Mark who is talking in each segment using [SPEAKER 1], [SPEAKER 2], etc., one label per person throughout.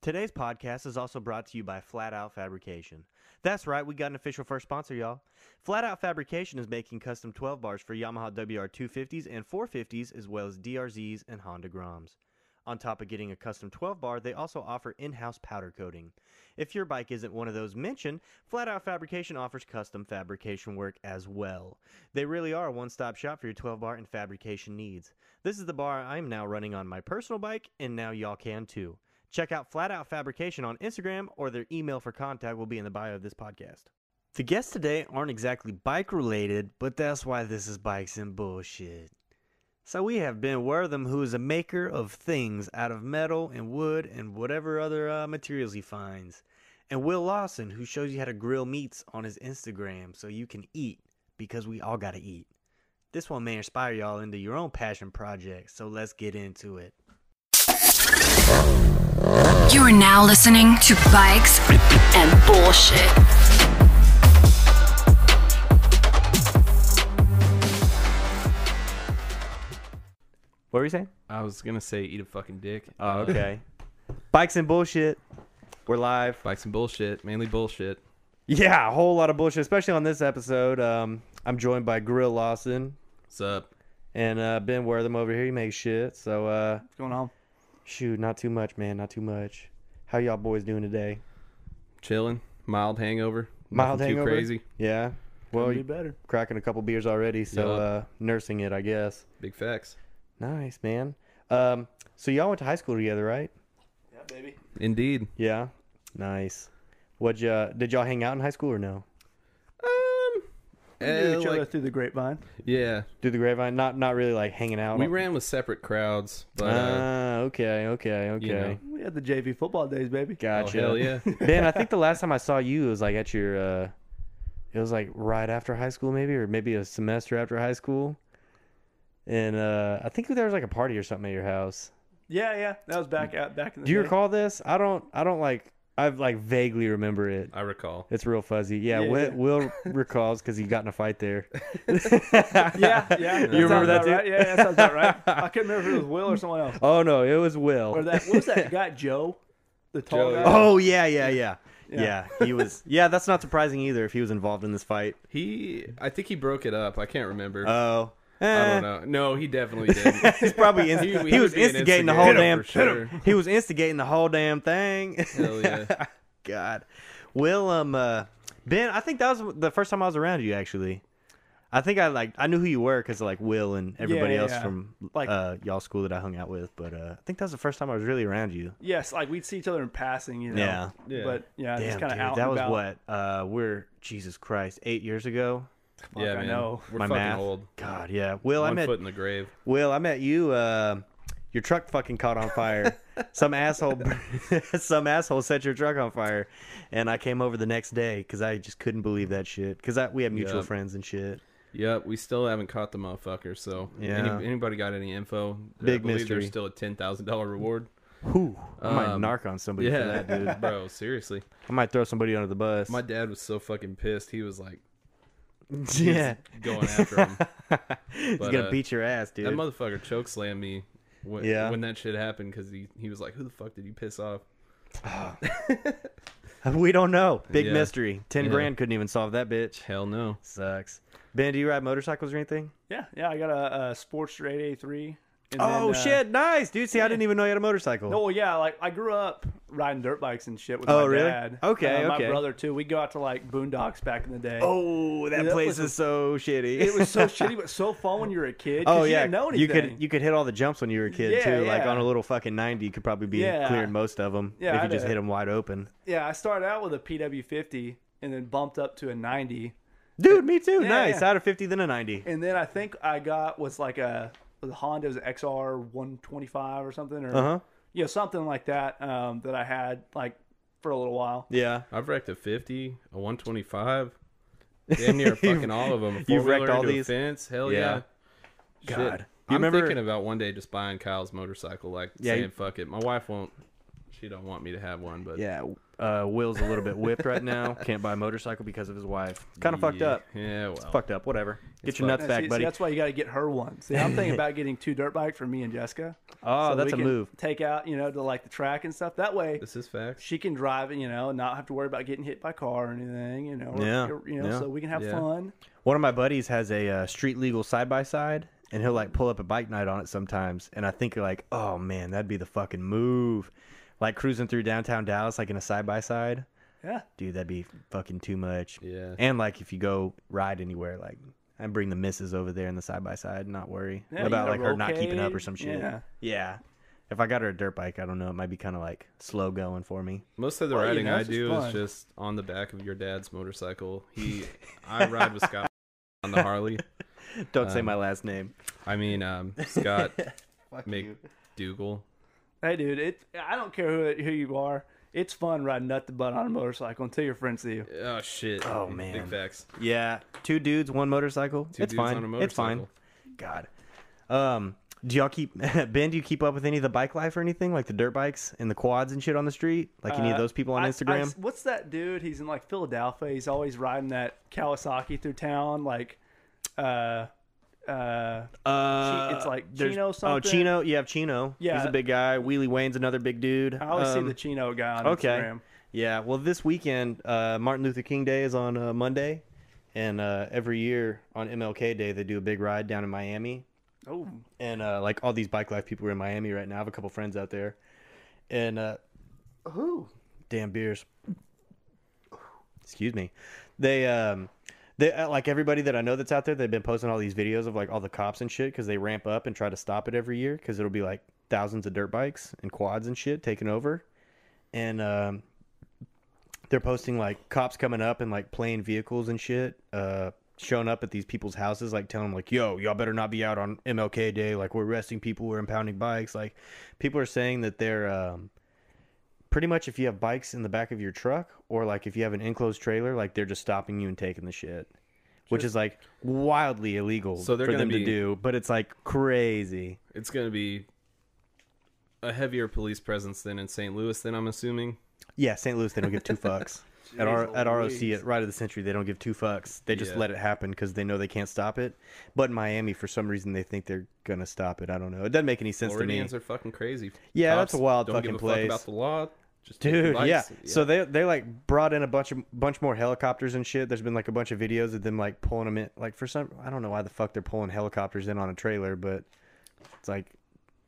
[SPEAKER 1] Today's podcast is also brought to you by Flat Out Fabrication. That's right, we got an official first sponsor, y'all. Flat Out Fabrication is making custom 12 bars for Yamaha WR250s and 450s, as well as DRZs and Honda Groms. On top of getting a custom 12 bar, they also offer in house powder coating. If your bike isn't one of those mentioned, Flat Out Fabrication offers custom fabrication work as well. They really are a one stop shop for your 12 bar and fabrication needs. This is the bar I'm now running on my personal bike, and now y'all can too. Check out Flat Out Fabrication on Instagram, or their email for contact will be in the bio of this podcast. The guests today aren't exactly bike related, but that's why this is Bikes and Bullshit. So we have Ben Wortham, who is a maker of things out of metal and wood and whatever other uh, materials he finds, and Will Lawson, who shows you how to grill meats on his Instagram so you can eat because we all gotta eat. This one may inspire y'all into your own passion project, so let's get into it.
[SPEAKER 2] You are now listening to Bikes and Bullshit.
[SPEAKER 1] What were you saying?
[SPEAKER 3] I was gonna say eat a fucking dick.
[SPEAKER 1] Oh,
[SPEAKER 3] Uh,
[SPEAKER 1] okay. Bikes and bullshit. We're live.
[SPEAKER 3] Bikes and bullshit, mainly bullshit.
[SPEAKER 1] Yeah, a whole lot of bullshit, especially on this episode. Um, I'm joined by Grill Lawson
[SPEAKER 3] What's up?
[SPEAKER 1] and uh, Ben Wortham over here. He makes shit. So, uh,
[SPEAKER 4] going on?
[SPEAKER 1] shoot, not too much, man. Not too much. How y'all boys doing today?
[SPEAKER 3] Chilling. Mild hangover.
[SPEAKER 1] Mild
[SPEAKER 3] Nothing
[SPEAKER 1] hangover.
[SPEAKER 3] Too crazy.
[SPEAKER 1] Yeah. Well,
[SPEAKER 4] be
[SPEAKER 1] you
[SPEAKER 4] better.
[SPEAKER 1] cracking a couple beers already, so
[SPEAKER 3] Yeah.
[SPEAKER 1] uh, nursing it, I guess.
[SPEAKER 3] Big facts.
[SPEAKER 1] Nice, man. Um, so y'all went to high school together, right?
[SPEAKER 4] Yeah, baby.
[SPEAKER 3] Indeed.
[SPEAKER 1] Yeah. Nice. What ya did y'all hang out in high school or no?
[SPEAKER 3] Um. eh,
[SPEAKER 4] each other
[SPEAKER 3] like-
[SPEAKER 4] through the grapevine.
[SPEAKER 3] yeah.
[SPEAKER 1] Do the grapevine? Not not really like hanging out.
[SPEAKER 3] We ran with separate crowds, but uh,
[SPEAKER 1] Ah, okay, okay, okay.
[SPEAKER 3] you know.
[SPEAKER 4] We had the JV football days, baby.
[SPEAKER 1] Gotcha.
[SPEAKER 3] oh, hell yeah.
[SPEAKER 1] ben, I think the last time I saw you was like at your uh it was like right after high school maybe or maybe a semester after high school. And uh I think there was like a party or something at your house.
[SPEAKER 4] Yeah, yeah. That was back out back in the
[SPEAKER 1] Do you
[SPEAKER 4] day.
[SPEAKER 1] recall this? I don't I don't like I like vaguely remember it.
[SPEAKER 3] I recall.
[SPEAKER 1] It's real fuzzy. Yeah,
[SPEAKER 4] Yeah,
[SPEAKER 1] Will,
[SPEAKER 4] yeah.
[SPEAKER 1] Will recalls because he got in a fight there.
[SPEAKER 4] Yeah, yeah.
[SPEAKER 1] You remember
[SPEAKER 4] sounds
[SPEAKER 1] that
[SPEAKER 4] about
[SPEAKER 1] too?
[SPEAKER 4] Right. Yeah, that sounds about right. I couldn't remember if it was Will or someone else.
[SPEAKER 1] Oh no, it was Will.
[SPEAKER 4] Or that what was that guy Joe, the tall
[SPEAKER 3] Joe,
[SPEAKER 4] guy.
[SPEAKER 3] yeah.
[SPEAKER 1] Oh yeah, yeah, yeah, yeah.
[SPEAKER 4] Yeah.
[SPEAKER 1] he was. Yeah, that's not surprising either if he was involved in this fight.
[SPEAKER 3] He, I think he broke it up. I can't remember.
[SPEAKER 1] Oh,
[SPEAKER 3] I
[SPEAKER 1] eh,
[SPEAKER 3] don't know. No, he definitely didn't.
[SPEAKER 1] He's probably inst-
[SPEAKER 3] He-
[SPEAKER 1] he,
[SPEAKER 3] he
[SPEAKER 1] was
[SPEAKER 3] would be an
[SPEAKER 1] instigating the
[SPEAKER 3] instigator
[SPEAKER 1] whole
[SPEAKER 3] for
[SPEAKER 1] damn.
[SPEAKER 3] sure.
[SPEAKER 1] He was instigating the whole damn thing.
[SPEAKER 3] Hell yeah.
[SPEAKER 1] God, Will, um, uh, Ben, I think that was the first time I was around you actually. I think I like I knew who you were because like Will and everybody
[SPEAKER 4] yeah,
[SPEAKER 1] else
[SPEAKER 4] yeah.
[SPEAKER 1] from like
[SPEAKER 4] Like-
[SPEAKER 1] uh, y'all school that I hung out with, but uh, I think that was the first time I was really around you.
[SPEAKER 4] Yes, like we'd see each other in passing, you know.
[SPEAKER 1] Yeah.
[SPEAKER 3] Yeah.
[SPEAKER 4] But yeah,
[SPEAKER 1] Damn,
[SPEAKER 4] just kind
[SPEAKER 1] dude,
[SPEAKER 4] of out.
[SPEAKER 1] that
[SPEAKER 4] and
[SPEAKER 1] was
[SPEAKER 4] about.
[SPEAKER 1] what uh, we're Jesus Christ eight years ago.
[SPEAKER 4] Fuck,
[SPEAKER 3] yeah,
[SPEAKER 4] I
[SPEAKER 3] man.
[SPEAKER 4] know.
[SPEAKER 3] We're
[SPEAKER 1] My
[SPEAKER 3] fucking
[SPEAKER 1] math.
[SPEAKER 3] old.
[SPEAKER 1] God, yeah. Will, I
[SPEAKER 3] One
[SPEAKER 1] met
[SPEAKER 3] foot in the grave.
[SPEAKER 1] Will, I met you. Uh, your truck fucking caught on fire. some asshole, some asshole set your truck on fire, and I came over the next day because I just couldn't believe that shit. Because we have mutual
[SPEAKER 3] Yup.
[SPEAKER 1] friends and shit.
[SPEAKER 3] Yep, we still haven't caught the motherfucker. So,
[SPEAKER 1] Yeah.
[SPEAKER 3] any, anybody got any info?
[SPEAKER 1] Big
[SPEAKER 3] I believe
[SPEAKER 1] mystery.
[SPEAKER 3] There's still a ten thousand dollar reward.
[SPEAKER 1] Whew, I might
[SPEAKER 3] Um,
[SPEAKER 1] narc on somebody for that, dude.
[SPEAKER 3] bro. Seriously,
[SPEAKER 1] I might throw somebody under the bus.
[SPEAKER 3] my dad was so fucking pissed. He was like, he was
[SPEAKER 1] yeah,
[SPEAKER 3] going after him.
[SPEAKER 1] he's
[SPEAKER 3] But,
[SPEAKER 1] gonna
[SPEAKER 3] uh,
[SPEAKER 1] beat your ass, dude.
[SPEAKER 3] That motherfucker choke slammed me. When,
[SPEAKER 1] Yeah.
[SPEAKER 3] when that shit happened, because he, he was like, "Who the fuck did you piss off?"
[SPEAKER 1] we don't know. Big
[SPEAKER 3] Yeah.
[SPEAKER 1] mystery. Ten
[SPEAKER 3] Yeah.
[SPEAKER 1] grand couldn't even solve that bitch.
[SPEAKER 3] Hell no.
[SPEAKER 1] Sucks. Ben, do you ride motorcycles or anything?
[SPEAKER 4] Yeah, yeah. I got a, a sports rate A three.
[SPEAKER 1] oh shit, nice, dude. See, I
[SPEAKER 4] yeah.
[SPEAKER 1] didn't even know you had a motorcycle.
[SPEAKER 4] No, well, oh, yeah, like I grew up riding dirt bikes and shit with
[SPEAKER 1] Oh,
[SPEAKER 4] my
[SPEAKER 1] really?
[SPEAKER 4] dad.
[SPEAKER 1] Okay,
[SPEAKER 4] uh, my
[SPEAKER 1] okay.
[SPEAKER 4] brother too. We go out to like boondocks back in the day.
[SPEAKER 1] Oh, that
[SPEAKER 4] That
[SPEAKER 1] place
[SPEAKER 4] was a-
[SPEAKER 1] is so shititty.
[SPEAKER 4] it was so shitty, but so fun when you were a kid. 'cause
[SPEAKER 1] Oh
[SPEAKER 4] you
[SPEAKER 1] yeah,
[SPEAKER 4] didn't know anything.
[SPEAKER 1] you could you could hit all the jumps when you were a kid
[SPEAKER 4] Yeah,
[SPEAKER 1] too. Like
[SPEAKER 4] yeah.
[SPEAKER 1] on a little fucking ninety, you could probably be
[SPEAKER 4] Yeah.
[SPEAKER 1] clearing most of them
[SPEAKER 4] Yeah,
[SPEAKER 1] if you
[SPEAKER 4] I
[SPEAKER 1] just
[SPEAKER 4] did.
[SPEAKER 1] hit them wide open.
[SPEAKER 4] yeah, I started out with a PW50 and then bumped up to a 90,
[SPEAKER 1] Dude, me too.
[SPEAKER 4] Yeah,
[SPEAKER 1] nice.
[SPEAKER 4] yeah.
[SPEAKER 1] Out of fifty, then a ninety.
[SPEAKER 4] and then I think I got was like a was a Honda's XR 125 or something, or
[SPEAKER 1] Uh huh.
[SPEAKER 4] you know something like that um, that I had like for a little while.
[SPEAKER 1] Yeah.
[SPEAKER 3] I've wrecked a fifty, a one twenty five, damn near fucking all of them.
[SPEAKER 1] You've wrecked all these?
[SPEAKER 3] fence. Hell
[SPEAKER 1] Yeah. God.
[SPEAKER 3] yeah. Shit.
[SPEAKER 1] You
[SPEAKER 3] I'm
[SPEAKER 1] remember-
[SPEAKER 3] thinking about one day just buying Kyle's motorcycle, like
[SPEAKER 1] Yeah,
[SPEAKER 3] saying
[SPEAKER 1] you-
[SPEAKER 3] "fuck it." My wife won't. She don't want me to have one, but
[SPEAKER 4] Yeah.
[SPEAKER 1] Uh, Will's a little bit whipped right now. Can't buy a motorcycle because of his wife. Kind of fucked
[SPEAKER 3] Yeah.
[SPEAKER 1] up.
[SPEAKER 3] Yeah, well,
[SPEAKER 1] Fucked up. Whatever. Get
[SPEAKER 3] It's
[SPEAKER 1] your
[SPEAKER 3] fucked.
[SPEAKER 1] nuts
[SPEAKER 4] See-
[SPEAKER 1] back,
[SPEAKER 4] see,
[SPEAKER 1] buddy.
[SPEAKER 4] that's why you got to get her one. See, I'm thinking about getting two dirt bikes for me and Jessica.
[SPEAKER 1] Oh,
[SPEAKER 4] so
[SPEAKER 1] that's
[SPEAKER 4] we
[SPEAKER 1] a
[SPEAKER 4] can
[SPEAKER 1] move.
[SPEAKER 4] Take out, you know, to like the track and stuff. That way,
[SPEAKER 3] this is facts.
[SPEAKER 4] she can drive it, you know, and not have to worry about getting hit by a car or anything, you know. or-
[SPEAKER 1] Yeah,
[SPEAKER 4] or, you know,
[SPEAKER 1] yeah,
[SPEAKER 4] so we can have
[SPEAKER 3] yeah.
[SPEAKER 4] fun.
[SPEAKER 1] One of my buddies has a uh, street legal side by side, and he'll like pull up a bike night on it sometimes. And I think like, oh man, that'd be the fucking move. Like cruising through downtown Dallas, like in a side by side.
[SPEAKER 4] Yeah.
[SPEAKER 1] Dude, that'd be fucking too much.
[SPEAKER 3] Yeah.
[SPEAKER 1] And like if you go ride anywhere, like I bring the missus over there in the side by side, and not worry
[SPEAKER 4] Yeah, you
[SPEAKER 1] about
[SPEAKER 4] got a
[SPEAKER 1] like her
[SPEAKER 4] roll
[SPEAKER 1] not keeping up or
[SPEAKER 4] cage.
[SPEAKER 1] some shit.
[SPEAKER 4] Yeah.
[SPEAKER 1] Yeah. If I got her a dirt bike, I don't know, it might be kind of like slow going for me.
[SPEAKER 3] Most of the
[SPEAKER 4] Well, you
[SPEAKER 3] riding
[SPEAKER 4] know,
[SPEAKER 3] I
[SPEAKER 4] it's just
[SPEAKER 3] do
[SPEAKER 4] fun.
[SPEAKER 3] is just on the back of your dad's motorcycle. He, I ride with Scott on the Harley.
[SPEAKER 1] Don't say
[SPEAKER 3] Um,
[SPEAKER 1] my last name.
[SPEAKER 3] I mean, um, Scott McDougal.
[SPEAKER 4] Hey, dude, it. I don't care who it- who you are. It's fun riding nut to butt on a motorcycle until your friends see you.
[SPEAKER 3] Oh shit!
[SPEAKER 1] Oh,
[SPEAKER 3] big
[SPEAKER 1] man.
[SPEAKER 3] facts.
[SPEAKER 1] Yeah, two dudes, one motorcycle.
[SPEAKER 3] Two
[SPEAKER 1] it's
[SPEAKER 3] dudes
[SPEAKER 1] fine.
[SPEAKER 3] on a
[SPEAKER 1] It's fine.
[SPEAKER 3] motorcycle.
[SPEAKER 1] God. Um, do y'all keep Ben? Do you keep up with any of the bike life or anything like the dirt bikes and the quads and shit on the street? Like any of
[SPEAKER 4] Uh,
[SPEAKER 1] those people on
[SPEAKER 4] I- I-
[SPEAKER 1] Instagram?
[SPEAKER 4] what's that dude? He's in like Philadelphia. He's always riding that Kawasaki through town, like, uh, uh,
[SPEAKER 1] uh,
[SPEAKER 4] it's like
[SPEAKER 1] there's-
[SPEAKER 4] Chino
[SPEAKER 1] Oh,
[SPEAKER 4] something.
[SPEAKER 1] Chino. You have Chino.
[SPEAKER 4] Yeah.
[SPEAKER 1] he's a big guy. Wheelie Wayne's another big dude.
[SPEAKER 4] I always
[SPEAKER 1] Um,
[SPEAKER 4] see the Chino guy on
[SPEAKER 1] okay.
[SPEAKER 4] Instagram.
[SPEAKER 1] Yeah. Well, this weekend, uh, Martin Luther King Day is on uh, Monday, and uh, every year on MLK Day they do a big ride down in Miami.
[SPEAKER 4] Oh,
[SPEAKER 1] and uh, like all these bike life people are in Miami right now. I have a couple friends out there, and uh, who? Damn beers. Excuse me. They um, they uh, like everybody that I know that's out there. They've been posting all these videos of like all the cops and shit because they ramp up and try to stop it every year because it'll be like thousands of dirt bikes and quads and shit taking over, and um, they're posting like cops coming up and like playing vehicles and shit, uh, showing up at these people's houses, like telling them like, "Yo, y'all better not be out on MLK Day. Like we're arresting people, we're impounding bikes." Like people are saying that they're um, pretty much if you have bikes in the back of your truck or like if you have an enclosed trailer, like they're just stopping you and taking the shit. Which is like wildly illegal
[SPEAKER 3] So they're
[SPEAKER 1] for
[SPEAKER 3] gonna
[SPEAKER 1] them to
[SPEAKER 3] be-
[SPEAKER 1] do, but it's like crazy.
[SPEAKER 3] It's gonna be a heavier police presence than in St. Louis. Then I'm assuming.
[SPEAKER 1] Yeah, St. Louis, they don't give two fucks. at our at ROC
[SPEAKER 4] Louise.
[SPEAKER 1] at Ride of the Century, they don't give two fucks. They just
[SPEAKER 3] Yeah.
[SPEAKER 1] let it happen because they know they can't stop it. But in Miami, for some reason, they think they're gonna stop it. I don't know. It doesn't make any sense
[SPEAKER 3] Floridians
[SPEAKER 1] to me.
[SPEAKER 3] are fucking crazy.
[SPEAKER 1] Yeah, that's a wild
[SPEAKER 3] don't
[SPEAKER 1] fucking
[SPEAKER 3] give a fuck
[SPEAKER 1] place.
[SPEAKER 3] about the law. Just take
[SPEAKER 1] Dude,
[SPEAKER 3] the
[SPEAKER 1] yeah.
[SPEAKER 3] bikes.
[SPEAKER 1] So they they like brought in a bunch of bunch more helicopters and shit. There's been like a bunch of videos of them like pulling them in. Like for some, I don't know why the fuck they're pulling helicopters in on a trailer, but it's like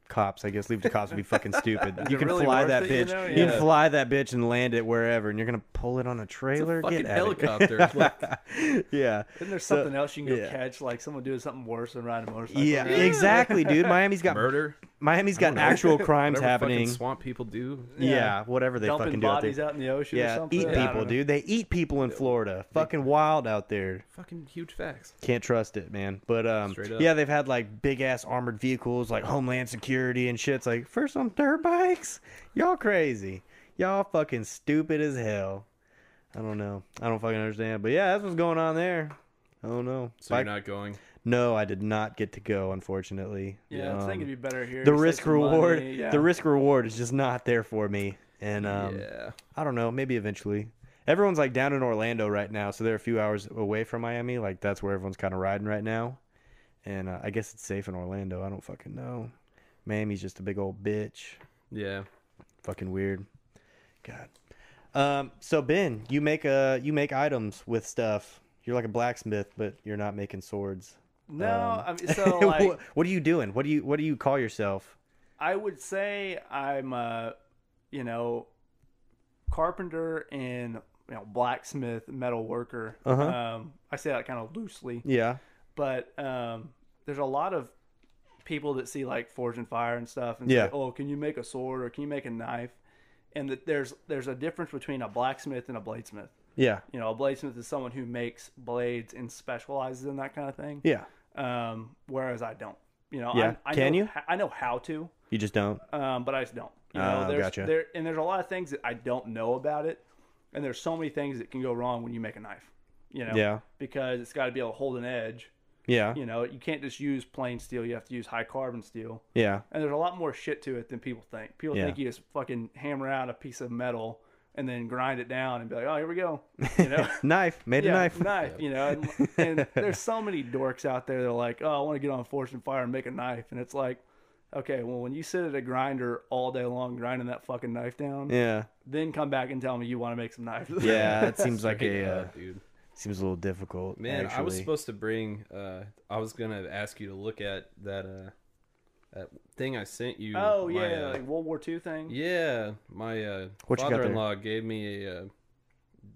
[SPEAKER 1] cops. I guess leave the cops to be fucking stupid. You
[SPEAKER 4] it
[SPEAKER 1] can
[SPEAKER 4] really
[SPEAKER 1] fly
[SPEAKER 4] worth
[SPEAKER 1] that
[SPEAKER 4] it, you
[SPEAKER 1] bitch. You,
[SPEAKER 4] know?
[SPEAKER 1] can
[SPEAKER 3] Yeah.
[SPEAKER 1] fly that bitch and land it wherever, and you're gonna pull it on a trailer.
[SPEAKER 3] fucking
[SPEAKER 1] Get out of here.
[SPEAKER 3] helicopter. Like,
[SPEAKER 1] yeah.
[SPEAKER 4] Then there's
[SPEAKER 1] So-
[SPEAKER 4] something else you can go
[SPEAKER 1] yeah.
[SPEAKER 4] catch, like someone doing something worse than riding a motorcycle.
[SPEAKER 1] Yeah, exactly, dude. Miami's got
[SPEAKER 3] murder.
[SPEAKER 1] Miami's got actual crimes
[SPEAKER 3] Whatever fucking
[SPEAKER 1] happening.
[SPEAKER 3] Swamp people do.
[SPEAKER 1] Yeah. whatever they
[SPEAKER 4] Dumping
[SPEAKER 1] fucking do out
[SPEAKER 4] bodies
[SPEAKER 1] there.
[SPEAKER 4] out in the ocean or
[SPEAKER 1] Yeah,
[SPEAKER 4] something.
[SPEAKER 1] eat
[SPEAKER 4] I don't
[SPEAKER 1] people,
[SPEAKER 4] know.
[SPEAKER 1] dude. They eat people in Florida. Fucking wild out there.
[SPEAKER 3] Fucking huge facts.
[SPEAKER 1] Can't trust it, man. But um,
[SPEAKER 3] Straight up.
[SPEAKER 1] yeah, they've had like big ass armored vehicles, like Homeland Security and shit's like first on dirt bikes. Y'all crazy. Y'all fucking stupid as hell. I don't know. I don't fucking understand. But yeah, that's what's going on there. I don't know.
[SPEAKER 3] So
[SPEAKER 1] Bike-
[SPEAKER 3] you're not going.
[SPEAKER 1] no, I did not get to go, unfortunately.
[SPEAKER 4] Yeah, I
[SPEAKER 1] Um,
[SPEAKER 4] think it'd be better here.
[SPEAKER 1] the
[SPEAKER 4] save
[SPEAKER 1] risk
[SPEAKER 4] some
[SPEAKER 1] reward
[SPEAKER 4] money, yeah.
[SPEAKER 1] the risk reward is just not there for me and um,
[SPEAKER 3] yeah.
[SPEAKER 1] i don't know maybe eventually everyone's like down in orlando right now so they're a few hours away from miami like that's where everyone's kind of riding right now and uh, i guess it's safe in orlando i don't fucking know miami's just a big old bitch
[SPEAKER 3] Yeah.
[SPEAKER 1] fucking weird god um, so ben you make uh you make items with stuff you're like a blacksmith but you're not making swords Um,
[SPEAKER 4] No, I mean, so
[SPEAKER 1] Wha-
[SPEAKER 4] like,
[SPEAKER 1] what, are you doing what do you what do you call yourself
[SPEAKER 4] I would say I'm a, you know, carpenter and you know blacksmith, metal worker.
[SPEAKER 1] Uh-huh.
[SPEAKER 4] Um, I say that kind of loosely,
[SPEAKER 1] yeah
[SPEAKER 4] but um, there's a lot of people that see like forge and fire and stuff, and
[SPEAKER 1] Yeah.
[SPEAKER 4] say, "Oh, can you make a sword or can you make a knife?" And that there's there's a difference between a blacksmith and a bladesmith.
[SPEAKER 1] yeah
[SPEAKER 4] You know, a bladesmith is someone who makes blades and specializes in that kind of thing.
[SPEAKER 1] yeah
[SPEAKER 4] Um, whereas I don't. You know,
[SPEAKER 1] Yeah.
[SPEAKER 4] I, I
[SPEAKER 1] Can
[SPEAKER 4] know,
[SPEAKER 1] you?
[SPEAKER 4] ho- I know how to
[SPEAKER 1] You just don't.
[SPEAKER 4] um, but I just don't. You
[SPEAKER 1] Oh,
[SPEAKER 4] know, there's,
[SPEAKER 1] gotcha.
[SPEAKER 4] There and there's a lot of things that I don't know about it, and there's so many things that can go wrong when you make a knife. You know,
[SPEAKER 1] Yeah.
[SPEAKER 4] because it's got to be able to hold an edge.
[SPEAKER 1] Yeah.
[SPEAKER 4] You know, you can't just use plain steel. You have to use high carbon steel.
[SPEAKER 1] Yeah.
[SPEAKER 4] And there's a lot more shit to it than people think. People
[SPEAKER 1] Yeah.
[SPEAKER 4] think you just fucking hammer out a piece of metal and then grind it down and be like, oh, here we go. You know?
[SPEAKER 1] Knife. Made
[SPEAKER 4] yeah,
[SPEAKER 1] a knife.
[SPEAKER 4] you know. And, and there's so many dorks out there that are like, oh, I want to get on Forge and Fire and make a knife. And it's like, okay, well, when you sit at a grinder all day long grinding that fucking knife down,
[SPEAKER 1] Yeah.
[SPEAKER 4] then come back and tell me you want to make some knives.
[SPEAKER 1] Yeah. That seems like
[SPEAKER 3] Straight
[SPEAKER 1] a uh,
[SPEAKER 3] up, dude.
[SPEAKER 1] seems a little difficult.
[SPEAKER 3] Man, I was
[SPEAKER 1] actually.
[SPEAKER 3] supposed to bring. Uh, I was gonna ask you to look at that uh, that thing I sent you.
[SPEAKER 4] oh,
[SPEAKER 3] my,
[SPEAKER 4] yeah,
[SPEAKER 3] uh,
[SPEAKER 4] like World War II thing.
[SPEAKER 3] yeah. My uh,
[SPEAKER 1] What you got there?
[SPEAKER 3] father-in-law gave me a uh,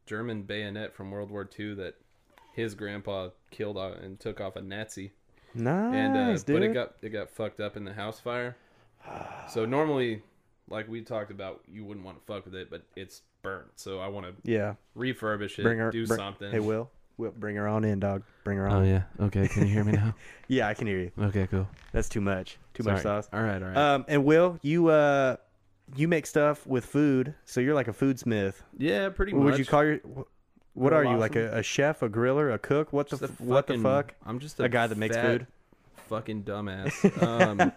[SPEAKER 3] German bayonet from World War II that his grandpa killed off and took off a Nazi.
[SPEAKER 1] Nice,
[SPEAKER 3] and uh,
[SPEAKER 1] dude.
[SPEAKER 3] but it got it got fucked up in the house fire. So normally, like we talked about, you wouldn't want to fuck with it, but it's burnt. So I want to
[SPEAKER 1] yeah.
[SPEAKER 3] refurbish it,
[SPEAKER 1] Bring her.
[SPEAKER 3] do
[SPEAKER 1] br-
[SPEAKER 3] something. Oh,
[SPEAKER 1] Hey, Will. Will, bring her on in, dog. Bring her on.
[SPEAKER 3] yeah. Okay. Can you hear me now?
[SPEAKER 1] Yeah, I can hear you.
[SPEAKER 3] okay. Cool.
[SPEAKER 1] That's too much. Too much sauce.
[SPEAKER 3] All right. All right.
[SPEAKER 1] Um, and Will, you uh, you make stuff with food, so you're like a foodsmith.
[SPEAKER 3] yeah. Pretty
[SPEAKER 1] What
[SPEAKER 3] much.
[SPEAKER 1] would you call your? wh- What are you like
[SPEAKER 4] Awesome.
[SPEAKER 1] a, a chef, a griller, a cook? What the
[SPEAKER 3] Just a
[SPEAKER 1] f- what the
[SPEAKER 3] fucking-
[SPEAKER 1] fuck?
[SPEAKER 3] I'm just
[SPEAKER 1] A guy that makes
[SPEAKER 3] fat
[SPEAKER 1] food?
[SPEAKER 3] Fucking dumbass. Um,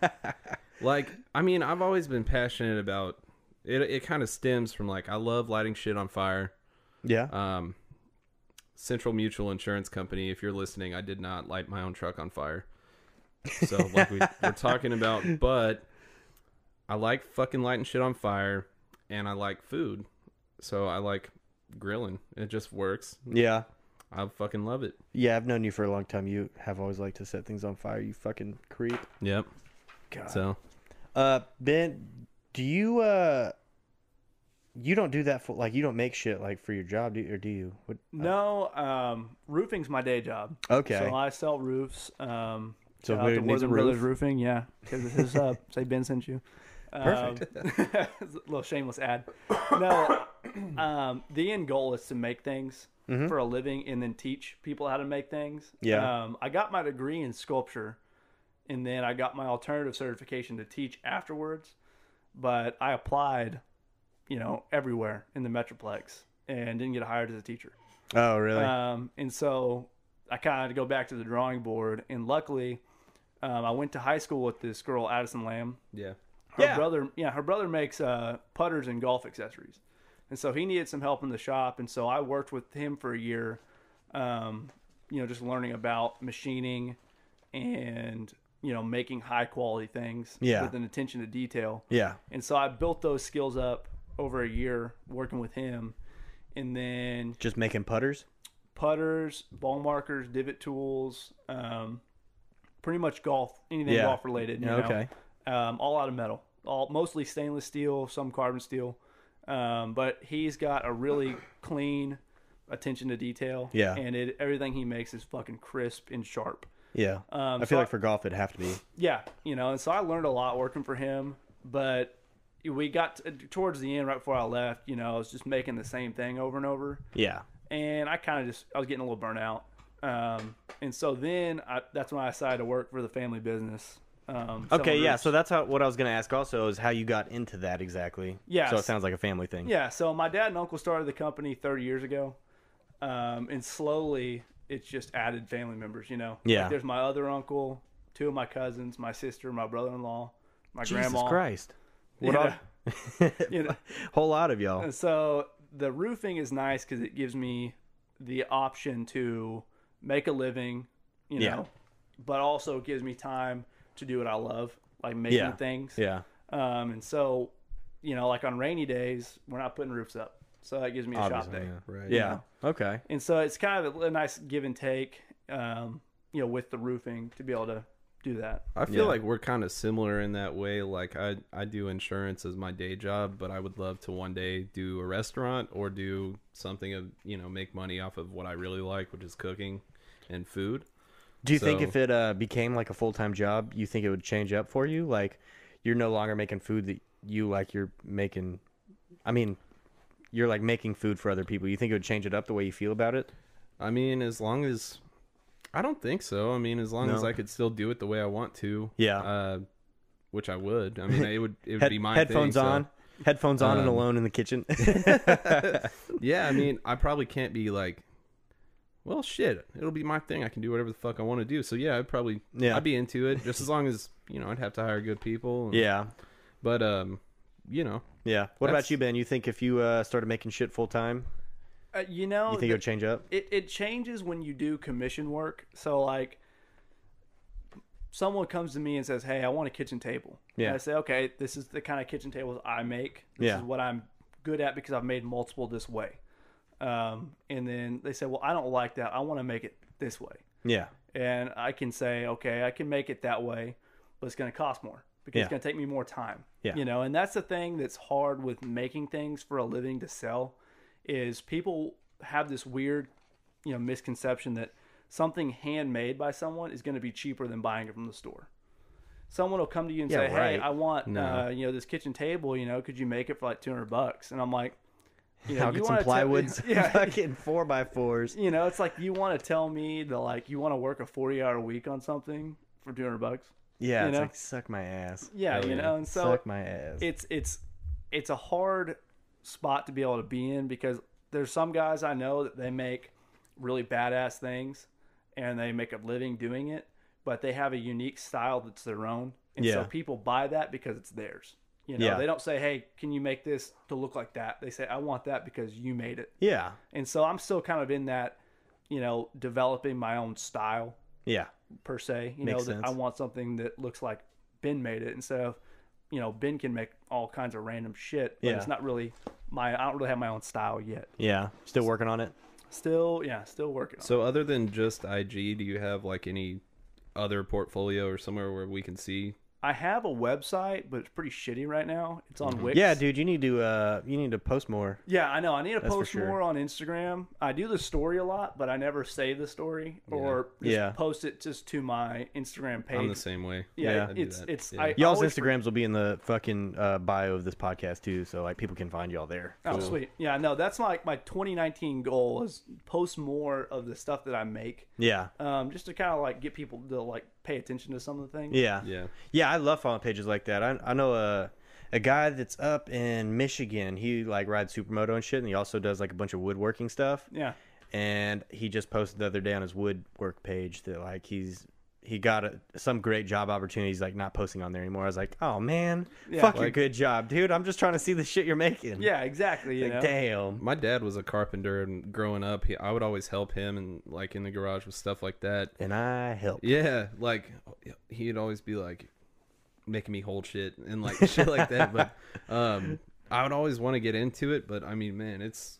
[SPEAKER 3] like I mean, I've always been passionate about. It, it kind of stems from like I love lighting shit on fire.
[SPEAKER 1] Yeah,
[SPEAKER 3] Um, Central Mutual Insurance Company, if you're listening, I did not light my own truck on fire. So, like we, we're talking about, but I like fucking lighting shit on fire and I like food. So, I like grilling. It just works.
[SPEAKER 1] yeah,
[SPEAKER 3] I fucking love it.
[SPEAKER 1] yeah. I've known you for a long time. You have always liked to set things on fire. You fucking creep.
[SPEAKER 3] Yep.
[SPEAKER 1] God.
[SPEAKER 3] So,
[SPEAKER 1] Uh, Ben, do you uh, you don't do that for like you don't make shit like for your job, do you, or do you? What,
[SPEAKER 4] No, um, roofing's my day job.
[SPEAKER 1] Oh. Okay.
[SPEAKER 4] So I sell roofs. Um,
[SPEAKER 1] So
[SPEAKER 4] shout out
[SPEAKER 1] who
[SPEAKER 4] to
[SPEAKER 1] needs a
[SPEAKER 4] Worthing Brothers
[SPEAKER 1] roof?
[SPEAKER 4] Roofing, yeah, because this is uh, say Ben sent you.
[SPEAKER 1] Perfect.
[SPEAKER 4] Um, it's a little shameless ad. No, um, the end goal is to make things for a living and then teach people how to make things.
[SPEAKER 1] Mm-hmm. Yeah.
[SPEAKER 4] Um, I got my degree in sculpture, and then I got my alternative certification to teach afterwards. But I applied, you know, everywhere in the metroplex and didn't get hired as a teacher.
[SPEAKER 1] oh, really?
[SPEAKER 4] Um, and so I kind of had to go back to the drawing board. And luckily, um, I went to high school with this girl, Addison Lamb.
[SPEAKER 3] yeah.
[SPEAKER 4] Her
[SPEAKER 1] Yeah.
[SPEAKER 4] brother, yeah, her brother makes uh, putters and golf accessories. And so he needed some help in the shop. And so I worked with him for a year, um, you know, just learning about machining and, you know, making high quality things
[SPEAKER 1] Yeah.
[SPEAKER 4] with an attention to detail.
[SPEAKER 1] yeah,
[SPEAKER 4] And so I built those skills up over a year working with him. And then
[SPEAKER 1] just making putters.
[SPEAKER 4] putters, ball markers, divot tools, um, pretty much golf, anything
[SPEAKER 1] Yeah.
[SPEAKER 4] golf related. you
[SPEAKER 1] Yeah,
[SPEAKER 4] know?
[SPEAKER 1] okay.
[SPEAKER 4] Um, all out of metal, all mostly stainless steel, some carbon steel. Um, but he's got a really clean attention to detail.
[SPEAKER 1] Yeah.
[SPEAKER 4] And it, everything he makes is fucking crisp and sharp.
[SPEAKER 1] Yeah,
[SPEAKER 4] Um,
[SPEAKER 1] I feel
[SPEAKER 4] so
[SPEAKER 1] like for golf it'd have to be.
[SPEAKER 4] yeah, you know, and so I learned a lot working for him. But we got to, towards the end, right before I left, you know, I was just making the same thing over and over
[SPEAKER 1] Yeah,
[SPEAKER 4] and I kind of just I was getting a little burnt out. Um, and so then I, that's when I decided to work for the family business. Um, selling
[SPEAKER 1] Okay, yeah.
[SPEAKER 4] roofs.
[SPEAKER 1] So that's how what I was going to ask also is how you got into that exactly.
[SPEAKER 4] Yes.
[SPEAKER 1] So it sounds like a family thing.
[SPEAKER 4] yeah, so my dad and uncle started the company 30 years ago, um, and slowly it's just added family members. You know,
[SPEAKER 1] Yeah.
[SPEAKER 4] Like there's my other uncle, two of my cousins, my sister, my brother-in-law, my
[SPEAKER 1] Jesus
[SPEAKER 4] grandma.
[SPEAKER 1] Christ. What
[SPEAKER 4] Yeah.
[SPEAKER 1] all,
[SPEAKER 4] You know,
[SPEAKER 1] whole lot of y'all.
[SPEAKER 4] And so the roofing is nice because it gives me the option to make a living, you know,
[SPEAKER 1] Yeah.
[SPEAKER 4] but also it gives me time to do what I love, like making
[SPEAKER 1] Yeah.
[SPEAKER 4] things.
[SPEAKER 1] Yeah.
[SPEAKER 4] Um, and so, you know, like on rainy days, we're not putting roofs up. So that gives me a shop
[SPEAKER 1] Obviously,
[SPEAKER 4] day.
[SPEAKER 1] yeah.
[SPEAKER 3] Right.
[SPEAKER 1] Yeah. Okay.
[SPEAKER 4] And so it's kind of a nice give and take, um, you know, with the roofing to be able to do that.
[SPEAKER 3] I feel
[SPEAKER 1] Yeah.
[SPEAKER 3] like we're kind of similar in that way. Like I, I do insurance as my day job, but I would love to one day do a restaurant or do something of you know make money off of what I really like, which is cooking and food.
[SPEAKER 1] Do you think
[SPEAKER 3] So-
[SPEAKER 1] if it uh, became like a full time job, you think it would change up for you? Like, you're no longer making food that you like. You're making, I mean, you're like making food for other people. You think it would change it up the way you feel about it?
[SPEAKER 3] I mean, as long as I don't think so. I mean, as long as
[SPEAKER 1] No.
[SPEAKER 3] I could still do it the way I want to.
[SPEAKER 1] Yeah.
[SPEAKER 3] Uh, which I would. I mean, it would it would
[SPEAKER 1] Head-
[SPEAKER 3] be my
[SPEAKER 1] headphones
[SPEAKER 3] thing, so-
[SPEAKER 1] on. Headphones on and
[SPEAKER 3] Um,
[SPEAKER 1] alone in the kitchen.
[SPEAKER 3] Yeah, I mean, I probably can't be like well, shit, it'll be my thing. I can do whatever the fuck I want to do. So yeah, I'd probably
[SPEAKER 1] Yeah.
[SPEAKER 3] I'd be into it just as long as you know I'd have to hire good people. and-
[SPEAKER 1] Yeah.
[SPEAKER 3] but um, you know,
[SPEAKER 1] Yeah. What about
[SPEAKER 3] That's-
[SPEAKER 1] you, Ben? You think if you uh, started making shit full time,
[SPEAKER 4] Uh, you know,
[SPEAKER 1] you think
[SPEAKER 4] the-
[SPEAKER 1] it would change up?
[SPEAKER 4] it, it changes when you do commission work. So like someone comes to me and says, Hey, I want a kitchen table.
[SPEAKER 1] Yeah.
[SPEAKER 4] And I say, Okay, this is the kind of kitchen tables I make. This
[SPEAKER 1] Yeah.
[SPEAKER 4] is what I'm good at because I've made multiple this way. Um, and then they say, Well, I don't like that. I want to make it this way.
[SPEAKER 1] Yeah.
[SPEAKER 4] And I can say, Okay, I can make it that way, but it's gonna cost more because
[SPEAKER 1] Yeah.
[SPEAKER 4] it's gonna take me more time.
[SPEAKER 1] Yeah.
[SPEAKER 4] You know, and that's the thing that's hard with making things for a living to sell is people have this weird you know misconception that something handmade by someone is going to be cheaper than buying it from the store. Someone will come to you and
[SPEAKER 1] Yeah,
[SPEAKER 4] say, "Hey,
[SPEAKER 1] right.
[SPEAKER 4] I want
[SPEAKER 3] No.
[SPEAKER 4] uh, you know this kitchen table. You know, could you make it for like two hundred bucks?" And I'm like, you know,
[SPEAKER 1] I'll
[SPEAKER 4] you
[SPEAKER 1] get some
[SPEAKER 4] wanna tell-
[SPEAKER 1] plywoods,
[SPEAKER 4] yeah,
[SPEAKER 1] fucking four by fours.
[SPEAKER 4] you know, it's like you want to tell me that like you want to work a forty hour week on something for two hundred bucks.
[SPEAKER 1] Yeah,
[SPEAKER 4] You
[SPEAKER 1] it's
[SPEAKER 4] know?
[SPEAKER 1] like suck my ass.
[SPEAKER 4] Yeah,
[SPEAKER 3] Hell
[SPEAKER 4] you
[SPEAKER 3] yeah.
[SPEAKER 4] know, and so
[SPEAKER 1] suck my ass.
[SPEAKER 4] it's it's it's a hard spot to be able to be in because there's some guys I know that they make really badass things and they make a living doing it, but they have a unique style that's their own. And so
[SPEAKER 1] Yeah.
[SPEAKER 4] people buy that because it's theirs. You know,
[SPEAKER 1] Yeah.
[SPEAKER 4] they don't say, "Hey, can you make this to look like that?" They say, "I want that because you made it."
[SPEAKER 1] yeah.
[SPEAKER 4] And so I'm still kind of in that, you know, developing my own style
[SPEAKER 1] Yeah.
[SPEAKER 4] per se. You
[SPEAKER 1] Makes
[SPEAKER 4] know, that I
[SPEAKER 1] sense.
[SPEAKER 4] want something that looks like Ben made it instead of, you know, Ben can make all kinds of random shit, but
[SPEAKER 1] Yeah.
[SPEAKER 4] it's not really my. I don't really have my own style yet.
[SPEAKER 1] Yeah. Still working on it.
[SPEAKER 4] Still, yeah, still working. on it.
[SPEAKER 3] so other than just IG, do you have like any other portfolio or somewhere where we can see?
[SPEAKER 4] I have a website, but it's pretty shitty right now. It's on Wix.
[SPEAKER 1] Mm-hmm. Yeah, dude, you need to uh you need to post more.
[SPEAKER 4] Yeah, I know. I need to
[SPEAKER 1] That's for
[SPEAKER 4] post
[SPEAKER 1] sure.
[SPEAKER 4] more on Instagram. I do the story a lot, but I never save the story or just
[SPEAKER 1] Yeah.
[SPEAKER 4] post it just to my Instagram page.
[SPEAKER 3] I'm the same way.
[SPEAKER 1] Yeah.
[SPEAKER 4] yeah,
[SPEAKER 3] I do
[SPEAKER 4] it's
[SPEAKER 3] that.
[SPEAKER 4] it's
[SPEAKER 3] Yeah.
[SPEAKER 4] I
[SPEAKER 1] Y'all's
[SPEAKER 4] always
[SPEAKER 1] Instagrams will be in the fucking uh, bio of this podcast too, so like people can find y'all there.
[SPEAKER 4] Oh,
[SPEAKER 1] Cool.
[SPEAKER 4] sweet. Yeah, no, that's my my 2019 goal is post more of the stuff that I make,
[SPEAKER 1] Yeah.
[SPEAKER 4] um, just to kind of like get people to like pay attention to some of the things.
[SPEAKER 1] Yeah.
[SPEAKER 3] Yeah.
[SPEAKER 1] Yeah, I love following pages like that. I I know a a guy that's up in Michigan. He like rides supermoto and shit, and he also does like a bunch of woodworking stuff.
[SPEAKER 4] yeah,
[SPEAKER 1] And he just posted the other day on his woodwork page that like he's he got a, some great job opportunities like not posting on there anymore. I was like, oh man,
[SPEAKER 4] Yeah.
[SPEAKER 1] fuck your
[SPEAKER 3] Like-
[SPEAKER 1] good job, dude. I'm just trying to see the shit you're making.
[SPEAKER 4] yeah, exactly. You
[SPEAKER 1] Like,
[SPEAKER 4] know?
[SPEAKER 1] damn.
[SPEAKER 3] My dad was a carpenter, and growing up, he, I would always help him and like in the garage with stuff like that.
[SPEAKER 1] And I help.
[SPEAKER 3] Yeah, like he'd always be like making me hold shit and like shit like that. But um, I would always want to get into it. But I mean, man, it's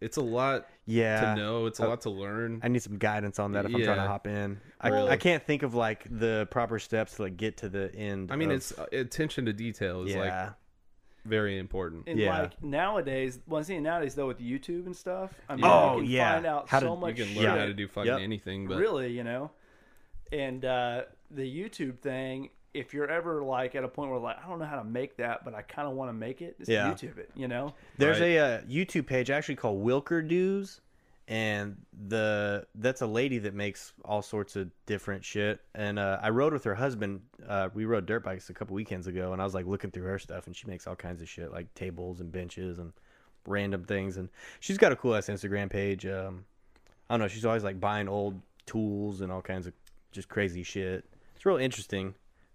[SPEAKER 3] it's a lot
[SPEAKER 1] Yeah. Uh,
[SPEAKER 3] to know. It's a lot to learn.
[SPEAKER 1] I need some guidance on that if I'm trying to
[SPEAKER 3] Yeah.
[SPEAKER 1] hop in. I,
[SPEAKER 3] Well-
[SPEAKER 1] I can't think of like the proper steps to like get to the end.
[SPEAKER 3] I mean,
[SPEAKER 1] of-
[SPEAKER 3] it's uh, attention to detail is
[SPEAKER 1] yeah.
[SPEAKER 3] like very important.
[SPEAKER 4] And
[SPEAKER 1] Yeah.
[SPEAKER 4] like nowadays, well, see nowadays though with YouTube and stuff, I mean,
[SPEAKER 1] Oh,
[SPEAKER 4] you can
[SPEAKER 1] yeah.
[SPEAKER 4] find out
[SPEAKER 1] How
[SPEAKER 4] so
[SPEAKER 1] to- you
[SPEAKER 4] much
[SPEAKER 3] You can
[SPEAKER 4] shit,
[SPEAKER 3] learn how to do fucking
[SPEAKER 1] Yep.
[SPEAKER 3] anything. But
[SPEAKER 4] really, you know. And uh, the YouTube thing, if you're ever like at a point where like I don't know how to make that, but I kind of want to make it, just
[SPEAKER 1] Yeah.
[SPEAKER 4] YouTube it, you know.
[SPEAKER 1] There's
[SPEAKER 3] Right.
[SPEAKER 1] a uh, YouTube page actually called Wilker Doos, and the that's a lady that makes all sorts of different shit. And uh, I rode with her husband. Uh, we rode dirt bikes a couple weekends ago, and I was like looking through her stuff, and she makes all kinds of shit like tables and benches and random things. And she's got a cool ass Instagram page. Um, I don't know. She's always like buying old tools and all kinds of just crazy shit. It's real interesting.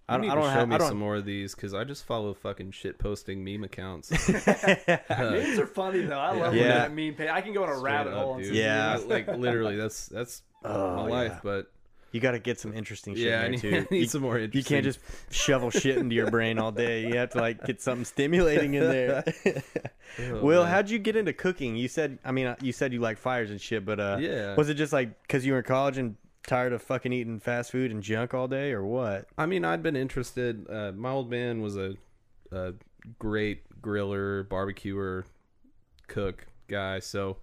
[SPEAKER 1] I
[SPEAKER 3] you
[SPEAKER 1] don't,
[SPEAKER 3] need
[SPEAKER 1] I don't
[SPEAKER 3] to show
[SPEAKER 1] have.
[SPEAKER 3] me
[SPEAKER 1] I don't,
[SPEAKER 3] some more of these because I just follow fucking shit posting meme accounts.
[SPEAKER 4] Memes are funny though. I love
[SPEAKER 1] Uh, Yeah.
[SPEAKER 4] when that meme page. I can go on a rabbit
[SPEAKER 3] Straight up,
[SPEAKER 4] hole. and
[SPEAKER 3] dude.
[SPEAKER 4] see-
[SPEAKER 1] Yeah. Oh,
[SPEAKER 3] I- like literally, that's that's my life.
[SPEAKER 1] yeah.
[SPEAKER 3] But
[SPEAKER 1] You got to get some interesting shit
[SPEAKER 3] Yeah, I
[SPEAKER 1] in
[SPEAKER 3] need-
[SPEAKER 1] there too.
[SPEAKER 3] I need
[SPEAKER 1] you,
[SPEAKER 3] some more
[SPEAKER 1] You can't
[SPEAKER 3] interesting-
[SPEAKER 1] just shovel shit into your brain all day. You have to like get something stimulating in there. Will,
[SPEAKER 3] Oh, man.
[SPEAKER 1] how'd you get into cooking? You said, I mean, uh, you said you like fires and shit, but uh,
[SPEAKER 3] Yeah.
[SPEAKER 1] was it just like because you were in college and tired of fucking eating fast food and junk all day, or what?
[SPEAKER 3] I mean, I'd been interested. Uh, my old man was a, a great griller, barbecuer, cook guy, so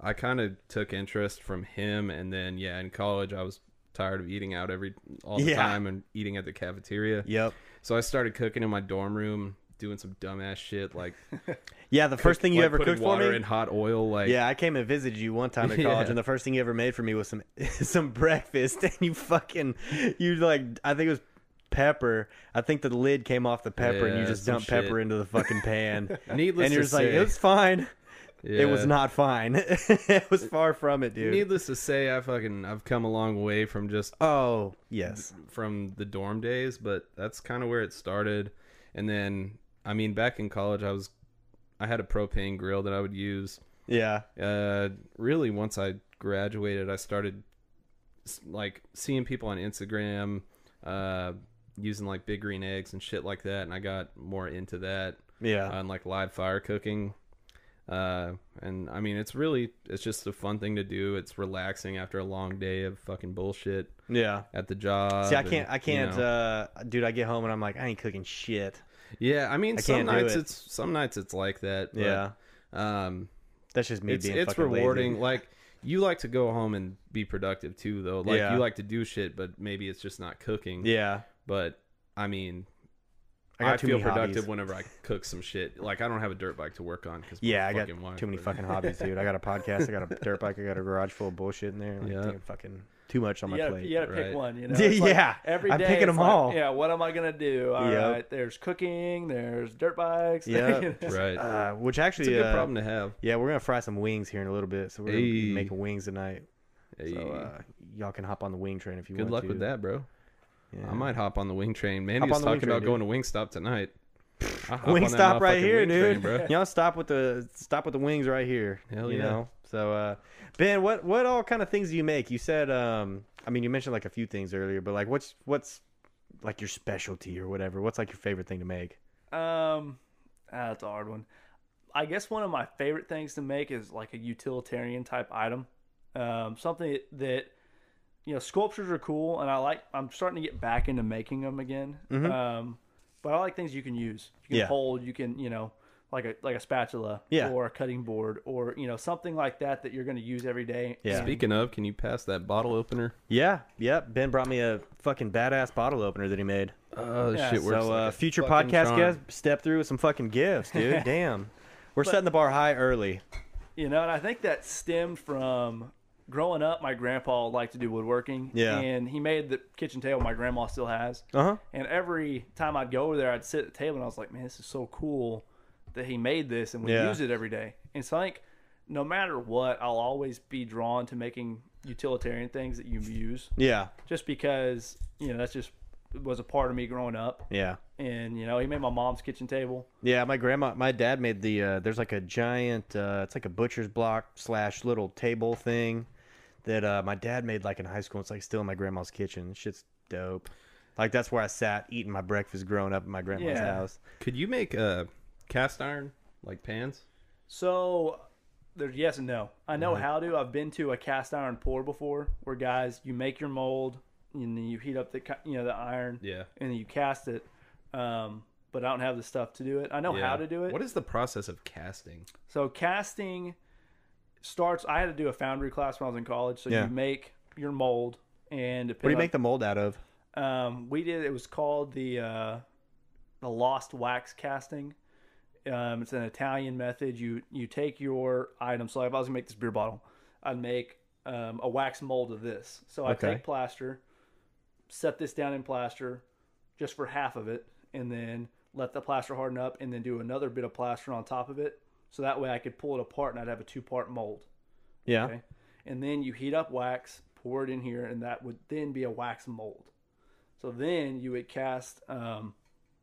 [SPEAKER 3] I kind of took interest from him. And then, yeah, in college, I was tired of eating out every all the
[SPEAKER 1] Yeah.
[SPEAKER 3] time and eating at the cafeteria.
[SPEAKER 1] Yep.
[SPEAKER 3] So I started cooking in my dorm room, doing some dumbass shit like
[SPEAKER 1] Yeah, the first thing you
[SPEAKER 3] like
[SPEAKER 1] ever
[SPEAKER 3] putting
[SPEAKER 1] cooked for
[SPEAKER 3] water
[SPEAKER 1] me.
[SPEAKER 3] in hot oil, like
[SPEAKER 1] yeah, I came and visited you one time in college,
[SPEAKER 3] Yeah.
[SPEAKER 1] and the first thing you ever made for me was some some breakfast, and you fucking you like I think it was pepper. I think the lid came off the pepper, and you
[SPEAKER 3] Yeah,
[SPEAKER 1] just
[SPEAKER 3] some
[SPEAKER 1] dumped pepper
[SPEAKER 3] shit.
[SPEAKER 1] into the fucking pan.
[SPEAKER 3] Needless
[SPEAKER 1] and you're
[SPEAKER 3] to
[SPEAKER 1] just like,
[SPEAKER 3] say,
[SPEAKER 1] it was fine. It was
[SPEAKER 3] Yeah.
[SPEAKER 1] not fine. it was far from it, dude.
[SPEAKER 3] Needless to say, I fucking I've come a long way from just
[SPEAKER 1] oh, yes.
[SPEAKER 3] from the dorm days, but that's kind of where it started. And then, I mean, back in college, I was I had a propane grill that I would use.
[SPEAKER 1] Yeah.
[SPEAKER 3] Uh, really, once I graduated, I started s- like seeing people on Instagram uh, using like big green eggs and shit like that, and I got more into that
[SPEAKER 1] Yeah.
[SPEAKER 3] on like live fire cooking. Uh, and I mean, it's really it's just a fun thing to do. It's relaxing after a long day of fucking bullshit
[SPEAKER 1] yeah.
[SPEAKER 3] at the job.
[SPEAKER 1] See, I
[SPEAKER 3] and,
[SPEAKER 1] can't, I
[SPEAKER 3] you
[SPEAKER 1] can't,
[SPEAKER 3] know.
[SPEAKER 1] uh, dude, I get home and I'm like, I ain't cooking shit.
[SPEAKER 3] yeah, I mean,
[SPEAKER 1] I
[SPEAKER 3] some
[SPEAKER 1] can't do
[SPEAKER 3] nights
[SPEAKER 1] it.
[SPEAKER 3] it's some nights it's like that. But,
[SPEAKER 1] Yeah.
[SPEAKER 3] um,
[SPEAKER 1] That's just me
[SPEAKER 3] it's
[SPEAKER 1] being
[SPEAKER 3] it's
[SPEAKER 1] fucking lazy.
[SPEAKER 3] rewarding. Like you like to go home and be productive too, though. Like
[SPEAKER 1] Yeah.
[SPEAKER 3] you like to do shit, but maybe it's just not cooking.
[SPEAKER 1] Yeah.
[SPEAKER 3] But I mean,
[SPEAKER 1] I got
[SPEAKER 3] I,
[SPEAKER 1] too
[SPEAKER 3] feel
[SPEAKER 1] many
[SPEAKER 3] productive
[SPEAKER 1] hobbies.
[SPEAKER 3] whenever I cook some shit. Like I don't have a dirt bike to work on because
[SPEAKER 1] Yeah, I got too many fucking hobbies, dude. I got a podcast, I got a dirt bike, I got a garage full of bullshit in there. Like,
[SPEAKER 3] Yeah.
[SPEAKER 1] dude, fucking too much on my
[SPEAKER 4] You gotta,
[SPEAKER 1] plate.
[SPEAKER 4] you gotta
[SPEAKER 3] right.
[SPEAKER 4] pick one, you know.
[SPEAKER 1] Yeah,
[SPEAKER 4] It's like
[SPEAKER 1] yeah.
[SPEAKER 4] every
[SPEAKER 1] I'm
[SPEAKER 4] day
[SPEAKER 1] picking them
[SPEAKER 4] it's like,
[SPEAKER 1] all.
[SPEAKER 4] Yeah, what am I gonna do? All right,
[SPEAKER 1] Yep.
[SPEAKER 4] there's cooking, there's dirt bikes.
[SPEAKER 1] Yep.
[SPEAKER 4] you know.
[SPEAKER 3] Right,
[SPEAKER 1] Uh, which
[SPEAKER 3] it's a
[SPEAKER 1] actually,
[SPEAKER 3] good
[SPEAKER 1] uh,
[SPEAKER 3] problem to have.
[SPEAKER 1] yeah, we're gonna fry some wings here in a little bit, so we're gonna be
[SPEAKER 3] Hey.
[SPEAKER 1] making wings tonight. So
[SPEAKER 3] Hey,
[SPEAKER 1] uh, y'all can hop on the wing train if you
[SPEAKER 3] good
[SPEAKER 1] want.
[SPEAKER 3] luck
[SPEAKER 1] to.
[SPEAKER 3] with that, bro.
[SPEAKER 1] Yeah.
[SPEAKER 3] I might hop on the wing train. Mandy was
[SPEAKER 1] on the wing
[SPEAKER 3] talking about
[SPEAKER 1] train,
[SPEAKER 3] going to Wingstop tonight. I'll hop on
[SPEAKER 1] wing
[SPEAKER 3] that
[SPEAKER 1] stop right
[SPEAKER 3] motherfucking
[SPEAKER 1] here,
[SPEAKER 3] wing
[SPEAKER 1] dude.
[SPEAKER 3] train, bro.
[SPEAKER 1] Y'all stop with the stop with the wings right here.
[SPEAKER 3] Hell
[SPEAKER 1] you
[SPEAKER 3] yeah.
[SPEAKER 1] know. So uh Ben, what what all kind of things do you make? You said um I mean you mentioned like a few things earlier, but like what's what's like your specialty or whatever? What's like your favorite thing to make?
[SPEAKER 4] Um, ah, that's a hard one. I guess one of my favorite things to make is like a utilitarian type item, um, something that you know sculptures are cool, and I like. I'm starting to get back into making them again. Um, but I like things you can use, you can
[SPEAKER 1] Mm-hmm. Yeah.
[SPEAKER 4] hold, you can you know like a like a spatula
[SPEAKER 1] Yeah.
[SPEAKER 4] or a cutting board or you know something like that that you're going to use every day.
[SPEAKER 1] Yeah.
[SPEAKER 3] Speaking of, can you pass that bottle opener?
[SPEAKER 1] Yeah, yep. Ben brought me a fucking badass bottle opener that he made.
[SPEAKER 3] Oh, this
[SPEAKER 4] Yeah,
[SPEAKER 3] shit works.
[SPEAKER 1] so
[SPEAKER 3] like
[SPEAKER 1] uh
[SPEAKER 3] a
[SPEAKER 1] future
[SPEAKER 3] fucking
[SPEAKER 1] podcast
[SPEAKER 3] charm.
[SPEAKER 1] guys, step through with some fucking gifts, dude. Damn. We're setting the bar high early.
[SPEAKER 4] You know, and I think that stemmed from growing up. My grandpa liked to do woodworking.
[SPEAKER 1] Yeah.
[SPEAKER 4] And he made the kitchen table my grandma still has.
[SPEAKER 1] Uh-huh.
[SPEAKER 4] And every time I'd go over there, I'd sit at the table and I was like, man, this is so cool that he made this and we
[SPEAKER 1] Yeah.
[SPEAKER 4] use it every day. And so I think no matter what, I'll always be drawn to making utilitarian things that you use
[SPEAKER 1] Yeah.
[SPEAKER 4] just because, you know, that's just was a part of me growing up.
[SPEAKER 1] Yeah.
[SPEAKER 4] And, you know, he made my mom's kitchen table.
[SPEAKER 1] Yeah, my grandma, my dad made the. Uh, there's like a giant. Uh, it's like a butcher's block slash little table thing that uh, my dad made like in high school. It's like still in my grandma's kitchen. Shit's dope. Like that's where I sat eating my breakfast growing up at my grandma's
[SPEAKER 4] Yeah.
[SPEAKER 1] house.
[SPEAKER 3] Could you make uh, cast iron like pans?
[SPEAKER 4] So there's yes and no. I know
[SPEAKER 1] Mm-hmm.
[SPEAKER 4] how to. I've been to a cast iron pour before, where guys, you make your mold and then you heat up the ca- you know the iron,
[SPEAKER 3] Yeah.
[SPEAKER 4] and then you cast it. Um, but I don't have the stuff to do it. I know how to do it.
[SPEAKER 3] What is the process of casting?
[SPEAKER 4] so casting starts. I had to do a foundry class when I was in college. So
[SPEAKER 1] Yeah.
[SPEAKER 4] you make your mold, and
[SPEAKER 1] What do you make the mold out of?
[SPEAKER 4] um, we did. It was called the uh, the lost wax casting. Um, it's an Italian method. You you take your item. So if I was gonna make this beer bottle, I'd make um, a wax mold of this. So I
[SPEAKER 1] Okay.
[SPEAKER 4] take plaster, set this down in plaster, just for half of it, and then let the plaster harden up, and then do another bit of plaster on top of it. So that way I could pull it apart, and I'd have a two part mold.
[SPEAKER 1] Yeah.
[SPEAKER 4] Okay. And then you heat up wax, pour it in here, and that would then be a wax mold. So then you would cast um,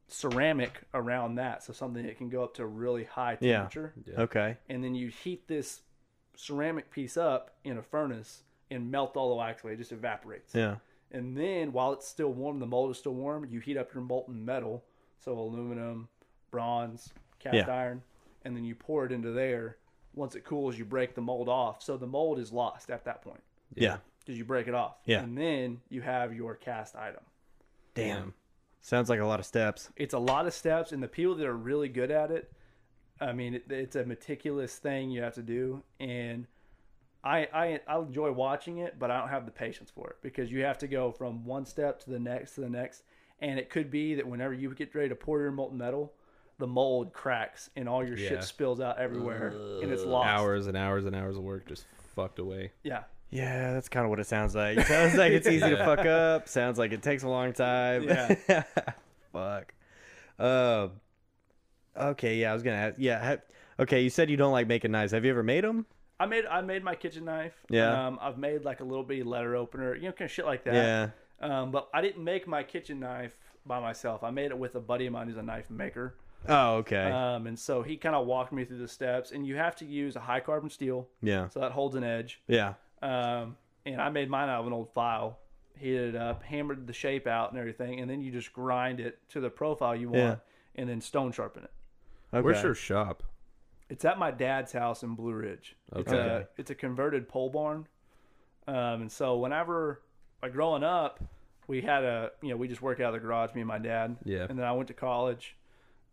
[SPEAKER 4] ceramic around that. So something that can go up to a really high
[SPEAKER 1] Yeah.
[SPEAKER 4] temperature.
[SPEAKER 1] Okay.
[SPEAKER 4] And then you heat this ceramic piece up in a furnace and melt all the wax away. It just evaporates.
[SPEAKER 1] Yeah.
[SPEAKER 4] And then while it's still warm, the mold is still warm, you heat up your molten metal, so aluminum, bronze, cast
[SPEAKER 1] Yeah.
[SPEAKER 4] iron, and then you pour it into there. Once it cools, you break the mold off. So the mold is lost at that point
[SPEAKER 1] Yeah.
[SPEAKER 4] because you break it off.
[SPEAKER 1] Yeah.
[SPEAKER 4] And then you have your cast item.
[SPEAKER 1] Damn. Sounds like a lot of steps.
[SPEAKER 4] It's a lot of steps, and the people that are really good at it, I mean, it, it's a meticulous thing you have to do. And I, I, I enjoy watching it, but I don't have the patience for it because you have to go from one step to the next to the next. And it could be that whenever you get ready to pour your molten metal, the mold cracks and all your
[SPEAKER 3] Yeah.
[SPEAKER 4] shit spills out everywhere and it's lost.
[SPEAKER 3] Hours and hours and hours of work just fucked away.
[SPEAKER 4] Yeah.
[SPEAKER 1] Yeah, that's kind of what it sounds like. It sounds like it's easy to
[SPEAKER 3] Yeah.
[SPEAKER 1] fuck up. Sounds like it takes a long time. Um,
[SPEAKER 4] Yeah.
[SPEAKER 1] Fuck. Uh, okay, yeah, I was gonna ask. Yeah, ha- Okay, you said you don't like making knives. Have you ever made them?
[SPEAKER 4] I made I made my kitchen knife.
[SPEAKER 1] Yeah.
[SPEAKER 4] Um, I've made like a little bitty letter opener, you know, kind of shit like that.
[SPEAKER 1] Yeah.
[SPEAKER 4] Um, but I didn't make my kitchen knife by myself. I made it with a buddy of mine who's a knife maker.
[SPEAKER 1] Oh, okay.
[SPEAKER 4] Um, and so he kind of walked me through the steps. And you have to use a high carbon steel.
[SPEAKER 1] yeah.
[SPEAKER 4] So that holds an edge.
[SPEAKER 1] Yeah.
[SPEAKER 4] Um, and I made mine out of an old file, heated it up, hammered the shape out and everything, and then you just grind it to the profile you want,
[SPEAKER 1] Yeah.
[SPEAKER 4] and then stone sharpen it.
[SPEAKER 1] Okay.
[SPEAKER 3] Where's your shop?
[SPEAKER 4] It's at my dad's house in Blue Ridge. It's,
[SPEAKER 3] Okay.
[SPEAKER 4] a, it's a converted pole barn. Um, and so whenever, like growing up, we had a, you know, we just worked out of the garage, me and my dad.
[SPEAKER 3] Yeah.
[SPEAKER 4] And then I went to college.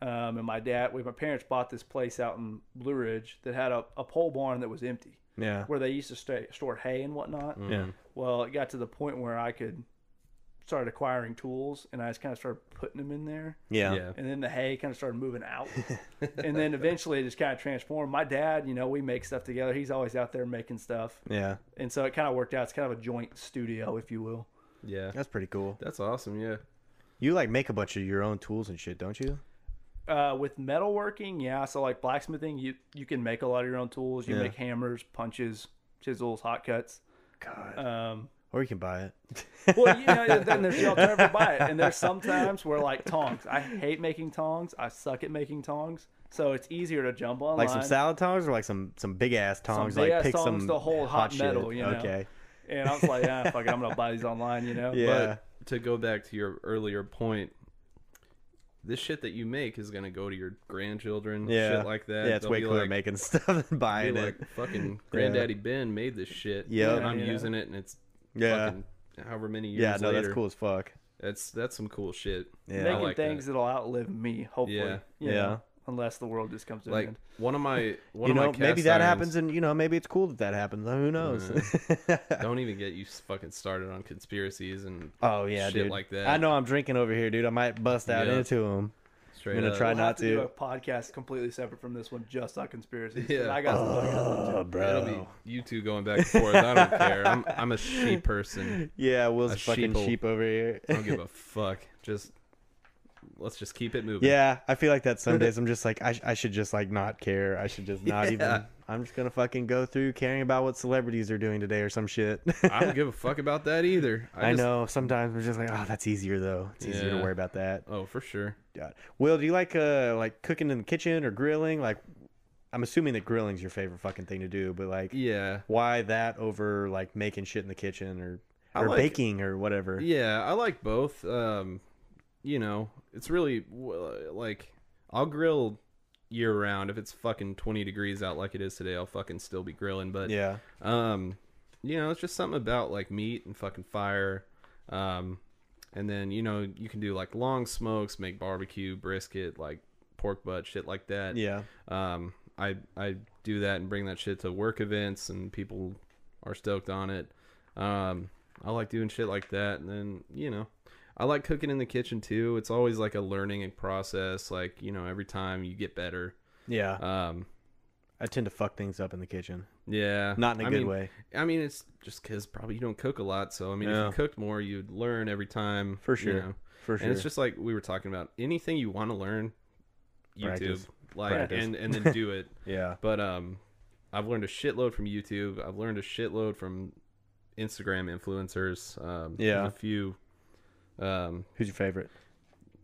[SPEAKER 4] Um, and my dad, we, my parents bought this place out in Blue Ridge that had a, a pole barn that was empty
[SPEAKER 1] Yeah.
[SPEAKER 4] where they used to stay, store hay and whatnot.
[SPEAKER 3] Mm.
[SPEAKER 1] Yeah.
[SPEAKER 4] Well, it got to the point where I could start acquiring tools and I just kind of started putting them in there.
[SPEAKER 1] Yeah.
[SPEAKER 3] Yeah.
[SPEAKER 4] And then the hay kind of started moving out. and then eventually it just kind of transformed. My dad, you know, we make stuff together. He's always out there making stuff.
[SPEAKER 1] Yeah.
[SPEAKER 4] And so it kind of worked out. It's kind of a joint studio, if you will.
[SPEAKER 3] Yeah.
[SPEAKER 1] That's pretty cool.
[SPEAKER 3] That's awesome. Yeah.
[SPEAKER 1] You like make a bunch of your own tools and shit, don't you?
[SPEAKER 4] Uh, with metalworking, yeah. So like blacksmithing, you you can make a lot of your own tools. You
[SPEAKER 1] Yeah.
[SPEAKER 4] make hammers, punches, chisels, hot cuts.
[SPEAKER 1] God.
[SPEAKER 4] Um,
[SPEAKER 1] Or you can buy it.
[SPEAKER 4] Well, you know, then there's the alternative buy it. And there's sometimes where like tongs. I hate making tongs. I suck at making tongs. So it's easier to jump online.
[SPEAKER 1] Like some salad tongs or like some some big ass tongs. like
[SPEAKER 4] big-ass
[SPEAKER 1] pick
[SPEAKER 4] tongs
[SPEAKER 1] some
[SPEAKER 4] to hold hot
[SPEAKER 1] shit.
[SPEAKER 4] metal, you know?
[SPEAKER 1] Okay.
[SPEAKER 4] And I was like, ah, fuck it, I'm gonna buy these online, you know.
[SPEAKER 1] Yeah.
[SPEAKER 3] But to go back to your earlier point, this shit that you make is gonna go to your grandchildren.
[SPEAKER 1] yeah.
[SPEAKER 3] Shit like that.
[SPEAKER 1] Yeah, it's
[SPEAKER 3] They'll
[SPEAKER 1] way
[SPEAKER 3] be
[SPEAKER 1] cooler
[SPEAKER 3] like,
[SPEAKER 1] making stuff than
[SPEAKER 3] be
[SPEAKER 1] buying it.
[SPEAKER 3] like fucking granddaddy Ben made this shit.
[SPEAKER 1] Yeah.
[SPEAKER 3] And I'm
[SPEAKER 4] Yeah.
[SPEAKER 3] using it, and it's
[SPEAKER 1] Yeah.
[SPEAKER 3] fucking however many years.
[SPEAKER 1] yeah, no,
[SPEAKER 3] later.
[SPEAKER 1] that's cool as fuck.
[SPEAKER 3] That's that's some cool shit.
[SPEAKER 1] Yeah.
[SPEAKER 3] I
[SPEAKER 4] Making
[SPEAKER 3] like
[SPEAKER 4] things
[SPEAKER 3] that.
[SPEAKER 4] that. will outlive me, hopefully.
[SPEAKER 3] Yeah.
[SPEAKER 4] you
[SPEAKER 1] Yeah.
[SPEAKER 4] know, unless the world just comes to an
[SPEAKER 3] like
[SPEAKER 4] end.
[SPEAKER 3] one of my one
[SPEAKER 1] You
[SPEAKER 3] of my
[SPEAKER 1] know,
[SPEAKER 3] cast
[SPEAKER 1] maybe that
[SPEAKER 3] irons-
[SPEAKER 1] happens, and you know, maybe it's cool that that happens. Who knows?
[SPEAKER 3] Mm-hmm. Don't even get you s- fucking started on conspiracies and
[SPEAKER 1] oh yeah,
[SPEAKER 3] shit
[SPEAKER 1] dude.
[SPEAKER 3] like that.
[SPEAKER 1] I know I'm drinking over here, dude. I might bust out
[SPEAKER 3] Yeah.
[SPEAKER 1] into him.
[SPEAKER 3] Straight
[SPEAKER 1] gonna
[SPEAKER 3] up.
[SPEAKER 1] try
[SPEAKER 4] We'll
[SPEAKER 1] not
[SPEAKER 4] have to, do
[SPEAKER 1] to.
[SPEAKER 4] a podcast completely separate from this one, just on conspiracies.
[SPEAKER 3] Yeah.
[SPEAKER 4] And I got some other guys.
[SPEAKER 1] Oh,
[SPEAKER 3] It'll be you two going back and forth. I don't care. I'm I'm a sheep person.
[SPEAKER 1] Yeah, Will's
[SPEAKER 3] A
[SPEAKER 1] a fucking
[SPEAKER 3] sheeple.
[SPEAKER 1] sheep over here.
[SPEAKER 3] I don't give a fuck. Just let's just keep it moving.
[SPEAKER 1] yeah, I feel like that some days I'm just like I, sh- I should just like not care. I should just not even.
[SPEAKER 3] Yeah.
[SPEAKER 1] I'm just gonna fucking go through caring about what celebrities are doing today or some shit.
[SPEAKER 3] I don't give a fuck about that either.
[SPEAKER 1] I,
[SPEAKER 3] just-
[SPEAKER 1] know sometimes we're just like, oh, that's easier though. It's easier to
[SPEAKER 3] Yeah.
[SPEAKER 1] worry about that.
[SPEAKER 3] Oh, for sure.
[SPEAKER 1] God. Will, do you like uh like cooking in the kitchen or grilling? Like, I'm assuming that grilling's your favorite fucking thing to do, but like,
[SPEAKER 3] Yeah.
[SPEAKER 1] why that over like making shit in the kitchen or
[SPEAKER 3] I
[SPEAKER 1] or
[SPEAKER 3] like-
[SPEAKER 1] baking or whatever?
[SPEAKER 3] Yeah, I like both. Um, you know, it's really w- like I'll grill year round. If it's fucking 20 degrees out like it is today, I'll fucking still be grilling, but
[SPEAKER 1] yeah,
[SPEAKER 3] um you know it's just something about like meat and fucking fire um and then you know you can do like long smokes make barbecue brisket like pork butt shit like that
[SPEAKER 1] yeah.
[SPEAKER 3] um i i do that and bring that shit to work events and people are stoked on it um i like doing shit like that and then you know i like cooking in the kitchen too it's always like a learning process like you know every time you get better
[SPEAKER 1] Yeah,
[SPEAKER 3] um
[SPEAKER 1] I tend to fuck things up in the kitchen.
[SPEAKER 3] yeah
[SPEAKER 1] Not in a
[SPEAKER 3] a
[SPEAKER 1] good way.
[SPEAKER 3] I mean, it's just because probably you don't cook a lot. So I mean,
[SPEAKER 1] Yeah.
[SPEAKER 3] if you cooked more, you'd learn every time.
[SPEAKER 1] For
[SPEAKER 3] you
[SPEAKER 1] sure.
[SPEAKER 3] know.
[SPEAKER 1] For sure.
[SPEAKER 3] And it's just like we were talking about anything you want to learn, YouTube,
[SPEAKER 1] Practice.
[SPEAKER 3] like,
[SPEAKER 1] Practice.
[SPEAKER 3] and and then do it.
[SPEAKER 1] yeah.
[SPEAKER 3] But um, I've learned a shitload from YouTube. I've learned a shitload from Instagram influencers. Um, there's
[SPEAKER 1] Yeah.
[SPEAKER 3] a few. Um,
[SPEAKER 1] Who's your favorite?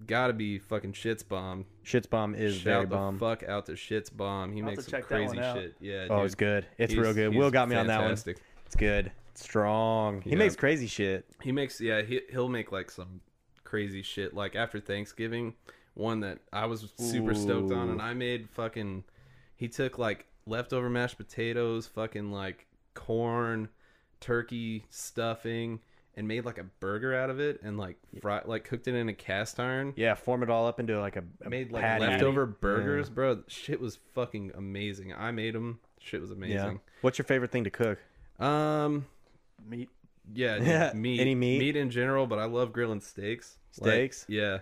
[SPEAKER 3] gotta be fucking shits bomb.
[SPEAKER 1] Shits bomb is
[SPEAKER 3] Shout
[SPEAKER 1] very
[SPEAKER 3] the
[SPEAKER 1] bomb.
[SPEAKER 3] fuck out to shits bomb. He
[SPEAKER 4] I'll have
[SPEAKER 3] makes
[SPEAKER 4] to
[SPEAKER 3] some
[SPEAKER 4] check that one
[SPEAKER 3] crazy
[SPEAKER 4] out.
[SPEAKER 3] shit. Yeah.
[SPEAKER 1] oh,
[SPEAKER 3] dude.
[SPEAKER 1] it's good. It's
[SPEAKER 3] He's-
[SPEAKER 1] real good.
[SPEAKER 3] he's
[SPEAKER 1] Will got me on that one.
[SPEAKER 3] fantastic.
[SPEAKER 1] It's good. It's strong. He
[SPEAKER 3] Yeah.
[SPEAKER 1] makes crazy shit.
[SPEAKER 3] He makes yeah, he he'll make like some crazy shit. Like after Thanksgiving, one that I was super stoked on and I made fucking he took like leftover mashed potatoes, fucking like corn, turkey stuffing and made like a burger out of it and like fry like cooked it in a cast iron.
[SPEAKER 1] Yeah, form it all up into like a, a
[SPEAKER 3] Made like
[SPEAKER 1] patty.
[SPEAKER 3] leftover burgers, bro. Shit was fucking amazing. I made them. Shit was
[SPEAKER 1] Yeah.
[SPEAKER 3] amazing.
[SPEAKER 1] What's your favorite thing to cook?
[SPEAKER 3] Um
[SPEAKER 4] meat.
[SPEAKER 3] yeah, dude,
[SPEAKER 1] Yeah.
[SPEAKER 3] meat.
[SPEAKER 1] Any meat?
[SPEAKER 3] Meat in general, but I love grilling steaks. Like,
[SPEAKER 1] Steaks?
[SPEAKER 3] yeah.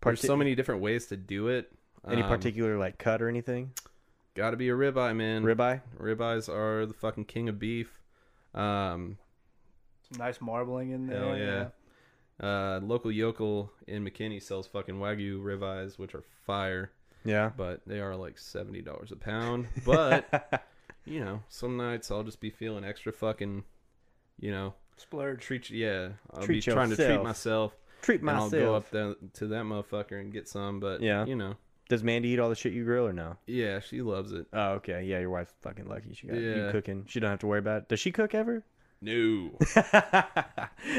[SPEAKER 1] Parti-
[SPEAKER 3] There's so many different ways to do it.
[SPEAKER 1] Any
[SPEAKER 3] Um,
[SPEAKER 1] particular like cut or anything?
[SPEAKER 3] Got to be a ribeye, man.
[SPEAKER 1] Ribeye?
[SPEAKER 3] Ribeyes are the fucking king of beef. Um,
[SPEAKER 4] Some nice marbling in there.
[SPEAKER 3] hell yeah. Uh, local yokel in McKinney sells fucking wagyu ribeyes, which are fire.
[SPEAKER 1] Yeah.
[SPEAKER 3] but they are like seventy dollars a pound. But you know, some nights I'll just be feeling extra fucking, you know,
[SPEAKER 4] Splurge.
[SPEAKER 3] treat. Yeah, I'll
[SPEAKER 1] Treat
[SPEAKER 3] be trying to treat
[SPEAKER 1] yourself.
[SPEAKER 3] myself.
[SPEAKER 1] Treat
[SPEAKER 3] And I'll go
[SPEAKER 1] myself.
[SPEAKER 3] up there to that motherfucker and get some. But
[SPEAKER 1] Yeah.
[SPEAKER 3] yeah, you know,
[SPEAKER 1] Does Mandy eat all the shit you grill or no?
[SPEAKER 3] yeah, she loves it.
[SPEAKER 1] Oh, okay. Yeah, your wife's fucking lucky. She got you
[SPEAKER 3] Yeah.
[SPEAKER 1] cooking. She don't have to worry about it. Does she cook ever?
[SPEAKER 3] No,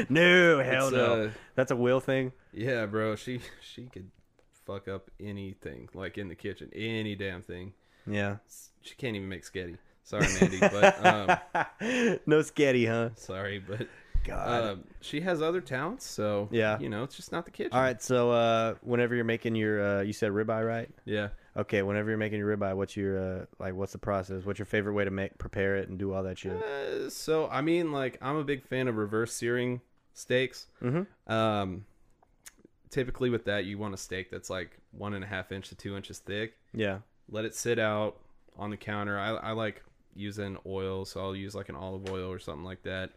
[SPEAKER 1] no, hell
[SPEAKER 3] It's,
[SPEAKER 1] no.
[SPEAKER 3] uh,
[SPEAKER 1] That's a will thing.
[SPEAKER 3] yeah, bro, she she could fuck up anything, like in the kitchen, any damn thing.
[SPEAKER 1] Yeah.
[SPEAKER 3] She can't even make sketty. Sorry, Mandy, but um,
[SPEAKER 1] no sketty, huh?
[SPEAKER 3] sorry, but
[SPEAKER 1] God.
[SPEAKER 3] uh, she has other talents, so
[SPEAKER 1] Yeah.
[SPEAKER 3] you know, it's just not the kitchen.
[SPEAKER 1] all right. So uh, whenever you're making your, uh, you said ribeye, right?
[SPEAKER 3] yeah.
[SPEAKER 1] Okay. Whenever you're making your ribeye, what's your uh, like? What's the process? What's your favorite way to make prepare it and do all that shit?
[SPEAKER 3] Uh, so I mean, like I'm a big fan of reverse searing steaks. Mm-hmm. Um, typically with that, you want a steak that's like one and a half inch to two inches thick.
[SPEAKER 1] Yeah.
[SPEAKER 3] Let it sit out on the counter. I, I like using oil, so I'll use like an olive oil or something like that,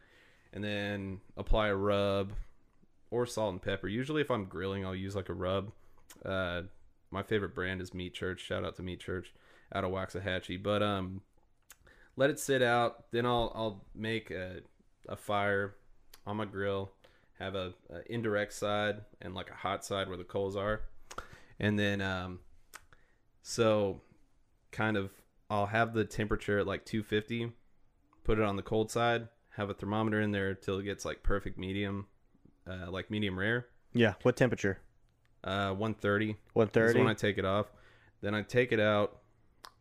[SPEAKER 3] and then apply a rub or salt and pepper. Usually, if I'm grilling, I'll use like a rub. Uh, my favorite brand is Meat Church. Shout out to Meat Church out of Waxahachie. But um, let it sit out. Then I'll I'll make a, a fire on my grill, have a, a indirect side and like a hot side where the coals are, and then um, so kind of I'll have the temperature at like 250, put it on the cold side, have a thermometer in there till it gets like perfect medium, uh, like medium rare.
[SPEAKER 1] Yeah. What temperature?
[SPEAKER 3] Uh, 130
[SPEAKER 1] One
[SPEAKER 3] is
[SPEAKER 1] thirty.
[SPEAKER 3] when I take it off. Then I take it out,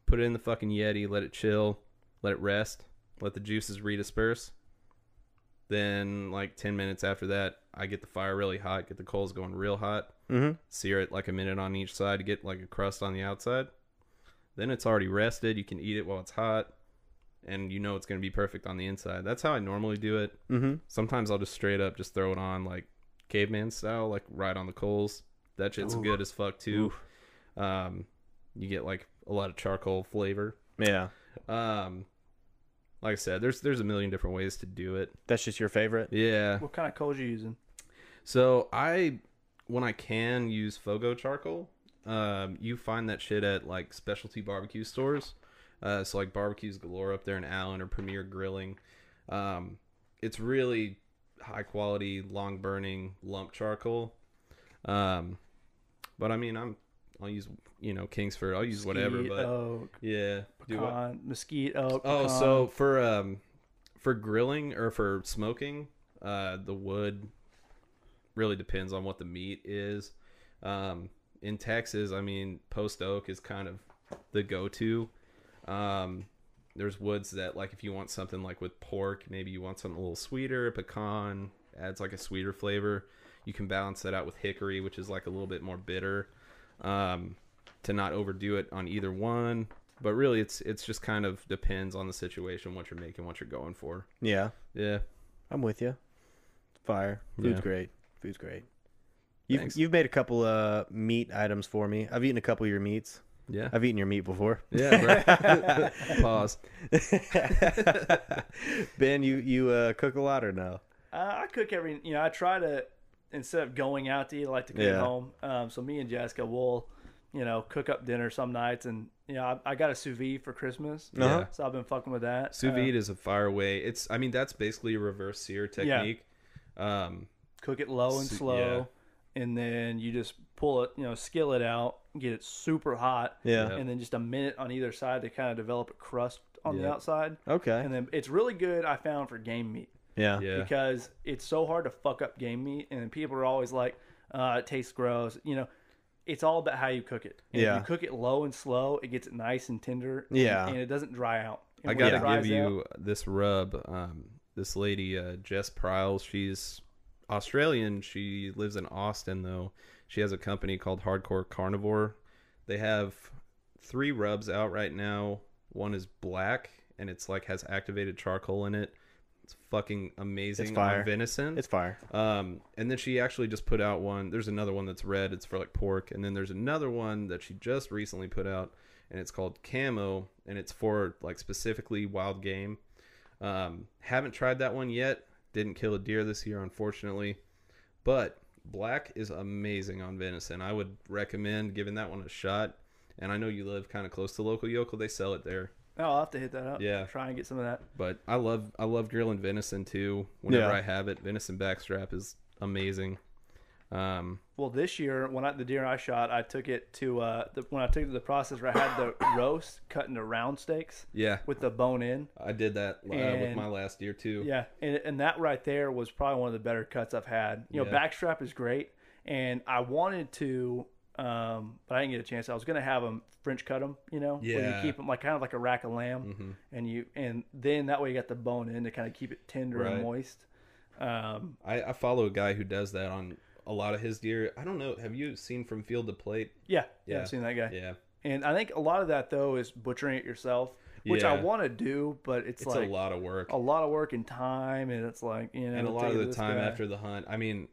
[SPEAKER 3] put it in the fucking Yeti, let it chill, let it rest, let the juices redisperse. Then, like 10 minutes after that, I get the fire really hot, get the coals going real hot,
[SPEAKER 1] Mhm.
[SPEAKER 3] sear it like a minute on each side to get like a crust on the outside. Then it's already rested. You can eat it while it's hot, and you know it's going to be perfect on the inside. That's how I normally do it.
[SPEAKER 1] Mhm.
[SPEAKER 3] Sometimes I'll just straight up just throw it on like caveman style, like right on the coals. That shit's good as fuck too. Um, you get like a lot of charcoal flavor.
[SPEAKER 1] Yeah.
[SPEAKER 3] Um, like I said, there's there's a million different ways to do it.
[SPEAKER 1] That's just your favorite.
[SPEAKER 3] Yeah.
[SPEAKER 4] What kind of coals you using?
[SPEAKER 3] So I, when I can use Fogo charcoal, um, you find that shit at like specialty barbecue stores. Uh, so like barbecues galore up there in Allen or Premier Grilling. Um, it's really high quality, long burning lump charcoal. Um, but I mean, I'm I'll use you know Kingsford. I'll use whatever.
[SPEAKER 4] Mesquite,
[SPEAKER 3] But
[SPEAKER 4] oak,
[SPEAKER 3] yeah, do what?
[SPEAKER 4] pecan, oh, mesquite, oak.
[SPEAKER 3] Oh,
[SPEAKER 4] pecan.
[SPEAKER 3] so for um for grilling or for smoking, uh the wood really depends on what the meat is. Um in Texas, I mean, post oak is kind of the go-to. Um there's woods that like if you want something like with pork, maybe you want something a little sweeter, pecan adds like a sweeter flavor. You can balance that out with hickory, which is like a little bit more bitter. Um to not overdo it on either one. But really, it's it's just kind of depends on the situation, what you're making, what you're going for.
[SPEAKER 1] Yeah.
[SPEAKER 3] Yeah,
[SPEAKER 1] I'm with you. Fire. Food's
[SPEAKER 3] Yeah.
[SPEAKER 1] great. Food's great. You've,
[SPEAKER 3] Thanks.
[SPEAKER 1] you've made a couple uh, meat items for me. I've eaten a couple of your meats.
[SPEAKER 3] yeah,
[SPEAKER 1] I've eaten your meat before.
[SPEAKER 3] yeah. Bro. Pause.
[SPEAKER 1] ben, you you uh, cook a lot or no?
[SPEAKER 4] Uh, I cook every, you know, I try to instead of going out to eat, I like to cook at
[SPEAKER 1] Yeah.
[SPEAKER 4] home. Um, so me and Jessica will, you know, cook up dinner some nights, and you know, I, I got a sous vide for Christmas,
[SPEAKER 1] Uh-huh.
[SPEAKER 4] so I've been fucking with that.
[SPEAKER 3] Sous
[SPEAKER 4] Uh,
[SPEAKER 3] vide is a fire way. It's I mean that's basically a reverse sear technique. Um,
[SPEAKER 4] cook it low and
[SPEAKER 3] Su-
[SPEAKER 4] slow, and then you just pull it, you know, skillet out, get it super hot,
[SPEAKER 1] Yeah.
[SPEAKER 4] and then just a minute on either side to kind of develop a crust on the
[SPEAKER 3] Yeah.
[SPEAKER 4] outside.
[SPEAKER 1] Okay.
[SPEAKER 4] And then it's really good. I found for game meat.
[SPEAKER 1] yeah.
[SPEAKER 3] yeah,
[SPEAKER 4] because it's so hard to fuck up game meat, and people are always like, uh, "It tastes gross." You know, it's all about how you cook it. And
[SPEAKER 1] Yeah.
[SPEAKER 4] if you cook it low and slow, it gets nice and tender. and-
[SPEAKER 1] Yeah.
[SPEAKER 4] and, it doesn't dry out. And
[SPEAKER 3] I
[SPEAKER 4] when it
[SPEAKER 3] gotta
[SPEAKER 4] dries
[SPEAKER 3] give
[SPEAKER 4] out-
[SPEAKER 3] you this rub. Um, this lady, uh, Jess Pryles, she's Australian. She lives in Austin though. She has a company called Hardcore Carnivore. They have three rubs out right now. One is black and it's like has activated charcoal in it. It's fucking amazing
[SPEAKER 1] It's fire.
[SPEAKER 3] on venison.
[SPEAKER 1] It's fire.
[SPEAKER 3] Um, and then she actually just put out one. There's another one that's red. It's for like pork. And then there's another one that she just recently put out, and it's called Camo, and it's for like specifically wild game. Um, haven't tried that one yet. Didn't kill a deer this year, unfortunately. But black is amazing on venison. I would recommend giving that one a shot. And I know you live kind of close to local yokel; they sell it there.
[SPEAKER 4] Oh, I'll have to hit that up.
[SPEAKER 3] Yeah.
[SPEAKER 4] Try and get some of that.
[SPEAKER 3] But I love I love grilling venison too. Whenever
[SPEAKER 1] Yeah.
[SPEAKER 3] I have it, venison backstrap is amazing. Um,
[SPEAKER 4] Well, this year when I, the deer I shot, I took it to uh, the, when I took it to the processor. I had the roast cut into round steaks
[SPEAKER 3] yeah,
[SPEAKER 4] with the bone in.
[SPEAKER 3] I did that uh, with
[SPEAKER 4] And-
[SPEAKER 3] my last year too.
[SPEAKER 4] Yeah, and, and that right there was probably one of the better cuts I've had. You know,
[SPEAKER 3] Yeah.
[SPEAKER 4] backstrap is great, and I wanted to, um, but I didn't get a chance. I was gonna have them French cut them, you know, where
[SPEAKER 3] Yeah. Mm-hmm.
[SPEAKER 4] you keep them like kind of like a rack of lamb, and you and then that way you got the bone in to kind of keep it tender
[SPEAKER 3] Right.
[SPEAKER 4] and moist. Um,
[SPEAKER 3] I, I follow a guy who does that on a lot of his deer. I don't know. Have you seen from field to plate?
[SPEAKER 4] yeah, yeah,
[SPEAKER 3] Yeah.
[SPEAKER 4] I've seen that guy.
[SPEAKER 3] Yeah,
[SPEAKER 4] And I think a lot of that though is butchering it yourself, which I
[SPEAKER 3] Yeah.
[SPEAKER 4] want to do, but it's,
[SPEAKER 3] it's
[SPEAKER 4] like
[SPEAKER 3] a lot of work.
[SPEAKER 4] a lot of work and time, and it's like you know,
[SPEAKER 3] and a lot
[SPEAKER 4] take
[SPEAKER 3] of
[SPEAKER 4] it to
[SPEAKER 3] the
[SPEAKER 4] this
[SPEAKER 3] time
[SPEAKER 4] guy.
[SPEAKER 3] after the hunt, I mean,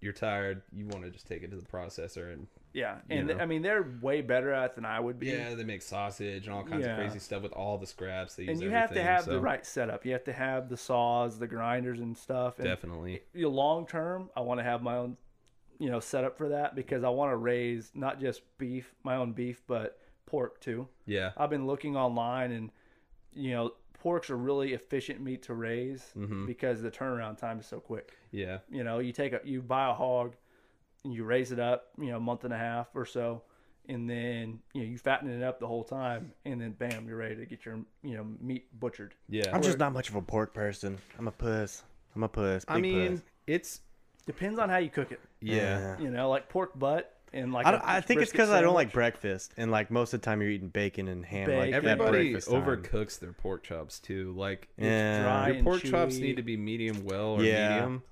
[SPEAKER 3] you're tired. You want to just take it to the processor and
[SPEAKER 4] yeah,
[SPEAKER 3] you
[SPEAKER 4] and
[SPEAKER 3] know.
[SPEAKER 4] I mean they're way better at it than I would be.
[SPEAKER 3] yeah, they make sausage and all kinds
[SPEAKER 4] Yeah.
[SPEAKER 3] of crazy stuff with all the scraps. They use
[SPEAKER 4] and you have to
[SPEAKER 3] everything,
[SPEAKER 4] have
[SPEAKER 3] so-
[SPEAKER 4] the right setup. You have to have the saws, the grinders, and stuff. And
[SPEAKER 3] Definitely.
[SPEAKER 4] you know, long term, I want to have my own, you know, setup for that because I want to raise not just beef, my own beef, but pork too.
[SPEAKER 3] Yeah.
[SPEAKER 4] I've been looking online, and you know, pork's a really efficient meat to raise
[SPEAKER 1] Mm-hmm.
[SPEAKER 4] because the turnaround time is so quick.
[SPEAKER 3] Yeah.
[SPEAKER 4] You know, you take a you buy a hog, and you raise it up, you know, a month and a half or so, and then you know you fatten it up the whole time, and then bam, you're ready to get your you know meat butchered.
[SPEAKER 3] Yeah.
[SPEAKER 1] I'm just not much of a pork person. I'm a puss. I'm a puss.
[SPEAKER 3] I
[SPEAKER 1] big
[SPEAKER 3] mean,
[SPEAKER 1] puss.
[SPEAKER 3] it's
[SPEAKER 4] Depends on how you cook it.
[SPEAKER 3] yeah.
[SPEAKER 4] You know, like pork butt and like
[SPEAKER 1] I,
[SPEAKER 4] a
[SPEAKER 1] don't- I think it's
[SPEAKER 4] brisket
[SPEAKER 1] because I don't like
[SPEAKER 4] sandwich.
[SPEAKER 1] breakfast, and like most of the time you're eating bacon and ham. Like
[SPEAKER 4] Bacon.
[SPEAKER 1] at
[SPEAKER 3] Everybody
[SPEAKER 1] breakfast time.
[SPEAKER 3] overcooks their pork chops too. Like
[SPEAKER 1] Yeah.
[SPEAKER 4] dry.
[SPEAKER 3] your
[SPEAKER 4] and
[SPEAKER 3] pork chops
[SPEAKER 4] chewy.
[SPEAKER 3] need to be medium well or
[SPEAKER 1] Yeah.
[SPEAKER 3] medium.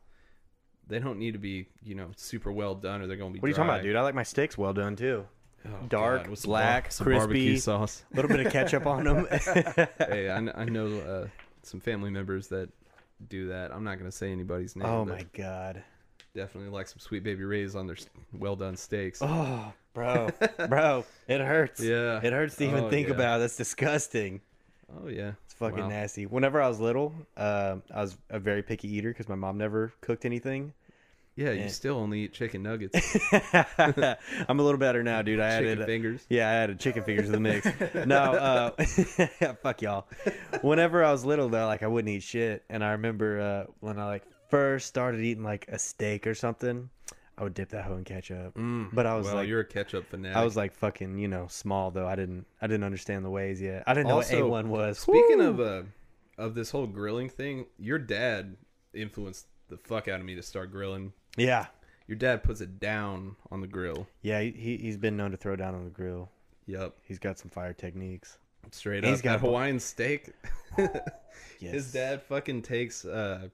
[SPEAKER 3] They don't need to be, you know, super well done or they're gonna be
[SPEAKER 1] What are you talking about, dude? I like my steaks well done too.
[SPEAKER 3] Oh,
[SPEAKER 1] Dark,
[SPEAKER 3] God, with some bar-
[SPEAKER 1] black,
[SPEAKER 3] some
[SPEAKER 1] crispy,
[SPEAKER 3] barbecue
[SPEAKER 1] a
[SPEAKER 3] sauce.
[SPEAKER 1] little bit of ketchup on them.
[SPEAKER 3] hey, I, kn- I know uh, some family members that do that. I'm not gonna say anybody's name.
[SPEAKER 1] oh
[SPEAKER 3] but
[SPEAKER 1] my god,
[SPEAKER 3] Definitely like some sweet baby rays on their well done steaks.
[SPEAKER 1] oh bro, bro, it hurts.
[SPEAKER 3] Yeah.
[SPEAKER 1] it hurts to even
[SPEAKER 3] Oh,
[SPEAKER 1] think
[SPEAKER 3] yeah.
[SPEAKER 1] about. it. That's disgusting.
[SPEAKER 3] Oh yeah,
[SPEAKER 1] It's fucking
[SPEAKER 3] Wow.
[SPEAKER 1] nasty. Whenever I was little, uh, I was a very picky eater because my mom never cooked anything.
[SPEAKER 3] Yeah, you still only eat chicken nuggets,
[SPEAKER 1] I'm a little better now, dude. I
[SPEAKER 3] chicken
[SPEAKER 1] added
[SPEAKER 3] fingers.
[SPEAKER 1] Yeah, I added chicken fingers to the mix. no, uh, fuck y'all. Whenever I was little, though, like I wouldn't eat shit, and I remember uh, when I like first started eating like a steak or something, I would dip that hoe in ketchup. but I was
[SPEAKER 3] Mm, Well,
[SPEAKER 1] like,
[SPEAKER 3] you're a ketchup fanatic.
[SPEAKER 1] I was like fucking, you know, small though. I didn't, I didn't understand the ways yet. I didn't know what A1 was.
[SPEAKER 3] Speaking of uh, of this whole grilling thing, your dad influenced the fuck out of me to start grilling.
[SPEAKER 1] yeah,
[SPEAKER 3] Your dad puts it down on the grill.
[SPEAKER 1] yeah, he- he he's been known to throw down on the grill.
[SPEAKER 3] Yep,
[SPEAKER 1] He's got some fire techniques.
[SPEAKER 3] straight
[SPEAKER 1] He's
[SPEAKER 3] up.
[SPEAKER 1] got
[SPEAKER 3] Got
[SPEAKER 1] a bu-
[SPEAKER 3] Hawaiian steak.
[SPEAKER 1] Yes.
[SPEAKER 3] His dad fucking takes uh,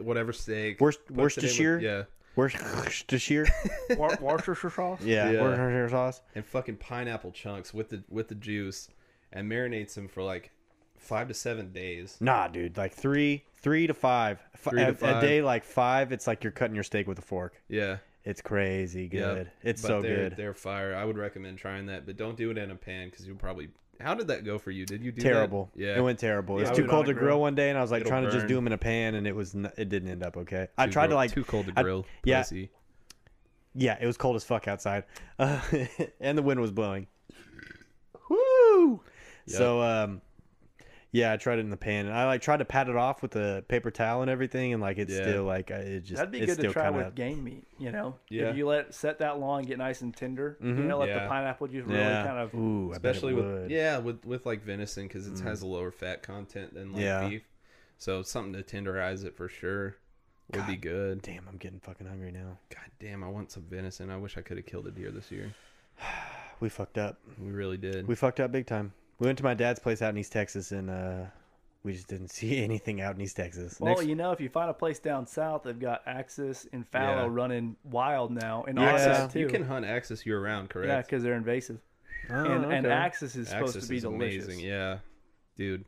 [SPEAKER 3] whatever steak.
[SPEAKER 1] Worc-
[SPEAKER 3] puts it in with-
[SPEAKER 1] Worcestershire?
[SPEAKER 3] Yeah,
[SPEAKER 1] Worcestershire,
[SPEAKER 4] Wor- Worcestershire sauce.
[SPEAKER 1] yeah,
[SPEAKER 3] Yeah.
[SPEAKER 1] Worcestershire sauce.
[SPEAKER 3] and fucking pineapple chunks with the with the juice, and marinates them for like five to seven days.
[SPEAKER 1] Nah, dude, like three, three to five. F-
[SPEAKER 3] Three to
[SPEAKER 1] a- A
[SPEAKER 3] five.
[SPEAKER 1] day like five, it's like you're cutting your steak with a fork.
[SPEAKER 3] Yeah.
[SPEAKER 1] It's crazy
[SPEAKER 3] Yeah,
[SPEAKER 1] good. It's
[SPEAKER 3] but
[SPEAKER 1] so
[SPEAKER 3] they're,
[SPEAKER 1] good.
[SPEAKER 3] They're fire. I would recommend trying that, but don't do it in a pan because you'll probably. How did that go for you? Did you do that?
[SPEAKER 1] terrible.
[SPEAKER 3] Yeah,
[SPEAKER 1] it went terrible.
[SPEAKER 4] I
[SPEAKER 1] it's too
[SPEAKER 4] would
[SPEAKER 1] cold
[SPEAKER 4] on
[SPEAKER 1] to
[SPEAKER 4] a
[SPEAKER 1] grill
[SPEAKER 4] grill.
[SPEAKER 1] one day, and I was like
[SPEAKER 3] It'll
[SPEAKER 1] trying to just do
[SPEAKER 3] burn.
[SPEAKER 1] them in a pan, and it was n- it didn't end up okay. I
[SPEAKER 3] Too
[SPEAKER 1] tried to
[SPEAKER 3] gro-
[SPEAKER 1] like
[SPEAKER 3] too cold to
[SPEAKER 1] I-
[SPEAKER 3] grill.
[SPEAKER 1] yeah,
[SPEAKER 3] pussy.
[SPEAKER 1] yeah, it was cold as fuck outside, uh, and the wind was blowing. Woo! So um, yeah, I tried it in the pan, and I like tried to pat it off with a paper towel and everything, and like it's
[SPEAKER 3] Yeah.
[SPEAKER 1] still like I- it just
[SPEAKER 4] That'd be
[SPEAKER 1] it's
[SPEAKER 4] good
[SPEAKER 1] still
[SPEAKER 4] to try
[SPEAKER 1] kinda,
[SPEAKER 4] with game meat. You know,
[SPEAKER 3] Yeah.
[SPEAKER 4] if you let it set that long, get nice and tender. You know, let
[SPEAKER 3] Yeah.
[SPEAKER 4] the pineapple juice really
[SPEAKER 1] Mm-hmm. yeah.
[SPEAKER 4] kind of.
[SPEAKER 1] Ooh, I bet it
[SPEAKER 3] especially with
[SPEAKER 1] would.
[SPEAKER 3] yeah with with like venison because it has a lower fat content than like
[SPEAKER 1] Mm. Yeah.
[SPEAKER 3] beef. So something to tenderize it for sure would be good.
[SPEAKER 1] Damn, I'm getting fucking hungry now.
[SPEAKER 3] God damn, I want some venison. I wish I could have killed a deer this year.
[SPEAKER 1] We fucked up.
[SPEAKER 3] We really did.
[SPEAKER 1] We fucked up big time. We went to my dad's place out in East Texas, and uh, we just didn't see anything out in East Texas.
[SPEAKER 4] Well,
[SPEAKER 1] Next-
[SPEAKER 4] you know, if you find a place down south, they've got Axis and Fallow
[SPEAKER 3] Yeah.
[SPEAKER 4] running wild now, and
[SPEAKER 1] Yeah.
[SPEAKER 4] Axis too.
[SPEAKER 3] you can hunt axis year round, correct?
[SPEAKER 4] yeah, because they're invasive,
[SPEAKER 1] Oh,
[SPEAKER 4] and, and
[SPEAKER 1] okay.
[SPEAKER 4] Axis is supposed
[SPEAKER 3] Axis
[SPEAKER 4] to be
[SPEAKER 3] is
[SPEAKER 4] delicious.
[SPEAKER 3] amazing. Yeah, dude,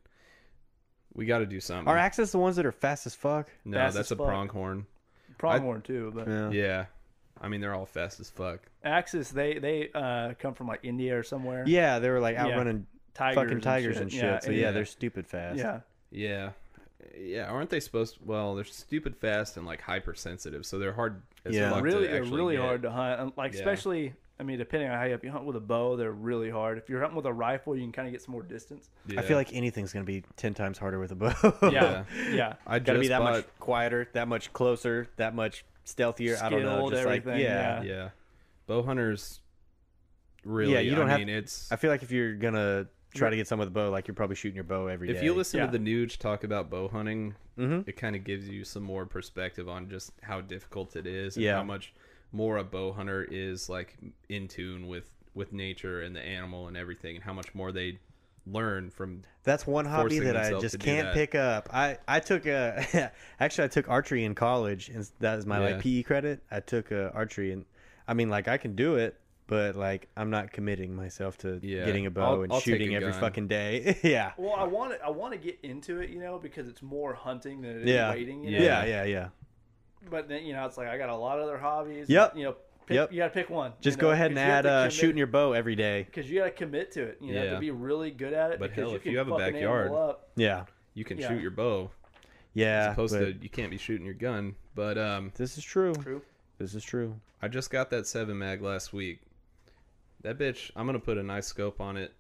[SPEAKER 3] we got to do something.
[SPEAKER 1] are axis the ones that are fast as fuck?
[SPEAKER 3] no,
[SPEAKER 4] fast
[SPEAKER 3] that's
[SPEAKER 4] as
[SPEAKER 3] a
[SPEAKER 4] fuck.
[SPEAKER 3] pronghorn.
[SPEAKER 4] Pronghorn too, but
[SPEAKER 3] Yeah. I mean, they're all fast as fuck.
[SPEAKER 4] Axis they they uh, come from like India or somewhere.
[SPEAKER 1] Yeah, they were like out
[SPEAKER 4] Yeah.
[SPEAKER 1] running
[SPEAKER 4] Tigers
[SPEAKER 1] fucking
[SPEAKER 4] and
[SPEAKER 1] tigers
[SPEAKER 4] shit.
[SPEAKER 1] and shit.
[SPEAKER 4] Yeah,
[SPEAKER 1] so yeah,
[SPEAKER 3] yeah.
[SPEAKER 1] they're stupid fast.
[SPEAKER 4] yeah.
[SPEAKER 3] Yeah. Yeah, aren't they supposed well, they're stupid fast and like hypersensitive, so they're hard as
[SPEAKER 1] Yeah.
[SPEAKER 3] fuck
[SPEAKER 4] really
[SPEAKER 3] to
[SPEAKER 4] they're
[SPEAKER 3] actually
[SPEAKER 4] really
[SPEAKER 3] get.
[SPEAKER 4] hard to hunt and, like
[SPEAKER 3] Yeah.
[SPEAKER 4] especially I mean, depending on how you, if you hunt with a bow, they're really hard. If you're hunting with a rifle, you can kind of get some more distance.
[SPEAKER 1] I feel like anything's going to be 10 times harder with a bow.
[SPEAKER 4] Yeah, yeah.
[SPEAKER 3] I
[SPEAKER 1] Got to
[SPEAKER 3] just
[SPEAKER 1] be that
[SPEAKER 3] bought,
[SPEAKER 1] much quieter, that much closer, that much stealthier. I don't know.
[SPEAKER 4] Skilled,
[SPEAKER 1] Just like,
[SPEAKER 4] everything,
[SPEAKER 1] yeah.
[SPEAKER 4] yeah.
[SPEAKER 3] Yeah, bow hunters. Really,
[SPEAKER 1] Yeah, you don't
[SPEAKER 3] I
[SPEAKER 1] have-
[SPEAKER 3] mean, it's
[SPEAKER 1] I feel like if you're going to try to get some with a bow, like you're probably shooting your bow every day. Mm-hmm.
[SPEAKER 3] if you listen
[SPEAKER 4] Yeah.
[SPEAKER 3] to the Nuge talk about bow hunting, it kind of gives you some more perspective on just how difficult it is and
[SPEAKER 1] Yeah.
[SPEAKER 3] how much more a bow hunter is like in tune with with nature and the animal and everything, and how much more they learn from.
[SPEAKER 1] That's one hobby
[SPEAKER 3] forcing
[SPEAKER 1] that I
[SPEAKER 3] themselves
[SPEAKER 1] just
[SPEAKER 3] to do
[SPEAKER 1] can't
[SPEAKER 3] that.
[SPEAKER 1] pick up. I I took a actually I took archery in college, and that was my
[SPEAKER 3] Yeah.
[SPEAKER 1] like PE credit. I took uh, archery, and I mean like I can do it, but like I'm not committing myself to
[SPEAKER 3] Yeah.
[SPEAKER 1] getting a bow
[SPEAKER 3] I'll-
[SPEAKER 1] and
[SPEAKER 3] I'll take
[SPEAKER 1] shooting
[SPEAKER 3] a
[SPEAKER 1] every
[SPEAKER 3] gun.
[SPEAKER 1] fucking day. yeah.
[SPEAKER 4] Well, I want to I want to get into it, you know, because it's more hunting than it is
[SPEAKER 1] Yeah.
[SPEAKER 4] waiting. You know?
[SPEAKER 1] yeah, yeah, yeah,
[SPEAKER 4] But then you know, it's like I got a lot of other hobbies.
[SPEAKER 1] Yep.
[SPEAKER 4] You know, pick,
[SPEAKER 1] Yep.
[SPEAKER 4] you got to pick one.
[SPEAKER 1] Just go ahead and add uh, shooting your bow every day.
[SPEAKER 4] because you got to commit to it. You know,
[SPEAKER 3] Yeah.
[SPEAKER 4] to be really good at it.
[SPEAKER 3] But
[SPEAKER 4] because
[SPEAKER 3] hell, if
[SPEAKER 4] can
[SPEAKER 3] you have a
[SPEAKER 4] fuck an
[SPEAKER 3] backyard-
[SPEAKER 4] animal up.
[SPEAKER 1] Yeah,
[SPEAKER 3] You can
[SPEAKER 4] Yeah.
[SPEAKER 3] shoot your bow,
[SPEAKER 1] yeah.
[SPEAKER 3] opposed
[SPEAKER 1] but
[SPEAKER 3] to you can't be shooting your gun. But um,
[SPEAKER 1] this is true.
[SPEAKER 4] True.
[SPEAKER 1] This is true.
[SPEAKER 3] I just got that seven mag last week. That bitch, I'm gonna put a nice scope on it.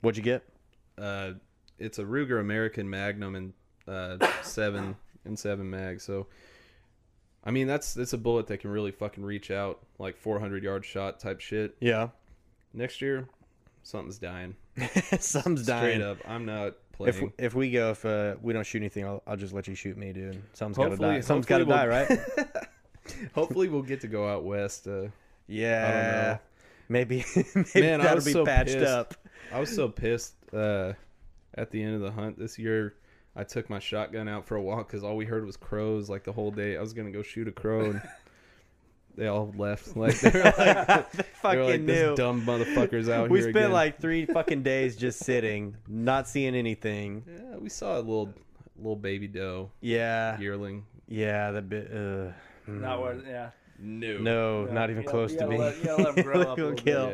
[SPEAKER 1] What'd you get?
[SPEAKER 3] uh, it's a Ruger American Magnum and uh, seven and seven mag. So, I mean, that's that's a bullet that can really fucking reach out like 400 yard shot type shit.
[SPEAKER 1] Yeah,
[SPEAKER 3] Next year, something's dying.
[SPEAKER 1] some's
[SPEAKER 3] Straight
[SPEAKER 1] dying.
[SPEAKER 3] up, I'm not playing.
[SPEAKER 1] If, if we go, if uh, we don't shoot anything, I'll, I'll just let you shoot me, dude. Something's got to
[SPEAKER 3] Hopefully-
[SPEAKER 1] die. Something's got to
[SPEAKER 3] hopefully
[SPEAKER 1] die,
[SPEAKER 3] we'll-
[SPEAKER 1] right?
[SPEAKER 3] Hopefully, we'll get to go out west. Uh,
[SPEAKER 1] Yeah. Maybe, maybe
[SPEAKER 3] Man, I
[SPEAKER 1] that'll
[SPEAKER 3] was
[SPEAKER 1] be
[SPEAKER 3] so
[SPEAKER 1] patched
[SPEAKER 3] pissed.
[SPEAKER 1] up.
[SPEAKER 3] I was so pissed uh, at the end of the hunt this year. I took my shotgun out for a walk because all we heard was crows like the whole day. I was gonna go shoot a crow, and they all left. Like they were like, they
[SPEAKER 1] Fucking
[SPEAKER 3] were like
[SPEAKER 1] knew.
[SPEAKER 3] this dumb motherfuckers out
[SPEAKER 1] we
[SPEAKER 3] here.
[SPEAKER 1] spent
[SPEAKER 3] again."
[SPEAKER 1] like three fucking days just sitting, not seeing anything.
[SPEAKER 3] yeah, we saw a little little baby doe
[SPEAKER 1] Yeah,
[SPEAKER 3] yearling.
[SPEAKER 1] yeah, the bit. Uh,
[SPEAKER 4] Not worth. Yeah.
[SPEAKER 3] No,
[SPEAKER 1] no, not even
[SPEAKER 4] you gotta-
[SPEAKER 1] close
[SPEAKER 4] you
[SPEAKER 1] to
[SPEAKER 4] gotta
[SPEAKER 1] me.
[SPEAKER 4] let- you gotta let 'em grow up a
[SPEAKER 1] Illegal
[SPEAKER 4] little bit.
[SPEAKER 1] kill.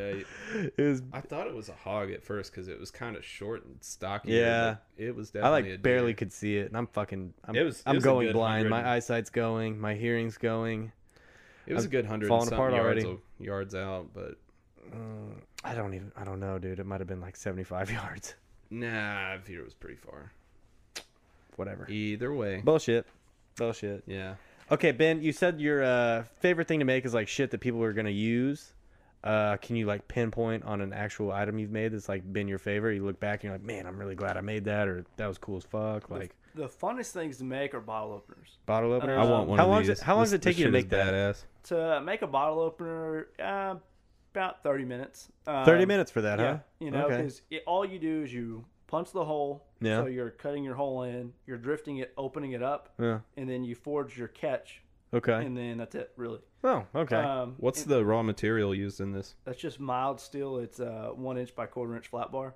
[SPEAKER 3] Yeah,
[SPEAKER 1] It was.
[SPEAKER 3] I thought it was a hog at first because it was kind of short and stocky.
[SPEAKER 1] Yeah.
[SPEAKER 3] but it was
[SPEAKER 1] I
[SPEAKER 3] definitely a
[SPEAKER 1] like barely
[SPEAKER 3] deer.
[SPEAKER 1] could see it, and I'm fucking. I'm,
[SPEAKER 3] It was- it
[SPEAKER 1] I'm
[SPEAKER 3] was a
[SPEAKER 1] going
[SPEAKER 3] good
[SPEAKER 1] blind. My
[SPEAKER 3] 100.
[SPEAKER 1] eyesight's going. My hearing's going.
[SPEAKER 3] It was a good hundred and
[SPEAKER 1] falling
[SPEAKER 3] something
[SPEAKER 1] apart
[SPEAKER 3] yards
[SPEAKER 1] already.
[SPEAKER 3] o- yards out, but
[SPEAKER 1] I don't even. I don't know, dude. It might have been like 75 yards.
[SPEAKER 3] nah, here it was pretty far.
[SPEAKER 1] Whatever.
[SPEAKER 4] E-
[SPEAKER 3] Either way,
[SPEAKER 1] Bullshit. Bullshit.
[SPEAKER 3] yeah.
[SPEAKER 1] Okay, Ben, you said your uh, favorite thing to make is like shit that people are gonna use. Uh, can you like pinpoint on an actual item you've made that's like been your favorite? You look back and you're like, man, I'm really glad I made that, or that was cool as fuck. Like
[SPEAKER 4] The funnest things to make are bottle openers.
[SPEAKER 1] bottle opener.
[SPEAKER 4] I want
[SPEAKER 1] how long Does it, how long does it take you to make that?
[SPEAKER 3] Badass.
[SPEAKER 4] To make a bottle opener, uh, about thirty minutes. Um,
[SPEAKER 1] Thirty minutes for that,
[SPEAKER 4] Yeah,
[SPEAKER 1] huh?
[SPEAKER 4] you know,
[SPEAKER 1] okay.
[SPEAKER 4] because all you do is you punch the hole.
[SPEAKER 1] Yeah.
[SPEAKER 4] So you're cutting your hole in, you're drifting it, opening it up,
[SPEAKER 1] Yeah.
[SPEAKER 4] and then you forge your catch,
[SPEAKER 1] Okay.
[SPEAKER 4] and then that's it, really.
[SPEAKER 1] oh, okay.
[SPEAKER 4] Um,
[SPEAKER 3] What's the raw material used in this?
[SPEAKER 4] that's just mild steel. It's uh, one inch by quarter inch flat bar.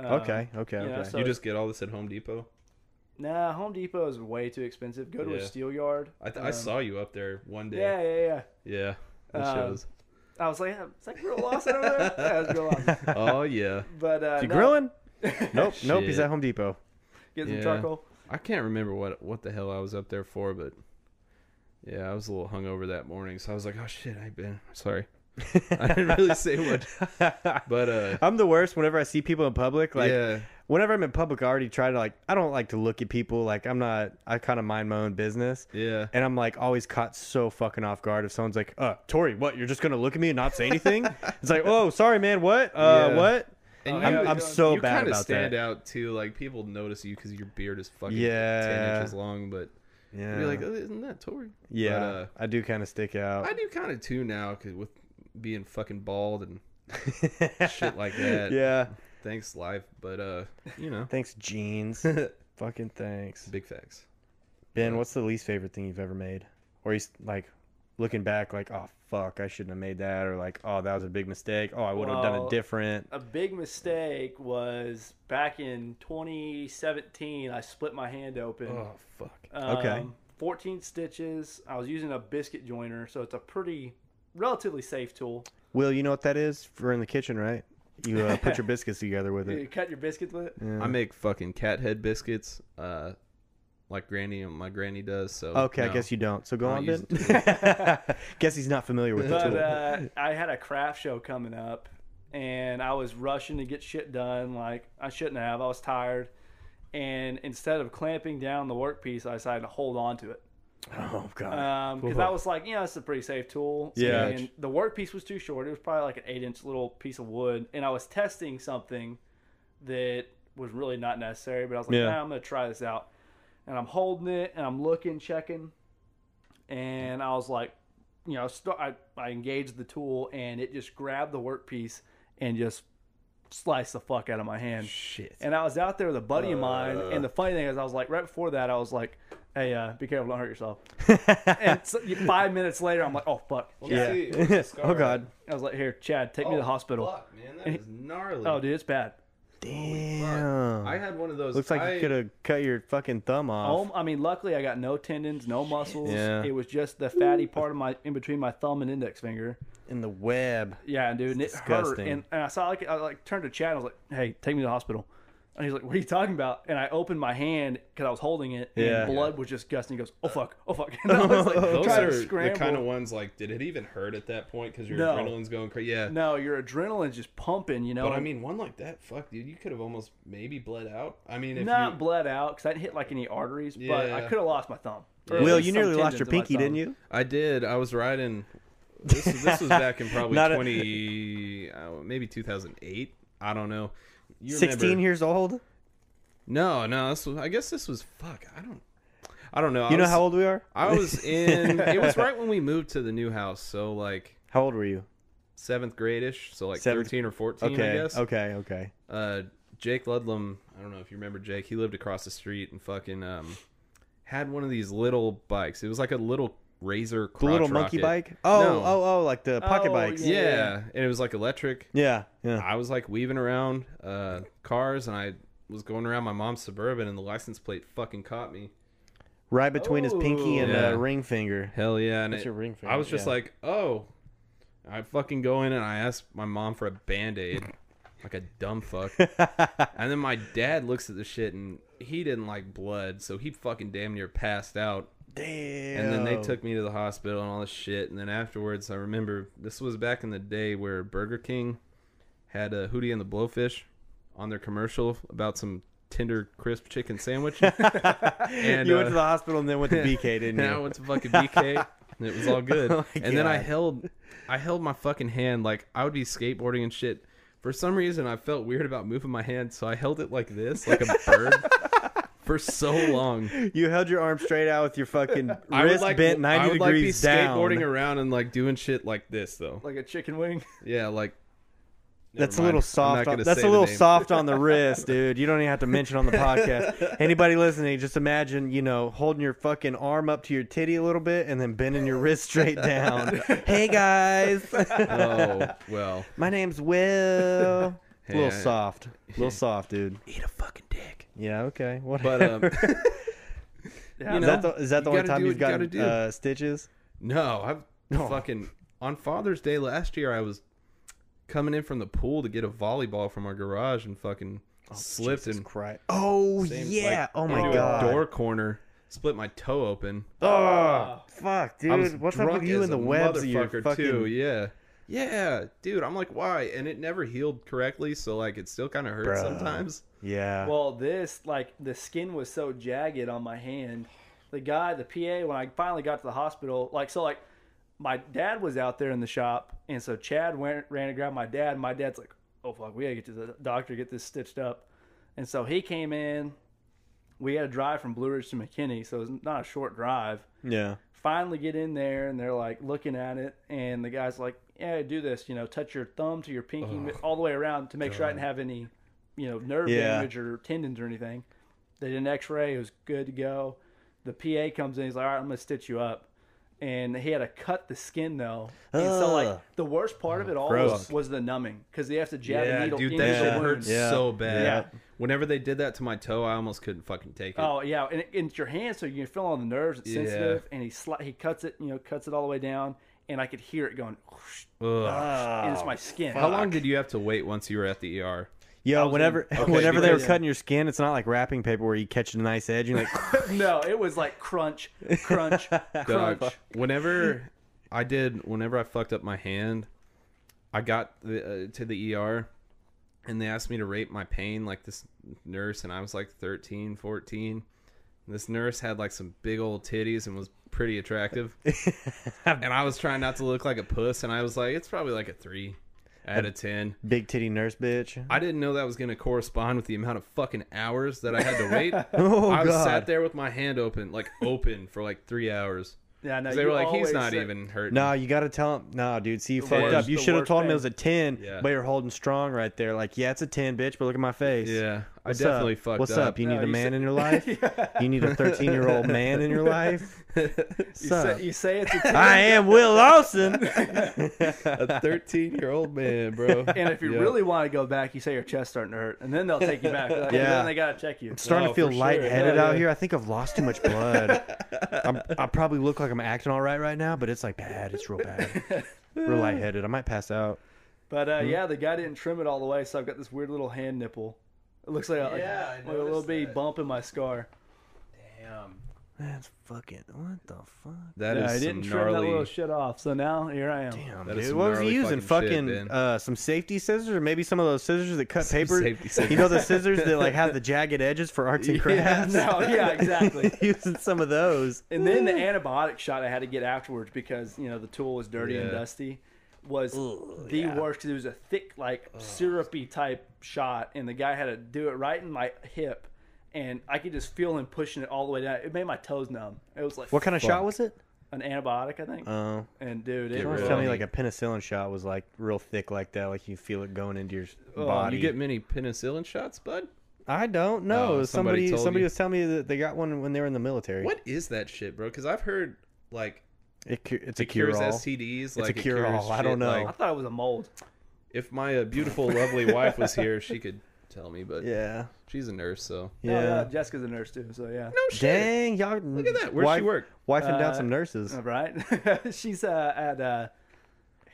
[SPEAKER 4] Um,
[SPEAKER 1] okay. Okay.
[SPEAKER 4] you know,
[SPEAKER 1] okay.
[SPEAKER 4] so-
[SPEAKER 3] you just get all this at Home Depot.
[SPEAKER 4] Nah, Home Depot is way too expensive. Go to a
[SPEAKER 3] Yeah.
[SPEAKER 4] steel yard.
[SPEAKER 3] I, th- I saw you up there one day.
[SPEAKER 4] Yeah, yeah, yeah.
[SPEAKER 3] um, Yeah, that
[SPEAKER 4] Um,
[SPEAKER 3] shows.
[SPEAKER 4] I was like, yeah, it's like real Lawson over there. Yeah, it's real Lawson.
[SPEAKER 3] oh yeah,
[SPEAKER 4] But uh,
[SPEAKER 1] you
[SPEAKER 4] no,
[SPEAKER 1] grilling? nope. Nope. He's
[SPEAKER 3] Shit.
[SPEAKER 1] at Home Depot.
[SPEAKER 4] Get some
[SPEAKER 3] Yeah.
[SPEAKER 4] charcoal.
[SPEAKER 3] I can't remember what what the hell I was up there for, but yeah, I was a little hungover that morning, so I was like, oh shit, I've been sorry. I didn't really say much, but uh,
[SPEAKER 1] I'm the worst whenever I see people in public. Like,
[SPEAKER 3] Yeah.
[SPEAKER 1] whenever I'm in public, I already try to like. I don't like to look at people. Like, I'm not. I kind of mind my own business.
[SPEAKER 3] Yeah.
[SPEAKER 1] And I'm like always caught so fucking off guard if someone's like, "Uh, Tori, what? You're just gonna look at me and not say anything?" it's like, "Oh, sorry, man. What? Uh,
[SPEAKER 3] Yeah.
[SPEAKER 1] what?"
[SPEAKER 3] and
[SPEAKER 1] I'm, I'm so
[SPEAKER 3] you
[SPEAKER 1] bad
[SPEAKER 3] kinda
[SPEAKER 1] about
[SPEAKER 3] stand
[SPEAKER 1] that.
[SPEAKER 3] out too. Like people notice you because your beard is fucking
[SPEAKER 1] Yeah.
[SPEAKER 3] ten inches long, but
[SPEAKER 1] Yeah.
[SPEAKER 3] you'd be like, oh, isn't that Tori?
[SPEAKER 1] yeah.
[SPEAKER 3] But, uh,
[SPEAKER 1] I do kind of stick out.
[SPEAKER 3] I do kind of too now 'cause with being fucking bald and shit like that.
[SPEAKER 1] yeah.
[SPEAKER 3] Thanks, life. But uh, you know,
[SPEAKER 1] Thanks, jeans. fucking thanks,
[SPEAKER 3] big facts.
[SPEAKER 1] Ben. What's the least favorite thing you've ever made? Or he's like, looking back, like, "Oh fuck, I shouldn't have made that," or like, "Oh, that was a big mistake. Oh, I would have done
[SPEAKER 4] Well,
[SPEAKER 1] it different."
[SPEAKER 4] a big mistake was back in 2017 i split my hand open
[SPEAKER 3] Oh fuck.
[SPEAKER 4] Um,
[SPEAKER 1] okay.
[SPEAKER 4] 14 stitches i was using a biscuit joiner so it's a pretty relatively safe tool
[SPEAKER 1] Will, you know what that is? We're in the kitchen, right? You uh, put your biscuits together with
[SPEAKER 4] you
[SPEAKER 1] it.
[SPEAKER 4] cut your biscuits with it
[SPEAKER 3] I make fucking cat head biscuits. Uh, like granny and my granny does. So
[SPEAKER 1] Okay, I
[SPEAKER 3] no.
[SPEAKER 1] guess you don't. So go
[SPEAKER 3] I
[SPEAKER 1] on
[SPEAKER 3] don't
[SPEAKER 1] then. guess he's not familiar with the
[SPEAKER 4] But
[SPEAKER 1] tool.
[SPEAKER 4] uh, I had a craft show coming up, and I was rushing to get shit done. Like I shouldn't have. I was tired, and instead of clamping down the workpiece, I decided to hold on to it
[SPEAKER 1] oh god.
[SPEAKER 4] because I was like, you know, it's a pretty safe tool.
[SPEAKER 1] Yeah.
[SPEAKER 4] And the workpiece was too short. It was probably like an eight-inch little piece of wood, and I was testing something that was really not necessary. But I was like,
[SPEAKER 1] Yeah.
[SPEAKER 4] nah, I'm gonna try this out, and I'm holding it, and I'm looking, checking, and I was like, you know, st- I, I engaged the tool, and it just grabbed the workpiece and just sliced the fuck out of my hand.
[SPEAKER 1] Shit. Uh.
[SPEAKER 4] And I was out there with a buddy of mine, and the funny thing is, I was like, right before that, I was like, "Hey, uh, be careful, don't hurt yourself." and so, you- five minutes later, I'm like, "Oh fuck!"
[SPEAKER 3] Yeah.
[SPEAKER 1] oh god.
[SPEAKER 4] I was like, "Here, Chad, take
[SPEAKER 1] Oh,
[SPEAKER 4] me to the hospital."
[SPEAKER 3] Fuck, man, that is gnarly.
[SPEAKER 4] Oh, dude, it's bad.
[SPEAKER 1] Damn.
[SPEAKER 3] I had one of those.
[SPEAKER 1] Looks like
[SPEAKER 3] I, Oh
[SPEAKER 1] you could have cut your fucking thumb off.
[SPEAKER 4] Um, I mean, luckily, I got no tendons, no muscles.
[SPEAKER 1] Yeah.
[SPEAKER 4] It was just the fatty part of my in between my thumb and index finger.
[SPEAKER 1] in the web.
[SPEAKER 4] Yeah, dude, and it
[SPEAKER 1] disgusting.
[SPEAKER 4] hurt. And, and I saw like I like turned to Chad. and I was like, "Hey, take me to the hospital." And he's like, "What are you talking about?" And I opened my hand because I was holding it, and
[SPEAKER 1] Yeah.
[SPEAKER 4] blood was just gusting. He goes, "Oh fuck, oh fuck!" And I was like,
[SPEAKER 3] Those
[SPEAKER 4] trying
[SPEAKER 3] are
[SPEAKER 4] to
[SPEAKER 3] the
[SPEAKER 4] scramble.
[SPEAKER 3] kind of ones like, did it even hurt at that point? Because your
[SPEAKER 4] No.
[SPEAKER 3] adrenaline's going crazy. Yeah.
[SPEAKER 4] no, your adrenaline's just pumping. You know,
[SPEAKER 3] But I mean, one like that, fuck, dude, you could have almost maybe bled out. I mean, if
[SPEAKER 4] not
[SPEAKER 3] you,
[SPEAKER 4] bled out because I didn't hit like any arteries, but I
[SPEAKER 3] Yeah.
[SPEAKER 4] could have lost my thumb. Or at
[SPEAKER 1] Will,
[SPEAKER 4] least
[SPEAKER 1] you
[SPEAKER 4] some
[SPEAKER 1] nearly lost your
[SPEAKER 4] tendons in my
[SPEAKER 1] pinky, didn't
[SPEAKER 4] thumb.
[SPEAKER 1] you?
[SPEAKER 3] I did. I was riding. This, this was back in probably
[SPEAKER 1] Not a-
[SPEAKER 3] twenty, uh, maybe two thousand eight. I don't know. You
[SPEAKER 1] Sixteen
[SPEAKER 3] remember-
[SPEAKER 1] years old.
[SPEAKER 3] No, no. This was, I guess this was fuck. I don't. I don't know. I
[SPEAKER 1] You know
[SPEAKER 3] was-
[SPEAKER 1] how old we are?
[SPEAKER 3] I was in. it was right when we moved to the new house, so like
[SPEAKER 1] How old were you?
[SPEAKER 3] seventh gradish, so like
[SPEAKER 1] Seventh-
[SPEAKER 3] thirteen or fourteen, I
[SPEAKER 1] Okay.
[SPEAKER 3] guess.
[SPEAKER 1] Okay. Okay.
[SPEAKER 3] Uh, Jake Ludlam. I don't know if you remember Jake. He lived across the street and fucking um, had one of these little bikes. It was like a little razor.
[SPEAKER 1] The
[SPEAKER 3] Crotch
[SPEAKER 1] little monkey
[SPEAKER 3] rocket.
[SPEAKER 1] bike. Oh,
[SPEAKER 3] No.
[SPEAKER 1] oh, oh, like the pocket
[SPEAKER 4] Oh,
[SPEAKER 1] bikes.
[SPEAKER 4] yeah.
[SPEAKER 3] Yeah. and it was like electric.
[SPEAKER 1] Yeah. Yeah.
[SPEAKER 3] I was like weaving around uh, cars, and I was going around my mom's suburban, and the license plate fucking caught me.
[SPEAKER 1] Right between his pinky and
[SPEAKER 3] Yeah.
[SPEAKER 1] uh, ring finger.
[SPEAKER 3] Hell yeah! And
[SPEAKER 1] That's
[SPEAKER 3] it-
[SPEAKER 1] your ring
[SPEAKER 3] I was
[SPEAKER 1] finger,
[SPEAKER 3] just
[SPEAKER 1] yeah.
[SPEAKER 3] like, oh, I fucking go in and I ask my mom for a band aid, like a dumb fuck. and then my dad looks at the shit and he didn't like blood, so he fucking damn near passed out.
[SPEAKER 1] Damn.
[SPEAKER 3] And then they took me to the hospital and all this shit. And then afterwards, I remember this was back in the day where Burger King had a Hootie and the Blowfish on their commercial about some tender crisp chicken sandwich. and
[SPEAKER 1] you
[SPEAKER 3] uh,
[SPEAKER 1] went to the hospital and then went to BK, didn't
[SPEAKER 3] and I
[SPEAKER 1] you?
[SPEAKER 3] went to fucking BK, and it was all good.
[SPEAKER 1] Oh my
[SPEAKER 3] and then I
[SPEAKER 1] God.
[SPEAKER 3] held, I held my fucking hand like I would be skateboarding and shit. For some reason, I felt weird about moving my hand, so I held it like this, like a bird, for so long.
[SPEAKER 1] You held your arm straight out with your fucking wrist
[SPEAKER 3] I would like,
[SPEAKER 1] bent
[SPEAKER 3] I
[SPEAKER 1] ninety
[SPEAKER 3] would like be
[SPEAKER 1] degrees down.
[SPEAKER 3] skateboarding around and like doing shit like this though.
[SPEAKER 4] Like a chicken wing.
[SPEAKER 3] yeah, like never
[SPEAKER 1] That's a
[SPEAKER 3] mind.
[SPEAKER 1] little
[SPEAKER 3] I'm not
[SPEAKER 1] soft. On,
[SPEAKER 3] gonna
[SPEAKER 1] that's a
[SPEAKER 3] say the
[SPEAKER 1] little
[SPEAKER 3] name.
[SPEAKER 1] soft on the wrist, dude. You don't even have to mention on the podcast. Anybody listening, just imagine, you know, holding your fucking arm up to your titty a little bit and then bending your wrist straight down. hey guys,
[SPEAKER 3] Oh well,
[SPEAKER 1] my name's Will. a
[SPEAKER 3] Hey, I-
[SPEAKER 1] little soft, a little soft, dude.
[SPEAKER 3] eat a fucking dick.
[SPEAKER 1] Yeah, okay. What?
[SPEAKER 3] But um,
[SPEAKER 4] Yeah.
[SPEAKER 3] You
[SPEAKER 1] is
[SPEAKER 3] know-
[SPEAKER 1] that the, is that the
[SPEAKER 3] you
[SPEAKER 1] only
[SPEAKER 3] gotta
[SPEAKER 1] time
[SPEAKER 3] do
[SPEAKER 1] you've
[SPEAKER 3] what you
[SPEAKER 1] gotten
[SPEAKER 3] gotta
[SPEAKER 1] uh, stitches?
[SPEAKER 3] No, I've
[SPEAKER 1] No.
[SPEAKER 3] fucking on Father's Day last year. I was coming in from the pool to get a volleyball from our garage and fucking slipped
[SPEAKER 1] Oh, Jesus
[SPEAKER 3] and
[SPEAKER 1] Christ. Oh
[SPEAKER 3] same-
[SPEAKER 1] yeah.
[SPEAKER 3] like,
[SPEAKER 1] oh my
[SPEAKER 3] into a
[SPEAKER 1] god.
[SPEAKER 3] door corner, split my toe open.
[SPEAKER 1] Oh fuck,
[SPEAKER 3] I was
[SPEAKER 1] dude. What's up
[SPEAKER 3] drunk
[SPEAKER 1] with you
[SPEAKER 3] as
[SPEAKER 1] and the
[SPEAKER 3] a
[SPEAKER 1] webs of your
[SPEAKER 3] motherfucker,
[SPEAKER 1] fucking?
[SPEAKER 3] too? Yeah, yeah, dude. I'm like, why? And it never healed correctly, so like it still kind of hurt
[SPEAKER 1] Bruh.
[SPEAKER 3] sometimes.
[SPEAKER 1] Yeah.
[SPEAKER 4] Well, this like the skin was so jagged on my hand. The guy, the PA, when I finally got to the hospital, like so, like my dad was out there in the shop, and so Chad went ran to grab my dad. And my dad's like, "Oh fuck, we gotta get to the doctor, get this stitched up." And so he came in. We had a drive from Blue Ridge to McKinney, so it was not a short drive.
[SPEAKER 1] yeah.
[SPEAKER 4] Finally, get in there, and they're like looking at it, and the guy's like, "Yeah, do this. You know, touch your thumb to your pinky mi- all the way around to make sure I didn't have any." you know, nerve
[SPEAKER 1] Yeah.
[SPEAKER 4] damage or tendons or anything. They did an x ray. It was good to go. The PA comes in. He's like, all right, I'm going to stitch you up. And he had to cut the skin, though. And so,
[SPEAKER 1] Ugh.
[SPEAKER 4] like, the worst part of it all
[SPEAKER 1] gross.
[SPEAKER 4] was, was the numbing because they have to jab a
[SPEAKER 3] Yeah,
[SPEAKER 4] needle
[SPEAKER 3] dude,
[SPEAKER 4] into
[SPEAKER 3] that
[SPEAKER 4] the
[SPEAKER 3] shit
[SPEAKER 1] Yeah.
[SPEAKER 4] wound.
[SPEAKER 3] hurts
[SPEAKER 1] Yeah.
[SPEAKER 3] so bad.
[SPEAKER 4] Yeah.
[SPEAKER 3] Whenever they did that to my toe, I almost couldn't fucking take it.
[SPEAKER 4] Oh, yeah. And, it, and it's your hand, so you can feel all the nerves. It's
[SPEAKER 3] Yeah.
[SPEAKER 4] sensitive. And he sli- he cuts it, you know, cuts it all the way down. And I could hear it going, whoosh,
[SPEAKER 3] Ugh.
[SPEAKER 1] Uh,
[SPEAKER 4] and it's my skin.
[SPEAKER 3] How long did you have to wait once you were at the ER?
[SPEAKER 1] Yo,
[SPEAKER 4] was
[SPEAKER 1] whenever
[SPEAKER 4] in-
[SPEAKER 1] whenever they were
[SPEAKER 4] because-
[SPEAKER 1] cutting your skin, it's not like wrapping paper where you catch a nice edge and you're like,
[SPEAKER 4] no, it was like crunch, crunch, crunch.
[SPEAKER 3] Doug, whenever I did, whenever I fucked up my hand, I got the, uh, to the ER and they asked me to rate my pain, like this nurse, and I was like 13, 14. This nurse had like some big old titties and was pretty attractive. and I was trying not to look like a puss, and I was like, it's probably like a three out of 10.
[SPEAKER 1] big titty nurse bitch.
[SPEAKER 3] I didn't know that was going to correspond with the amount of fucking hours that I had to wait.
[SPEAKER 1] Oh
[SPEAKER 3] I was
[SPEAKER 1] god.
[SPEAKER 3] sat there with my hand open, like open for like three hours.
[SPEAKER 4] Yeah, no,
[SPEAKER 3] 'Cause they
[SPEAKER 4] you
[SPEAKER 3] were like, he's
[SPEAKER 4] always
[SPEAKER 3] not
[SPEAKER 4] said-
[SPEAKER 3] even hurting.
[SPEAKER 1] No, you gotta tell him. No, dude, see, you fucked
[SPEAKER 4] worst-
[SPEAKER 1] up. You
[SPEAKER 4] the
[SPEAKER 1] should have
[SPEAKER 4] worst
[SPEAKER 1] told him it
[SPEAKER 4] thing.
[SPEAKER 1] was a ten,
[SPEAKER 3] Yeah.
[SPEAKER 1] but you're holding strong right there. Like, yeah, it's a ten, bitch, but look at my face.
[SPEAKER 3] Yeah, I
[SPEAKER 1] What's
[SPEAKER 3] definitely
[SPEAKER 1] up?
[SPEAKER 3] fucked
[SPEAKER 1] What's
[SPEAKER 3] up.
[SPEAKER 1] You
[SPEAKER 4] No,
[SPEAKER 1] need a
[SPEAKER 4] you
[SPEAKER 1] man
[SPEAKER 4] said-
[SPEAKER 1] in your life. You need a 13 year old man in your life.
[SPEAKER 4] You
[SPEAKER 1] What's
[SPEAKER 4] say,
[SPEAKER 1] up?
[SPEAKER 4] you say it's a ten,
[SPEAKER 1] I am Will Lawson.
[SPEAKER 3] a 13 year old man, bro.
[SPEAKER 4] and if you
[SPEAKER 3] Yeah.
[SPEAKER 4] really want to go back, you say your chest's starting to hurt, and then they'll take you back. They're like,
[SPEAKER 1] Yeah.
[SPEAKER 4] then they gotta check you.
[SPEAKER 1] starting
[SPEAKER 3] Oh,
[SPEAKER 1] to feel
[SPEAKER 3] for sure.
[SPEAKER 1] lightheaded
[SPEAKER 3] Yeah,
[SPEAKER 1] out
[SPEAKER 3] yeah.
[SPEAKER 1] here. I think I've lost too much blood. I'm, I probably look like I'm acting all right right now, but it's like bad. It's real bad. Real lightheaded. I might pass out.
[SPEAKER 4] But uh, yeah, the guy didn't trim it all the way, so I've got this weird little hand nipple. It looks like, a- like
[SPEAKER 3] Yeah, I
[SPEAKER 4] a little
[SPEAKER 3] noticed
[SPEAKER 4] bitty bump in my scar.
[SPEAKER 1] That's fucking. What the fuck?
[SPEAKER 3] That
[SPEAKER 4] Yeah, I
[SPEAKER 3] is
[SPEAKER 4] didn't
[SPEAKER 3] some
[SPEAKER 4] trim that little
[SPEAKER 3] gnarly.
[SPEAKER 4] shit off, so now here I am.
[SPEAKER 1] Damn,
[SPEAKER 3] That
[SPEAKER 1] dude.
[SPEAKER 3] is some
[SPEAKER 1] what was he
[SPEAKER 3] gnarly
[SPEAKER 1] using?
[SPEAKER 3] fucking shit,
[SPEAKER 1] Fucking,
[SPEAKER 3] man.
[SPEAKER 1] uh, some safety scissors, or maybe some of those scissors that cut paper.
[SPEAKER 3] safety scissors.
[SPEAKER 1] You know the scissors that like have the jagged edges for arts and
[SPEAKER 4] Yeah,
[SPEAKER 1] crafts.
[SPEAKER 4] no, yeah, exactly.
[SPEAKER 1] using some of those.
[SPEAKER 4] And then the antibiotic shot I had to get afterwards because you know the tool was dirty and
[SPEAKER 3] Yeah.
[SPEAKER 4] dusty was the worst because it was a thick, like syrupy type shot, and the guy had to do it right in my hip, and I could just feel him pushing it all the way down. It made my toes numb. It was like
[SPEAKER 1] What kind of shot was it?
[SPEAKER 4] an antibiotic, I think.
[SPEAKER 1] Oh,
[SPEAKER 4] and dude, it
[SPEAKER 3] Get
[SPEAKER 1] uh,
[SPEAKER 4] was
[SPEAKER 3] rid
[SPEAKER 1] tell
[SPEAKER 3] of
[SPEAKER 1] me
[SPEAKER 3] it.
[SPEAKER 1] like a penicillin shot was like real thick like that, like you feel it going into your s-
[SPEAKER 3] Oh,
[SPEAKER 1] body.
[SPEAKER 3] you get many penicillin shots, bud?
[SPEAKER 1] I don't know.
[SPEAKER 3] Oh,
[SPEAKER 1] somebody
[SPEAKER 3] somebody
[SPEAKER 1] somebody,
[SPEAKER 3] told you.
[SPEAKER 1] was telling me that they got one when they were in the military.
[SPEAKER 3] What is that shit, bro? Because I've heard like
[SPEAKER 1] It, cu- it's a
[SPEAKER 3] it
[SPEAKER 1] cure
[SPEAKER 3] cures
[SPEAKER 1] all.
[SPEAKER 3] STDs.
[SPEAKER 1] a
[SPEAKER 3] like it
[SPEAKER 1] cure-all.
[SPEAKER 3] cures
[SPEAKER 1] I don't
[SPEAKER 3] shit,
[SPEAKER 1] know.
[SPEAKER 4] I
[SPEAKER 3] Like,
[SPEAKER 4] thought it was a mold.
[SPEAKER 3] if my uh, beautiful, lovely wife was here, she could tell me, but
[SPEAKER 1] Yeah.
[SPEAKER 3] she's a nurse, so
[SPEAKER 4] Oh, Yeah,
[SPEAKER 1] Yeah.
[SPEAKER 4] Jessica's a nurse too, so yeah.
[SPEAKER 3] no shit.
[SPEAKER 1] Dang, y'all. Look
[SPEAKER 3] at that. Where'd she work? oh,
[SPEAKER 1] Wifing down
[SPEAKER 4] Uh,
[SPEAKER 1] some nurses.
[SPEAKER 4] All Right? She's uh, at uh,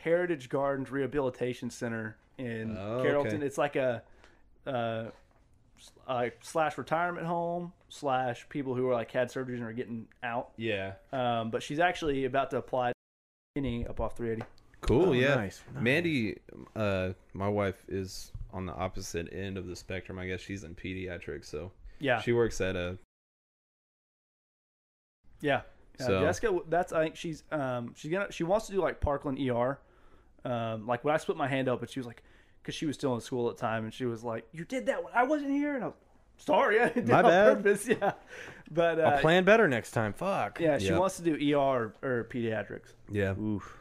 [SPEAKER 4] Heritage Gardens Rehabilitation Center in
[SPEAKER 3] Oh,
[SPEAKER 4] Carrollton.
[SPEAKER 3] okay.
[SPEAKER 4] It's like a uh, s- uh, slash retirement home slash people who are like had surgeries and are getting out.
[SPEAKER 3] Yeah,
[SPEAKER 4] Um, but she's actually about to apply any E up off 380.
[SPEAKER 3] Cool,
[SPEAKER 1] Oh,
[SPEAKER 3] yeah.
[SPEAKER 1] nice, nice.
[SPEAKER 3] Mandy, uh, my wife is on the opposite end of the spectrum. I guess she's in pediatrics, so
[SPEAKER 4] Yeah,
[SPEAKER 3] she works at a
[SPEAKER 4] yeah. yeah
[SPEAKER 3] So-
[SPEAKER 4] Jessica, that's I think she's um she's gonna she wants to do like Parkland ER. Um, like when I split my hand open, she was like, because she was still in school at the time, and she was like, "You did that when I wasn't here," and I was sorry, I did
[SPEAKER 1] My
[SPEAKER 4] it
[SPEAKER 1] bad.
[SPEAKER 4] on purpose. Yeah, but uh,
[SPEAKER 1] I'll plan better next time. Fuck.
[SPEAKER 4] Yeah, she
[SPEAKER 3] Yep.
[SPEAKER 4] wants to do ER or, or pediatrics.
[SPEAKER 3] yeah.
[SPEAKER 1] Oof.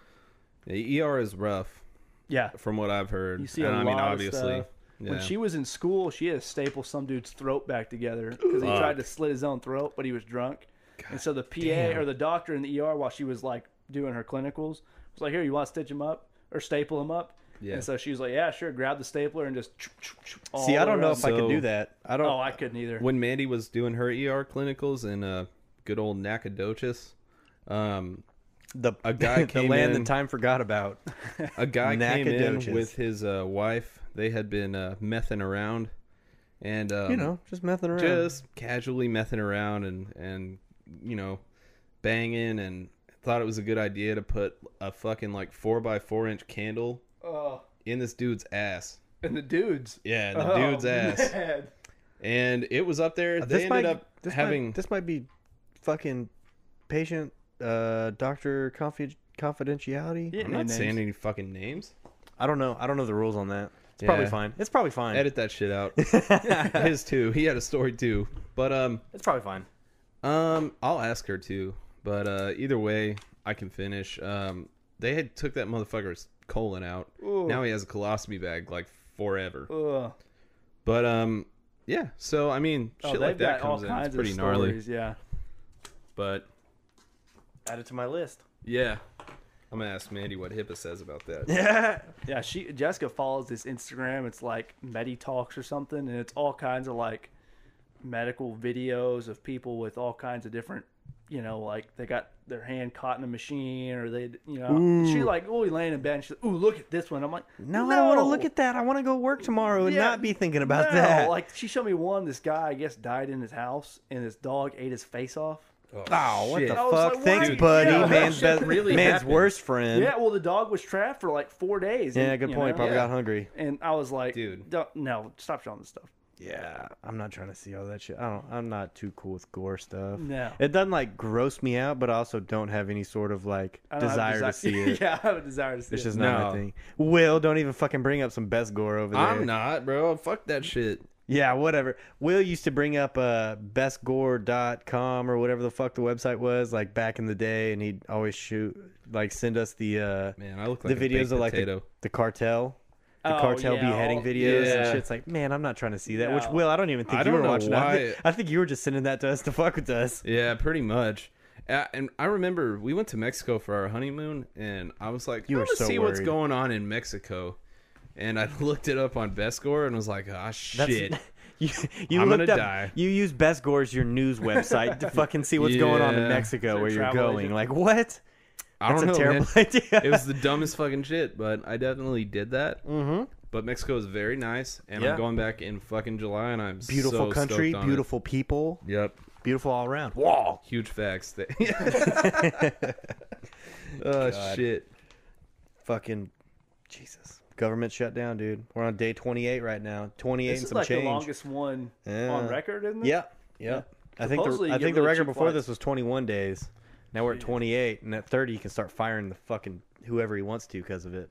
[SPEAKER 3] The ER is rough,
[SPEAKER 4] Yeah,
[SPEAKER 3] from what I've heard.
[SPEAKER 4] you see a
[SPEAKER 3] and I
[SPEAKER 4] lot
[SPEAKER 3] mean,
[SPEAKER 4] of
[SPEAKER 3] obviously,
[SPEAKER 4] stuff.
[SPEAKER 3] yeah.
[SPEAKER 4] When she was in school, she had to staple some dude's throat back together because he tried to slit his own throat, but he was drunk. and so the PA or the doctor in the ER, while she was like doing her clinicals, was like, "Here, you want to stitch him up or staple him up?"
[SPEAKER 3] Yeah.
[SPEAKER 4] And so she was like, "Yeah, sure." Grab the stapler and just.
[SPEAKER 1] See, I don't know if I could
[SPEAKER 3] So-
[SPEAKER 1] do that. I don't.
[SPEAKER 4] Oh, I couldn't either.
[SPEAKER 3] when Mandy was doing her ER clinicals in uh, good old Nacogdoches, um,
[SPEAKER 1] the
[SPEAKER 3] a guy
[SPEAKER 1] the
[SPEAKER 3] came
[SPEAKER 1] land
[SPEAKER 3] in-
[SPEAKER 1] that time forgot about.
[SPEAKER 3] a guy came in
[SPEAKER 1] Nacogdoches.
[SPEAKER 3] with his uh, wife. They had been uh, messing around, and um,
[SPEAKER 1] you know, just messing around.
[SPEAKER 3] just casually messing around and and you know banging and thought it was a good idea to put a fucking like four by four inch candle
[SPEAKER 4] Oh,
[SPEAKER 3] in this dudede's ass
[SPEAKER 4] and the dudes.
[SPEAKER 3] yeah the
[SPEAKER 4] Oh,
[SPEAKER 3] dude's ass
[SPEAKER 4] man.
[SPEAKER 3] and it was up there
[SPEAKER 1] this
[SPEAKER 3] they ended
[SPEAKER 1] might,
[SPEAKER 3] up
[SPEAKER 1] this
[SPEAKER 3] having
[SPEAKER 1] might, this might be fucking patient uh doctor confi- confidentiality.
[SPEAKER 4] Yeah,
[SPEAKER 3] i'm not
[SPEAKER 4] names.
[SPEAKER 3] saying any fucking names
[SPEAKER 1] I don't know. I don't know the rules on that. It's probably
[SPEAKER 3] Yeah.
[SPEAKER 1] fine. It's probably fine.
[SPEAKER 3] edit that shit out his too he had a story too but um
[SPEAKER 1] It's probably fine.
[SPEAKER 3] Um, I'll ask her too. But uh, either way, I can finish. Um, they had took that motherfucker's colon out. Now he has a colostomy bag like forever.
[SPEAKER 4] Ugh.
[SPEAKER 3] But um, yeah. So I mean,
[SPEAKER 4] Oh,
[SPEAKER 3] shit
[SPEAKER 4] they've
[SPEAKER 3] like that
[SPEAKER 4] got all
[SPEAKER 3] comes in. It's
[SPEAKER 4] kinds
[SPEAKER 3] pretty
[SPEAKER 4] of
[SPEAKER 3] gnarly.
[SPEAKER 4] stories. Yeah.
[SPEAKER 3] But
[SPEAKER 1] Add it to my list.
[SPEAKER 3] yeah, I'm gonna ask Mandy what HIPAA says about that.
[SPEAKER 4] Yeah, she Jessica follows this Instagram. It's like Medi Talks or something, and it's all kinds of like medical videos of people with all kinds of different you know, like they got their hand caught in a machine, or they, you know, she like, oh, you laying in bed. And she's like, ooh, look at this one. I'm like,
[SPEAKER 1] No, I don't want to look at that. I want to go work tomorrow and
[SPEAKER 4] Yeah.
[SPEAKER 1] not be thinking about
[SPEAKER 4] No,
[SPEAKER 1] that.
[SPEAKER 4] Like she showed me one. This guy, I guess, died in his house, and his dog ate his face off.
[SPEAKER 1] oh, what
[SPEAKER 3] shit.
[SPEAKER 1] the
[SPEAKER 4] I was
[SPEAKER 1] fuck?
[SPEAKER 4] like,
[SPEAKER 1] Thanks,
[SPEAKER 4] why-
[SPEAKER 1] buddy.
[SPEAKER 4] Yeah, that
[SPEAKER 1] man's
[SPEAKER 3] shit
[SPEAKER 1] best,
[SPEAKER 3] really
[SPEAKER 1] man's
[SPEAKER 3] happened.
[SPEAKER 1] worst friend.
[SPEAKER 4] Yeah, well, the dog was trapped for like four days.
[SPEAKER 1] Yeah,
[SPEAKER 4] and,
[SPEAKER 1] good
[SPEAKER 4] you
[SPEAKER 1] point.
[SPEAKER 4] know?
[SPEAKER 1] Probably
[SPEAKER 3] Yeah.
[SPEAKER 1] got hungry.
[SPEAKER 4] And I was like,
[SPEAKER 3] Dude.
[SPEAKER 4] dude, no, stop showing this stuff.
[SPEAKER 1] Yeah, I'm not trying to see all that shit. I don't. I'm not too cool with gore stuff.
[SPEAKER 4] No.
[SPEAKER 1] it doesn't like gross me out, but I also don't have any sort of like
[SPEAKER 4] I don't have
[SPEAKER 1] desire to
[SPEAKER 4] desi-
[SPEAKER 1] see it.
[SPEAKER 4] yeah, I have a desire to see
[SPEAKER 1] It's
[SPEAKER 4] it.
[SPEAKER 1] just not my
[SPEAKER 3] No.
[SPEAKER 1] thing. Will, don't even fucking bring up some best gore over there.
[SPEAKER 3] I'm not, bro. Fuck that shit.
[SPEAKER 1] Yeah, whatever. Will used to bring up uh bestgore.com or whatever the fuck the website was like back in the day and he'd always shoot like send us the uh
[SPEAKER 3] Man, I look
[SPEAKER 1] the
[SPEAKER 3] like a
[SPEAKER 1] videos
[SPEAKER 3] baked
[SPEAKER 1] of like the,
[SPEAKER 3] potato.
[SPEAKER 1] the cartel. The
[SPEAKER 4] Oh,
[SPEAKER 1] cartel
[SPEAKER 4] yeah,
[SPEAKER 1] beheading
[SPEAKER 4] all-
[SPEAKER 1] videos and
[SPEAKER 3] yeah.
[SPEAKER 1] shit's like, man, I'm not trying to see that. Which
[SPEAKER 4] No.
[SPEAKER 1] Will, I don't even think
[SPEAKER 3] I
[SPEAKER 1] you
[SPEAKER 3] don't
[SPEAKER 1] were
[SPEAKER 3] know
[SPEAKER 1] watching. I, thi-
[SPEAKER 3] why-
[SPEAKER 1] I think you were just sending that to us to fuck with us.
[SPEAKER 3] Yeah, pretty much. Uh, and I remember we went to Mexico for our honeymoon, and I was like,
[SPEAKER 1] You
[SPEAKER 3] "I'm
[SPEAKER 1] were
[SPEAKER 3] gonna
[SPEAKER 1] so
[SPEAKER 3] see what's
[SPEAKER 1] worried.
[SPEAKER 3] going on in Mexico." And I looked it up on Bestgore and was like, "Ah,
[SPEAKER 1] That's,
[SPEAKER 3] shit."
[SPEAKER 1] You, you
[SPEAKER 3] I'm
[SPEAKER 1] looked
[SPEAKER 3] gonna
[SPEAKER 1] up-
[SPEAKER 3] die.
[SPEAKER 1] You use Best Gore as your news website to fucking see what's going on in
[SPEAKER 3] Yeah.
[SPEAKER 1] Mexico
[SPEAKER 4] Their
[SPEAKER 1] where you're
[SPEAKER 4] travel
[SPEAKER 1] going.
[SPEAKER 4] agent.
[SPEAKER 1] Like what?
[SPEAKER 3] I
[SPEAKER 1] That's
[SPEAKER 3] don't
[SPEAKER 1] a
[SPEAKER 3] know,
[SPEAKER 1] terrible
[SPEAKER 3] man.
[SPEAKER 1] idea.
[SPEAKER 3] it was the dumbest fucking shit, but I definitely did that. Mm-hmm. But Mexico is very nice, and
[SPEAKER 1] Yeah.
[SPEAKER 3] I'm going back in fucking July, and I'm
[SPEAKER 1] beautiful
[SPEAKER 3] so
[SPEAKER 1] country,
[SPEAKER 3] stoked on it.
[SPEAKER 1] beautiful people,
[SPEAKER 3] Yep,
[SPEAKER 1] beautiful all around. Wow.
[SPEAKER 3] huge facts. That- oh shit.
[SPEAKER 1] Fucking Jesus. Government shutdown, dude. We're on day 28 right now. 28
[SPEAKER 4] This
[SPEAKER 1] and
[SPEAKER 4] is
[SPEAKER 1] some
[SPEAKER 4] like
[SPEAKER 1] change.
[SPEAKER 4] the longest one
[SPEAKER 1] Yeah.
[SPEAKER 4] on record, isn't it?
[SPEAKER 1] Yeah. Yeah. I think the,
[SPEAKER 4] Supposedly you
[SPEAKER 1] I
[SPEAKER 4] get
[SPEAKER 1] think the
[SPEAKER 4] really
[SPEAKER 1] record
[SPEAKER 4] cheap
[SPEAKER 1] before
[SPEAKER 4] flights.
[SPEAKER 1] this was 21 days. Now we're at 28 and at 30 you can start firing the fucking whoever he wants to because of it.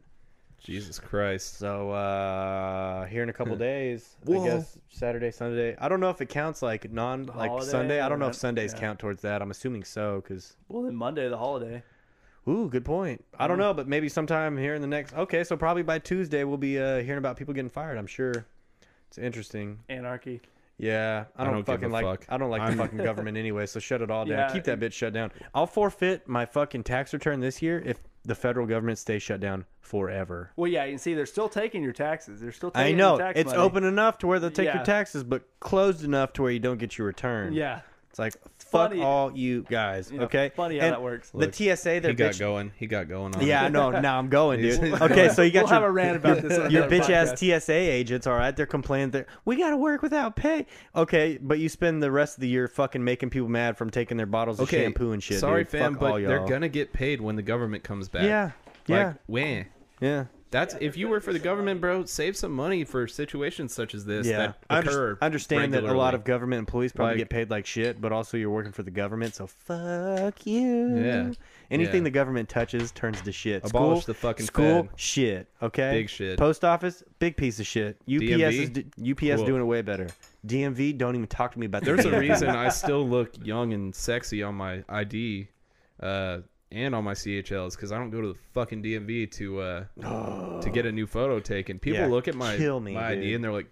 [SPEAKER 3] Jesus Christ.
[SPEAKER 1] So uh here in a couple days, I
[SPEAKER 3] Whoa.
[SPEAKER 1] guess Saturday, Sunday. I don't know if it counts like non like
[SPEAKER 4] holiday
[SPEAKER 1] Sunday. I don't know
[SPEAKER 4] or-
[SPEAKER 1] if Sundays
[SPEAKER 4] yeah.
[SPEAKER 1] count towards that. I'm assuming so cuz
[SPEAKER 4] Well, then Monday, the holiday.
[SPEAKER 1] Ooh, good point. I
[SPEAKER 4] Hmm.
[SPEAKER 1] don't know, but maybe sometime here in the next. Okay, so probably by Tuesday we'll be uh, hearing about people getting fired. I'm sure. It's interesting.
[SPEAKER 4] Anarchy.
[SPEAKER 1] Yeah, I don't,
[SPEAKER 3] don't give
[SPEAKER 1] fucking
[SPEAKER 3] a
[SPEAKER 1] like.
[SPEAKER 3] fuck.
[SPEAKER 1] I don't like
[SPEAKER 3] I'm-
[SPEAKER 1] the fucking government anyway. So shut it all down.
[SPEAKER 4] Yeah.
[SPEAKER 1] Keep that bitch shut down. I'll forfeit my fucking tax return this year if the federal government stays shut down forever.
[SPEAKER 4] Well, yeah, you can see they're still taking your taxes. They're still taking
[SPEAKER 1] I know
[SPEAKER 4] your tax
[SPEAKER 1] it's
[SPEAKER 4] money.
[SPEAKER 1] open enough to where they'll take
[SPEAKER 4] Yeah.
[SPEAKER 1] your taxes, but closed enough to where you don't get your return.
[SPEAKER 4] Yeah.
[SPEAKER 1] it's like fuck
[SPEAKER 4] Funny-
[SPEAKER 1] all you guys.
[SPEAKER 4] Yeah,
[SPEAKER 1] okay,
[SPEAKER 4] funny how
[SPEAKER 1] And
[SPEAKER 4] that works.
[SPEAKER 1] The
[SPEAKER 3] Look,
[SPEAKER 1] TSA,
[SPEAKER 3] He
[SPEAKER 1] they're
[SPEAKER 3] got
[SPEAKER 1] bitch-
[SPEAKER 3] going. He got going on.
[SPEAKER 1] Yeah, no, now I'm going, dude.
[SPEAKER 3] He's-
[SPEAKER 1] Okay, so you got
[SPEAKER 4] We'll
[SPEAKER 1] your,
[SPEAKER 4] have a rant about this on
[SPEAKER 1] your
[SPEAKER 4] another
[SPEAKER 1] bitch ass
[SPEAKER 4] podcast.
[SPEAKER 1] TSA agents, all right? They're complaining that we got to work without pay. Okay, but you spend the rest of the year fucking making people mad from taking their bottles of
[SPEAKER 3] Okay.
[SPEAKER 1] shampoo and shit.
[SPEAKER 3] Sorry,
[SPEAKER 1] dude.
[SPEAKER 3] fam,
[SPEAKER 1] Fuck
[SPEAKER 3] but
[SPEAKER 1] all
[SPEAKER 3] they're
[SPEAKER 1] y'all.
[SPEAKER 3] gonna get paid when the government comes back.
[SPEAKER 1] Yeah,
[SPEAKER 3] Like,
[SPEAKER 1] yeah.
[SPEAKER 3] when?
[SPEAKER 1] Yeah,
[SPEAKER 3] That's if you work for the government, bro. Save some money for situations such as this.
[SPEAKER 1] yeah.
[SPEAKER 3] That
[SPEAKER 1] I
[SPEAKER 3] occur
[SPEAKER 1] under- understand that a lot of
[SPEAKER 3] regularly.
[SPEAKER 1] government employees probably
[SPEAKER 3] Like-
[SPEAKER 1] get paid like shit, but also you're working for the government, so fuck you.
[SPEAKER 3] Yeah.
[SPEAKER 1] Anything
[SPEAKER 3] Yeah.
[SPEAKER 1] the government touches turns to shit.
[SPEAKER 3] Abolish
[SPEAKER 1] School-
[SPEAKER 3] the fucking
[SPEAKER 1] school.
[SPEAKER 3] Fed.
[SPEAKER 1] Shit. Okay.
[SPEAKER 3] Big shit.
[SPEAKER 1] Post office. Big piece of shit. UPS is
[SPEAKER 3] DMV?
[SPEAKER 1] d- UPS
[SPEAKER 3] Cool.
[SPEAKER 1] doing it way better. DMV. Don't even talk to me about. the
[SPEAKER 3] There's a
[SPEAKER 1] DMV.
[SPEAKER 3] reason I still look young and sexy on my ID, uh, and on my CHLs because I don't go to the fucking DMV to uh, to get a new photo taken. People
[SPEAKER 1] Yeah,
[SPEAKER 3] look at my
[SPEAKER 1] kill me,
[SPEAKER 3] my
[SPEAKER 1] dude.
[SPEAKER 3] ID and they're like,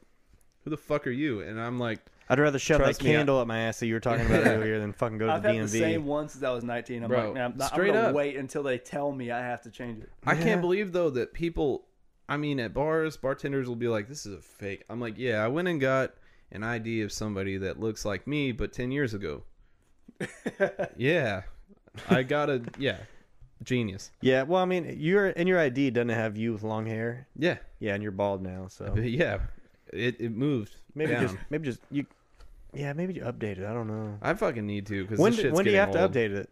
[SPEAKER 3] "Who the fuck are you?" And I'm like,
[SPEAKER 1] I'd rather shove
[SPEAKER 3] Trust
[SPEAKER 1] that
[SPEAKER 3] me, I-
[SPEAKER 1] candle up my ass that you were talking about earlier than fucking go to
[SPEAKER 4] I've
[SPEAKER 1] the
[SPEAKER 4] had
[SPEAKER 1] DMV.
[SPEAKER 4] the same one since I was 19. I'm
[SPEAKER 3] Bro,
[SPEAKER 4] like, man, I'm, not, I'm
[SPEAKER 3] straight
[SPEAKER 4] gonna
[SPEAKER 3] up.
[SPEAKER 4] wait until they tell me I have to change it.
[SPEAKER 3] I can't believe though that people. I mean, at bars, bartenders will be like, "This is a fake." I'm like, "Yeah, I went and got an ID of somebody that looks like me, but ten years ago." yeah, I got a yeah, genius.
[SPEAKER 1] Yeah, well, I mean, your and your ID doesn't have you with long hair.
[SPEAKER 3] Yeah,
[SPEAKER 1] Yeah, and you're bald now, so
[SPEAKER 3] But yeah, it it moved.
[SPEAKER 1] maybe
[SPEAKER 3] down.
[SPEAKER 1] just maybe just you. Yeah, maybe you update it. I don't know.
[SPEAKER 3] I fucking need to because
[SPEAKER 1] When
[SPEAKER 3] this
[SPEAKER 1] do,
[SPEAKER 3] shit's
[SPEAKER 1] when do you have
[SPEAKER 3] getting
[SPEAKER 1] to
[SPEAKER 3] old.
[SPEAKER 1] update it?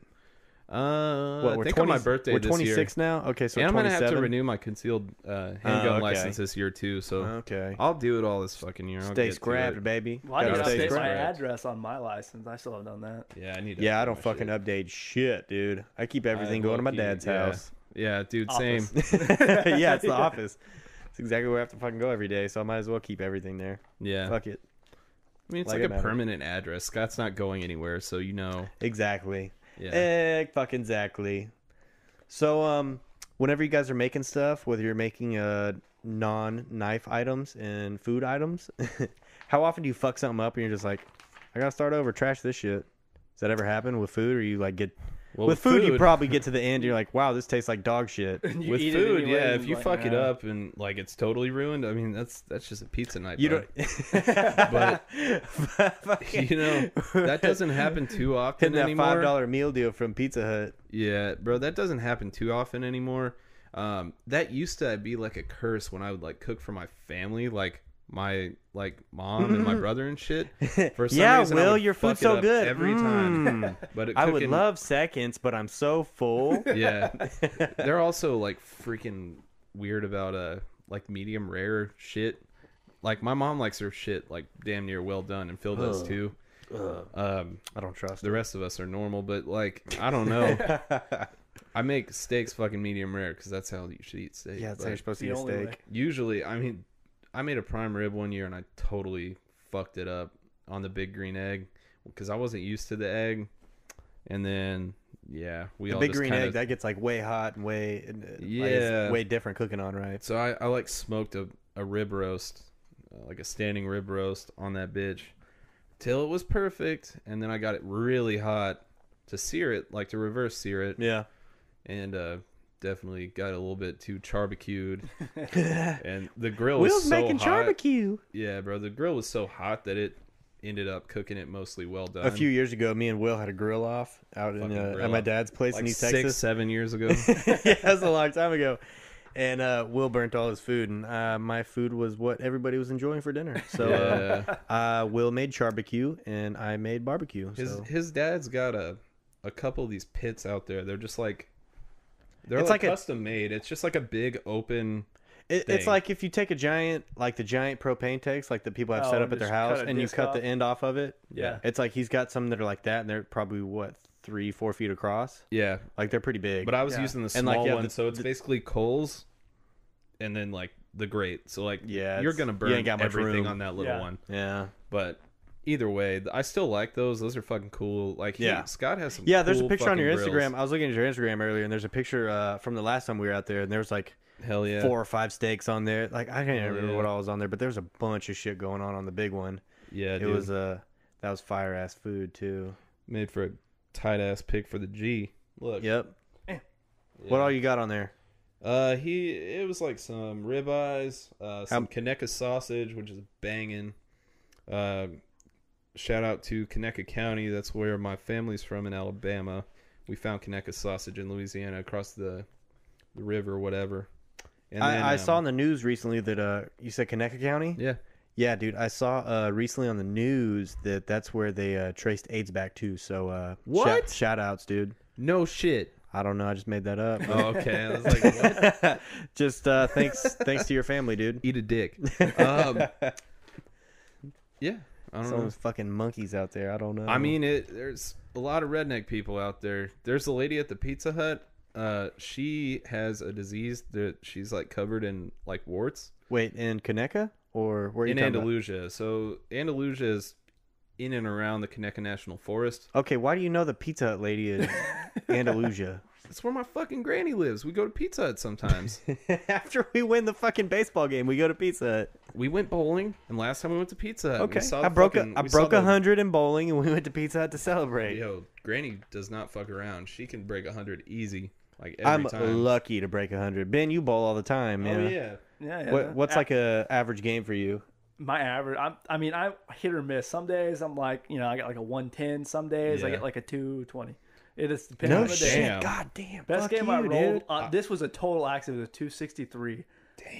[SPEAKER 3] Uh,
[SPEAKER 1] What,
[SPEAKER 3] I
[SPEAKER 1] we're
[SPEAKER 3] think
[SPEAKER 1] 20,
[SPEAKER 3] on my birthday
[SPEAKER 1] We're
[SPEAKER 3] this
[SPEAKER 1] 26
[SPEAKER 3] year.
[SPEAKER 1] now. Okay, so
[SPEAKER 3] and
[SPEAKER 1] we're
[SPEAKER 3] I'm
[SPEAKER 1] 27.
[SPEAKER 3] gonna have to renew my concealed uh, handgun
[SPEAKER 1] okay.
[SPEAKER 3] license this year too. So
[SPEAKER 1] Okay.
[SPEAKER 3] I'll do it all this fucking year. I'll get
[SPEAKER 1] Stay
[SPEAKER 3] to it.
[SPEAKER 1] scrapped, baby.
[SPEAKER 4] Well, I
[SPEAKER 1] Gotta
[SPEAKER 4] need to
[SPEAKER 3] Gotta stay
[SPEAKER 4] update my
[SPEAKER 3] correct.
[SPEAKER 4] address on my license. I still haven't done that.
[SPEAKER 3] Yeah, I need. To
[SPEAKER 1] Yeah, I
[SPEAKER 3] update
[SPEAKER 1] don't
[SPEAKER 3] my
[SPEAKER 1] fucking
[SPEAKER 3] shit.
[SPEAKER 1] update shit, dude. I keep everything going to my
[SPEAKER 3] Low-key,
[SPEAKER 1] dad's
[SPEAKER 3] yeah.
[SPEAKER 1] house.
[SPEAKER 3] Yeah, dude,
[SPEAKER 4] Office.
[SPEAKER 3] same.
[SPEAKER 1] yeah, it's the office. It's exactly where I have to fucking go every day, so I might as well keep everything there.
[SPEAKER 3] Yeah,
[SPEAKER 1] Fuck it.
[SPEAKER 3] I mean, it's
[SPEAKER 1] like
[SPEAKER 3] like,
[SPEAKER 1] it
[SPEAKER 3] a
[SPEAKER 1] matters.
[SPEAKER 3] permanent address. Scott's not going anywhere, so you know.
[SPEAKER 1] Exactly.
[SPEAKER 3] Yeah.
[SPEAKER 1] Eh, fucking exactly. So, um, whenever you guys are making stuff, whether you're making uh non-knife items and food items, how often do you fuck something up and you're just like, I gotta start over, trash this shit. Does that ever happen with food? Or you like get
[SPEAKER 3] Well,
[SPEAKER 1] with food, you probably get to the end. You're like, wow, this tastes like dog shit.
[SPEAKER 4] You
[SPEAKER 3] with
[SPEAKER 4] eat it
[SPEAKER 3] food,
[SPEAKER 4] anyway,
[SPEAKER 3] yeah.
[SPEAKER 4] and
[SPEAKER 3] If you
[SPEAKER 4] like,
[SPEAKER 3] fuck it
[SPEAKER 4] nah.
[SPEAKER 3] up and like it's totally ruined, I mean that's that's just a pizza night.
[SPEAKER 1] You
[SPEAKER 3] bud.
[SPEAKER 1] don't.
[SPEAKER 3] But-
[SPEAKER 1] Fucking-
[SPEAKER 3] you know that doesn't happen too often
[SPEAKER 1] Hitting that
[SPEAKER 3] anymore.
[SPEAKER 1] five dollar meal deal from Pizza Hut.
[SPEAKER 3] Yeah, bro, that doesn't happen too often anymore. Um, that used to be like a curse when I would like cook for my family, like my like mom and my brother and shit. For some
[SPEAKER 1] Yeah,
[SPEAKER 3] reason, I
[SPEAKER 1] Will,
[SPEAKER 3] would
[SPEAKER 1] your
[SPEAKER 3] fuck
[SPEAKER 1] food's
[SPEAKER 3] it
[SPEAKER 1] so
[SPEAKER 3] up
[SPEAKER 1] good. Mm.
[SPEAKER 3] every time. But it
[SPEAKER 1] I would
[SPEAKER 3] cooking-
[SPEAKER 1] love seconds, but I'm so full.
[SPEAKER 3] Yeah, they're also like freaking weird about uh like medium rare shit. Like my mom likes her shit like damn near well done, and Phil does too. Um,
[SPEAKER 1] I don't trust
[SPEAKER 3] the rest of us are normal, but like I don't know. I make steaks fucking medium rare because that's how you should eat steak.
[SPEAKER 1] Yeah, that's
[SPEAKER 3] but
[SPEAKER 1] how you're supposed to
[SPEAKER 4] the
[SPEAKER 1] eat a
[SPEAKER 4] only
[SPEAKER 1] steak.
[SPEAKER 4] way.
[SPEAKER 3] usually, I mean, I made a prime rib one year and I totally fucked it up on the big green egg because I wasn't used to the egg. And then yeah, we
[SPEAKER 1] The
[SPEAKER 3] all
[SPEAKER 1] big
[SPEAKER 3] just
[SPEAKER 1] green
[SPEAKER 3] kinda-
[SPEAKER 1] egg that gets like way hot and way and, uh, like, it's
[SPEAKER 3] Yeah.
[SPEAKER 1] way different cooking on right.
[SPEAKER 3] So I, I like smoked a, a rib roast, uh, like a standing rib roast on that bitch till it was perfect. And then I got it really hot to sear it, like to reverse sear it.
[SPEAKER 1] Yeah,
[SPEAKER 3] And uh, definitely got a little bit too charbecued. and the grill was
[SPEAKER 1] Will's
[SPEAKER 3] oh, so
[SPEAKER 1] making
[SPEAKER 3] hot.
[SPEAKER 1] barbecue.
[SPEAKER 3] Yeah, bro. The grill was so hot that it ended up cooking it mostly well done.
[SPEAKER 1] A few years ago, me and Will had a grill off out in,
[SPEAKER 3] Fucking
[SPEAKER 1] uh,
[SPEAKER 3] grill
[SPEAKER 1] at my
[SPEAKER 3] off.
[SPEAKER 1] dad's place
[SPEAKER 3] like
[SPEAKER 1] in East
[SPEAKER 3] six,
[SPEAKER 1] Texas.
[SPEAKER 3] seven years ago.
[SPEAKER 1] yeah, that was a long time ago. And uh, Will burnt all his food, and uh, my food was what everybody was enjoying for dinner. So
[SPEAKER 3] yeah.
[SPEAKER 1] uh, uh, Will made charbecue, and I made barbecue.
[SPEAKER 3] His
[SPEAKER 1] so.
[SPEAKER 3] his dad's got a a couple of these pits out there. They're just like they're
[SPEAKER 1] It's
[SPEAKER 3] like,
[SPEAKER 1] like a-
[SPEAKER 3] custom made. It's just like a big open.
[SPEAKER 1] It, it's
[SPEAKER 3] thing.
[SPEAKER 1] like if you take a giant, like the giant propane tanks, like the people have
[SPEAKER 4] Oh,
[SPEAKER 1] set
[SPEAKER 4] and
[SPEAKER 1] up at their
[SPEAKER 4] just cut
[SPEAKER 1] house,
[SPEAKER 4] a
[SPEAKER 1] and you
[SPEAKER 4] disc
[SPEAKER 1] cut
[SPEAKER 4] off?
[SPEAKER 1] the end off of it.
[SPEAKER 4] Yeah.
[SPEAKER 1] It's like he's got some that are like that, and they're probably what three, four feet across.
[SPEAKER 3] Yeah,
[SPEAKER 1] Like they're pretty big.
[SPEAKER 3] but I was
[SPEAKER 4] Yeah.
[SPEAKER 3] using the
[SPEAKER 1] And,
[SPEAKER 3] small
[SPEAKER 1] like, yeah,
[SPEAKER 3] one,
[SPEAKER 1] the-
[SPEAKER 3] so it's
[SPEAKER 1] the-
[SPEAKER 3] basically coals, and then like the grate. So like
[SPEAKER 1] Yeah,
[SPEAKER 3] you're
[SPEAKER 1] it's-
[SPEAKER 3] gonna
[SPEAKER 1] you
[SPEAKER 3] burn
[SPEAKER 1] ain't got much
[SPEAKER 3] everything
[SPEAKER 1] room.
[SPEAKER 3] on that little
[SPEAKER 4] Yeah.
[SPEAKER 3] one.
[SPEAKER 1] yeah,
[SPEAKER 3] But either way, th- I still like those. Those are fucking cool. Like he-
[SPEAKER 1] Yeah.
[SPEAKER 3] Scott has some.
[SPEAKER 1] yeah. There's a
[SPEAKER 3] cool
[SPEAKER 1] picture on
[SPEAKER 3] fucking
[SPEAKER 1] your
[SPEAKER 3] grills.
[SPEAKER 1] Instagram. I was looking at your Instagram earlier, and there's a picture uh, from the last time we were out there, and there was like
[SPEAKER 3] Hell yeah. Oh,
[SPEAKER 1] four or five steaks on there. Like I can't remember
[SPEAKER 3] yeah.
[SPEAKER 1] what all was on there, but there was a bunch of shit going on on the big one.
[SPEAKER 3] Yeah,
[SPEAKER 1] It
[SPEAKER 3] dude.
[SPEAKER 1] was uh, that was fire ass food too.
[SPEAKER 3] made for a tight ass pick for the G. Look.
[SPEAKER 1] Yep.
[SPEAKER 4] Eh.
[SPEAKER 1] What all you got on there?
[SPEAKER 3] Uh, he it was like some ribeyes, uh, some
[SPEAKER 1] Um,
[SPEAKER 3] Kaneka sausage, which is banging. Uh, shout out to Kaneka County. That's where my family's from in Alabama. We found Kaneka sausage in Louisiana across the the river, whatever. And
[SPEAKER 1] I,
[SPEAKER 3] then,
[SPEAKER 1] I
[SPEAKER 3] um,
[SPEAKER 1] saw in the news recently that uh, you said Conecuh County.
[SPEAKER 3] yeah,
[SPEAKER 1] Yeah, dude, I saw uh, recently on the news that that's where they uh, traced AIDS back to. So uh,
[SPEAKER 3] What?
[SPEAKER 1] Shout, shout outs, dude.
[SPEAKER 3] no shit.
[SPEAKER 1] I don't know. I just made that up.
[SPEAKER 3] Oh, okay, I was like, what?
[SPEAKER 1] just uh, thanks, thanks to your family, dude.
[SPEAKER 3] eat a dick. Um, yeah, I don't
[SPEAKER 1] Some
[SPEAKER 3] know.
[SPEAKER 1] of those fucking monkeys out there. I don't know.
[SPEAKER 3] I mean, it, there's a lot of redneck people out there. There's a lady at the Pizza Hut. Uh, she has a disease that she's like covered in like warts
[SPEAKER 1] wait, in Conecuh or where are you
[SPEAKER 3] in
[SPEAKER 1] talking about?
[SPEAKER 3] Andalusia. So Andalusia is in and around the Conecuh National Forest.
[SPEAKER 1] Okay, why do you know the Pizza Hut lady in Andalusia?
[SPEAKER 3] That's where my fucking granny lives. We go to Pizza Hut sometimes.
[SPEAKER 1] After we win the fucking baseball game, we go to Pizza Hut.
[SPEAKER 3] we went bowling, and last time we went to Pizza Hut, we
[SPEAKER 1] Okay,
[SPEAKER 3] saw
[SPEAKER 1] I
[SPEAKER 3] the
[SPEAKER 1] broke
[SPEAKER 3] fucking-
[SPEAKER 1] a, I
[SPEAKER 3] we saw
[SPEAKER 1] broke a
[SPEAKER 3] the-
[SPEAKER 1] hundred in bowling, and we went to Pizza Hut to celebrate.
[SPEAKER 3] Yo, Granny does not fuck around. She can break a hundred easy, like every
[SPEAKER 1] I'm
[SPEAKER 3] time.
[SPEAKER 1] lucky to break a hundred. Ben, you bowl all the time,
[SPEAKER 3] oh
[SPEAKER 1] man.
[SPEAKER 3] yeah.
[SPEAKER 4] Yeah, yeah.
[SPEAKER 1] What, what's
[SPEAKER 4] A-
[SPEAKER 1] like a average game for you?
[SPEAKER 4] my average? I'm, I mean, I hit or miss. Some days I'm like, you know, I got like a 110. Some days I
[SPEAKER 3] Yeah.
[SPEAKER 4] get like a 220. It just depends on the day.
[SPEAKER 3] Damn.
[SPEAKER 1] God damn.
[SPEAKER 4] Best
[SPEAKER 1] fuck
[SPEAKER 4] game I
[SPEAKER 1] you,
[SPEAKER 4] rolled.
[SPEAKER 1] dude.
[SPEAKER 4] Uh, this was a total accident. It was a 263.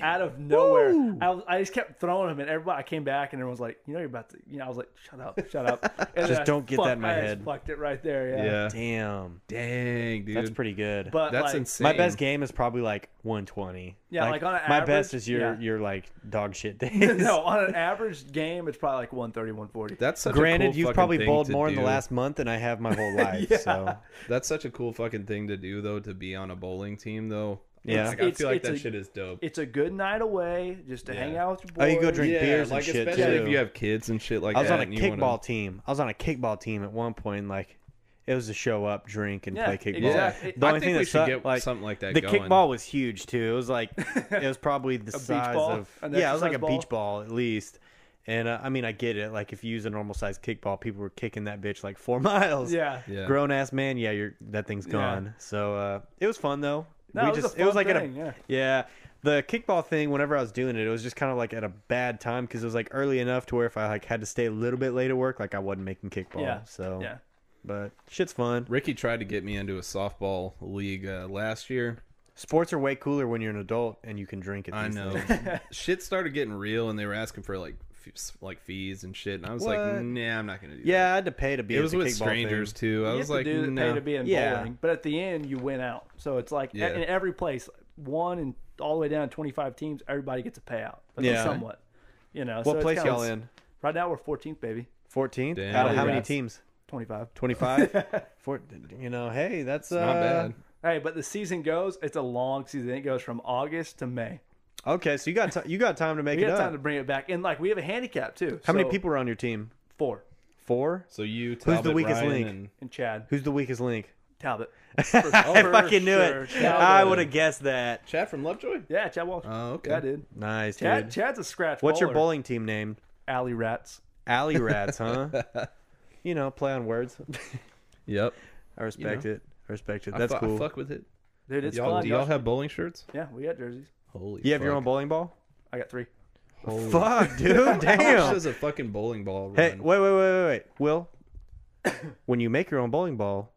[SPEAKER 4] Out of nowhere, I, was, I just kept throwing them, and everybody. I came back, and everyone's like, "You know, you're about to." You know, I was like, "Shut up, shut up!" And then
[SPEAKER 1] Just
[SPEAKER 4] I-
[SPEAKER 1] don't get
[SPEAKER 4] fuck,
[SPEAKER 1] that in my
[SPEAKER 4] I just
[SPEAKER 1] head.
[SPEAKER 4] Fucked it right there. Yeah.
[SPEAKER 3] Yeah.
[SPEAKER 1] Ah, Damn.
[SPEAKER 3] Dang, dude.
[SPEAKER 1] That's pretty good.
[SPEAKER 4] But
[SPEAKER 3] That's
[SPEAKER 4] like,
[SPEAKER 3] insane.
[SPEAKER 1] my best game is probably like 120.
[SPEAKER 4] Yeah, like on an
[SPEAKER 1] my best
[SPEAKER 4] average,
[SPEAKER 1] is your
[SPEAKER 4] yeah.
[SPEAKER 1] your like dog shit days.
[SPEAKER 4] no, on an average game, it's probably like 130, 140.
[SPEAKER 3] That's such a
[SPEAKER 1] Granted,
[SPEAKER 3] cool
[SPEAKER 1] you've
[SPEAKER 3] fucking
[SPEAKER 1] probably
[SPEAKER 3] thing
[SPEAKER 1] bowled
[SPEAKER 3] to
[SPEAKER 1] more in the
[SPEAKER 3] do.
[SPEAKER 1] last month than I have my whole life. So
[SPEAKER 3] That's such a cool fucking thing to do, though, to be on a bowling team, though.
[SPEAKER 1] Yeah.
[SPEAKER 3] Like, I
[SPEAKER 4] It's-
[SPEAKER 3] feel like
[SPEAKER 4] it's
[SPEAKER 3] that
[SPEAKER 4] a-
[SPEAKER 3] shit is dope.
[SPEAKER 4] it's a good night away just to hang out with your
[SPEAKER 1] Oh,
[SPEAKER 4] boys.
[SPEAKER 1] you go drink- beers and
[SPEAKER 3] like
[SPEAKER 1] shit,
[SPEAKER 3] especially
[SPEAKER 1] too.
[SPEAKER 3] if you have kids and shit like
[SPEAKER 1] I was
[SPEAKER 3] that.
[SPEAKER 1] on a
[SPEAKER 3] and you
[SPEAKER 1] kickball
[SPEAKER 3] wanna-
[SPEAKER 1] team. I was on a kickball team at one point. and, Like it was to show up, drink, and
[SPEAKER 4] Yeah,
[SPEAKER 1] play kickball.
[SPEAKER 4] exactly.
[SPEAKER 1] The
[SPEAKER 3] I
[SPEAKER 1] only
[SPEAKER 3] think
[SPEAKER 1] thing
[SPEAKER 3] we
[SPEAKER 1] that
[SPEAKER 3] should
[SPEAKER 1] sucked,
[SPEAKER 3] get
[SPEAKER 1] like
[SPEAKER 3] something like that
[SPEAKER 1] The
[SPEAKER 3] going.
[SPEAKER 1] kickball was huge too. It was like it was probably the
[SPEAKER 4] beach
[SPEAKER 1] size
[SPEAKER 4] ball?
[SPEAKER 1] of
[SPEAKER 4] An
[SPEAKER 1] yeah, it was like a
[SPEAKER 4] exercise
[SPEAKER 1] beach ball at least. And uh, I mean, I get it. Like if you use a normal size kickball, people were kicking that bitch like four miles.
[SPEAKER 4] Yeah.
[SPEAKER 3] Yeah.
[SPEAKER 1] Grown ass man, yeah, you're that thing's gone. So uh, it was fun though.
[SPEAKER 4] No, it was a
[SPEAKER 1] it was
[SPEAKER 4] fun
[SPEAKER 1] like at
[SPEAKER 4] thing, yeah.
[SPEAKER 1] a yeah. The kickball thing, whenever I was doing it, it was just kind of like at a bad time because it was like early enough to where if I like had to stay a little bit late at work, like I wasn't making kickball.
[SPEAKER 4] Yeah.
[SPEAKER 1] So
[SPEAKER 4] Yeah.
[SPEAKER 1] but shit's fun.
[SPEAKER 3] Ricky tried to get me into a softball league uh, last year.
[SPEAKER 1] Sports are way cooler when you're an adult and you can drink it.
[SPEAKER 3] I know. shit started getting real, and they were asking for like f- like fees and shit, and I was
[SPEAKER 1] What?
[SPEAKER 3] like, Nah, I'm not gonna do that.
[SPEAKER 1] Yeah, I had to pay to be.
[SPEAKER 3] It
[SPEAKER 1] at
[SPEAKER 3] was
[SPEAKER 1] the
[SPEAKER 3] with
[SPEAKER 1] kickball
[SPEAKER 3] strangers
[SPEAKER 1] thing.
[SPEAKER 3] too. I
[SPEAKER 4] You
[SPEAKER 3] was
[SPEAKER 4] have
[SPEAKER 3] like,
[SPEAKER 4] to do the
[SPEAKER 3] no.
[SPEAKER 4] pay to be in
[SPEAKER 1] Yeah.
[SPEAKER 4] bowling, but at the end you win out. So it's like e-,
[SPEAKER 3] Yeah.
[SPEAKER 4] in every place, one and all the way down to twenty five teams, everybody gets a payout. Like
[SPEAKER 1] Yeah.
[SPEAKER 4] somewhat. You know,
[SPEAKER 1] What
[SPEAKER 4] so it's
[SPEAKER 1] place
[SPEAKER 4] kinda-
[SPEAKER 1] y'all in?
[SPEAKER 4] Right now we're fourteenth, baby.
[SPEAKER 1] 14th?
[SPEAKER 3] Damn.
[SPEAKER 1] Out of how many
[SPEAKER 4] Congrats.
[SPEAKER 1] teams?
[SPEAKER 4] Twenty five.
[SPEAKER 1] 25? Four, you know, hey, that's uh,
[SPEAKER 3] Not bad.
[SPEAKER 4] Hey, but the season goes. It's a long season. It goes from August to May.
[SPEAKER 1] Okay, so you got ti- you got time to make
[SPEAKER 4] We
[SPEAKER 1] it
[SPEAKER 4] got
[SPEAKER 1] up.
[SPEAKER 4] time to bring it back, and like we have a handicap too.
[SPEAKER 1] How many
[SPEAKER 4] So,
[SPEAKER 1] people are on your team?
[SPEAKER 4] Four
[SPEAKER 1] Four.
[SPEAKER 3] So you,
[SPEAKER 1] the
[SPEAKER 3] Talbot,
[SPEAKER 1] weakest
[SPEAKER 3] Ryan,
[SPEAKER 1] link?
[SPEAKER 3] and-
[SPEAKER 4] and Chad
[SPEAKER 1] Who's the weakest link?
[SPEAKER 4] Talbot.
[SPEAKER 1] I fucking knew
[SPEAKER 4] sure,
[SPEAKER 1] it.
[SPEAKER 4] Chad
[SPEAKER 1] I
[SPEAKER 4] Walsh.
[SPEAKER 1] would have guessed that.
[SPEAKER 3] Chad from Lovejoy.
[SPEAKER 4] Yeah, Chad Walsh.
[SPEAKER 3] Oh, okay.
[SPEAKER 4] Yeah, dude.
[SPEAKER 1] Nice,
[SPEAKER 4] Chad,
[SPEAKER 1] dude.
[SPEAKER 4] Chad's a scratch.
[SPEAKER 1] What's your
[SPEAKER 4] bowler.
[SPEAKER 1] bowling team named?
[SPEAKER 4] Alley rats.
[SPEAKER 1] Alley Rats, huh? you know, play on words.
[SPEAKER 3] Yep.
[SPEAKER 1] I respect it. I respect it.
[SPEAKER 3] I
[SPEAKER 1] That's
[SPEAKER 3] fu- I
[SPEAKER 1] cool.
[SPEAKER 3] fuck with it.
[SPEAKER 4] Dude, it's
[SPEAKER 3] y'all,
[SPEAKER 4] fun.
[SPEAKER 3] do y'all
[SPEAKER 4] Y'all-
[SPEAKER 3] have bowling shirts?
[SPEAKER 4] yeah, we got jerseys.
[SPEAKER 3] Holy.
[SPEAKER 1] You have your own bowling ball?
[SPEAKER 4] I got three.
[SPEAKER 3] bowling.
[SPEAKER 1] Fuck, dude.
[SPEAKER 3] How much
[SPEAKER 1] Damn.
[SPEAKER 3] does a fucking bowling ball run?
[SPEAKER 1] Hey, wait, wait, wait, wait, wait. Will, when you make your own bowling ball,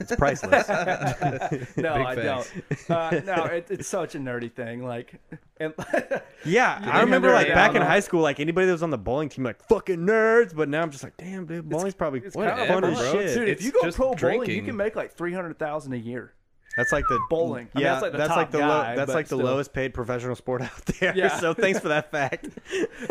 [SPEAKER 1] it's priceless.
[SPEAKER 4] No,
[SPEAKER 3] Big
[SPEAKER 4] I
[SPEAKER 3] facts.
[SPEAKER 4] don't. Uh, no, it, it's such a nerdy thing. Like, and
[SPEAKER 1] Yeah, I remember
[SPEAKER 4] they're
[SPEAKER 1] like
[SPEAKER 4] down
[SPEAKER 1] back in
[SPEAKER 4] on-
[SPEAKER 1] high school, like anybody that was on the bowling team, like fucking nerds. But now I'm just like, damn, dude, bowling's probably
[SPEAKER 4] it's
[SPEAKER 1] fun
[SPEAKER 4] kinda
[SPEAKER 3] Whatever,
[SPEAKER 1] as
[SPEAKER 3] bro.
[SPEAKER 1] shit.
[SPEAKER 4] dude, if
[SPEAKER 3] it's
[SPEAKER 4] you go
[SPEAKER 3] just
[SPEAKER 4] pro bowling, you
[SPEAKER 3] drinking.
[SPEAKER 4] can make like three hundred thousand a year.
[SPEAKER 1] That's like the
[SPEAKER 4] Bowling. I mean,
[SPEAKER 1] Yeah,
[SPEAKER 4] that's like the top
[SPEAKER 1] the
[SPEAKER 4] guy,
[SPEAKER 1] that's
[SPEAKER 4] but
[SPEAKER 1] like the
[SPEAKER 4] still.
[SPEAKER 1] lowest paid professional sport out there.
[SPEAKER 4] Yeah.
[SPEAKER 1] so thanks for that fact.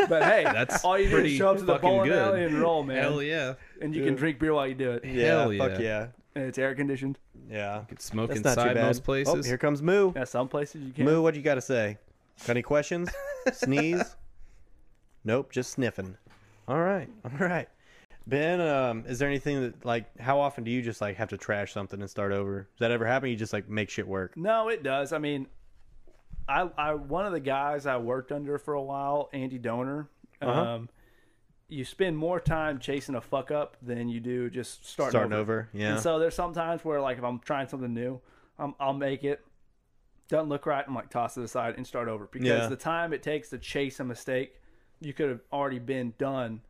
[SPEAKER 4] But hey,
[SPEAKER 3] That's
[SPEAKER 4] all Oh, you do is
[SPEAKER 3] pretty
[SPEAKER 4] show up to the
[SPEAKER 3] fucking
[SPEAKER 4] bowling
[SPEAKER 3] good.
[SPEAKER 4] alley and roll, man.
[SPEAKER 3] Hell yeah.
[SPEAKER 4] And you can drink beer while you do it.
[SPEAKER 1] Yeah,
[SPEAKER 3] Hell
[SPEAKER 1] fuck yeah,
[SPEAKER 4] And it's air conditioned.
[SPEAKER 1] yeah.
[SPEAKER 3] Smoke
[SPEAKER 1] That's not too
[SPEAKER 3] inside
[SPEAKER 1] bad.
[SPEAKER 3] most
[SPEAKER 1] Oh,
[SPEAKER 3] places.
[SPEAKER 1] here comes Moo.
[SPEAKER 4] Yeah, some places you can't.
[SPEAKER 1] Moo, what do you got to say? Got any questions? Sneeze? Nope, just sniffing. All right, all right. Ben, um, is there anything that like? How often do you just like have to trash something and start over? Does that ever happen? You just like make shit work.
[SPEAKER 4] No, it does. I mean, I, I one of the guys I worked under for a while, Andy Donor.
[SPEAKER 3] Uh-huh.
[SPEAKER 4] Um, you spend more time chasing a fuck up than you do just starting,
[SPEAKER 1] Starting over, yeah.
[SPEAKER 4] And so there's some times where like if I'm trying something new, um, I'll make it. Doesn't look right. I'm like toss it aside and start over because
[SPEAKER 1] Yeah.
[SPEAKER 4] the time it takes to chase a mistake, you could have already been done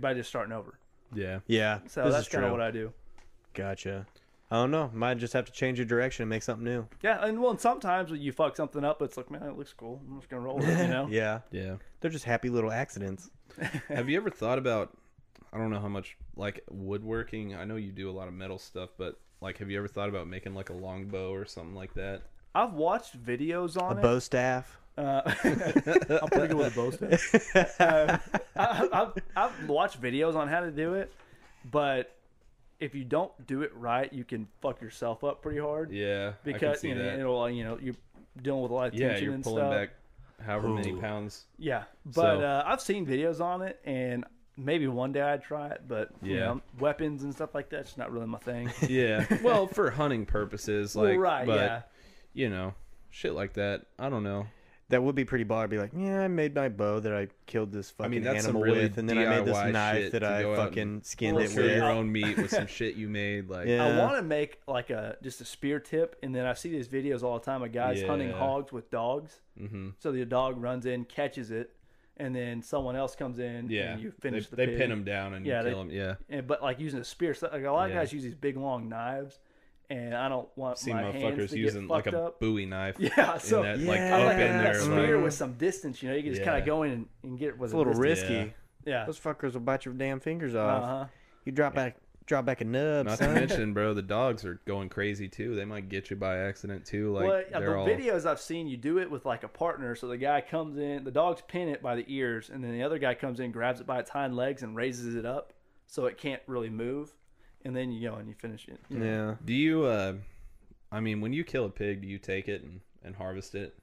[SPEAKER 4] by just starting over.
[SPEAKER 3] yeah.
[SPEAKER 1] Yeah,
[SPEAKER 4] So
[SPEAKER 1] this
[SPEAKER 4] that's
[SPEAKER 1] is
[SPEAKER 4] kind of
[SPEAKER 1] true.
[SPEAKER 4] what I do.
[SPEAKER 1] Gotcha. I don't know. Might just have to change your direction and make something new.
[SPEAKER 4] Yeah, and well, and sometimes when you fuck something up, it's like, man, it looks cool. I'm just gonna roll with it, you know.
[SPEAKER 1] Yeah,
[SPEAKER 3] Yeah.
[SPEAKER 1] they're just happy little accidents.
[SPEAKER 3] Have you ever thought about? I don't know how much like woodworking. I know you do a lot of metal stuff, but like, have you ever thought about making like a longbow or something like that?
[SPEAKER 4] I've watched videos
[SPEAKER 1] A
[SPEAKER 4] on it.
[SPEAKER 1] bow staff.
[SPEAKER 4] I'm pretty good with a bow staff. um, I, I've, I've watched videos on how to do it, but if you don't do it right, you can fuck yourself up pretty hard.
[SPEAKER 3] Yeah, I can
[SPEAKER 4] because
[SPEAKER 3] see
[SPEAKER 4] you know,
[SPEAKER 3] that.
[SPEAKER 4] it'll you know you're dealing with a lot of
[SPEAKER 3] yeah,
[SPEAKER 4] tension
[SPEAKER 3] you're
[SPEAKER 4] and
[SPEAKER 3] pulling
[SPEAKER 4] stuff.
[SPEAKER 3] back however many pounds.
[SPEAKER 4] Yeah, but
[SPEAKER 3] So-
[SPEAKER 4] uh, I've seen videos on it, and maybe one day I'd try it. But you
[SPEAKER 3] Yeah.
[SPEAKER 4] know, weapons and stuff like that's not really my thing.
[SPEAKER 3] Yeah. well, for hunting purposes, like,
[SPEAKER 4] right?
[SPEAKER 3] but
[SPEAKER 4] yeah.
[SPEAKER 3] you know, shit like that. I don't know.
[SPEAKER 1] That would be pretty baller. Be like, yeah, I made my bow that I killed this fucking
[SPEAKER 3] mean, that's some
[SPEAKER 1] animal
[SPEAKER 3] really
[SPEAKER 1] with, and then I made this
[SPEAKER 3] DIY
[SPEAKER 1] knife
[SPEAKER 3] shit
[SPEAKER 1] that
[SPEAKER 3] to
[SPEAKER 1] I
[SPEAKER 3] go out
[SPEAKER 1] fucking
[SPEAKER 3] and
[SPEAKER 1] skinned
[SPEAKER 4] Well,
[SPEAKER 1] it
[SPEAKER 4] sure,
[SPEAKER 1] with.
[SPEAKER 3] Kill your
[SPEAKER 4] yeah.
[SPEAKER 3] own meat with some shit you made. Like,
[SPEAKER 1] Yeah.
[SPEAKER 4] I want to make like a just a spear tip, and then I see these videos all the time of guys hunting
[SPEAKER 3] Yeah.
[SPEAKER 4] hogs with dogs. Mm-hmm. So the dog runs in, catches it, and then someone else comes in.
[SPEAKER 3] yeah,
[SPEAKER 4] and you finish
[SPEAKER 3] they,
[SPEAKER 4] the
[SPEAKER 3] they
[SPEAKER 4] pig.
[SPEAKER 3] pin them down and
[SPEAKER 4] Yeah,
[SPEAKER 3] you
[SPEAKER 4] they-
[SPEAKER 3] kill them. Yeah,
[SPEAKER 4] And, but like using a spear, so, like a lot of
[SPEAKER 3] Yeah.
[SPEAKER 4] guys use these big long knives, and I don't want
[SPEAKER 3] seen
[SPEAKER 4] my hands
[SPEAKER 3] motherfuckers
[SPEAKER 4] to
[SPEAKER 3] using
[SPEAKER 4] get
[SPEAKER 3] like
[SPEAKER 4] fucked
[SPEAKER 3] a
[SPEAKER 4] up.
[SPEAKER 3] Bowie knife.
[SPEAKER 4] Yeah, so-
[SPEAKER 3] and that, like
[SPEAKER 1] Yeah.
[SPEAKER 4] I
[SPEAKER 3] up
[SPEAKER 4] like
[SPEAKER 3] in
[SPEAKER 4] having that
[SPEAKER 3] there,
[SPEAKER 4] spear
[SPEAKER 3] like,
[SPEAKER 4] with some distance. You know, you can just kind
[SPEAKER 3] Yeah.
[SPEAKER 4] of go in and, and get it with
[SPEAKER 1] It's a little
[SPEAKER 4] distance.
[SPEAKER 1] risky.
[SPEAKER 3] Yeah.
[SPEAKER 4] Yeah,
[SPEAKER 1] Those fuckers will bite your damn fingers off.
[SPEAKER 4] uh-huh.
[SPEAKER 1] You drop back, drop back a nub.
[SPEAKER 3] Not to
[SPEAKER 1] son.
[SPEAKER 3] mention, bro, the dogs are going crazy too. They might get you by accident too. Like
[SPEAKER 4] well, yeah, the
[SPEAKER 3] they're all
[SPEAKER 4] videos I've seen, you do it with like a partner. So the guy comes in, the dog's pin it by the ears, and then the other guy comes in, grabs it by its hind legs, and raises it up so it can't really move. And then you go and you finish it. You know?
[SPEAKER 1] yeah.
[SPEAKER 3] Do you? uh I mean, when you kill a pig, do you take it and, and harvest it?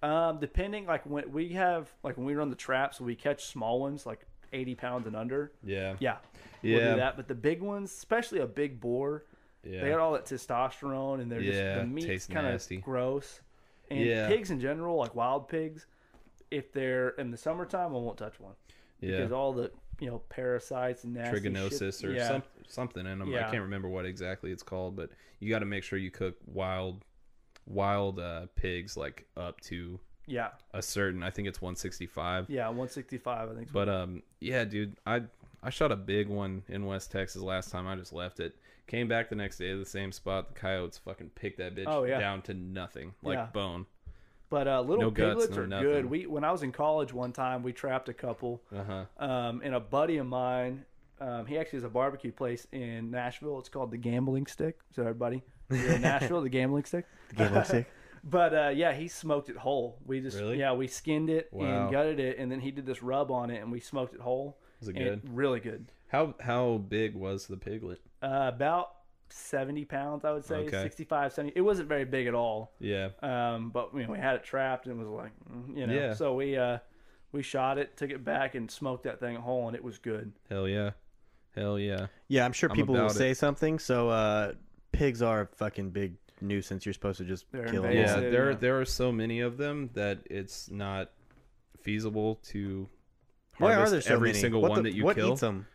[SPEAKER 4] Um, depending, like when we have, like when we run the traps, we catch small ones, like 80 pounds and under.
[SPEAKER 3] Yeah.
[SPEAKER 4] Yeah. We'll
[SPEAKER 3] Yeah.
[SPEAKER 4] do that. But the big ones, especially a big boar,
[SPEAKER 3] Yeah.
[SPEAKER 4] they got all that testosterone and they're
[SPEAKER 3] Yeah,
[SPEAKER 4] just, the meat's
[SPEAKER 3] tastes
[SPEAKER 4] kind
[SPEAKER 3] nasty.
[SPEAKER 4] of gross. And
[SPEAKER 3] Yeah.
[SPEAKER 4] pigs in general, like wild pigs, if they're in the summertime, I won't touch one.
[SPEAKER 3] Yeah.
[SPEAKER 4] because all the you know parasites and nasty shit-
[SPEAKER 3] Trigonosis or
[SPEAKER 4] yeah.
[SPEAKER 3] some, something in them. I
[SPEAKER 4] Yeah.
[SPEAKER 3] can't remember what exactly it's called, but you got to make sure you cook wild wild uh, pigs like up to
[SPEAKER 4] Yeah,
[SPEAKER 3] a certain. I think it's 165.
[SPEAKER 4] yeah, one sixty five. I think.
[SPEAKER 3] But um, yeah, dude, I I shot a big one in West Texas last time. I just left it. Came back the next day to the same spot. The coyotes fucking picked that bitch
[SPEAKER 4] Oh, yeah.
[SPEAKER 3] down to nothing, like
[SPEAKER 4] Yeah.
[SPEAKER 3] bone.
[SPEAKER 4] but uh, little
[SPEAKER 3] no guts,
[SPEAKER 4] piglets
[SPEAKER 3] no
[SPEAKER 4] are
[SPEAKER 3] nothing.
[SPEAKER 4] good. We when I was in college one time we trapped a couple.
[SPEAKER 3] Uh huh.
[SPEAKER 4] um, and a buddy of mine, um, he actually has a barbecue place in Nashville. It's called the Gambling Stick. So everybody, if you're in Nashville, the Gambling Stick. But uh, yeah, he smoked it whole. We just
[SPEAKER 3] Really?
[SPEAKER 4] yeah, we skinned it
[SPEAKER 3] Wow.
[SPEAKER 4] and gutted it, and then he did this rub on it, and we smoked it whole.
[SPEAKER 3] Was it
[SPEAKER 4] And
[SPEAKER 3] good?
[SPEAKER 4] really good.
[SPEAKER 3] How how big was the piglet?
[SPEAKER 4] Uh, about seventy pounds, I would say,
[SPEAKER 3] Okay.
[SPEAKER 4] 65, 70. It wasn't very big at all.
[SPEAKER 3] Yeah.
[SPEAKER 4] Um, but you know, we had it trapped and it was like, mm, you know,
[SPEAKER 3] Yeah.
[SPEAKER 4] so we uh, we shot it, took it back, and smoked that thing whole, and it was good.
[SPEAKER 3] Hell yeah. Hell yeah.
[SPEAKER 1] Yeah, I'm sure
[SPEAKER 3] I'm
[SPEAKER 1] people will
[SPEAKER 3] about it.
[SPEAKER 1] say something. So uh, pigs are a fucking big nuisance. You're supposed to just
[SPEAKER 4] They're
[SPEAKER 1] kill them.
[SPEAKER 4] invasive.
[SPEAKER 1] all.
[SPEAKER 3] Yeah,
[SPEAKER 4] Yeah.
[SPEAKER 3] there there are so many of them that it's not feasible to
[SPEAKER 1] Why
[SPEAKER 3] harvest
[SPEAKER 1] are there so
[SPEAKER 3] every
[SPEAKER 1] many?
[SPEAKER 3] single
[SPEAKER 1] What
[SPEAKER 3] one
[SPEAKER 1] the-
[SPEAKER 3] that you
[SPEAKER 1] what
[SPEAKER 3] kill.
[SPEAKER 1] eats them?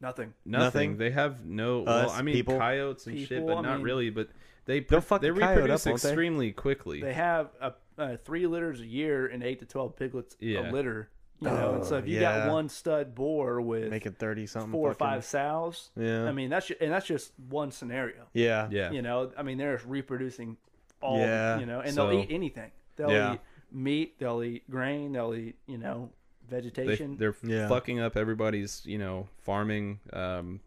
[SPEAKER 4] Nothing.
[SPEAKER 3] Nothing.
[SPEAKER 1] Nothing?
[SPEAKER 3] They have no. well,
[SPEAKER 1] Us,
[SPEAKER 3] I mean,
[SPEAKER 1] people?
[SPEAKER 3] coyotes and shit,
[SPEAKER 4] People,
[SPEAKER 3] but
[SPEAKER 4] I
[SPEAKER 3] not
[SPEAKER 4] mean-
[SPEAKER 3] really. But they
[SPEAKER 1] They'll fuck
[SPEAKER 3] they
[SPEAKER 1] the coyote up,
[SPEAKER 3] reproduce
[SPEAKER 1] won't they?
[SPEAKER 3] extremely quickly.
[SPEAKER 4] they have a, uh, three litters a year and eight to twelve piglets
[SPEAKER 3] Yeah.
[SPEAKER 4] a litter. You know, and so if you
[SPEAKER 1] yeah.
[SPEAKER 4] got one stud boar with
[SPEAKER 1] Make it thirty something.
[SPEAKER 4] four or
[SPEAKER 1] fucking-
[SPEAKER 4] five sows,
[SPEAKER 1] Yeah.
[SPEAKER 4] I mean that's ju- and that's just one scenario.
[SPEAKER 1] Yeah.
[SPEAKER 3] yeah,
[SPEAKER 4] You know, I mean they're reproducing all.
[SPEAKER 1] Yeah.
[SPEAKER 4] You know, and
[SPEAKER 3] So-
[SPEAKER 4] they'll eat anything. They'll
[SPEAKER 1] Yeah.
[SPEAKER 4] eat meat. They'll eat grain. They'll eat you know
[SPEAKER 3] they,
[SPEAKER 4] vegetation.
[SPEAKER 3] they're
[SPEAKER 1] Yeah.
[SPEAKER 3] fucking up everybody's. You know, farming. Um,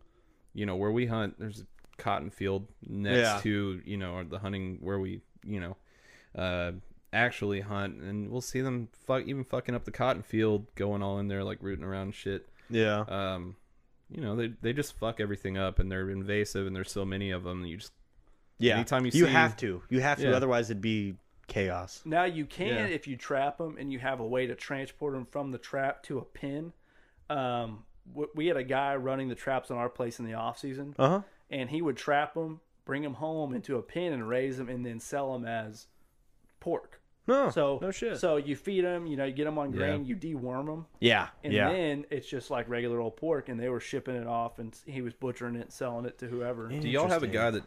[SPEAKER 3] you know where we hunt. There's a cotton field next
[SPEAKER 1] Yeah.
[SPEAKER 3] to you know the hunting where we you know uh, actually hunt, and we'll see them fuck even fucking up the cotton field, going all in there like rooting around and shit.
[SPEAKER 1] Yeah.
[SPEAKER 3] Um, you know they they just fuck everything up, and they're invasive, and there's so many of them. That you just
[SPEAKER 1] yeah.
[SPEAKER 3] anytime you see-
[SPEAKER 1] have to. You have to.
[SPEAKER 3] Yeah.
[SPEAKER 1] Otherwise, it'd be chaos.
[SPEAKER 4] Now you can
[SPEAKER 3] Yeah.
[SPEAKER 4] if you trap them and you have a way to transport them from the trap to a pen. Um, w- we had a guy running the traps on our place in the off season,
[SPEAKER 1] Uh huh.
[SPEAKER 3] Uh-huh.
[SPEAKER 4] and he would trap them, bring them home into a pen, and raise them, and then sell them as pork.
[SPEAKER 1] No.
[SPEAKER 4] So
[SPEAKER 1] no shit.
[SPEAKER 4] So you feed them, you know, you get them on
[SPEAKER 3] Yeah.
[SPEAKER 4] grain, you deworm them,
[SPEAKER 1] yeah.
[SPEAKER 4] and
[SPEAKER 1] yeah.
[SPEAKER 4] then it's just like regular old pork. And they were shipping it off, and s- he was butchering it, and selling it to whoever.
[SPEAKER 3] Do y'all have a
[SPEAKER 1] Interesting.
[SPEAKER 3] guy that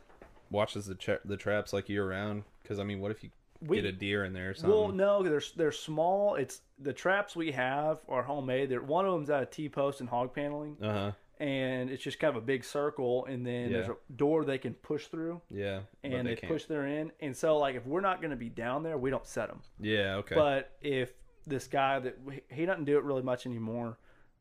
[SPEAKER 3] watches the tra- the traps like year round? Because I mean, what if you
[SPEAKER 4] We-
[SPEAKER 3] get a deer in there or something?
[SPEAKER 4] Well, no, they're they're small. It's the traps we have are homemade. They're, one of them's out of T post and hog paneling,
[SPEAKER 3] Uh huh.
[SPEAKER 4] and it's just kind of a big circle, and then there's
[SPEAKER 3] Yeah.
[SPEAKER 4] a door they can push through,
[SPEAKER 3] Yeah. but
[SPEAKER 4] and they,
[SPEAKER 3] can't.
[SPEAKER 4] push their in. And so, like, if we're not going to be down there, we don't set them.
[SPEAKER 3] Yeah. Okay.
[SPEAKER 4] But if this guy that he doesn't do it really much anymore,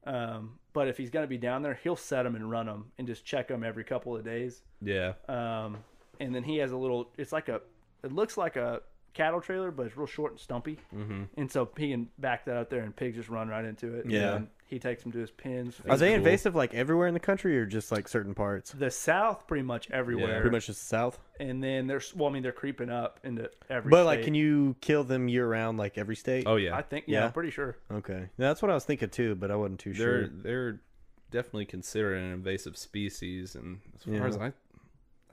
[SPEAKER 4] um, but if he's going to be down there, he'll set them and run them and just check them every couple of days.
[SPEAKER 3] yeah.
[SPEAKER 1] uh,
[SPEAKER 4] Um, and then he has a little. It's like a. It looks like a cattle trailer, but it's real short and stumpy. Mm-hmm. And so he can back that out there, and pigs just run right into it.
[SPEAKER 1] Yeah.
[SPEAKER 4] And he takes them to his pens.
[SPEAKER 1] Are they
[SPEAKER 3] Cool.
[SPEAKER 1] invasive like everywhere in the country or just like certain parts?
[SPEAKER 4] The South, pretty much everywhere.
[SPEAKER 1] Pretty much just the south.
[SPEAKER 4] And then there's. Well, I mean, they're creeping up into every.
[SPEAKER 1] But like,
[SPEAKER 4] state.
[SPEAKER 1] can you kill them year round like every state?
[SPEAKER 3] oh yeah.
[SPEAKER 4] I think. Yeah,
[SPEAKER 1] Yeah.
[SPEAKER 4] I'm pretty sure.
[SPEAKER 1] Okay. Now, that's what I was thinking too, but I wasn't too
[SPEAKER 3] they're
[SPEAKER 1] sure.
[SPEAKER 3] they're definitely considered an invasive species, and as far
[SPEAKER 1] Yeah.
[SPEAKER 3] as I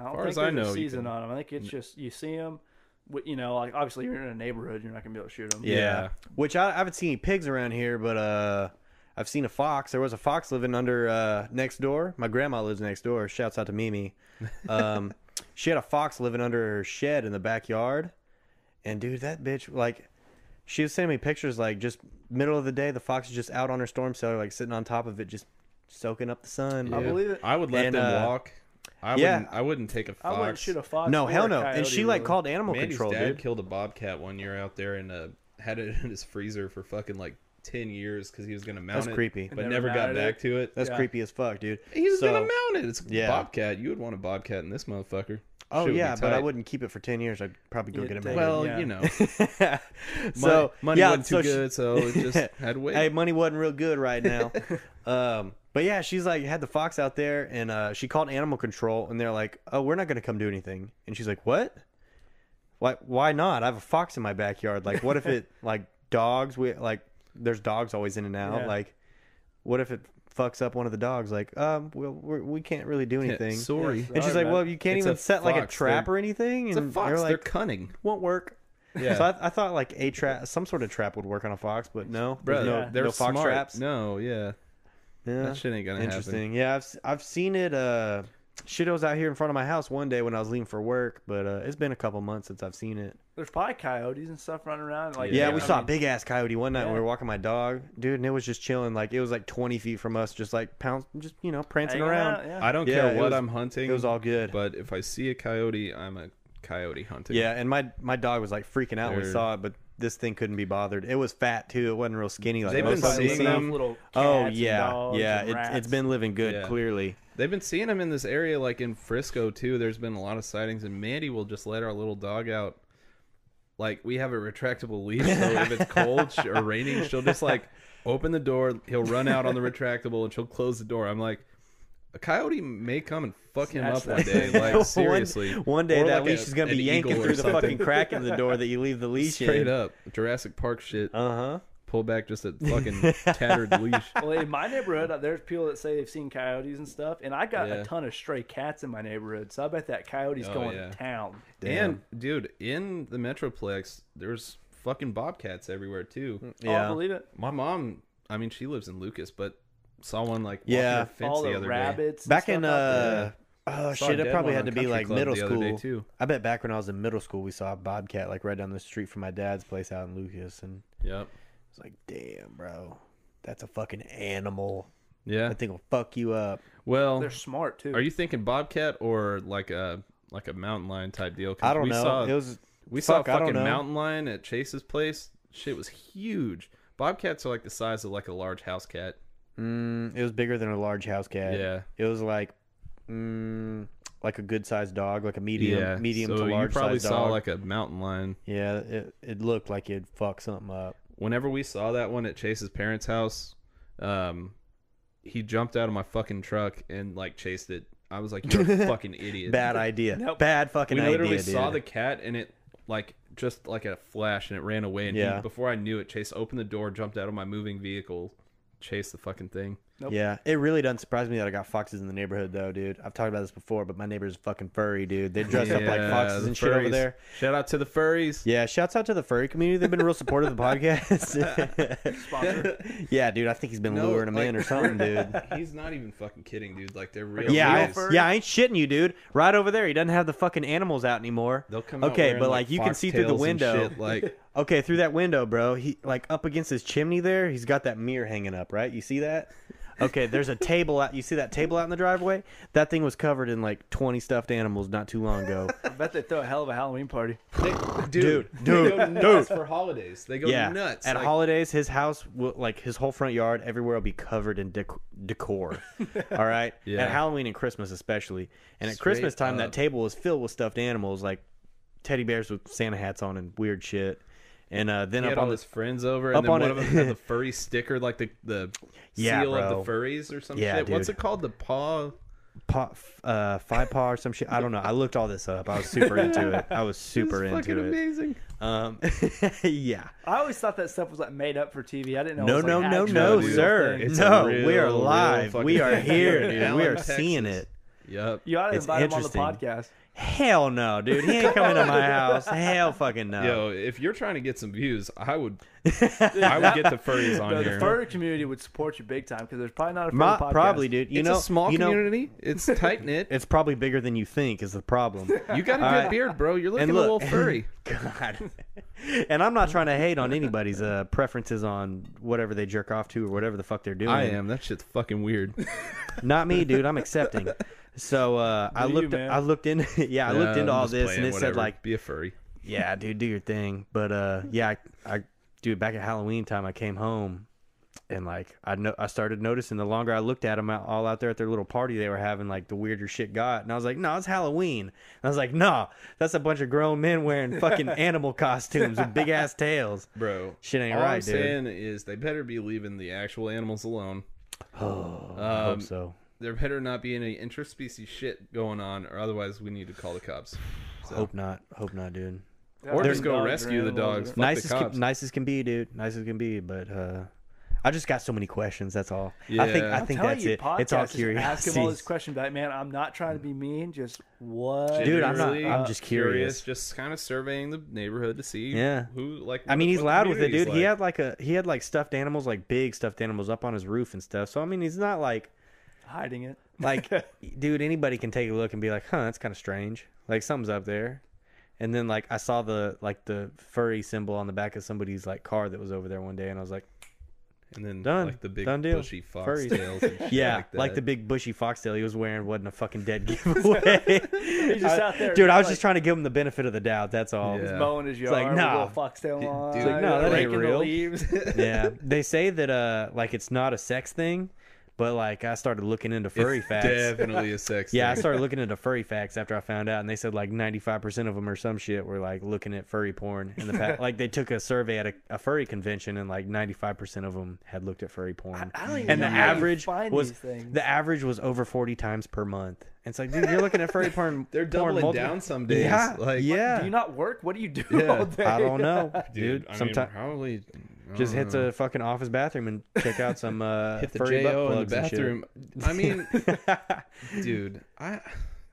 [SPEAKER 4] I don't
[SPEAKER 3] far
[SPEAKER 4] think
[SPEAKER 3] as I
[SPEAKER 4] there's
[SPEAKER 3] know,
[SPEAKER 4] a
[SPEAKER 3] you
[SPEAKER 4] season
[SPEAKER 3] can-
[SPEAKER 4] on them. I think it's just you see them. You know, like obviously you're in a neighborhood, you're not gonna be able to shoot them.
[SPEAKER 1] Yeah.
[SPEAKER 3] Yeah.
[SPEAKER 1] Which I, I haven't seen any pigs around here, but uh, I've seen a fox. There was a fox living under uh, next door. My grandma lives next door. Shouts out to Mimi. Um, she had a fox living under her shed in the backyard, and dude, that bitch like. She was sending me pictures like just middle of the day, the fox is just out on her storm cellar, like sitting on top of it, just soaking up the sun.
[SPEAKER 3] yeah.
[SPEAKER 4] believe it.
[SPEAKER 3] I would let
[SPEAKER 1] And,
[SPEAKER 3] them
[SPEAKER 1] uh,
[SPEAKER 3] walk. I
[SPEAKER 1] yeah.
[SPEAKER 3] wouldn't. I wouldn't take a
[SPEAKER 4] I
[SPEAKER 3] fox.
[SPEAKER 4] wouldn't shoot a fox.
[SPEAKER 1] No,
[SPEAKER 4] or
[SPEAKER 1] hell
[SPEAKER 4] a
[SPEAKER 1] no. And
[SPEAKER 4] coyote,
[SPEAKER 1] she like
[SPEAKER 4] really.
[SPEAKER 1] called animal
[SPEAKER 3] Mandy's
[SPEAKER 1] control,
[SPEAKER 3] dad
[SPEAKER 1] dude.
[SPEAKER 3] killed a bobcat one year out there and uh, had it in his freezer for fucking like ten years because he was gonna mount
[SPEAKER 1] That's
[SPEAKER 3] it.
[SPEAKER 1] creepy.
[SPEAKER 3] but
[SPEAKER 4] Never
[SPEAKER 3] never, got
[SPEAKER 4] mounted
[SPEAKER 3] back
[SPEAKER 4] it.
[SPEAKER 3] to it.
[SPEAKER 1] That's
[SPEAKER 4] Yeah.
[SPEAKER 1] creepy as fuck, dude.
[SPEAKER 3] He's
[SPEAKER 1] So-
[SPEAKER 3] gonna mount it. It's
[SPEAKER 1] Yeah.
[SPEAKER 3] bobcat. You would want a bobcat in this motherfucker.
[SPEAKER 1] Oh
[SPEAKER 3] Shit would be
[SPEAKER 1] yeah, but I
[SPEAKER 3] tight.
[SPEAKER 1] wouldn't keep it for ten years. I'd probably go
[SPEAKER 4] You'd
[SPEAKER 1] get it
[SPEAKER 4] take
[SPEAKER 1] made.
[SPEAKER 4] it.
[SPEAKER 3] Well,
[SPEAKER 4] Yeah.
[SPEAKER 3] you know,
[SPEAKER 1] so
[SPEAKER 3] money
[SPEAKER 1] yeah,
[SPEAKER 3] wasn't too
[SPEAKER 1] so she-
[SPEAKER 3] good, so it just had to wait.
[SPEAKER 1] Hey, money wasn't real good right now. um, but yeah, she's like had the fox out there, and uh, she called animal control, and they're like, "Oh, we're not going to come do anything." And she's like, "What? Why? Why not? I have a fox in my backyard. Like, what if it like dogs? We like there's dogs always in and out.
[SPEAKER 4] Yeah.
[SPEAKER 1] Like, what if it fucks up one of the dogs? Like, um, well, we're, we can't really do anything."
[SPEAKER 3] Sorry,
[SPEAKER 4] Yeah, so-
[SPEAKER 1] and she's
[SPEAKER 4] Sorry,
[SPEAKER 1] like,
[SPEAKER 4] man.
[SPEAKER 1] "Well, you can't
[SPEAKER 3] It's
[SPEAKER 1] even
[SPEAKER 3] a
[SPEAKER 1] set like a
[SPEAKER 3] fox.
[SPEAKER 1] trap
[SPEAKER 3] They're-
[SPEAKER 1] or anything."
[SPEAKER 3] it's a
[SPEAKER 1] and
[SPEAKER 3] fox.
[SPEAKER 1] They're
[SPEAKER 3] They're,
[SPEAKER 1] like,
[SPEAKER 3] cunning.
[SPEAKER 1] "Won't work."
[SPEAKER 3] Yeah,
[SPEAKER 1] So I, I thought like a trap, some sort of trap would work on a fox, but no,
[SPEAKER 3] Bruh,
[SPEAKER 1] there's no,
[SPEAKER 3] they're
[SPEAKER 1] no fox
[SPEAKER 3] smart.
[SPEAKER 1] traps.
[SPEAKER 3] No, yeah,
[SPEAKER 1] Yeah.
[SPEAKER 3] That shit ain't gonna happen.
[SPEAKER 1] Interesting. Yeah, I've s- I've seen it. Uh, shit, it was out here in front of my house one day when I was leaving for work, but uh, it's been a couple months since I've seen it.
[SPEAKER 4] There's probably coyotes and stuff running around. Like
[SPEAKER 1] Yeah,
[SPEAKER 3] Yeah.
[SPEAKER 1] we
[SPEAKER 4] I
[SPEAKER 1] saw a
[SPEAKER 4] mean,
[SPEAKER 1] big ass coyote one night when we
[SPEAKER 4] Yeah.
[SPEAKER 1] were walking my dog, dude, and it was just chilling. Like it was like twenty feet from us, just like pounce, just you know, prancing
[SPEAKER 4] hanging
[SPEAKER 1] around.
[SPEAKER 4] out, yeah.
[SPEAKER 3] I don't
[SPEAKER 1] Yeah,
[SPEAKER 3] care
[SPEAKER 1] it
[SPEAKER 3] what
[SPEAKER 1] was-
[SPEAKER 3] I'm hunting.
[SPEAKER 1] it was all good.
[SPEAKER 3] But if I see a coyote, I'm a coyote hunter.
[SPEAKER 1] Yeah, and my my dog was like freaking out when we
[SPEAKER 3] They're-
[SPEAKER 1] saw it, but this thing couldn't be bothered. It was fat too. It wasn't real skinny like
[SPEAKER 3] They've
[SPEAKER 1] most
[SPEAKER 3] been
[SPEAKER 1] of
[SPEAKER 4] Probably
[SPEAKER 1] them.
[SPEAKER 3] seeing
[SPEAKER 4] living off
[SPEAKER 3] them.
[SPEAKER 4] Little
[SPEAKER 1] Oh
[SPEAKER 4] cats and
[SPEAKER 1] yeah,
[SPEAKER 4] dogs
[SPEAKER 1] yeah.
[SPEAKER 4] and
[SPEAKER 1] It, it's
[SPEAKER 4] rats.
[SPEAKER 1] been living good,
[SPEAKER 3] Yeah.
[SPEAKER 1] clearly.
[SPEAKER 3] They've been seeing them in this area, like in Frisco too. There's been a lot of sightings, and Mandy will just let our little dog out. Like we have a retractable leash, so if it's cold sh- or raining, she'll just like open the door. He'll run out on the retractable, and she'll close the door. I'm like, a coyote may come and fuck him
[SPEAKER 4] Snatch
[SPEAKER 3] up one
[SPEAKER 4] that
[SPEAKER 3] day.
[SPEAKER 4] thing.
[SPEAKER 1] One-
[SPEAKER 3] Like seriously,
[SPEAKER 1] one, day
[SPEAKER 3] Or
[SPEAKER 1] that
[SPEAKER 3] like
[SPEAKER 1] leash
[SPEAKER 3] a-
[SPEAKER 1] is gonna be
[SPEAKER 3] an
[SPEAKER 1] yanking
[SPEAKER 3] eagle or
[SPEAKER 1] through the
[SPEAKER 3] something.
[SPEAKER 1] fucking crack in the door that you leave the leash
[SPEAKER 3] straight
[SPEAKER 1] in.
[SPEAKER 3] up Jurassic Park shit.
[SPEAKER 1] Uh huh.
[SPEAKER 3] Pull back just a fucking tattered leash.
[SPEAKER 4] well, in my neighborhood, uh, there's people that say they've seen coyotes and stuff, and I got
[SPEAKER 3] Yeah.
[SPEAKER 4] a ton of stray cats in my neighborhood, so I bet that coyote's
[SPEAKER 3] Oh,
[SPEAKER 4] going
[SPEAKER 3] yeah.
[SPEAKER 4] to town.
[SPEAKER 3] And dude, in the Metroplex, there's fucking bobcats everywhere
[SPEAKER 1] Hmm.
[SPEAKER 3] too.
[SPEAKER 4] Oh, I
[SPEAKER 1] Yeah.
[SPEAKER 4] believe it.
[SPEAKER 3] My mom, I mean, she lives in Lucas, but saw one like walking
[SPEAKER 1] Yeah.
[SPEAKER 3] her fence
[SPEAKER 4] All
[SPEAKER 3] the
[SPEAKER 4] the,
[SPEAKER 3] other day.
[SPEAKER 4] rabbits. and
[SPEAKER 1] back in
[SPEAKER 4] stuff out there.
[SPEAKER 1] uh oh
[SPEAKER 3] Saw a
[SPEAKER 1] shit it
[SPEAKER 3] dead
[SPEAKER 1] probably
[SPEAKER 3] one
[SPEAKER 1] had
[SPEAKER 3] on
[SPEAKER 1] to be
[SPEAKER 3] Country
[SPEAKER 1] like
[SPEAKER 3] Club
[SPEAKER 1] middle
[SPEAKER 3] the other
[SPEAKER 1] school
[SPEAKER 3] day, too.
[SPEAKER 1] i bet back when i was in middle school we saw a bobcat like right down the street from my dad's place out in lucas and
[SPEAKER 3] Yep.
[SPEAKER 1] it's like damn bro that's a fucking animal
[SPEAKER 3] Yeah.
[SPEAKER 1] that thing will fuck you up
[SPEAKER 3] Well,
[SPEAKER 4] They're smart too.
[SPEAKER 3] are you thinking bobcat or like a like a mountain lion type deal? 'Cause
[SPEAKER 1] i don't
[SPEAKER 3] we
[SPEAKER 1] know
[SPEAKER 3] Saw,
[SPEAKER 1] it was
[SPEAKER 3] we saw a
[SPEAKER 1] fuck, I don't
[SPEAKER 3] fucking
[SPEAKER 1] know.
[SPEAKER 3] mountain lion at Chase's place. Shit was huge. Bobcats are like the size of like a large house cat.
[SPEAKER 1] Mm, it was bigger than a large house cat
[SPEAKER 3] Yeah.
[SPEAKER 1] it was like mm, like a good sized dog like a medium
[SPEAKER 3] yeah.
[SPEAKER 1] medium
[SPEAKER 3] so
[SPEAKER 1] to large
[SPEAKER 3] you probably
[SPEAKER 1] sized
[SPEAKER 3] saw
[SPEAKER 1] dog
[SPEAKER 3] like a mountain lion.
[SPEAKER 1] yeah it, it looked like it'd fuck something up
[SPEAKER 3] whenever we saw that one at Chase's parents' house, um, he jumped out of my fucking truck and like chased it. I was like, "You're a fucking idiot."
[SPEAKER 1] bad idea
[SPEAKER 4] Nope.
[SPEAKER 1] bad fucking
[SPEAKER 3] we
[SPEAKER 1] idea
[SPEAKER 3] literally saw
[SPEAKER 1] dude.
[SPEAKER 3] the cat and it like just like a flash and it ran away. And he-
[SPEAKER 1] Yeah.
[SPEAKER 3] before I knew it, Chase opened the door, jumped out of my moving vehicle, chased the fucking thing.
[SPEAKER 4] Nope.
[SPEAKER 1] Yeah, it really doesn't surprise me that I got foxes in the neighborhood, though, dude. I've talked about this before, but my neighbor's fucking furry, dude. They dress up like
[SPEAKER 3] Yeah,
[SPEAKER 1] foxes
[SPEAKER 3] the
[SPEAKER 1] and shit over
[SPEAKER 3] furries.
[SPEAKER 1] there.
[SPEAKER 3] Shout out to the furries.
[SPEAKER 1] Yeah, shouts out to the furry community. They've been real supportive of the podcast.
[SPEAKER 4] Sponsor.
[SPEAKER 1] yeah, dude, I think he's been
[SPEAKER 3] No,
[SPEAKER 1] luring him in or
[SPEAKER 3] like-
[SPEAKER 1] something, dude.
[SPEAKER 3] He's not even fucking kidding, dude. Like they're real.
[SPEAKER 1] Yeah, I,
[SPEAKER 3] guys.
[SPEAKER 4] furry?
[SPEAKER 1] yeah, I ain't shitting you, dude. Right over there, he doesn't have the fucking animals out anymore.
[SPEAKER 3] They'll come out
[SPEAKER 1] Okay,
[SPEAKER 3] wearing,
[SPEAKER 1] but like, you can see through the
[SPEAKER 3] foxtails and
[SPEAKER 1] window.
[SPEAKER 3] shit, like
[SPEAKER 1] Okay, through that window, bro. He like up against his chimney there. He's got that mirror hanging up, right? You see that? Okay, there's a table out. You see that table out in the driveway? That thing was covered in like 20 stuffed animals not too long ago.
[SPEAKER 4] I bet they throw a hell of a Halloween party.
[SPEAKER 3] They,
[SPEAKER 1] Dude,
[SPEAKER 3] dude,
[SPEAKER 1] dude,
[SPEAKER 3] they go nuts for holidays. They go
[SPEAKER 1] yeah,
[SPEAKER 3] nuts.
[SPEAKER 1] at
[SPEAKER 3] like,
[SPEAKER 1] holidays, his house, will, like his whole front yard, everywhere will be covered in dec- decor. All right,
[SPEAKER 3] Yeah.
[SPEAKER 1] at Halloween and Christmas especially, and at
[SPEAKER 3] Straight
[SPEAKER 1] Christmas time, that
[SPEAKER 3] up.
[SPEAKER 1] table was filled with stuffed animals, like teddy bears with Santa hats on and weird shit. And uh, then
[SPEAKER 3] he
[SPEAKER 1] up
[SPEAKER 3] had
[SPEAKER 1] on
[SPEAKER 3] all
[SPEAKER 1] the
[SPEAKER 3] his friends over,
[SPEAKER 1] up
[SPEAKER 3] and then
[SPEAKER 1] on
[SPEAKER 3] one
[SPEAKER 1] it-
[SPEAKER 3] of them had the furry sticker, like the the
[SPEAKER 1] Yeah,
[SPEAKER 3] seal of the
[SPEAKER 1] bro.
[SPEAKER 3] furries or some
[SPEAKER 1] Yeah,
[SPEAKER 3] shit. What's
[SPEAKER 1] dude.
[SPEAKER 3] it called? The paw.
[SPEAKER 1] paw, f- uh, five paw or some shit. I don't know. I looked all this up. I was super into it. I was super
[SPEAKER 3] It's
[SPEAKER 1] into
[SPEAKER 3] fucking
[SPEAKER 1] it.
[SPEAKER 3] amazing.
[SPEAKER 1] Um, yeah.
[SPEAKER 4] I always thought that stuff was like made up for TV. I didn't know.
[SPEAKER 1] No,
[SPEAKER 4] it was,
[SPEAKER 1] no,
[SPEAKER 4] like,
[SPEAKER 1] no,
[SPEAKER 4] actually
[SPEAKER 1] no,
[SPEAKER 4] a real
[SPEAKER 1] sir.
[SPEAKER 4] thing.
[SPEAKER 3] It's
[SPEAKER 1] no,
[SPEAKER 3] a real,
[SPEAKER 1] we are
[SPEAKER 3] real
[SPEAKER 1] live.
[SPEAKER 3] fucking
[SPEAKER 1] We are
[SPEAKER 3] thing.
[SPEAKER 1] here,
[SPEAKER 3] In
[SPEAKER 1] dude. we
[SPEAKER 3] Allen,
[SPEAKER 1] are seeing
[SPEAKER 3] Texas.
[SPEAKER 1] it.
[SPEAKER 3] Yep.
[SPEAKER 4] You ought to
[SPEAKER 1] It's
[SPEAKER 4] invite him on the
[SPEAKER 1] interesting.
[SPEAKER 4] podcast.
[SPEAKER 1] Hell no, dude. He ain't coming to my house. Hell fucking no.
[SPEAKER 3] Yo, if you're trying to get some views, I would, I would get the furries on
[SPEAKER 4] No,
[SPEAKER 3] here.
[SPEAKER 4] the furry community would support you big time because there's probably not a furry
[SPEAKER 1] Mo-
[SPEAKER 4] podcast.
[SPEAKER 1] probably, dude. You
[SPEAKER 3] it's
[SPEAKER 1] know,
[SPEAKER 3] a small
[SPEAKER 1] you know,
[SPEAKER 3] community. It's tight knit.
[SPEAKER 1] It's probably bigger than you think is the problem.
[SPEAKER 3] You got a good
[SPEAKER 1] Alright.
[SPEAKER 3] beard, bro. You're
[SPEAKER 1] And
[SPEAKER 3] looking a little
[SPEAKER 1] look-
[SPEAKER 3] furry.
[SPEAKER 1] God. and I'm not trying to hate on anybody's uh, preferences on whatever they jerk off to or whatever the fuck they're doing.
[SPEAKER 3] I am. That shit's fucking weird.
[SPEAKER 1] Not me, dude. I'm accepting. So uh, I
[SPEAKER 4] you,
[SPEAKER 1] looked,
[SPEAKER 4] man.
[SPEAKER 1] I looked in, yeah, I looked
[SPEAKER 3] Yeah, I'm
[SPEAKER 1] into all
[SPEAKER 3] Um, just
[SPEAKER 1] this,
[SPEAKER 3] playing,
[SPEAKER 1] and it said
[SPEAKER 3] whatever.
[SPEAKER 1] like,
[SPEAKER 3] be a furry.
[SPEAKER 1] yeah, dude, do your thing. But uh, yeah, I, I, dude, back at Halloween time, I came home, and like, I know, I started noticing the longer I looked at them all out there at their little party they were having, like the weirder shit got, and I was like, no, it's Halloween. And I was like, nah, that's a bunch of grown men wearing fucking animal costumes with big ass tails.
[SPEAKER 3] bro.
[SPEAKER 1] Shit ain't
[SPEAKER 3] all
[SPEAKER 1] right,
[SPEAKER 3] I'm
[SPEAKER 1] dude.
[SPEAKER 3] saying is they better be leaving the actual animals alone.
[SPEAKER 1] I
[SPEAKER 3] Um,
[SPEAKER 1] hope so.
[SPEAKER 3] There better not be any interspecies shit going on, or otherwise we need to call the cops.
[SPEAKER 1] Hope not. Hope not, dude.
[SPEAKER 4] Yeah,
[SPEAKER 3] Or
[SPEAKER 4] there's
[SPEAKER 3] just go
[SPEAKER 4] dogs
[SPEAKER 3] rescue the
[SPEAKER 4] around,
[SPEAKER 3] dogs.
[SPEAKER 4] whatever.
[SPEAKER 3] Fuck
[SPEAKER 1] nice
[SPEAKER 3] the
[SPEAKER 1] as can,
[SPEAKER 3] cops.
[SPEAKER 1] nice as can be, dude. Nice as can be, but uh, I just got so many questions. That's all. I think
[SPEAKER 3] Yeah.
[SPEAKER 1] I
[SPEAKER 3] I'm
[SPEAKER 1] think
[SPEAKER 4] telling
[SPEAKER 1] that's
[SPEAKER 4] you,
[SPEAKER 1] it. It's all
[SPEAKER 4] podcasts, just Ask him all these
[SPEAKER 1] curiosity.
[SPEAKER 4] questions. Like, man, I'm not trying to be mean. Just what?
[SPEAKER 1] Dude, I'm not-
[SPEAKER 3] Generally,
[SPEAKER 1] I'm just curious.
[SPEAKER 3] Just kind of surveying the neighborhood to see.
[SPEAKER 1] Yeah.
[SPEAKER 3] Who like?
[SPEAKER 1] I mean,
[SPEAKER 3] what-
[SPEAKER 1] he's
[SPEAKER 3] what
[SPEAKER 1] loud with it, dude.
[SPEAKER 3] community's
[SPEAKER 1] He
[SPEAKER 3] like.
[SPEAKER 1] had like a he had like stuffed animals, like big stuffed animals, up on his roof and stuff. So I mean, he's not like
[SPEAKER 4] hiding it.
[SPEAKER 1] like dude. Anybody can take a look and be like, huh, that's kind of strange. Like something's up there. And then like I saw the like the furry symbol on the back of somebody's like car that was over there one day, and I was like,
[SPEAKER 3] and then
[SPEAKER 1] Done.
[SPEAKER 3] like the big
[SPEAKER 1] Done deal.
[SPEAKER 3] bushy
[SPEAKER 1] Furries.
[SPEAKER 3] foxtails. and shit
[SPEAKER 1] yeah,
[SPEAKER 3] like,
[SPEAKER 1] like,
[SPEAKER 3] that.
[SPEAKER 1] the big bushy foxtail he was wearing wasn't a fucking dead giveaway.
[SPEAKER 4] He's just out there,
[SPEAKER 1] dude. I was
[SPEAKER 4] like-
[SPEAKER 1] just trying to give him the benefit of the doubt. That's all.
[SPEAKER 3] Yeah.
[SPEAKER 4] Mowing his yard.
[SPEAKER 1] like,
[SPEAKER 4] with a
[SPEAKER 1] nah.
[SPEAKER 4] little foxtail on.
[SPEAKER 3] Dude,
[SPEAKER 1] no, that ain't
[SPEAKER 4] raking the
[SPEAKER 1] real.
[SPEAKER 4] leaves.
[SPEAKER 1] yeah they say that uh like it's not a sex thing but like i started looking into furry
[SPEAKER 3] It's
[SPEAKER 1] facts
[SPEAKER 3] Definitely a sex.
[SPEAKER 1] yeah i
[SPEAKER 3] thing.
[SPEAKER 1] started looking into furry facts after i found out and they said like 95% of them or some shit were like looking at furry porn in the past like they took a survey at a, a furry convention and like 95% of them had looked at furry porn
[SPEAKER 4] I don't even
[SPEAKER 1] and
[SPEAKER 4] know
[SPEAKER 1] the
[SPEAKER 4] how you
[SPEAKER 1] average
[SPEAKER 4] find
[SPEAKER 1] was
[SPEAKER 4] these things.
[SPEAKER 1] the average was over 40 times per month and it's like dude you're looking at furry porn
[SPEAKER 3] They're
[SPEAKER 1] porn
[SPEAKER 3] doubling
[SPEAKER 1] multiple-
[SPEAKER 3] down some days.
[SPEAKER 1] yeah
[SPEAKER 3] Like,
[SPEAKER 1] yeah
[SPEAKER 4] Do you not work? What do you do
[SPEAKER 3] Yeah.
[SPEAKER 4] all day?
[SPEAKER 1] i don't know
[SPEAKER 3] dude.
[SPEAKER 1] dude,
[SPEAKER 3] I mean,
[SPEAKER 1] sometimes
[SPEAKER 3] probably I
[SPEAKER 1] just
[SPEAKER 3] don't
[SPEAKER 1] hit
[SPEAKER 3] know.
[SPEAKER 1] the fucking office bathroom and check out some uh,
[SPEAKER 3] hit the
[SPEAKER 1] furry butt
[SPEAKER 3] jo in the
[SPEAKER 1] plugs and shit.
[SPEAKER 3] bathroom. I mean, dude, I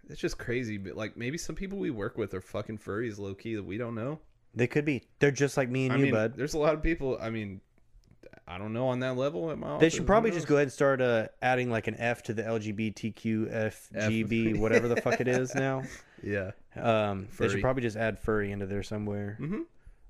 [SPEAKER 3] it's just crazy. But like, maybe some people we work with are fucking furries, low key that we don't know.
[SPEAKER 1] They could be. They're just like me and
[SPEAKER 3] I
[SPEAKER 1] you,
[SPEAKER 3] mean,
[SPEAKER 1] bud.
[SPEAKER 3] there's a lot of people. I mean, I don't know on that level at my.
[SPEAKER 1] They
[SPEAKER 3] office, who
[SPEAKER 1] should probably just
[SPEAKER 3] knows?
[SPEAKER 1] go ahead and start uh, adding like an F to the LGBTQ FGB, whatever the fuck it is now.
[SPEAKER 3] Yeah,
[SPEAKER 1] Um, they
[SPEAKER 3] Furry.
[SPEAKER 1] should probably just add furry into there somewhere. Mm-hmm.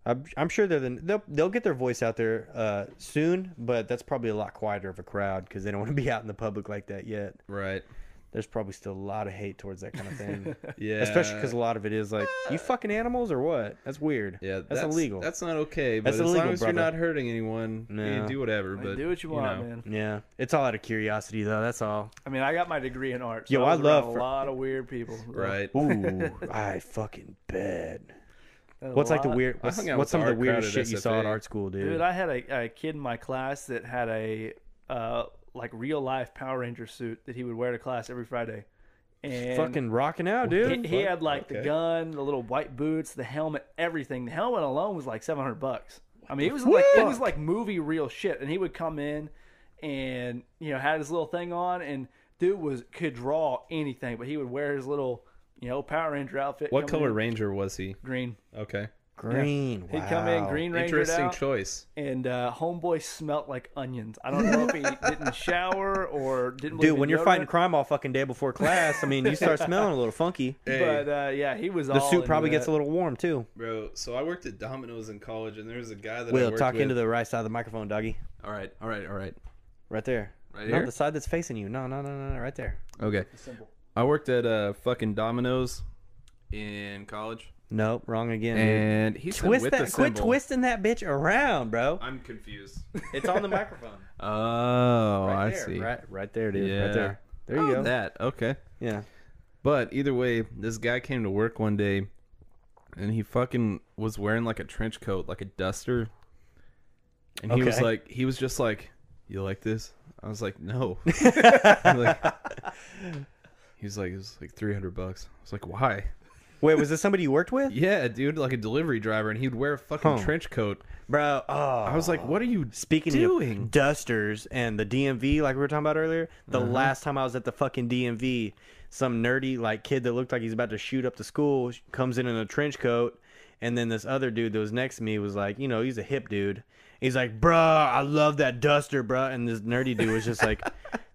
[SPEAKER 1] I'm, I'm sure they're the, they'll they'll get their voice out there uh, soon, but that's probably a lot quieter of a crowd because they don't want to be out in the public like that yet.
[SPEAKER 3] right.
[SPEAKER 1] There's probably still a lot of hate towards that kind of thing,
[SPEAKER 3] Yeah,
[SPEAKER 1] especially because a lot of it is like you fucking animals or what? That's weird.
[SPEAKER 3] yeah,
[SPEAKER 1] that's, illegal.
[SPEAKER 3] That's not okay. But
[SPEAKER 1] That's
[SPEAKER 3] as long
[SPEAKER 1] illegal,
[SPEAKER 3] as you're
[SPEAKER 1] brother.
[SPEAKER 3] not hurting anyone, you
[SPEAKER 1] No.
[SPEAKER 3] do whatever. But
[SPEAKER 4] do what you want,
[SPEAKER 3] know.
[SPEAKER 4] man.
[SPEAKER 1] yeah, it's all out of curiosity though. That's all.
[SPEAKER 4] I mean, I got my degree in art. So
[SPEAKER 1] Yo, I
[SPEAKER 4] I, was
[SPEAKER 1] love
[SPEAKER 4] around
[SPEAKER 1] fur-
[SPEAKER 4] a lot of weird people. so
[SPEAKER 3] Right.
[SPEAKER 1] Ooh, I fucking bet.
[SPEAKER 4] a
[SPEAKER 1] What's like the
[SPEAKER 4] lot-
[SPEAKER 1] weird?
[SPEAKER 3] I
[SPEAKER 1] What's,
[SPEAKER 3] hung out
[SPEAKER 1] what's
[SPEAKER 3] with
[SPEAKER 1] some of
[SPEAKER 3] the
[SPEAKER 1] the
[SPEAKER 3] art
[SPEAKER 1] weirdest
[SPEAKER 3] crowd at
[SPEAKER 1] shit you saw at
[SPEAKER 3] SFA.
[SPEAKER 1] art school, dude?
[SPEAKER 4] Dude, I had a, a kid in my class that had a uh, like real life Power Ranger suit that he would wear to class every Friday, and
[SPEAKER 1] fucking rocking out, dude.
[SPEAKER 4] he, he had like the
[SPEAKER 3] Okay.
[SPEAKER 4] gun, the little white boots, the helmet, everything. The helmet alone was like seven hundred bucks. I mean, it was like it was like movie real shit. And he would come in, and you know had his little thing on, and dude was could draw anything, but he would wear his little you know Power Ranger outfit.
[SPEAKER 3] What
[SPEAKER 4] coming
[SPEAKER 3] color
[SPEAKER 4] in
[SPEAKER 3] ranger was he?
[SPEAKER 4] Green.
[SPEAKER 3] Okay,
[SPEAKER 1] green.
[SPEAKER 4] He'd come in
[SPEAKER 1] wow.
[SPEAKER 4] green ranger
[SPEAKER 3] interesting
[SPEAKER 4] out,
[SPEAKER 3] choice.
[SPEAKER 4] and uh, homeboy smelt like onions. I don't know if he didn't shower or didn't. believe
[SPEAKER 1] Dude,
[SPEAKER 4] in
[SPEAKER 1] when you're fighting
[SPEAKER 4] deodorant,
[SPEAKER 1] crime all fucking day before class, I mean, you start smelling a little funky.
[SPEAKER 3] Hey.
[SPEAKER 4] but uh, yeah, he was.
[SPEAKER 1] The suit probably gets a little warm too.
[SPEAKER 3] Bro, so I worked at Domino's in college, and there was a guy that I
[SPEAKER 1] Will
[SPEAKER 3] worked
[SPEAKER 1] talk
[SPEAKER 3] with.
[SPEAKER 1] into the right side of the microphone, doggy.
[SPEAKER 3] All right, all right, all right.
[SPEAKER 1] Right there.
[SPEAKER 3] Right
[SPEAKER 1] no,
[SPEAKER 3] here?
[SPEAKER 1] the side that's facing you. No, no, no, no, no, right there.
[SPEAKER 3] Okay. I worked at uh fucking Domino's in college,
[SPEAKER 1] Nope, wrong again. dude.
[SPEAKER 3] and he said
[SPEAKER 1] Mm-hmm. Twist
[SPEAKER 3] with the
[SPEAKER 1] that. Quit
[SPEAKER 3] symbol.
[SPEAKER 1] twisting that bitch around, bro.
[SPEAKER 3] I'm confused.
[SPEAKER 1] It's on the microphone.
[SPEAKER 3] oh,
[SPEAKER 1] Right
[SPEAKER 3] I
[SPEAKER 1] there,
[SPEAKER 3] see.
[SPEAKER 1] Right, right there it is.
[SPEAKER 3] Yeah.
[SPEAKER 1] Right there. There you
[SPEAKER 3] Oh,
[SPEAKER 1] go.
[SPEAKER 3] That okay.
[SPEAKER 1] Yeah.
[SPEAKER 3] But either way, this guy came to work one day, and he fucking was wearing like a trench coat, like a duster, and he was
[SPEAKER 1] Okay.
[SPEAKER 3] like, he was just like, "You like this?" I was like, "No." like, he was like, "It was like three hundred bucks." I was like, "Why?"
[SPEAKER 1] Wait, was this somebody you worked with?
[SPEAKER 3] Yeah, dude, like a delivery driver, and he'd wear a fucking
[SPEAKER 1] Huh.
[SPEAKER 3] trench coat.
[SPEAKER 1] Bro, oh.
[SPEAKER 3] I was like, "What are you
[SPEAKER 1] Speaking
[SPEAKER 3] doing?" Uh-huh.
[SPEAKER 1] of dusters and the DMV, like we were talking about earlier, the last time I was at the fucking DMV, some nerdy like kid that looked like he's about to shoot up the school sh- comes in in a trench coat, and then this other dude that was next to me was like, you know, he's a hip dude. He's like, bruh, I love that duster, bruh. And this nerdy dude was just like,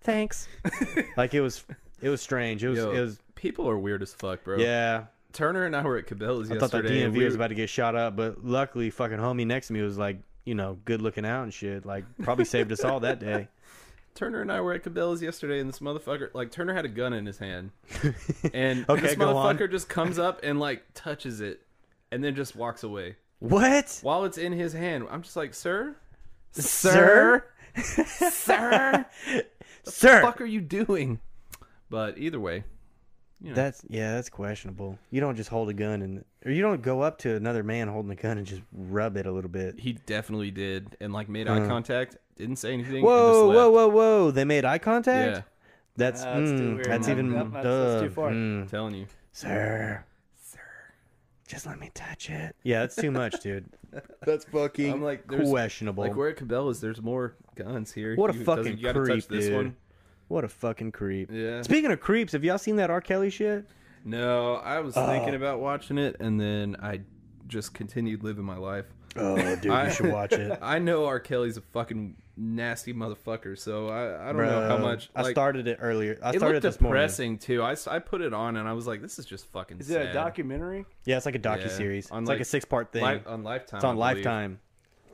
[SPEAKER 1] thanks. Like it was, it was strange. It was,
[SPEAKER 3] Yo,
[SPEAKER 1] it was,
[SPEAKER 3] people are weird as fuck, bro.
[SPEAKER 1] yeah.
[SPEAKER 3] Turner and I were at Cabela's
[SPEAKER 1] I thought that
[SPEAKER 3] yesterday. and
[SPEAKER 1] DMV
[SPEAKER 3] we
[SPEAKER 1] was
[SPEAKER 3] were-
[SPEAKER 1] about to get shot up, but luckily, fucking homie next to me was like, you know, good looking out and shit. Like probably saved us all that day.
[SPEAKER 3] Turner and I were at Cabela's yesterday, and this motherfucker, like Turner had a gun in his hand, and
[SPEAKER 1] Okay,
[SPEAKER 3] this
[SPEAKER 1] go on.
[SPEAKER 3] motherfucker just comes up and like touches it, and then just walks away
[SPEAKER 1] What?
[SPEAKER 3] while it's in his hand. I'm just like, sir,
[SPEAKER 1] Sir?
[SPEAKER 3] sir,
[SPEAKER 1] Sir.
[SPEAKER 3] fuck are you doing? But either way,
[SPEAKER 1] That's yeah, that's questionable. You don't just hold a gun and or you don't go up to another man holding a gun and just rub it a little bit.
[SPEAKER 3] he definitely did, and like made eye contact, didn't say
[SPEAKER 1] Uh-huh.
[SPEAKER 3] anything.
[SPEAKER 1] Whoa,
[SPEAKER 3] and just
[SPEAKER 1] whoa,
[SPEAKER 3] left.
[SPEAKER 1] whoa, whoa. They made eye contact?
[SPEAKER 3] Yeah,
[SPEAKER 1] That's
[SPEAKER 4] Ah, that's too
[SPEAKER 1] mm,
[SPEAKER 4] weird.
[SPEAKER 1] that's hmm.
[SPEAKER 4] That-
[SPEAKER 1] even
[SPEAKER 4] that- that's- that's too
[SPEAKER 1] duh.
[SPEAKER 4] far.
[SPEAKER 1] Mm,
[SPEAKER 3] I'm telling you,
[SPEAKER 1] sir. Just let me touch it. Yeah, that's too much, dude.
[SPEAKER 5] That's fucking.
[SPEAKER 3] I'm like there's,
[SPEAKER 1] Questionable.
[SPEAKER 3] Like we're at Cabela's, there's more guns here.
[SPEAKER 1] What a
[SPEAKER 3] You- it doesn't-
[SPEAKER 1] fucking
[SPEAKER 3] you gotta
[SPEAKER 1] creep,
[SPEAKER 3] touch this
[SPEAKER 1] dude.
[SPEAKER 3] one.
[SPEAKER 1] What a fucking creep.
[SPEAKER 3] Yeah.
[SPEAKER 1] Speaking of creeps, have y'all seen that R. Kelly shit?
[SPEAKER 3] No, I was thinking about watching it, and then I just continued living my life.
[SPEAKER 1] Oh, dude,
[SPEAKER 3] I-
[SPEAKER 1] you should watch it.
[SPEAKER 3] I know R. Kelly's a fucking nasty motherfucker, so I, I don't know how
[SPEAKER 1] Bro,
[SPEAKER 3] much.
[SPEAKER 1] I
[SPEAKER 3] like,
[SPEAKER 1] started it earlier. I
[SPEAKER 3] It
[SPEAKER 1] started
[SPEAKER 3] looked
[SPEAKER 1] it this morning.
[SPEAKER 3] depressing too. I, s- I put it on and I was like, this is just fucking.
[SPEAKER 4] Is it a
[SPEAKER 3] sad.
[SPEAKER 4] documentary?
[SPEAKER 1] Yeah, it's like a docu series.
[SPEAKER 3] On,
[SPEAKER 1] It's like,
[SPEAKER 3] like,
[SPEAKER 1] a six part thing.
[SPEAKER 3] Li- on Lifetime.
[SPEAKER 1] it's on
[SPEAKER 3] I believe.
[SPEAKER 1] Lifetime.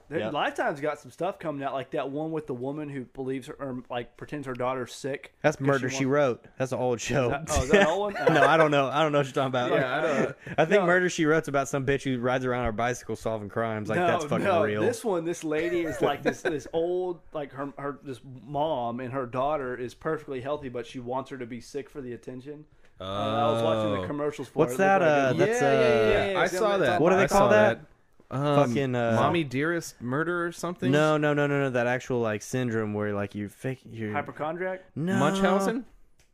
[SPEAKER 4] There-
[SPEAKER 1] Yeah.
[SPEAKER 4] Lifetime's got some stuff coming out, like that one with the woman who believes her or like pretends her daughter's sick.
[SPEAKER 1] That's
[SPEAKER 4] 'cause
[SPEAKER 1] Murder She,
[SPEAKER 4] wants-
[SPEAKER 1] Wrote. That's an old show.
[SPEAKER 4] Oh, is that an old one?
[SPEAKER 1] no, I don't know. I don't know what you're talking about.
[SPEAKER 3] Yeah, I don't.
[SPEAKER 1] I think
[SPEAKER 4] No.
[SPEAKER 1] Murder She Wrote's about some bitch who rides around on a bicycle solving crimes. Like that's fucking real.
[SPEAKER 4] This one, this lady is like this this old like her her this mom and her daughter is perfectly healthy, but she wants her to be sick for the attention. Uh, I was watching
[SPEAKER 3] Oh.
[SPEAKER 4] the commercials for
[SPEAKER 1] What's
[SPEAKER 4] it. It
[SPEAKER 1] that?
[SPEAKER 4] looked like
[SPEAKER 1] Uh,
[SPEAKER 4] a-
[SPEAKER 1] that's
[SPEAKER 4] Yeah, yeah,
[SPEAKER 1] uh,
[SPEAKER 4] yeah, yeah.
[SPEAKER 3] I
[SPEAKER 4] it's
[SPEAKER 3] saw
[SPEAKER 4] on- it's
[SPEAKER 3] that.
[SPEAKER 4] on
[SPEAKER 1] What do they
[SPEAKER 3] I
[SPEAKER 1] call
[SPEAKER 3] saw
[SPEAKER 1] that?
[SPEAKER 3] Um,
[SPEAKER 1] Fucking, uh,
[SPEAKER 3] mommy dearest murder or something.
[SPEAKER 1] no, no, no, no, no. That actual like syndrome where like you fake you're
[SPEAKER 4] Hypochondriac?
[SPEAKER 1] no
[SPEAKER 3] Munchausen.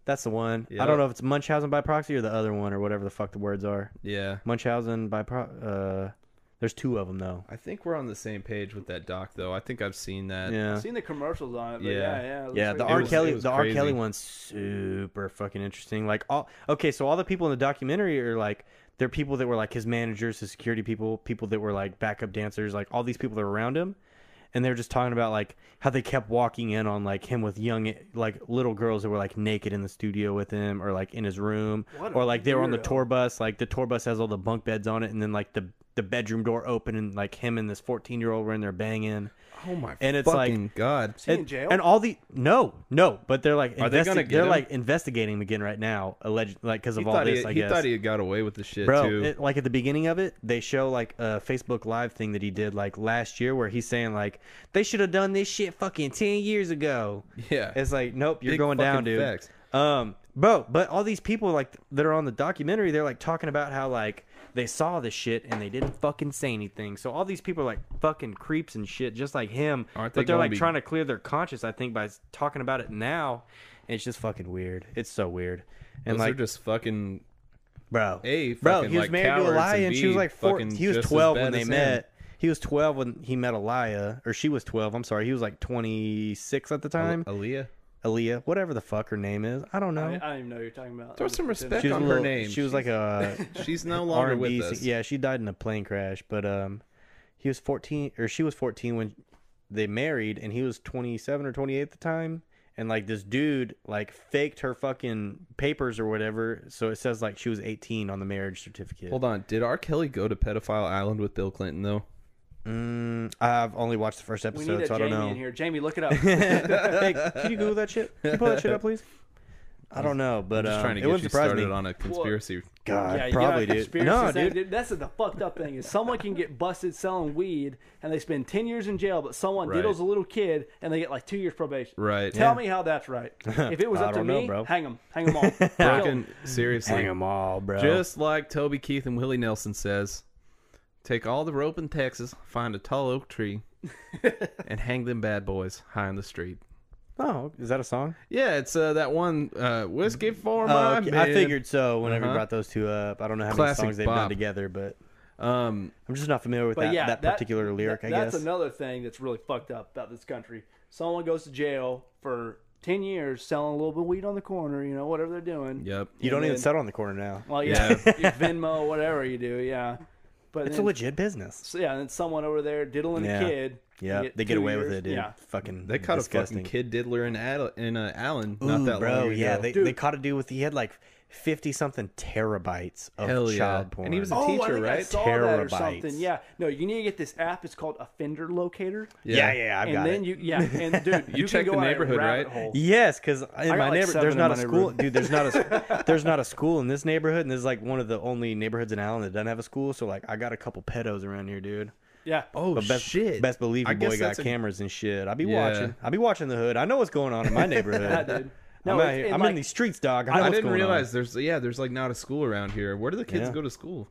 [SPEAKER 1] That's the one.
[SPEAKER 3] Yeah.
[SPEAKER 1] I don't know if it's Munchausen by proxy or the other one or whatever the fuck the words are.
[SPEAKER 3] Yeah,
[SPEAKER 1] Munchausen by pro. Uh, there's two of them though.
[SPEAKER 3] I think we're on the same page with that doc though. I think I've seen that.
[SPEAKER 1] Yeah.
[SPEAKER 4] I've seen the commercials on it, but
[SPEAKER 3] Yeah.
[SPEAKER 4] yeah, yeah. it looks
[SPEAKER 1] Yeah,
[SPEAKER 4] like
[SPEAKER 1] the
[SPEAKER 4] it
[SPEAKER 1] R.
[SPEAKER 3] was-
[SPEAKER 1] Kelly,
[SPEAKER 3] it was
[SPEAKER 1] the R. Kelly
[SPEAKER 3] crazy.
[SPEAKER 1] one's super fucking interesting. Like all okay, so all the people in the documentary are like they're people that were like his managers, his security people, people that were like backup dancers, like all these people that were around him, and they're just talking about like how they kept walking in on like him with young like little girls that were like naked in the studio with him or like in his room
[SPEAKER 4] What a
[SPEAKER 1] or like they were on the
[SPEAKER 4] weirdo.
[SPEAKER 1] tour bus, like the tour bus has all the bunk beds on it, and then like the the bedroom door open and like him and this fourteen year old were in there banging.
[SPEAKER 3] Oh my
[SPEAKER 1] And it's like-
[SPEAKER 3] fucking god.
[SPEAKER 4] Is he in jail?
[SPEAKER 1] And all the no, no, but they're like
[SPEAKER 3] Are they gonna
[SPEAKER 1] investi-
[SPEAKER 3] get
[SPEAKER 1] they're
[SPEAKER 3] him?
[SPEAKER 1] like investigating him again right now, alleged like because
[SPEAKER 3] He
[SPEAKER 1] of all
[SPEAKER 3] thought
[SPEAKER 1] this.
[SPEAKER 3] he,
[SPEAKER 1] I
[SPEAKER 3] he
[SPEAKER 1] guess,
[SPEAKER 3] thought he had got away with the shit
[SPEAKER 1] bro.
[SPEAKER 3] too.
[SPEAKER 1] It, like at the beginning of it, they show like a Facebook Live thing that he did like last year, where he's saying like they should have done this shit fucking ten years ago.
[SPEAKER 3] yeah,
[SPEAKER 1] It's like nope, you're
[SPEAKER 3] Big
[SPEAKER 1] going down,
[SPEAKER 3] fucking
[SPEAKER 1] dude.
[SPEAKER 3] facts.
[SPEAKER 1] Um, bro, but all these people like that are on the documentary, they're like talking about how like they saw this shit and they didn't fucking say anything. So all these people are like fucking creeps and shit, just like him.
[SPEAKER 3] Aren't they
[SPEAKER 1] but they're
[SPEAKER 3] gonna
[SPEAKER 1] like
[SPEAKER 3] be-
[SPEAKER 1] trying to clear their conscience, I think, by s- talking about it now. And it's just fucking weird. It's so weird. And
[SPEAKER 3] Those are
[SPEAKER 1] like,
[SPEAKER 3] just fucking
[SPEAKER 1] bro,
[SPEAKER 3] A,
[SPEAKER 1] bro,
[SPEAKER 3] fucking,
[SPEAKER 1] he was
[SPEAKER 3] like,
[SPEAKER 1] married to
[SPEAKER 3] cowards,
[SPEAKER 1] Elia, and,
[SPEAKER 3] and
[SPEAKER 1] she was
[SPEAKER 3] B,
[SPEAKER 1] like four.
[SPEAKER 3] fucking
[SPEAKER 1] He was
[SPEAKER 3] just as
[SPEAKER 1] twelve when
[SPEAKER 3] bad
[SPEAKER 1] they
[SPEAKER 3] as
[SPEAKER 1] met.
[SPEAKER 3] him.
[SPEAKER 1] He was twelve when he met Elia, or she was twelve. I'm sorry, he was like twenty six at the time.
[SPEAKER 3] Aaliyah.
[SPEAKER 1] Aaliyah, whatever the fuck her name is, I don't know.
[SPEAKER 4] I, I don't even know who you're talking about.
[SPEAKER 3] Throw
[SPEAKER 4] I'm just
[SPEAKER 3] some
[SPEAKER 4] pretending.
[SPEAKER 3] respect
[SPEAKER 1] she was
[SPEAKER 3] on
[SPEAKER 1] a
[SPEAKER 3] her
[SPEAKER 1] little-
[SPEAKER 3] name.
[SPEAKER 1] She was like a
[SPEAKER 3] She's no
[SPEAKER 1] R
[SPEAKER 3] longer
[SPEAKER 1] and B.
[SPEAKER 3] with us.
[SPEAKER 1] Yeah, she died in a plane crash. But um, he was fourteen, or she was fourteen when they married, and he was twenty-seven or twenty-eight at the time. And like this dude, like faked her fucking papers or whatever, so it says like she was eighteen on the marriage certificate.
[SPEAKER 3] Hold on. Did R. Kelly go to Pedophile Island with Bill Clinton though?
[SPEAKER 1] Mm, I've only watched the first
[SPEAKER 4] We
[SPEAKER 1] episode,
[SPEAKER 4] need a
[SPEAKER 1] so I
[SPEAKER 4] Jamie
[SPEAKER 1] don't know.
[SPEAKER 4] in here. Jamie, look it up.
[SPEAKER 1] hey, can you Google that shit? Can you pull that shit up, please? I don't know, but
[SPEAKER 3] Just
[SPEAKER 1] um,
[SPEAKER 3] trying to
[SPEAKER 1] it
[SPEAKER 3] get
[SPEAKER 1] wouldn't
[SPEAKER 3] you
[SPEAKER 1] surprise
[SPEAKER 3] started
[SPEAKER 1] me.
[SPEAKER 3] on a conspiracy.
[SPEAKER 1] God,
[SPEAKER 4] yeah,
[SPEAKER 1] probably
[SPEAKER 4] you know,
[SPEAKER 1] dude.
[SPEAKER 4] conspiracy
[SPEAKER 1] No,
[SPEAKER 4] thing-
[SPEAKER 1] dude.
[SPEAKER 4] That's the fucked up thing is someone can get busted selling weed and they spend ten years in jail, but someone
[SPEAKER 3] Right.
[SPEAKER 4] diddles a little kid and they get like two years probation.
[SPEAKER 3] Right.
[SPEAKER 4] Tell me how that's right. If it was
[SPEAKER 1] I
[SPEAKER 4] up to
[SPEAKER 1] don't know,
[SPEAKER 4] me,
[SPEAKER 1] bro.
[SPEAKER 4] hang them, hang them all.
[SPEAKER 3] Fucking seriously.
[SPEAKER 1] Hang 'em all, bro.
[SPEAKER 3] Just like Toby Keith and Willie Nelson says, take all the rope in Texas, find a tall oak tree, and hang them bad boys high in the street.
[SPEAKER 1] oh, is that a song?
[SPEAKER 3] Yeah, it's uh, that one uh, whiskey for
[SPEAKER 1] Oh,
[SPEAKER 3] my
[SPEAKER 1] okay.
[SPEAKER 3] men.
[SPEAKER 1] I figured so. Whenever you
[SPEAKER 3] Uh-huh.
[SPEAKER 1] brought those two up, I don't know how
[SPEAKER 3] Classic
[SPEAKER 1] many songs they've done
[SPEAKER 3] bop.
[SPEAKER 1] together, but
[SPEAKER 3] Um,
[SPEAKER 1] I'm just not familiar with
[SPEAKER 4] But
[SPEAKER 1] that,
[SPEAKER 4] yeah,
[SPEAKER 1] that particular lyric.
[SPEAKER 4] that-
[SPEAKER 1] I guess.
[SPEAKER 4] that's another thing that's really fucked up about this country. Someone goes to jail for ten years selling a little bit of weed on the corner, you know, whatever they're doing.
[SPEAKER 3] yep.
[SPEAKER 1] you don't
[SPEAKER 4] and
[SPEAKER 1] even
[SPEAKER 4] then-
[SPEAKER 1] settle on the corner now.
[SPEAKER 4] Well, yeah, you Venmo, whatever you do, yeah. But
[SPEAKER 1] It's a
[SPEAKER 4] then-
[SPEAKER 1] legit business.
[SPEAKER 4] So, yeah, and then someone over there diddling
[SPEAKER 1] Yeah.
[SPEAKER 4] a kid.
[SPEAKER 1] Yeah,
[SPEAKER 4] you
[SPEAKER 1] they get
[SPEAKER 4] two
[SPEAKER 1] away with
[SPEAKER 4] years-
[SPEAKER 1] it, dude.
[SPEAKER 4] Yeah.
[SPEAKER 1] Fucking
[SPEAKER 3] They caught
[SPEAKER 1] disgusting.
[SPEAKER 3] a fucking kid diddler in, Ad- in uh, Allen not
[SPEAKER 1] Ooh,
[SPEAKER 3] that
[SPEAKER 1] Mm, bro,
[SPEAKER 3] long ago.
[SPEAKER 1] yeah, they,
[SPEAKER 4] Dude.
[SPEAKER 1] they caught a dude with he had like fifty something terabytes of
[SPEAKER 3] Hell yeah.
[SPEAKER 1] child porn.
[SPEAKER 3] And he was a
[SPEAKER 4] Oh, I
[SPEAKER 3] teacher,
[SPEAKER 4] think I
[SPEAKER 3] right?
[SPEAKER 4] saw that or something.
[SPEAKER 1] Terabytes.
[SPEAKER 4] Yeah. No, you need to get this app. It's called Offender Locator.
[SPEAKER 1] yeah, yeah, I've
[SPEAKER 4] and
[SPEAKER 1] got
[SPEAKER 4] then
[SPEAKER 1] it.
[SPEAKER 4] you, yeah, and dude, you,
[SPEAKER 3] check
[SPEAKER 4] can
[SPEAKER 3] the
[SPEAKER 4] go out a
[SPEAKER 3] neighborhood,
[SPEAKER 4] rabbit
[SPEAKER 3] right?
[SPEAKER 4] hole.
[SPEAKER 1] Yes, because in
[SPEAKER 4] got,
[SPEAKER 1] my
[SPEAKER 4] like,
[SPEAKER 1] neighbor,
[SPEAKER 4] seven
[SPEAKER 1] there's
[SPEAKER 4] in
[SPEAKER 1] not
[SPEAKER 4] my
[SPEAKER 1] a school,
[SPEAKER 4] neighborhood.
[SPEAKER 1] dude. There's not a there's not a school in this neighborhood, and this is like one of the only neighborhoods in Allen that doesn't have a school. So like, I got a couple pedos around here, dude.
[SPEAKER 4] Yeah.
[SPEAKER 3] Oh,
[SPEAKER 1] But best,
[SPEAKER 3] shit.
[SPEAKER 1] best believe
[SPEAKER 3] I
[SPEAKER 1] your boy
[SPEAKER 3] guess
[SPEAKER 1] got
[SPEAKER 3] that's a-
[SPEAKER 1] cameras and shit. I be
[SPEAKER 3] Yeah.
[SPEAKER 1] watching. I be watching the hood. I know what's going on in my neighborhood.
[SPEAKER 4] dude. No,
[SPEAKER 1] I'm, out
[SPEAKER 4] it's-
[SPEAKER 1] here.
[SPEAKER 4] and,
[SPEAKER 1] I'm in
[SPEAKER 4] like-
[SPEAKER 1] these streets, dog. I, know
[SPEAKER 3] I
[SPEAKER 1] what's
[SPEAKER 3] didn't
[SPEAKER 1] going
[SPEAKER 3] realize there's yeah there's like not a school around here. Where do the kids
[SPEAKER 1] Yeah.
[SPEAKER 3] go to school?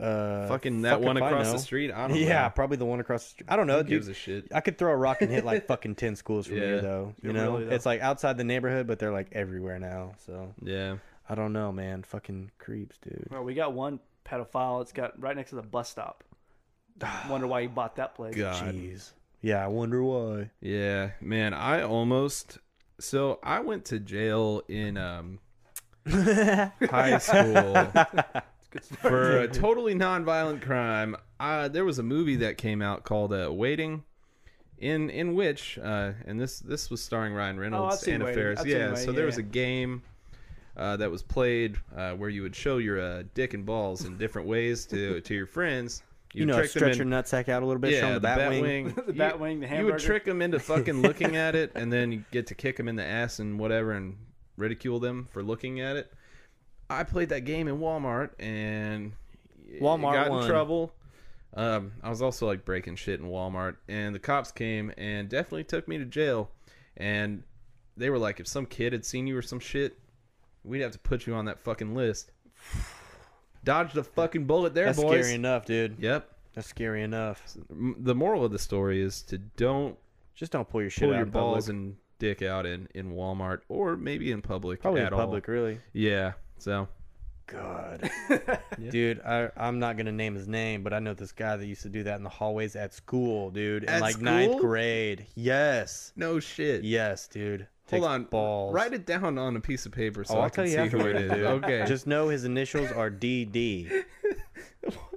[SPEAKER 1] On. Uh,
[SPEAKER 3] Fucking that
[SPEAKER 1] fuck
[SPEAKER 3] one
[SPEAKER 1] if I
[SPEAKER 3] across
[SPEAKER 1] know.
[SPEAKER 3] the street. I don't
[SPEAKER 1] yeah,
[SPEAKER 3] know.
[SPEAKER 1] probably the one across the street. I don't know,
[SPEAKER 3] Who
[SPEAKER 1] dude.
[SPEAKER 3] gives a shit?
[SPEAKER 1] I could throw a rock and hit like fucking ten schools from here,
[SPEAKER 3] Yeah.
[SPEAKER 1] though. You
[SPEAKER 4] Yeah,
[SPEAKER 1] know,
[SPEAKER 4] really, though.
[SPEAKER 1] it's like outside the neighborhood, but they're like everywhere now. So
[SPEAKER 3] Yeah.
[SPEAKER 1] I don't know, man. Fucking creeps, dude.
[SPEAKER 4] Well, we got one pedophile. It's got right next to the bus stop. Wonder why he bought that place.
[SPEAKER 3] God.
[SPEAKER 1] Jeez. Yeah, I wonder why.
[SPEAKER 3] Yeah, man, I almost so I went to jail in um high school for a totally nonviolent crime. Uh, there was a movie that came out called uh, Waiting, in in which uh, and this this was starring Ryan
[SPEAKER 4] Oh, I've
[SPEAKER 3] Reynolds,
[SPEAKER 4] seen
[SPEAKER 3] Anna
[SPEAKER 4] Waiting.
[SPEAKER 3] Faris.
[SPEAKER 4] I've seen
[SPEAKER 3] Yeah,
[SPEAKER 4] Waiting,
[SPEAKER 3] so there was
[SPEAKER 4] yeah.
[SPEAKER 3] a game uh, that was played uh, where you would show your uh, dick and balls in different ways to to your friends.
[SPEAKER 1] You
[SPEAKER 3] would
[SPEAKER 1] know,
[SPEAKER 3] trick them
[SPEAKER 1] stretch
[SPEAKER 3] in-
[SPEAKER 1] your nutsack out a little bit, show 'em the, bat, wing.
[SPEAKER 4] The bat wing, the
[SPEAKER 3] You would
[SPEAKER 4] hamburger.
[SPEAKER 3] trick them into fucking looking at it, and then you get to kick them in the ass and whatever, and ridicule them for looking at it. I played that game in Walmart, and
[SPEAKER 1] Walmart
[SPEAKER 3] got
[SPEAKER 1] won.
[SPEAKER 3] in trouble. Um, I was also like breaking shit in Walmart, and the cops came and definitely took me to jail. And they were like, if some kid had seen you or some shit, we'd have to put you on that fucking list. Dodged a fucking bullet there,
[SPEAKER 1] That's
[SPEAKER 3] boys.
[SPEAKER 1] scary enough, dude.
[SPEAKER 3] Yep.
[SPEAKER 1] That's scary enough.
[SPEAKER 3] M- The moral of the story is to don't
[SPEAKER 1] Just don't pull your shit
[SPEAKER 3] pull
[SPEAKER 1] out
[SPEAKER 3] your
[SPEAKER 1] in public.
[SPEAKER 3] balls and dick out in in Walmart or maybe in public
[SPEAKER 1] probably in
[SPEAKER 3] at
[SPEAKER 1] public,
[SPEAKER 3] all.
[SPEAKER 1] really.
[SPEAKER 3] Yeah. So
[SPEAKER 1] God, dude, I, I'm not gonna name his name, but I know this guy that used to do that in the hallways at school, dude, in
[SPEAKER 3] At
[SPEAKER 1] like ninth
[SPEAKER 3] school?
[SPEAKER 1] grade. Yes,
[SPEAKER 3] no shit.
[SPEAKER 1] yes, dude.
[SPEAKER 3] Hold
[SPEAKER 1] Takes
[SPEAKER 3] on.
[SPEAKER 1] balls.
[SPEAKER 3] Write it down on a piece of paper so
[SPEAKER 1] Oh,
[SPEAKER 3] I
[SPEAKER 1] I'll tell
[SPEAKER 3] can
[SPEAKER 1] you
[SPEAKER 3] see who
[SPEAKER 1] afterward,
[SPEAKER 3] it is.
[SPEAKER 1] dude.
[SPEAKER 3] Okay.
[SPEAKER 1] Just know his initials are DD,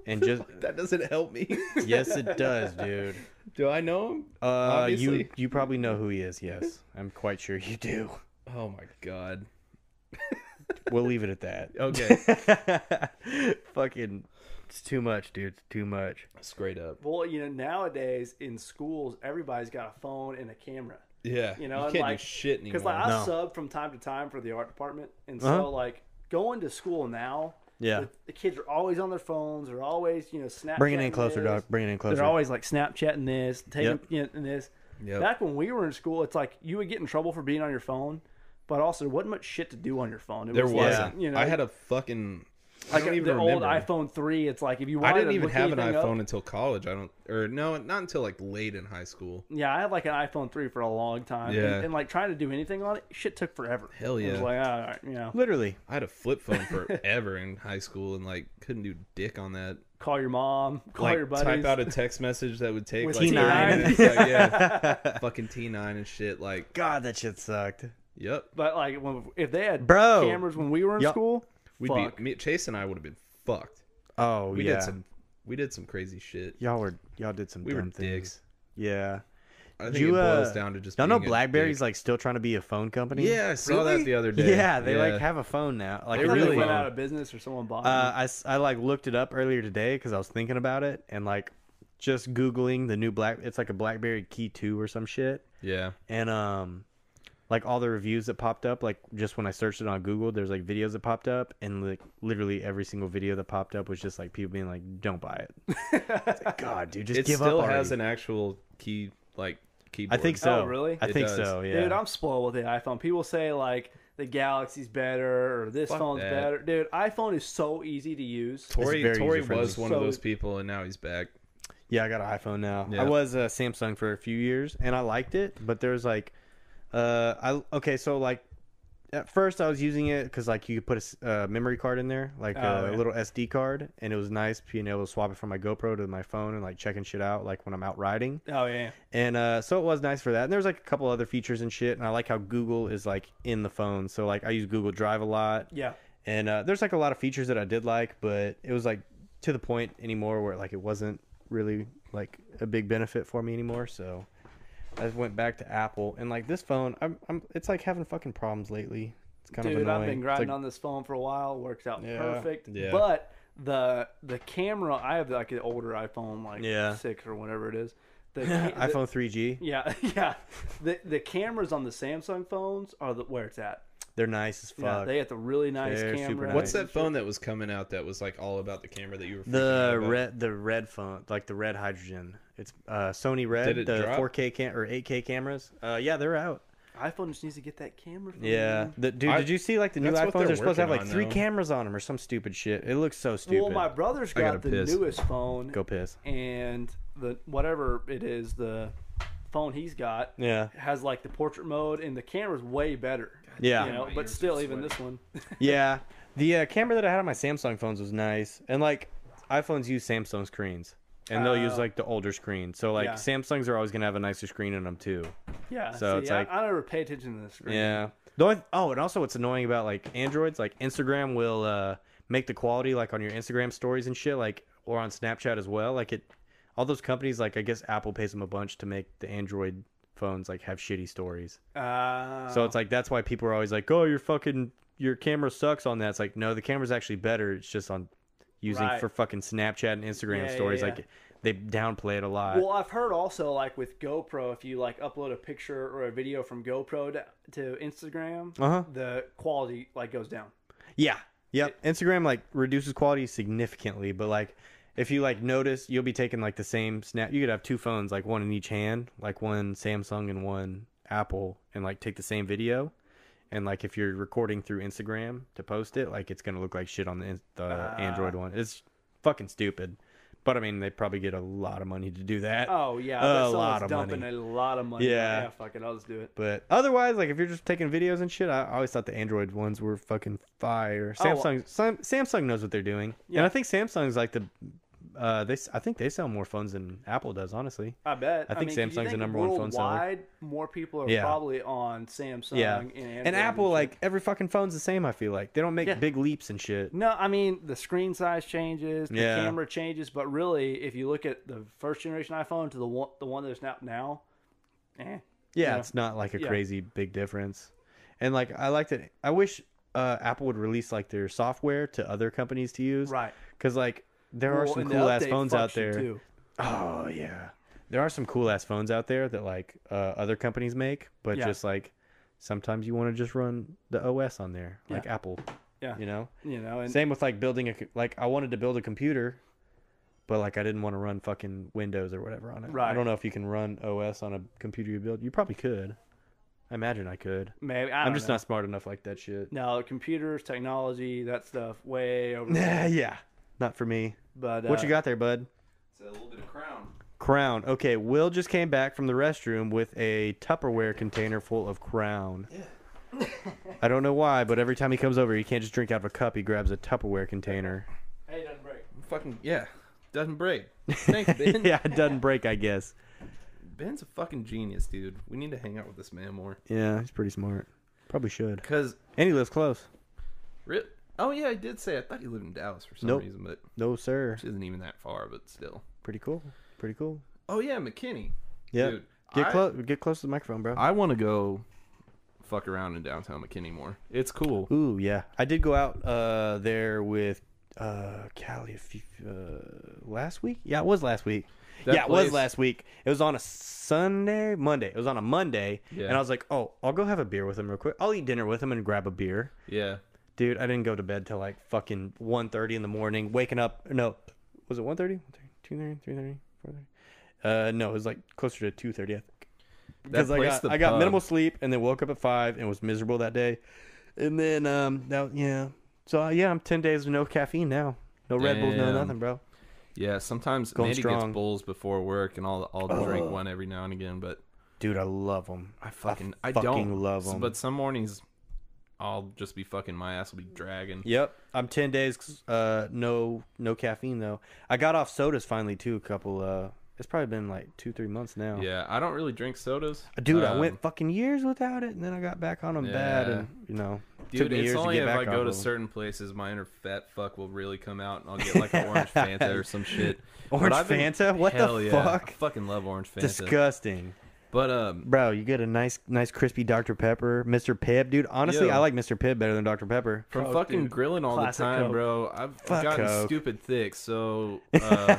[SPEAKER 1] and just
[SPEAKER 3] that doesn't help me.
[SPEAKER 1] yes, it does, dude.
[SPEAKER 3] Do I know him?
[SPEAKER 1] Uh, you
[SPEAKER 3] Obviously.
[SPEAKER 1] you probably know who he is. Yes, I'm quite sure you do.
[SPEAKER 3] Oh my god.
[SPEAKER 1] We'll leave it at that.
[SPEAKER 3] Okay.
[SPEAKER 1] Fucking, it's too much, dude. It's too much.
[SPEAKER 3] Straight up.
[SPEAKER 4] Well, you know, nowadays in schools, everybody's got a phone and a camera.
[SPEAKER 3] Yeah.
[SPEAKER 4] You know,
[SPEAKER 3] you
[SPEAKER 4] and
[SPEAKER 3] can't
[SPEAKER 4] like,
[SPEAKER 3] do shit anymore.
[SPEAKER 4] Because like I
[SPEAKER 1] No.
[SPEAKER 4] sub from time to time for the art department, and
[SPEAKER 1] Uh-huh.
[SPEAKER 4] so like going to school now,
[SPEAKER 1] Yeah.
[SPEAKER 4] the, the kids are always on their phones. They're always you know Snapchatting.
[SPEAKER 1] Bring it in closer,
[SPEAKER 4] this.
[SPEAKER 1] dog. Bring it in closer.
[SPEAKER 4] They're always like Snapchatting this, taking
[SPEAKER 1] Yep.
[SPEAKER 4] you know, and this.
[SPEAKER 3] Yep.
[SPEAKER 4] Back when we were in school, it's like you would get in trouble for being on your phone, but also there wasn't much shit to do on your phone. It
[SPEAKER 3] there
[SPEAKER 4] like,
[SPEAKER 3] wasn't.
[SPEAKER 4] you know,
[SPEAKER 3] I had a fucking I
[SPEAKER 4] like
[SPEAKER 3] don't even
[SPEAKER 4] the
[SPEAKER 3] remember.
[SPEAKER 4] old iPhone three. It's like if you
[SPEAKER 3] I
[SPEAKER 4] wanted
[SPEAKER 3] didn't
[SPEAKER 4] to
[SPEAKER 3] even
[SPEAKER 4] look
[SPEAKER 3] have an
[SPEAKER 4] anything up-
[SPEAKER 3] iPhone until college. I don't or no, not until like late in high school.
[SPEAKER 4] Yeah, I had like an iPhone three for a long time.
[SPEAKER 3] Yeah.
[SPEAKER 4] and, and, like trying to do anything on it, shit took forever.
[SPEAKER 3] Hell
[SPEAKER 4] It
[SPEAKER 3] yeah.
[SPEAKER 4] was like all right, you know,
[SPEAKER 1] Literally.
[SPEAKER 3] I had a flip phone forever in high school and like couldn't do dick on that.
[SPEAKER 4] call your mom, call
[SPEAKER 3] like
[SPEAKER 4] your buddies.
[SPEAKER 3] type out a text message that would take
[SPEAKER 4] With
[SPEAKER 3] like three
[SPEAKER 1] T9.
[SPEAKER 3] minutes. Like, yeah, fucking T nine and shit. Like,
[SPEAKER 1] God, that shit sucked.
[SPEAKER 3] yep,
[SPEAKER 4] But like, when, if they had
[SPEAKER 1] Bro.
[SPEAKER 4] cameras when we were in
[SPEAKER 1] Yup.
[SPEAKER 4] school,
[SPEAKER 3] we'd
[SPEAKER 4] fuck.
[SPEAKER 3] be me, Chase and I would have been fucked.
[SPEAKER 1] Oh
[SPEAKER 3] We
[SPEAKER 1] yeah.
[SPEAKER 3] did some, we did some crazy shit.
[SPEAKER 1] Y'all were y'all did some
[SPEAKER 3] We were
[SPEAKER 1] dumb things.
[SPEAKER 3] dicks.
[SPEAKER 1] Yeah.
[SPEAKER 3] I think
[SPEAKER 1] you,
[SPEAKER 3] it boils
[SPEAKER 1] uh,
[SPEAKER 3] down to just.
[SPEAKER 1] Y'all know
[SPEAKER 3] being a
[SPEAKER 1] BlackBerry's
[SPEAKER 3] dick.
[SPEAKER 1] like still trying to be a phone company?
[SPEAKER 3] Yeah, I saw that the other day.
[SPEAKER 1] Yeah, they
[SPEAKER 3] Yeah.
[SPEAKER 1] like have a phone now. Like I
[SPEAKER 3] They
[SPEAKER 4] They
[SPEAKER 1] think-
[SPEAKER 3] really-
[SPEAKER 4] went
[SPEAKER 3] are.
[SPEAKER 4] out of business or someone bought
[SPEAKER 1] uh,
[SPEAKER 4] them.
[SPEAKER 1] I s- I like looked it up earlier today because I was thinking about it and like just googling the new black. It's like a BlackBerry Key Two or some shit.
[SPEAKER 3] yeah,
[SPEAKER 1] and um like all the reviews that popped up like just when i searched it on google there's like videos that popped up and like literally every single video that popped up was just like people being like don't buy it It's like, god dude just
[SPEAKER 3] it
[SPEAKER 1] give
[SPEAKER 3] still
[SPEAKER 1] up
[SPEAKER 3] has
[SPEAKER 1] already.
[SPEAKER 3] an actual key like keyboard.
[SPEAKER 1] i think so
[SPEAKER 4] Oh, really?
[SPEAKER 1] i
[SPEAKER 3] It
[SPEAKER 1] think
[SPEAKER 3] does.
[SPEAKER 1] so yeah
[SPEAKER 4] Dude, I'm spoiled with the iPhone. People say like the Galaxy's better or this
[SPEAKER 3] Fuck
[SPEAKER 4] phone's
[SPEAKER 3] that.
[SPEAKER 4] better. Dude, iPhone is so easy to use.
[SPEAKER 3] Tori
[SPEAKER 1] very
[SPEAKER 3] Tori
[SPEAKER 1] user-friendly.
[SPEAKER 3] was one of
[SPEAKER 4] So-
[SPEAKER 3] those people, and now he's back.
[SPEAKER 1] yeah i got an iphone now
[SPEAKER 3] Yeah.
[SPEAKER 1] i was a samsung for a few years and i liked it but there's like uh i okay so like at first i was using it because like you could put a s- uh, memory card in there like
[SPEAKER 4] Oh,
[SPEAKER 1] a
[SPEAKER 4] yeah.
[SPEAKER 1] little sd card and it was nice being able to swap it from my gopro to my phone and like checking shit out like when i'm out riding
[SPEAKER 4] Oh yeah.
[SPEAKER 1] and uh, so it was nice for that. And there's like a couple other features and shit. And I like how Google is like in the phone. So like I use Google Drive a lot.
[SPEAKER 4] Yeah.
[SPEAKER 1] And uh, there's like a lot of features that I did like, but it was like to the point anymore where like it wasn't really like a big benefit for me anymore. So I went back to Apple. And like this phone, I'm, I'm it's like having fucking problems lately. It's kind of
[SPEAKER 4] Dude,
[SPEAKER 1] annoying.
[SPEAKER 4] I've been
[SPEAKER 1] It's
[SPEAKER 4] grinding
[SPEAKER 1] like-
[SPEAKER 4] on this phone for a while. Works out
[SPEAKER 1] Yeah.
[SPEAKER 4] perfect.
[SPEAKER 3] Yeah.
[SPEAKER 4] But the the camera, I have like an older iPhone, like
[SPEAKER 1] Yeah.
[SPEAKER 4] six or whatever it is. The, ca- the-
[SPEAKER 1] iPhone 3G.
[SPEAKER 4] Yeah, yeah. The the cameras on the Samsung phones are the, where it's at.
[SPEAKER 1] They're nice as fuck.
[SPEAKER 4] Yeah, they have the really nice
[SPEAKER 1] They're
[SPEAKER 4] camera.
[SPEAKER 1] super nice.
[SPEAKER 3] What's that phone that was coming out that was like all about the camera that you were freaking out
[SPEAKER 1] The
[SPEAKER 3] about?
[SPEAKER 1] red, the red phone, like the red hydrogen. It's uh, Sony Red,
[SPEAKER 3] Did it
[SPEAKER 1] the
[SPEAKER 3] drop?
[SPEAKER 1] 4K cam- or 8K cameras. Uh, yeah, they're out.
[SPEAKER 4] iPhone just needs to get that camera. For
[SPEAKER 1] Yeah, the, dude,
[SPEAKER 3] I-
[SPEAKER 1] did you see like the new
[SPEAKER 3] that's what
[SPEAKER 1] iPhones?
[SPEAKER 3] they're
[SPEAKER 1] They're supposed to have
[SPEAKER 3] working
[SPEAKER 1] like
[SPEAKER 3] on
[SPEAKER 1] three
[SPEAKER 3] now.
[SPEAKER 1] cameras on them or some stupid shit. It looks so stupid.
[SPEAKER 4] Well, my brother's
[SPEAKER 3] I
[SPEAKER 4] got
[SPEAKER 3] gotta
[SPEAKER 4] the
[SPEAKER 3] piss.
[SPEAKER 4] newest phone.
[SPEAKER 1] Go piss.
[SPEAKER 4] And the whatever it is, the phone he's got
[SPEAKER 1] Yeah,
[SPEAKER 4] has like the portrait mode, and the camera's way better.
[SPEAKER 1] Yeah.
[SPEAKER 4] you
[SPEAKER 1] Man,
[SPEAKER 4] know,
[SPEAKER 3] my
[SPEAKER 4] but
[SPEAKER 3] ears are
[SPEAKER 4] still, even this one.
[SPEAKER 1] yeah. The uh, camera that I had on my Samsung phones was nice, and like iPhones use Samsung screens, and they'll use like the older screen. So like
[SPEAKER 4] Yeah.
[SPEAKER 1] Samsungs are always gonna have a nicer screen in them too.
[SPEAKER 4] Yeah.
[SPEAKER 1] So
[SPEAKER 4] see,
[SPEAKER 1] it's
[SPEAKER 4] I,
[SPEAKER 1] like-
[SPEAKER 4] I never pay attention to this. Screen.
[SPEAKER 1] Yeah. The only, oh, and also what's annoying about like Androids, like Instagram will uh, make the quality like on your Instagram stories and shit, like or on Snapchat as well. Like it, all those companies, like I guess Apple pays them a bunch to make the Android phones like have shitty stories.
[SPEAKER 4] Uh,
[SPEAKER 1] So it's like that's why people are always like, "Oh, your fucking your camera sucks on that." It's like, no, the camera's actually better. It's just on using
[SPEAKER 4] Right.
[SPEAKER 1] for fucking Snapchat and Instagram
[SPEAKER 4] Yeah, yeah,
[SPEAKER 1] stories.
[SPEAKER 4] yeah.
[SPEAKER 1] Like they downplay it a lot.
[SPEAKER 4] Well, I've heard also like with GoPro, if you like upload a picture or a video from GoPro to, to Instagram,
[SPEAKER 1] Uh-huh.
[SPEAKER 4] the quality like goes down.
[SPEAKER 1] Yeah. Yep. Instagram like reduces quality significantly, but like if you like notice, you'll be taking like the same snap. You could have two phones, like one in each hand, like one Samsung and one Apple, and like take the same video. And like if you're recording through Instagram to post it, like it's gonna look like shit on the, in- the Android one. It's fucking stupid. But I mean, they probably get a lot of money to do that.
[SPEAKER 4] Oh yeah,
[SPEAKER 1] A
[SPEAKER 4] but someone's
[SPEAKER 1] lot of
[SPEAKER 4] dumping
[SPEAKER 1] money.
[SPEAKER 4] a lot of money.
[SPEAKER 1] Yeah.
[SPEAKER 4] yeah, fuck it, I'll just do it.
[SPEAKER 1] But otherwise, like if you're just taking videos and shit, I I always thought the Android ones were fucking fire.
[SPEAKER 4] Oh, well-
[SPEAKER 1] Samsung, Sam, Samsung knows what they're doing, and I think Samsung's like the, uh, they s- I think they sell more phones than Apple does, honestly.
[SPEAKER 4] I bet.
[SPEAKER 1] I think
[SPEAKER 4] mean, do you
[SPEAKER 1] Samsung's the
[SPEAKER 4] think
[SPEAKER 1] number one phone seller.
[SPEAKER 4] worldwide, More people are
[SPEAKER 1] Yeah.
[SPEAKER 4] probably on Samsung.
[SPEAKER 1] yeah,
[SPEAKER 4] Uh, and, Android
[SPEAKER 1] and Apple,
[SPEAKER 4] shit.
[SPEAKER 1] like every fucking phone's the same. I feel like they don't make big leaps and shit.
[SPEAKER 4] No, I mean the screen size changes, the
[SPEAKER 1] Yeah.
[SPEAKER 4] camera changes, but really, if you look at the first generation iPhone to the one the one that's out now, eh,
[SPEAKER 1] Yeah,
[SPEAKER 4] Yeah.
[SPEAKER 1] it's not like a
[SPEAKER 4] Yeah.
[SPEAKER 1] crazy big difference. And like I like that. I wish uh, Apple would release like their software to other companies to use,
[SPEAKER 4] Right.
[SPEAKER 1] Because like there are
[SPEAKER 4] Well,
[SPEAKER 1] some
[SPEAKER 4] and the
[SPEAKER 1] cool ass
[SPEAKER 4] update
[SPEAKER 1] phones out
[SPEAKER 4] function,
[SPEAKER 1] there.
[SPEAKER 4] too.
[SPEAKER 1] Oh yeah, there are some cool ass phones out there that like uh, other companies make, but
[SPEAKER 4] Yeah.
[SPEAKER 1] just like sometimes you want to just run the OS on there, like
[SPEAKER 4] Yeah.
[SPEAKER 1] Apple.
[SPEAKER 4] Yeah.
[SPEAKER 1] You know,
[SPEAKER 4] You know, and
[SPEAKER 1] same with like building a co- like I wanted to build a computer, but like I didn't want to run fucking Windows or whatever on it. I
[SPEAKER 4] Right.
[SPEAKER 1] don't know if you can run OS on a computer you build. You probably could. I imagine I could.
[SPEAKER 4] maybe I
[SPEAKER 1] I'm
[SPEAKER 4] don't
[SPEAKER 1] just
[SPEAKER 4] know.
[SPEAKER 1] not smart enough like that shit.
[SPEAKER 4] No, computers, technology, that stuff, way over.
[SPEAKER 1] yeah, not for me.
[SPEAKER 4] But uh,
[SPEAKER 1] What you got there, bud?
[SPEAKER 3] It's a little bit of crown.
[SPEAKER 1] Crown. Okay, Will just came back from the restroom with a Tupperware container full of Crown. I don't know why, but every time he comes over, he can't just drink out of a cup. He grabs a Tupperware container.
[SPEAKER 4] Hey, doesn't break.
[SPEAKER 3] Fucking yeah, doesn't break. Thanks, Ben.
[SPEAKER 1] yeah, it doesn't break, I guess.
[SPEAKER 3] Ben's a fucking genius, dude. We need to hang out with this man more.
[SPEAKER 1] Yeah, he's pretty smart. Probably should.
[SPEAKER 3] Cause,
[SPEAKER 1] And he lives close.
[SPEAKER 3] ri- oh yeah, I did say I thought he lived in Dallas for some
[SPEAKER 1] Nope.
[SPEAKER 3] reason, but
[SPEAKER 1] No, sir.
[SPEAKER 3] which isn't even that far, but still.
[SPEAKER 1] Pretty cool. Pretty cool.
[SPEAKER 3] Oh yeah, McKinney.
[SPEAKER 1] Yeah.
[SPEAKER 3] Dude,
[SPEAKER 1] Get
[SPEAKER 3] I-
[SPEAKER 1] close. Get close to the microphone, bro.
[SPEAKER 3] I want to go fuck around in downtown McKinney more. It's cool.
[SPEAKER 1] Ooh, yeah. I did go out uh, there with uh, Callie a few, uh, last week. Yeah, it was last week.
[SPEAKER 3] That
[SPEAKER 1] yeah, it was
[SPEAKER 3] place-
[SPEAKER 1] last week. It was on a Sunday, Monday. It was on a Monday,
[SPEAKER 3] Yeah.
[SPEAKER 1] and I was like, "Oh, I'll go have a beer with him real quick. I'll eat dinner with him and grab a beer."
[SPEAKER 3] Yeah.
[SPEAKER 1] Dude, I didn't go to bed till like fucking 1.30 in the morning. Waking up, no, was it 1.30? 2.30? 3.30? 4.30? Uh, no, it was like closer to 2.30, I think. Because I
[SPEAKER 3] place,
[SPEAKER 1] got,
[SPEAKER 3] the
[SPEAKER 1] I got
[SPEAKER 3] pub.
[SPEAKER 1] minimal sleep and then woke up at five and was miserable that day. And then, um, now, yeah. So, uh, yeah, I'm 10 days with no caffeine now. No Red Bulls, no
[SPEAKER 3] Damn.
[SPEAKER 1] nothing, bro.
[SPEAKER 3] Yeah, sometimes
[SPEAKER 1] Going
[SPEAKER 3] Mandy
[SPEAKER 1] strong.
[SPEAKER 3] gets bulls before work, and I'll I'll drink one every now and again. But
[SPEAKER 1] Dude, I love them.
[SPEAKER 3] I fucking I,
[SPEAKER 1] fucking
[SPEAKER 3] don't
[SPEAKER 1] love
[SPEAKER 3] so-
[SPEAKER 1] 'em.
[SPEAKER 3] But some mornings, I'll just be fucking my ass will be dragging.
[SPEAKER 1] Yep, I'm 10 days, uh, no, no caffeine, though. I got off sodas finally, too, a couple, uh, it's probably been like two, three months now. Uh,
[SPEAKER 3] Yeah, I don't really drink sodas.
[SPEAKER 1] Oh. Dude, I
[SPEAKER 3] Um,
[SPEAKER 1] went fucking years without it, and then I got back on them bad,
[SPEAKER 3] Yeah.
[SPEAKER 1] and you know, took
[SPEAKER 3] Dude,
[SPEAKER 1] me
[SPEAKER 3] it's
[SPEAKER 1] years
[SPEAKER 3] only
[SPEAKER 1] to get
[SPEAKER 3] if
[SPEAKER 1] back
[SPEAKER 3] I go
[SPEAKER 1] off
[SPEAKER 3] to
[SPEAKER 1] of 'em.
[SPEAKER 3] certain places, my inner fat fuck will really come out, and I'll get like an orange Fanta or some shit. But
[SPEAKER 1] Orange
[SPEAKER 3] I've been-
[SPEAKER 1] Fanta? What the
[SPEAKER 3] hell yeah.
[SPEAKER 1] fuck?
[SPEAKER 3] I fucking love orange Fanta.
[SPEAKER 1] Disgusting,
[SPEAKER 3] But um,
[SPEAKER 1] bro. You get a nice, nice crispy Dr Pepper, Mr Pibb, dude. Honestly,
[SPEAKER 3] Yo.
[SPEAKER 1] I like Mr Pibb better than Dr Pepper.
[SPEAKER 3] from
[SPEAKER 4] Coke,
[SPEAKER 3] fucking
[SPEAKER 4] dude.
[SPEAKER 3] grilling all
[SPEAKER 4] Classic
[SPEAKER 3] the time,
[SPEAKER 4] Coke.
[SPEAKER 3] bro, I've
[SPEAKER 1] Fuck
[SPEAKER 3] gotten
[SPEAKER 1] Coke.
[SPEAKER 3] stupid thick. So uh,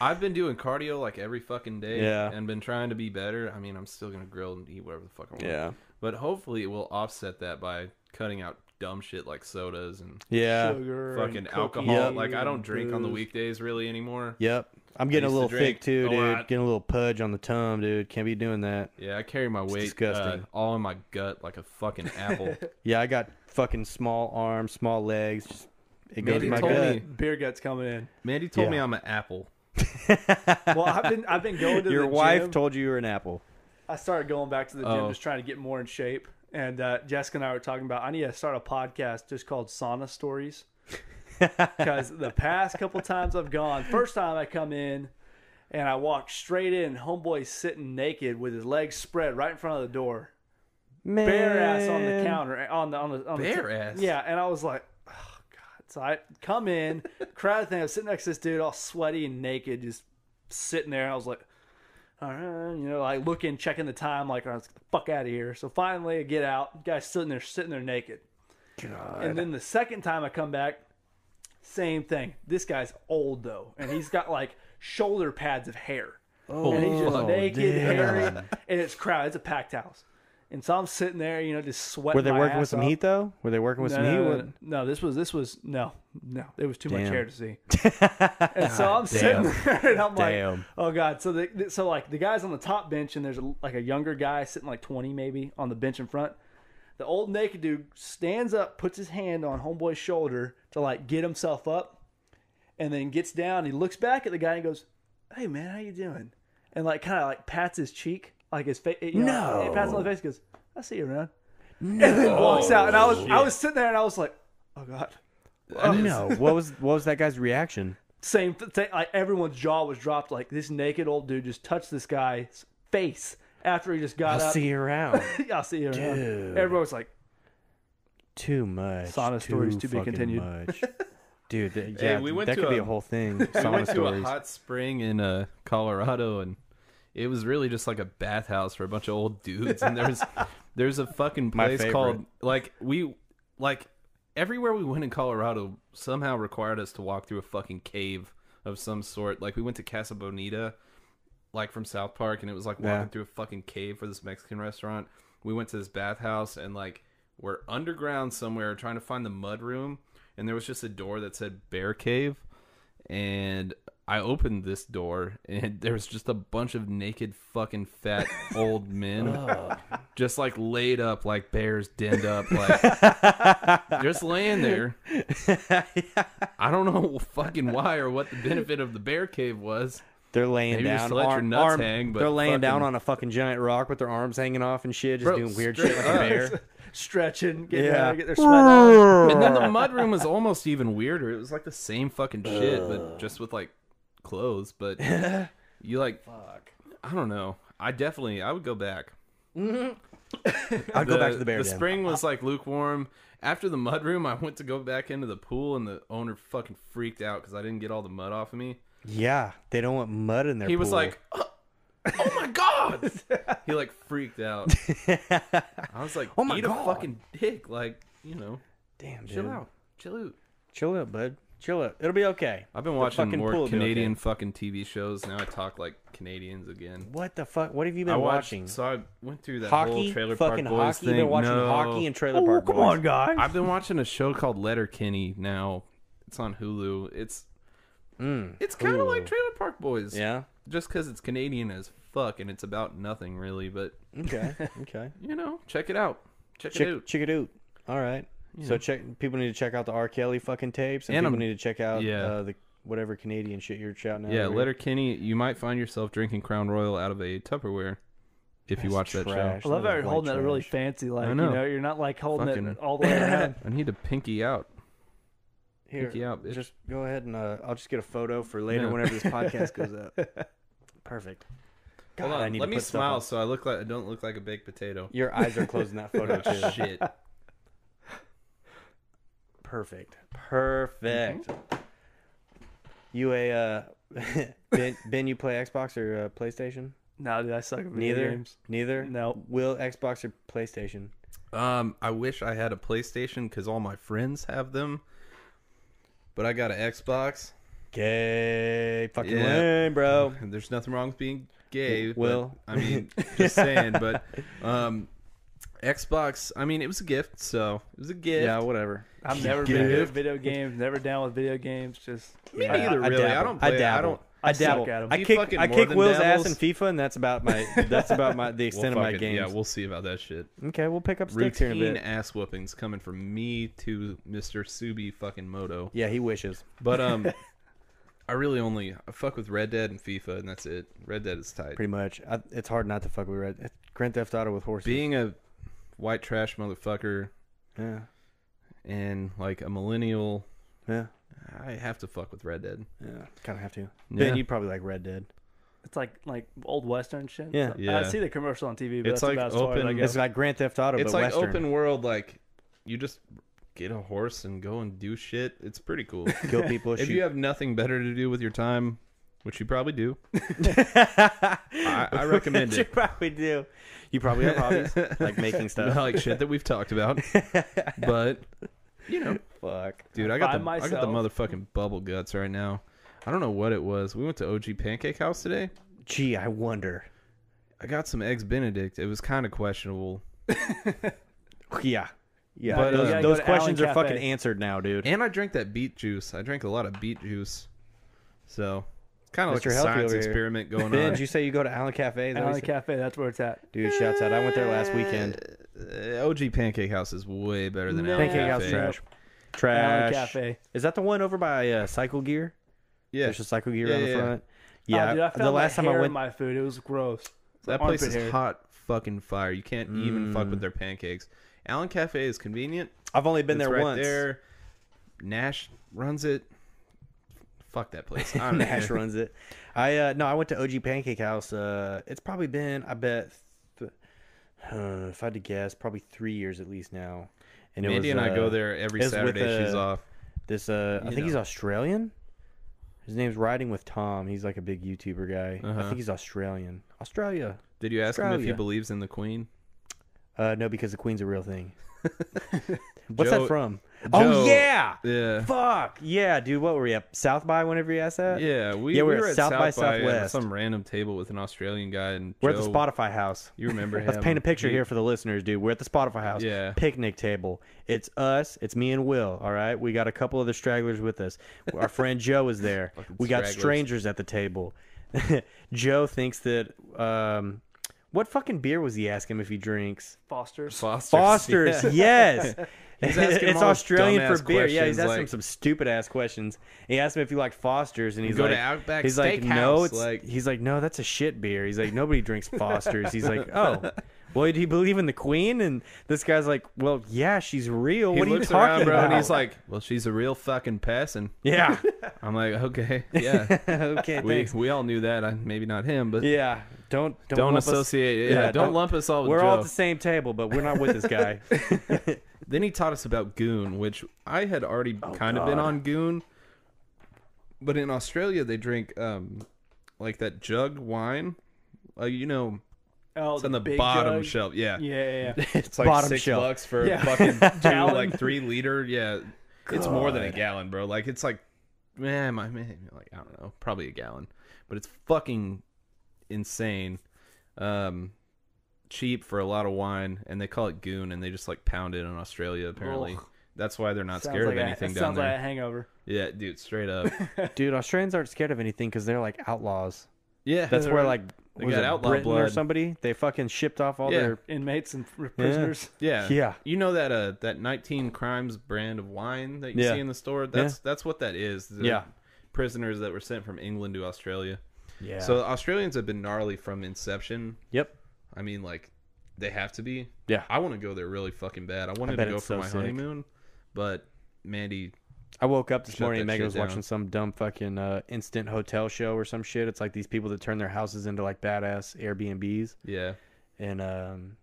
[SPEAKER 3] I've been doing cardio like every fucking day,
[SPEAKER 1] Yeah.
[SPEAKER 3] and been trying to be better. I mean, I'm still gonna grill and eat whatever the fuck I want.
[SPEAKER 1] Yeah.
[SPEAKER 3] But hopefully, it will offset that by cutting out dumb shit like sodas and
[SPEAKER 1] Yeah,
[SPEAKER 4] Sugar
[SPEAKER 3] Uh, fucking
[SPEAKER 4] and
[SPEAKER 3] alcohol.
[SPEAKER 4] cookies
[SPEAKER 3] Like I don't
[SPEAKER 4] and
[SPEAKER 3] drink on the
[SPEAKER 4] booze.
[SPEAKER 3] weekdays really anymore.
[SPEAKER 1] yep. I'm getting a
[SPEAKER 3] used to
[SPEAKER 1] little
[SPEAKER 3] drink
[SPEAKER 1] thick too,
[SPEAKER 3] a
[SPEAKER 1] dude.
[SPEAKER 3] lot.
[SPEAKER 1] Getting a little pudge on the tongue, dude. Can't be doing that.
[SPEAKER 3] Yeah, I carry my weight uh,
[SPEAKER 1] disgusting.
[SPEAKER 3] all in my gut like a fucking apple.
[SPEAKER 1] Yeah, I got fucking small arms, small legs. Just, it goes
[SPEAKER 3] Mandy
[SPEAKER 1] in my
[SPEAKER 3] told
[SPEAKER 1] gut.
[SPEAKER 3] me-
[SPEAKER 4] Beer guts coming in.
[SPEAKER 3] Mandy told me
[SPEAKER 1] Yeah.
[SPEAKER 3] I'm an apple.
[SPEAKER 4] Well, I've been I've been going to
[SPEAKER 1] Your
[SPEAKER 4] the
[SPEAKER 1] wife
[SPEAKER 4] gym.
[SPEAKER 1] told you you're an apple.
[SPEAKER 4] I started going back to the gym,
[SPEAKER 3] Oh.
[SPEAKER 4] just trying to get more in shape. And uh, Jessica and I were talking about I need to start a podcast just called Sauna Stories because the past couple times I've gone, first time I come in and I walk straight in, homeboy sitting naked with his legs spread right in front of the door,
[SPEAKER 1] Man.
[SPEAKER 4] bare ass on the counter eh, on the on the on
[SPEAKER 3] Bare
[SPEAKER 4] the,
[SPEAKER 3] ass?
[SPEAKER 4] Yeah, and I was like, oh god. So I come in, crowd thing. I'm sitting next to this dude, all sweaty and naked, just sitting there. I was like. All right, you know, like looking, checking the time, like, all right, let's get the fuck out of here. So finally, I get out. Guy's sitting there, sitting there naked. And then the second time I come back, same thing. This guy's old though, and he's got like shoulder pads of hair. Oh, and he's just naked, hairy, and it's crowded. It's a packed house. And so I'm sitting there, you know, just sweating.
[SPEAKER 1] Were they
[SPEAKER 4] my
[SPEAKER 1] working with
[SPEAKER 4] ass
[SPEAKER 1] some
[SPEAKER 4] off.
[SPEAKER 1] heat though? Were they working with
[SPEAKER 4] No,
[SPEAKER 1] some heat?
[SPEAKER 4] no, no,
[SPEAKER 1] What-
[SPEAKER 4] no, no, this was this was no, no. It was too much
[SPEAKER 1] Damn.
[SPEAKER 4] hair to see. and so I'm sitting there, and I'm like,
[SPEAKER 1] Damn.
[SPEAKER 4] oh god. So the so like the guys on the top bench, and there's a, like a younger guy sitting like 20 maybe on the bench in front. The old naked dude stands up, puts his hand on homeboy's shoulder to like get himself up, and then gets down. He looks back at the guy and goes, "Hey man, how you doing?" And like kind of like pats his cheek, like his face. You know,
[SPEAKER 1] No.
[SPEAKER 4] he pats him on the face. and Goes, "I see you around." And then walks out, and I was I was sitting there, and I was like, "Oh god."
[SPEAKER 1] Oh, no. What was what was that guy's reaction?
[SPEAKER 4] Same thing. Like everyone's jaw was dropped. Like this naked old dude just touched this guy's face after he just got
[SPEAKER 1] I'll
[SPEAKER 4] up.
[SPEAKER 1] see you around.
[SPEAKER 4] I'll see you around.
[SPEAKER 1] Dude.
[SPEAKER 4] Everyone was like,
[SPEAKER 1] Too much.
[SPEAKER 4] Sauna stories to be
[SPEAKER 1] fucking
[SPEAKER 4] continued.
[SPEAKER 1] Much. Dude, th- yeah,
[SPEAKER 3] we went
[SPEAKER 1] that
[SPEAKER 3] to
[SPEAKER 1] could be
[SPEAKER 3] a-
[SPEAKER 1] a whole thing. Sauna
[SPEAKER 3] we went to a
[SPEAKER 1] stories.
[SPEAKER 3] hot spring in uh, Colorado, and it was really just like a bathhouse for a bunch of old dudes. And there's there's a fucking
[SPEAKER 1] My
[SPEAKER 3] place
[SPEAKER 1] favorite.
[SPEAKER 3] called like we like everywhere we went in Colorado somehow required us to walk through a fucking cave of some sort. Like we went to Casa Bonita, like from South Park, and it was like walking
[SPEAKER 1] Yeah.
[SPEAKER 3] through a fucking cave for this Mexican restaurant. We went to this bathhouse and like we're underground somewhere trying to find the mud room, and there was just a door that said Bear Cave, and I opened this door and there was just a bunch of naked fucking fat old men, just like laid up like bears, denned up like just laying there. I don't know fucking why or what the benefit of the bear cave was.
[SPEAKER 1] They're laying
[SPEAKER 3] Maybe
[SPEAKER 1] down,
[SPEAKER 3] just let your
[SPEAKER 1] arm-
[SPEAKER 3] nuts
[SPEAKER 1] arm-
[SPEAKER 3] hang, but
[SPEAKER 1] they're laying down
[SPEAKER 3] fucking-
[SPEAKER 1] on a fucking giant rock with their arms hanging off and shit, just
[SPEAKER 3] Bro,
[SPEAKER 1] doing weird
[SPEAKER 3] straight
[SPEAKER 1] shit like a bear.
[SPEAKER 4] stretching, get,
[SPEAKER 1] Yeah.
[SPEAKER 4] yeah. get their sweat on.
[SPEAKER 3] And then the mudroom was almost even weirder. It was like the same fucking shit, but just with like clothes. But you like, I don't know. I definitely, I would go back.
[SPEAKER 1] I'll go back to the bear. den.
[SPEAKER 3] spring was like lukewarm. After the mud room, I went to go back into the pool, and the owner fucking freaked out because I didn't get all the mud off of me.
[SPEAKER 1] Yeah, they don't want mud in their.
[SPEAKER 3] He was
[SPEAKER 1] pool.
[SPEAKER 3] like, "Oh oh my god!" he like freaked out. I was like, "Oh
[SPEAKER 1] my
[SPEAKER 3] eat
[SPEAKER 1] God."
[SPEAKER 3] a fucking dick!" Like you know,
[SPEAKER 1] "Damn,
[SPEAKER 3] chill
[SPEAKER 1] dude.
[SPEAKER 3] out, chill out.
[SPEAKER 1] chill out, bud, chill out. It'll be okay."
[SPEAKER 3] I've been
[SPEAKER 1] The
[SPEAKER 3] watching
[SPEAKER 1] fucking pool
[SPEAKER 3] more
[SPEAKER 1] will be okay.
[SPEAKER 3] Canadian fucking TV shows. Now I talk like Canadians again.
[SPEAKER 1] What the fuck? What have you been
[SPEAKER 3] I watched,
[SPEAKER 1] watching?
[SPEAKER 3] so I went through that whole
[SPEAKER 1] hockey,
[SPEAKER 3] Trailer Park
[SPEAKER 1] fucking
[SPEAKER 3] Boys
[SPEAKER 1] hockey.
[SPEAKER 3] thing.
[SPEAKER 1] You've been watching
[SPEAKER 3] No.
[SPEAKER 1] hockey and Trailer
[SPEAKER 4] Oh,
[SPEAKER 1] Park
[SPEAKER 4] come
[SPEAKER 1] Boys.
[SPEAKER 4] on, guys.
[SPEAKER 3] I've been watching a show called Letter Kenny now. It's on Hulu. It's it's kind of like Trailer Park Boys.
[SPEAKER 1] Hmm. Yeah.
[SPEAKER 3] Just because it's Canadian as fuck and it's about nothing really, but
[SPEAKER 1] Okay. Okay.
[SPEAKER 3] you know, check it out. Check it
[SPEAKER 1] Check,
[SPEAKER 3] out.
[SPEAKER 1] check it out. All right. So check. People need to check out the R. Kelly fucking tapes, and,
[SPEAKER 3] And
[SPEAKER 1] people
[SPEAKER 3] I'm-
[SPEAKER 1] need to check out
[SPEAKER 3] yeah.
[SPEAKER 1] uh, the whatever Canadian shit you're shouting out.
[SPEAKER 3] yeah,
[SPEAKER 1] over
[SPEAKER 3] Letter Kenny. You might find yourself drinking Crown Royal out of a Tupperware if you watch that
[SPEAKER 1] trash.
[SPEAKER 3] show.
[SPEAKER 4] I love how you're
[SPEAKER 1] White
[SPEAKER 4] holding that really
[SPEAKER 1] trash.
[SPEAKER 4] fancy, like
[SPEAKER 3] know.
[SPEAKER 4] you know, you're not like holding it
[SPEAKER 3] Fucking-
[SPEAKER 4] all the way around.
[SPEAKER 3] I need to pinky out.
[SPEAKER 1] here.
[SPEAKER 3] Pick you up, bitch.
[SPEAKER 1] just go ahead and uh, I'll just get a photo for later
[SPEAKER 3] No.
[SPEAKER 1] whenever this podcast goes up. Perfect. God,
[SPEAKER 3] Hold on,
[SPEAKER 1] I need
[SPEAKER 3] let
[SPEAKER 1] to
[SPEAKER 3] me
[SPEAKER 1] put stuff on-
[SPEAKER 3] smile so I look like I don't look like a baked potato.
[SPEAKER 1] Your eyes are closed in that photo too.
[SPEAKER 3] Oh, Shit.
[SPEAKER 1] Perfect. Perfect.
[SPEAKER 3] Mm-hmm.
[SPEAKER 1] You a uh, ben, ben? You play Xbox or uh, PlayStation?
[SPEAKER 4] No, dude, I suck at video
[SPEAKER 1] Neither.
[SPEAKER 4] games.
[SPEAKER 1] Neither.
[SPEAKER 4] No.
[SPEAKER 1] Will Xbox or PlayStation?
[SPEAKER 3] Um, I wish I had a PlayStation because all my friends have them, but I got an Xbox.
[SPEAKER 1] Gay fucking
[SPEAKER 3] Yeah.
[SPEAKER 1] lame, bro.
[SPEAKER 3] And there's nothing wrong with being gay. but-
[SPEAKER 1] Well.
[SPEAKER 3] I mean, just saying. But um, Xbox. I mean, it was a gift, so it was a gift.
[SPEAKER 1] Yeah, whatever.
[SPEAKER 4] I've never been good at
[SPEAKER 1] Gift.
[SPEAKER 4] video games. Never down with video games. Just
[SPEAKER 3] Me neither,
[SPEAKER 1] I
[SPEAKER 3] really. I
[SPEAKER 1] dabble.
[SPEAKER 3] don't. Play,
[SPEAKER 1] I
[SPEAKER 3] it.
[SPEAKER 1] dabble.
[SPEAKER 3] I don't.
[SPEAKER 1] I
[SPEAKER 4] suck
[SPEAKER 1] dabble.
[SPEAKER 4] at 'em.
[SPEAKER 1] I
[SPEAKER 3] You
[SPEAKER 1] kick.
[SPEAKER 3] fucking
[SPEAKER 1] I
[SPEAKER 3] more
[SPEAKER 1] kick
[SPEAKER 3] than
[SPEAKER 1] Will's ass
[SPEAKER 3] dabbles?
[SPEAKER 1] in FIFA, and that's about my. That's about my the
[SPEAKER 3] We'll
[SPEAKER 1] extent of my
[SPEAKER 3] fucking-
[SPEAKER 1] games.
[SPEAKER 3] Yeah, we'll see about that shit.
[SPEAKER 1] okay, we'll pick up sticks here in a
[SPEAKER 3] Routine
[SPEAKER 1] bit.
[SPEAKER 3] ass whoopings coming from me to Mr. Subi fucking Moto.
[SPEAKER 1] Yeah, he wishes.
[SPEAKER 3] But um, I really only I fuck with Red Dead and FIFA, and that's it. Red Dead is tight.
[SPEAKER 1] Pretty much. I, it's hard not to fuck with Red. Grand Theft Auto with horses.
[SPEAKER 3] Being a white trash motherfucker
[SPEAKER 1] Yeah.
[SPEAKER 3] and like a millennial.
[SPEAKER 1] Yeah.
[SPEAKER 3] I have to fuck with Red Dead.
[SPEAKER 1] Yeah. Kind of have to.
[SPEAKER 3] Yeah.
[SPEAKER 1] Ben, you probably like Red Dead.
[SPEAKER 4] It's like like old western shit.
[SPEAKER 1] Yeah.
[SPEAKER 4] It's like-
[SPEAKER 3] Yeah.
[SPEAKER 4] I see the commercial on TV, but
[SPEAKER 3] It's
[SPEAKER 4] that's
[SPEAKER 3] like
[SPEAKER 4] about as far as I
[SPEAKER 3] open-
[SPEAKER 4] go.
[SPEAKER 1] It's like Grand Theft Auto,
[SPEAKER 3] It's
[SPEAKER 1] but
[SPEAKER 3] like
[SPEAKER 1] Western.
[SPEAKER 3] open world. Like you just get a horse and go and do shit. It's pretty cool.
[SPEAKER 1] Kill people.
[SPEAKER 3] if
[SPEAKER 1] shoot.
[SPEAKER 3] you have nothing better to do with your time, which you probably do, I, I recommend
[SPEAKER 1] you
[SPEAKER 3] it.
[SPEAKER 1] probably do. You probably have hobbies like making stuff.
[SPEAKER 3] Not like shit that we've talked about, but you know,
[SPEAKER 1] Fuck.
[SPEAKER 3] dude, I got
[SPEAKER 4] By
[SPEAKER 3] the I got the
[SPEAKER 4] myself.
[SPEAKER 3] motherfucking bubble guts right now. I don't know what it was. We went to OG Pancake House today.
[SPEAKER 1] Gee, I wonder.
[SPEAKER 3] I got some eggs Benedict. It was kind of questionable,
[SPEAKER 1] Yeah. Yeah.
[SPEAKER 3] But, uh,
[SPEAKER 1] those
[SPEAKER 3] You
[SPEAKER 1] those
[SPEAKER 3] gotta
[SPEAKER 4] go to
[SPEAKER 1] questions
[SPEAKER 4] Allen
[SPEAKER 1] are
[SPEAKER 4] Cafe.
[SPEAKER 1] fucking answered now, dude.
[SPEAKER 3] and I drank that beet juice. I drank a lot of beet juice, so kind of like
[SPEAKER 1] Mr.
[SPEAKER 3] a
[SPEAKER 1] Healthy
[SPEAKER 3] science
[SPEAKER 1] over here.
[SPEAKER 3] experiment going
[SPEAKER 1] Ben,
[SPEAKER 3] on.
[SPEAKER 1] did you say you go to Allen Cafe? Is that what
[SPEAKER 4] Alley
[SPEAKER 1] you said?
[SPEAKER 4] Cafe, that's where it's at.
[SPEAKER 1] Dude, shouts out. I went there last weekend.
[SPEAKER 3] Uh, OG Pancake House is way better than Allen
[SPEAKER 1] Pancake House
[SPEAKER 3] Cafe.
[SPEAKER 1] trash. Trash.
[SPEAKER 4] Allen Cafe.
[SPEAKER 1] Is that the one over by uh, Cycle Gear?
[SPEAKER 3] Yeah,
[SPEAKER 1] There's a Cycle Gear
[SPEAKER 3] Yeah,
[SPEAKER 1] on the
[SPEAKER 3] yeah, yeah.
[SPEAKER 1] front.
[SPEAKER 4] Oh,
[SPEAKER 1] Yeah.
[SPEAKER 4] dude, I found
[SPEAKER 1] the last
[SPEAKER 4] my
[SPEAKER 1] time I
[SPEAKER 4] hair in
[SPEAKER 1] went,
[SPEAKER 4] my food, it was gross. It's
[SPEAKER 3] That
[SPEAKER 4] like
[SPEAKER 3] place
[SPEAKER 4] armpit
[SPEAKER 3] is
[SPEAKER 4] hair.
[SPEAKER 3] hot fucking fire. You can't even fuck with their pancakes. Allen Cafe is convenient.
[SPEAKER 1] I've only Mm. been
[SPEAKER 3] It's
[SPEAKER 1] there
[SPEAKER 3] right
[SPEAKER 1] once.
[SPEAKER 3] there. Nash runs it. Fuck that place. I don't
[SPEAKER 1] Nash
[SPEAKER 3] care.
[SPEAKER 1] runs it. I uh, no, I went to OG Pancake House. Uh, it's probably been, I bet, th- uh, if I had to guess, probably three years at least now. And it
[SPEAKER 3] Mandy and I
[SPEAKER 1] uh,
[SPEAKER 3] go there every
[SPEAKER 1] it was with,
[SPEAKER 3] Saturday. She's
[SPEAKER 1] uh,
[SPEAKER 3] off.
[SPEAKER 1] This uh, I
[SPEAKER 3] You
[SPEAKER 1] think he's
[SPEAKER 3] know.
[SPEAKER 1] Australian. His name's Riding with Tom. He's like a big YouTuber guy. I
[SPEAKER 3] Uh-huh.
[SPEAKER 1] think he's Australian. Australia.
[SPEAKER 3] Did you ask him if he
[SPEAKER 1] Australia.
[SPEAKER 3] believes in the Queen?
[SPEAKER 1] Uh, no, because the Queen's a real thing. What's
[SPEAKER 3] Joe-
[SPEAKER 1] that from?
[SPEAKER 3] Joe-
[SPEAKER 1] oh yeah.
[SPEAKER 3] Yeah.
[SPEAKER 1] Fuck yeah, dude. What were we at South by? Whenever you asked that,
[SPEAKER 3] Yeah, we,
[SPEAKER 1] Yeah,
[SPEAKER 3] we
[SPEAKER 1] we're
[SPEAKER 3] were
[SPEAKER 1] at
[SPEAKER 3] at
[SPEAKER 1] South by
[SPEAKER 3] at
[SPEAKER 1] Southwest.
[SPEAKER 3] some random table with an Australian guy, and
[SPEAKER 1] we're at the
[SPEAKER 3] Joe-
[SPEAKER 1] Spotify house.
[SPEAKER 3] You remember him?
[SPEAKER 1] Let's paint a picture
[SPEAKER 3] He-
[SPEAKER 1] here for the listeners, dude. We're at the Spotify house.
[SPEAKER 3] Yeah.
[SPEAKER 1] Picnic table. It's us. It's me and Will. All right. We got a couple other stragglers with us. Our friend Joe is there. we got
[SPEAKER 3] stragglers.
[SPEAKER 1] strangers at the table. Joe thinks that. Um, what fucking beer was he asking if he drinks?
[SPEAKER 4] Foster's.
[SPEAKER 3] Foster's.
[SPEAKER 1] Foster's.
[SPEAKER 3] Yeah.
[SPEAKER 1] Yes.
[SPEAKER 3] He's asking
[SPEAKER 1] it's
[SPEAKER 3] all
[SPEAKER 1] Australian for
[SPEAKER 3] dumbass
[SPEAKER 1] beer. Yeah, he's
[SPEAKER 3] questions,
[SPEAKER 1] asking
[SPEAKER 3] like-
[SPEAKER 1] him some stupid ass questions. He asked him if he liked Foster's, and he's
[SPEAKER 3] Go to
[SPEAKER 1] like,
[SPEAKER 3] Outback
[SPEAKER 1] he's like, no,
[SPEAKER 3] Steakhouse,
[SPEAKER 1] it's
[SPEAKER 3] like-
[SPEAKER 1] he's like, no, that's a shit beer. He's like, nobody drinks Foster's. He's like, oh, well, do you believe in the Queen? And this guy's like, well, yeah, she's real.
[SPEAKER 3] He
[SPEAKER 1] what are you
[SPEAKER 3] looks
[SPEAKER 1] talking
[SPEAKER 3] around, bro,
[SPEAKER 1] about?
[SPEAKER 3] and he's like, "Well, she's a real fucking person."
[SPEAKER 1] yeah,
[SPEAKER 3] I'm like, "Okay, yeah."
[SPEAKER 1] okay,
[SPEAKER 3] we,
[SPEAKER 1] thanks.
[SPEAKER 3] we all knew that. I, maybe not him, but
[SPEAKER 1] Yeah, don't don't,
[SPEAKER 3] don't
[SPEAKER 1] lump us-
[SPEAKER 3] associate. yeah, don't, lump us all with
[SPEAKER 1] We're all
[SPEAKER 3] Joe.
[SPEAKER 1] at the same table, but we're not with this guy.
[SPEAKER 3] Then he taught us about Goon, which I had already
[SPEAKER 4] Oh,
[SPEAKER 3] kind of been on Goon. But in Australia, they drink um, like that jug wine. Uh, you know,
[SPEAKER 4] Oh,
[SPEAKER 3] it's on the
[SPEAKER 4] big
[SPEAKER 3] bottom
[SPEAKER 4] jug.
[SPEAKER 3] shelf. Yeah.
[SPEAKER 4] Yeah, yeah, yeah.
[SPEAKER 1] it's
[SPEAKER 3] Like
[SPEAKER 1] bottom
[SPEAKER 3] six
[SPEAKER 1] shelf.
[SPEAKER 3] bucks for
[SPEAKER 4] Yeah.
[SPEAKER 3] fucking two,
[SPEAKER 4] Gallon.
[SPEAKER 3] like three liter. Yeah. It's more than a gallon, bro. Like, it's like, man, my man, like, I don't know, probably a gallon. But it's fucking insane. Um, cheap for a lot of wine, and they call it goon, and they just like pound it in Australia. Apparently,
[SPEAKER 4] Ugh.
[SPEAKER 3] that's why they're not
[SPEAKER 4] sounds
[SPEAKER 3] scared
[SPEAKER 4] like
[SPEAKER 3] of
[SPEAKER 4] a,
[SPEAKER 3] anything
[SPEAKER 4] that
[SPEAKER 3] down
[SPEAKER 4] sounds
[SPEAKER 3] there.
[SPEAKER 4] like a hangover.
[SPEAKER 3] yeah, dude, straight up.
[SPEAKER 1] Dude, Australians aren't scared of anything because they're like outlaws.
[SPEAKER 3] yeah,
[SPEAKER 1] That's where like
[SPEAKER 3] They
[SPEAKER 1] was
[SPEAKER 3] got
[SPEAKER 1] it
[SPEAKER 3] outlaw
[SPEAKER 1] Britain or
[SPEAKER 3] blood.
[SPEAKER 1] somebody they fucking shipped off all
[SPEAKER 3] Yeah.
[SPEAKER 1] their
[SPEAKER 4] Inmates and pr- prisoners.
[SPEAKER 3] yeah,
[SPEAKER 1] Yeah.
[SPEAKER 3] You know that uh that 19 crimes brand of wine that you
[SPEAKER 1] Yeah.
[SPEAKER 3] see in the store? That's that's what that is. The
[SPEAKER 1] Yeah.
[SPEAKER 3] prisoners that were sent from England to Australia.
[SPEAKER 1] yeah.
[SPEAKER 3] So Australians have been gnarly from inception.
[SPEAKER 1] yep,
[SPEAKER 3] I mean, like they have to be.
[SPEAKER 1] Yeah.
[SPEAKER 3] I want to go there really fucking bad. I wanted
[SPEAKER 1] bet
[SPEAKER 3] to go
[SPEAKER 1] it's
[SPEAKER 3] for
[SPEAKER 1] so
[SPEAKER 3] my
[SPEAKER 1] sick.
[SPEAKER 3] honeymoon, but Mandy,
[SPEAKER 1] I woke up this
[SPEAKER 3] Shut
[SPEAKER 1] morning and
[SPEAKER 3] that
[SPEAKER 1] Megan
[SPEAKER 3] shit
[SPEAKER 1] was watching
[SPEAKER 3] down.
[SPEAKER 1] some dumb fucking uh, instant hotel show or some shit. It's like these people that turn their houses into like badass Airbnbs,
[SPEAKER 3] yeah,
[SPEAKER 1] and um,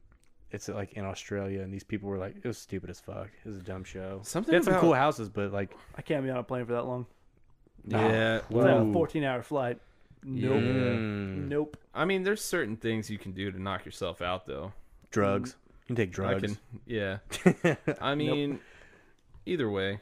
[SPEAKER 1] it's like in Australia. And these people were like, it was stupid as fuck. It was a dumb show.
[SPEAKER 3] Something
[SPEAKER 1] they had
[SPEAKER 3] about-
[SPEAKER 1] some cool houses, but like,
[SPEAKER 4] I can't be on a plane for that long.
[SPEAKER 3] yeah.
[SPEAKER 4] It's like a
[SPEAKER 1] Ooh.
[SPEAKER 4] 14 hour flight. Nope.
[SPEAKER 3] Yeah.
[SPEAKER 1] mm,
[SPEAKER 4] Nope.
[SPEAKER 3] I mean, there's certain things you can do to knock yourself out, though.
[SPEAKER 1] drugs. You can take
[SPEAKER 3] I
[SPEAKER 1] drugs.
[SPEAKER 3] can, yeah. I mean, either way.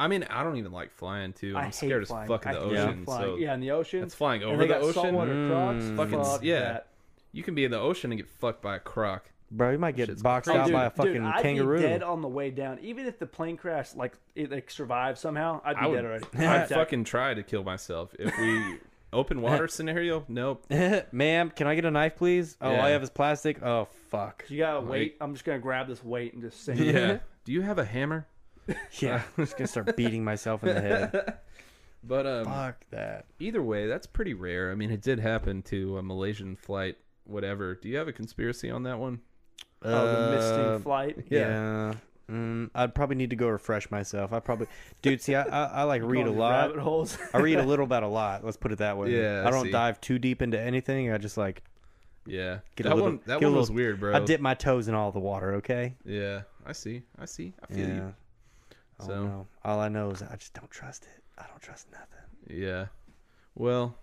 [SPEAKER 3] I mean, I don't even like flying too.
[SPEAKER 4] I
[SPEAKER 3] I'm
[SPEAKER 4] hate
[SPEAKER 3] scared as
[SPEAKER 4] flying.
[SPEAKER 3] fuck of the
[SPEAKER 4] I hate
[SPEAKER 3] ocean.
[SPEAKER 4] Flying.
[SPEAKER 3] So
[SPEAKER 4] yeah, in the ocean.
[SPEAKER 3] that's flying
[SPEAKER 4] And
[SPEAKER 3] over
[SPEAKER 4] they
[SPEAKER 3] the
[SPEAKER 4] got
[SPEAKER 3] ocean. Mm,
[SPEAKER 4] Saltwater crocs.
[SPEAKER 3] Fucking
[SPEAKER 4] Fuck
[SPEAKER 3] yeah.
[SPEAKER 4] that.
[SPEAKER 3] You can be in the ocean and get fucked by a croc.
[SPEAKER 1] Bro, you might
[SPEAKER 3] Shit's
[SPEAKER 1] get boxed
[SPEAKER 3] crazy.
[SPEAKER 1] out
[SPEAKER 4] Dude,
[SPEAKER 1] by a fucking
[SPEAKER 4] dude, I'd
[SPEAKER 1] kangaroo.
[SPEAKER 4] Be dead on the way down. Even if the plane crash, like it like survived somehow, I'd be
[SPEAKER 3] I would
[SPEAKER 4] dead already.
[SPEAKER 3] I'd
[SPEAKER 4] I'd die.
[SPEAKER 3] fucking try to kill myself if we open water scenario. Nope.
[SPEAKER 1] Ma'am, can I get a knife, please? Oh, all
[SPEAKER 3] Yeah.
[SPEAKER 1] I have is plastic. Oh, fuck.
[SPEAKER 4] You gotta wait. I'm just gonna grab this weight and just sink.
[SPEAKER 3] Yeah. Do you have a hammer?
[SPEAKER 1] Yeah, I'm just gonna start beating myself in the head.
[SPEAKER 3] But um,
[SPEAKER 1] Fuck that.
[SPEAKER 3] either way, that's pretty rare. I mean, it did happen to a Malaysian flight. Whatever. Do you have a conspiracy on that one?
[SPEAKER 4] oh, the misting
[SPEAKER 1] Uh,
[SPEAKER 4] flight.
[SPEAKER 1] Yeah. Mm, I'd probably need to go refresh myself. I probably, dude. See, I, I, I like read a
[SPEAKER 4] Going to
[SPEAKER 1] lot.
[SPEAKER 4] Rabbit holes.
[SPEAKER 1] I read a little about a lot. Let's put it that way.
[SPEAKER 3] Yeah, I
[SPEAKER 1] I don't
[SPEAKER 3] see.
[SPEAKER 1] dive too deep into anything. I just like
[SPEAKER 3] Yeah,
[SPEAKER 1] get
[SPEAKER 3] that
[SPEAKER 1] a little.
[SPEAKER 3] one. That
[SPEAKER 1] get a
[SPEAKER 3] one was
[SPEAKER 1] little-
[SPEAKER 3] weird, bro.
[SPEAKER 1] I dip my toes in all the water. Okay.
[SPEAKER 3] Yeah, I see. I see. I
[SPEAKER 1] Yeah.
[SPEAKER 3] feel
[SPEAKER 1] Oh,
[SPEAKER 3] you.
[SPEAKER 1] I don't
[SPEAKER 3] So-
[SPEAKER 1] know. all I know is I just don't trust it. I don't trust nothing.
[SPEAKER 3] Yeah. Well,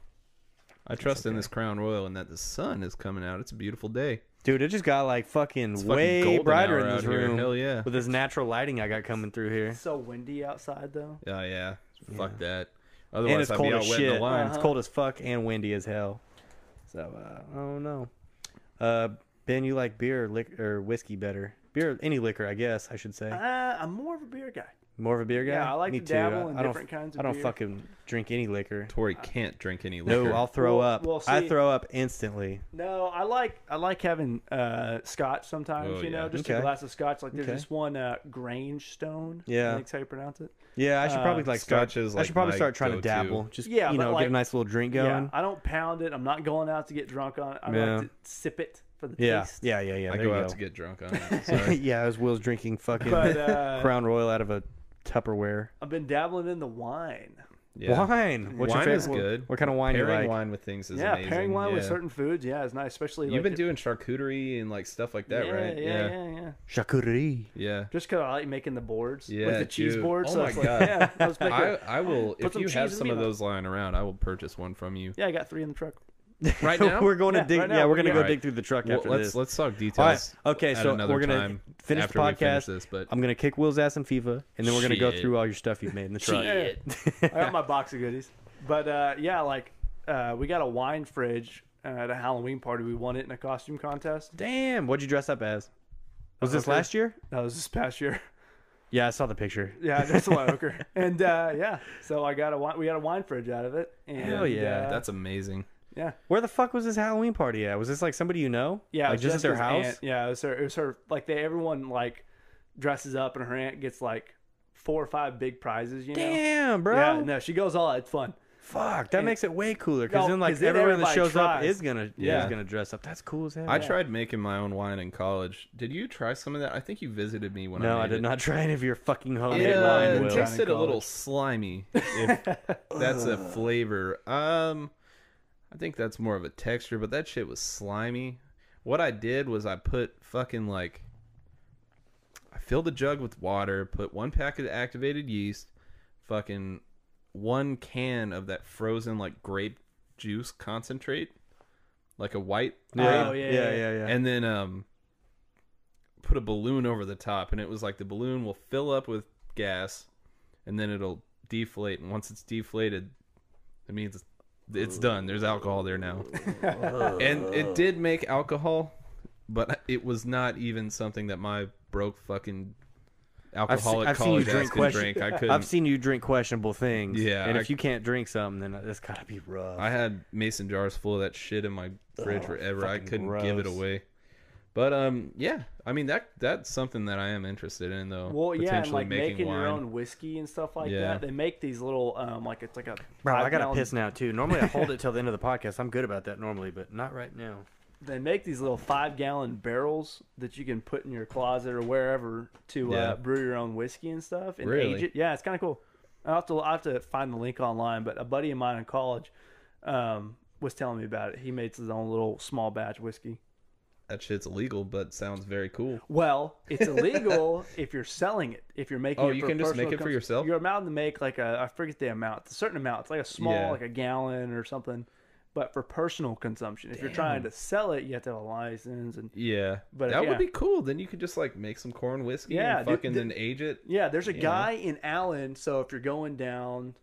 [SPEAKER 3] I trust in this Crown Royal and that the sun is coming out. It's a beautiful day.
[SPEAKER 1] Dude, it just got like fucking
[SPEAKER 3] fucking
[SPEAKER 1] way
[SPEAKER 3] golden
[SPEAKER 1] brighter in
[SPEAKER 3] hour
[SPEAKER 1] this
[SPEAKER 3] out here.
[SPEAKER 1] room.
[SPEAKER 3] Hell yeah.
[SPEAKER 1] With this natural lighting I got coming through here.
[SPEAKER 4] It's so windy outside though.
[SPEAKER 3] Oh yeah. Fuck that.
[SPEAKER 1] and
[SPEAKER 3] Otherwise,
[SPEAKER 1] it's
[SPEAKER 3] I'd
[SPEAKER 1] cold
[SPEAKER 3] be out
[SPEAKER 1] as
[SPEAKER 3] wet in
[SPEAKER 1] shit. Uh-huh.
[SPEAKER 3] the line.
[SPEAKER 4] Uh-huh.
[SPEAKER 1] It's cold as fuck and windy as hell. So uh, I don't know. Uh, ben, you like beer or, lic- or whiskey better? Beer, any liquor, I guess I should say.
[SPEAKER 4] Uh, I'm more of a beer guy.
[SPEAKER 1] More of a beer guy.
[SPEAKER 4] Yeah, I like
[SPEAKER 1] Me
[SPEAKER 4] to
[SPEAKER 1] too.
[SPEAKER 4] dabble
[SPEAKER 1] I,
[SPEAKER 4] in
[SPEAKER 1] I don't,
[SPEAKER 4] different kinds of
[SPEAKER 1] I don't
[SPEAKER 4] beer.
[SPEAKER 1] fucking drink any liquor.
[SPEAKER 3] Tori can't drink any liquor.
[SPEAKER 1] No, I'll throw
[SPEAKER 4] Well-
[SPEAKER 1] up.
[SPEAKER 4] well,
[SPEAKER 1] I
[SPEAKER 4] see-
[SPEAKER 1] throw up instantly.
[SPEAKER 4] No, I like I like having uh, scotch sometimes.
[SPEAKER 3] Oh,
[SPEAKER 4] you know,
[SPEAKER 3] yeah.
[SPEAKER 4] just
[SPEAKER 1] Okay.
[SPEAKER 4] a glass of scotch. Like there's
[SPEAKER 1] Okay.
[SPEAKER 4] this one uh, Grange Stone.
[SPEAKER 1] Yeah.
[SPEAKER 4] I think that's how you pronounce it.
[SPEAKER 1] Yeah, I should probably like start.
[SPEAKER 3] scotch is,
[SPEAKER 1] I
[SPEAKER 3] like,
[SPEAKER 1] should probably
[SPEAKER 3] my
[SPEAKER 1] start trying to
[SPEAKER 3] go-to.
[SPEAKER 1] dabble. Just
[SPEAKER 4] Uh, Yeah,
[SPEAKER 1] you
[SPEAKER 4] but,
[SPEAKER 1] know,
[SPEAKER 4] like-
[SPEAKER 1] get a nice little drink
[SPEAKER 4] Yeah,
[SPEAKER 1] going.
[SPEAKER 4] I don't pound it. I'm not going out to get drunk on it. I
[SPEAKER 1] Yeah.
[SPEAKER 4] like to sip it for the
[SPEAKER 1] Yeah,
[SPEAKER 4] taste.
[SPEAKER 1] yeah, yeah, yeah.
[SPEAKER 3] I
[SPEAKER 1] there
[SPEAKER 3] go
[SPEAKER 1] you
[SPEAKER 3] out
[SPEAKER 1] go.
[SPEAKER 3] to get drunk on it. Sorry.
[SPEAKER 1] yeah, as Will's drinking fucking
[SPEAKER 4] But uh,
[SPEAKER 1] Crown Royal out of a Tupperware.
[SPEAKER 4] I've been dabbling in the wine.
[SPEAKER 3] Yeah.
[SPEAKER 1] Wine. What's your
[SPEAKER 3] wine
[SPEAKER 1] favorite?
[SPEAKER 3] is good.
[SPEAKER 1] What, kind of wine
[SPEAKER 3] pairing
[SPEAKER 1] you like?
[SPEAKER 3] wine with things is
[SPEAKER 4] yeah,
[SPEAKER 3] amazing.
[SPEAKER 4] pairing wine with
[SPEAKER 3] Yeah.
[SPEAKER 4] certain foods. Yeah, it's nice, especially
[SPEAKER 3] You've been
[SPEAKER 4] like,
[SPEAKER 3] doing charcuterie and like stuff like that,
[SPEAKER 4] yeah,
[SPEAKER 3] right?
[SPEAKER 4] Yeah,
[SPEAKER 3] yeah.
[SPEAKER 4] yeah, yeah.
[SPEAKER 1] Charcuterie.
[SPEAKER 3] Yeah.
[SPEAKER 4] Just because I like making the boards,
[SPEAKER 3] Yeah,
[SPEAKER 4] like the cheese
[SPEAKER 3] dude.
[SPEAKER 4] boards.
[SPEAKER 3] Oh
[SPEAKER 4] so
[SPEAKER 3] my
[SPEAKER 4] it's like,
[SPEAKER 3] God.
[SPEAKER 4] yeah, let's make
[SPEAKER 3] I,
[SPEAKER 4] a-
[SPEAKER 3] I will if
[SPEAKER 4] some
[SPEAKER 3] you
[SPEAKER 4] cheese
[SPEAKER 3] have
[SPEAKER 4] and
[SPEAKER 3] some of
[SPEAKER 4] meat on it.
[SPEAKER 3] those lying around, I will purchase one from you.
[SPEAKER 4] yeah, I got three in the truck.
[SPEAKER 3] Right now?
[SPEAKER 1] we're going to
[SPEAKER 4] Yeah,
[SPEAKER 1] dig.
[SPEAKER 4] right
[SPEAKER 1] yeah,
[SPEAKER 4] now,
[SPEAKER 1] we're going to
[SPEAKER 4] yeah.
[SPEAKER 1] go
[SPEAKER 3] Alright.
[SPEAKER 1] dig through the truck
[SPEAKER 3] Well,
[SPEAKER 1] after
[SPEAKER 3] let's
[SPEAKER 1] this.
[SPEAKER 3] let's talk
[SPEAKER 1] All right.
[SPEAKER 3] details.
[SPEAKER 1] Okay,
[SPEAKER 3] at
[SPEAKER 1] so
[SPEAKER 3] another
[SPEAKER 1] we're gonna
[SPEAKER 3] time
[SPEAKER 1] finish the
[SPEAKER 3] after we
[SPEAKER 1] podcast.
[SPEAKER 3] finish this, but
[SPEAKER 1] I'm gonna kick Will's ass in FIFA, and then we're gonna go
[SPEAKER 3] Shit.
[SPEAKER 1] through all your stuff you've made in the truck.
[SPEAKER 3] Shit.
[SPEAKER 4] I got my box of goodies. But uh, yeah, like uh, we got a wine fridge uh, at a Halloween party. We won it in a costume contest.
[SPEAKER 1] Damn, what'd you dress up as? Was this
[SPEAKER 4] Okay.
[SPEAKER 1] last year?
[SPEAKER 4] That was this past year.
[SPEAKER 1] Yeah, I saw the picture.
[SPEAKER 4] Yeah, that's a lot ochre. And uh, yeah, so I got a wine. We got a wine fridge out of it. And,
[SPEAKER 1] Hell yeah,
[SPEAKER 4] uh,
[SPEAKER 3] that's amazing.
[SPEAKER 4] yeah,
[SPEAKER 1] Where the fuck was this Halloween party at? Was this like somebody you know?
[SPEAKER 4] yeah. it
[SPEAKER 1] like
[SPEAKER 4] was
[SPEAKER 1] just at their
[SPEAKER 4] Jessica's
[SPEAKER 1] house.
[SPEAKER 4] aunt. Yeah, it was her. It was her. Like they, everyone like dresses up, and her aunt gets like four or five big prizes. You know.
[SPEAKER 1] Damn, bro.
[SPEAKER 4] Yeah, no, she goes all out. It's fun.
[SPEAKER 1] Fuck, that makes it way cooler because
[SPEAKER 4] No,
[SPEAKER 1] then like
[SPEAKER 4] 'cause then
[SPEAKER 1] everyone that
[SPEAKER 4] everybody
[SPEAKER 1] shows up
[SPEAKER 4] tries.
[SPEAKER 1] is gonna yeah.
[SPEAKER 3] Yeah.
[SPEAKER 1] is gonna dress up. That's cool as hell.
[SPEAKER 3] I tried making my own wine in college. Did you try some of that? I think you visited me when I
[SPEAKER 1] no,
[SPEAKER 3] made
[SPEAKER 1] I did
[SPEAKER 3] it.
[SPEAKER 1] not try any of your fucking homemade
[SPEAKER 3] Yeah,
[SPEAKER 1] wine.
[SPEAKER 3] it
[SPEAKER 1] Will.
[SPEAKER 4] Try-
[SPEAKER 3] tasted a little slimy. If that's a flavor. Um, I think that's more of a texture, but that shit was slimy. What I did was I put fucking like, I filled a jug with water, put one pack of activated yeast, fucking one can of that frozen like grape juice concentrate, like a white
[SPEAKER 1] Yeah,
[SPEAKER 4] Oh,
[SPEAKER 1] yeah,
[SPEAKER 4] yeah,
[SPEAKER 1] yeah,
[SPEAKER 4] yeah,
[SPEAKER 1] yeah, yeah.
[SPEAKER 3] and then um put a balloon over the top and it was like the balloon will fill up with gas and then it'll deflate and once it's deflated it means it's- it's done there's alcohol there now and it did make alcohol but it was not even something that my broke fucking alcoholic
[SPEAKER 1] I've seen you
[SPEAKER 3] college ass
[SPEAKER 1] drink
[SPEAKER 3] could
[SPEAKER 1] question-
[SPEAKER 3] drink i couldn't
[SPEAKER 1] I've seen you drink questionable things.
[SPEAKER 3] Yeah,
[SPEAKER 1] and
[SPEAKER 3] I-
[SPEAKER 1] if you can't drink something, then that's gotta be rough.
[SPEAKER 3] I had mason jars full of that shit in my fridge forever. I
[SPEAKER 1] fucking
[SPEAKER 3] couldn't give it
[SPEAKER 1] gross.
[SPEAKER 3] away. But um, yeah, I mean that that's something that I am interested in though.
[SPEAKER 4] Well, yeah, and
[SPEAKER 3] potentially
[SPEAKER 4] like making your own whiskey and stuff like
[SPEAKER 3] Yeah.
[SPEAKER 4] that. They make these little, um, like it's like a.
[SPEAKER 1] Bro, I
[SPEAKER 4] five
[SPEAKER 1] gotta
[SPEAKER 4] gallon-
[SPEAKER 1] piss now too. Normally I hold it till the end of the podcast. I'm good about that normally, but not right now.
[SPEAKER 4] They make these little five gallon barrels that you can put in your closet or wherever to
[SPEAKER 3] Yeah.
[SPEAKER 4] uh, brew your own whiskey and stuff and age
[SPEAKER 3] Really?
[SPEAKER 4] it. Yeah, it's kind of cool. I'll have to I'll have to find the link online, but a buddy of mine in college um, was telling me about it. He makes his own little small batch whiskey.
[SPEAKER 3] That shit's illegal, but sounds very cool.
[SPEAKER 4] Well, it's illegal if you're selling it. If you're making,
[SPEAKER 3] Oh,
[SPEAKER 4] it
[SPEAKER 3] you
[SPEAKER 4] for
[SPEAKER 3] can just
[SPEAKER 4] personal
[SPEAKER 3] make it for
[SPEAKER 4] cons-
[SPEAKER 3] yourself?
[SPEAKER 4] You're allowed to make like a I forget the amount, it's a certain amount. It's like a small,
[SPEAKER 3] Yeah.
[SPEAKER 4] like a gallon or something. But for personal consumption, if you're trying to sell it, you have to have a license and
[SPEAKER 3] Yeah,
[SPEAKER 4] But,
[SPEAKER 3] that
[SPEAKER 4] yeah.
[SPEAKER 3] would be cool. Then you could just like make some corn whiskey
[SPEAKER 4] Yeah,
[SPEAKER 3] and
[SPEAKER 4] dude,
[SPEAKER 3] fucking
[SPEAKER 4] the-
[SPEAKER 3] then age it.
[SPEAKER 4] yeah. There's a
[SPEAKER 3] You know?
[SPEAKER 4] guy in Allen, so if you're going down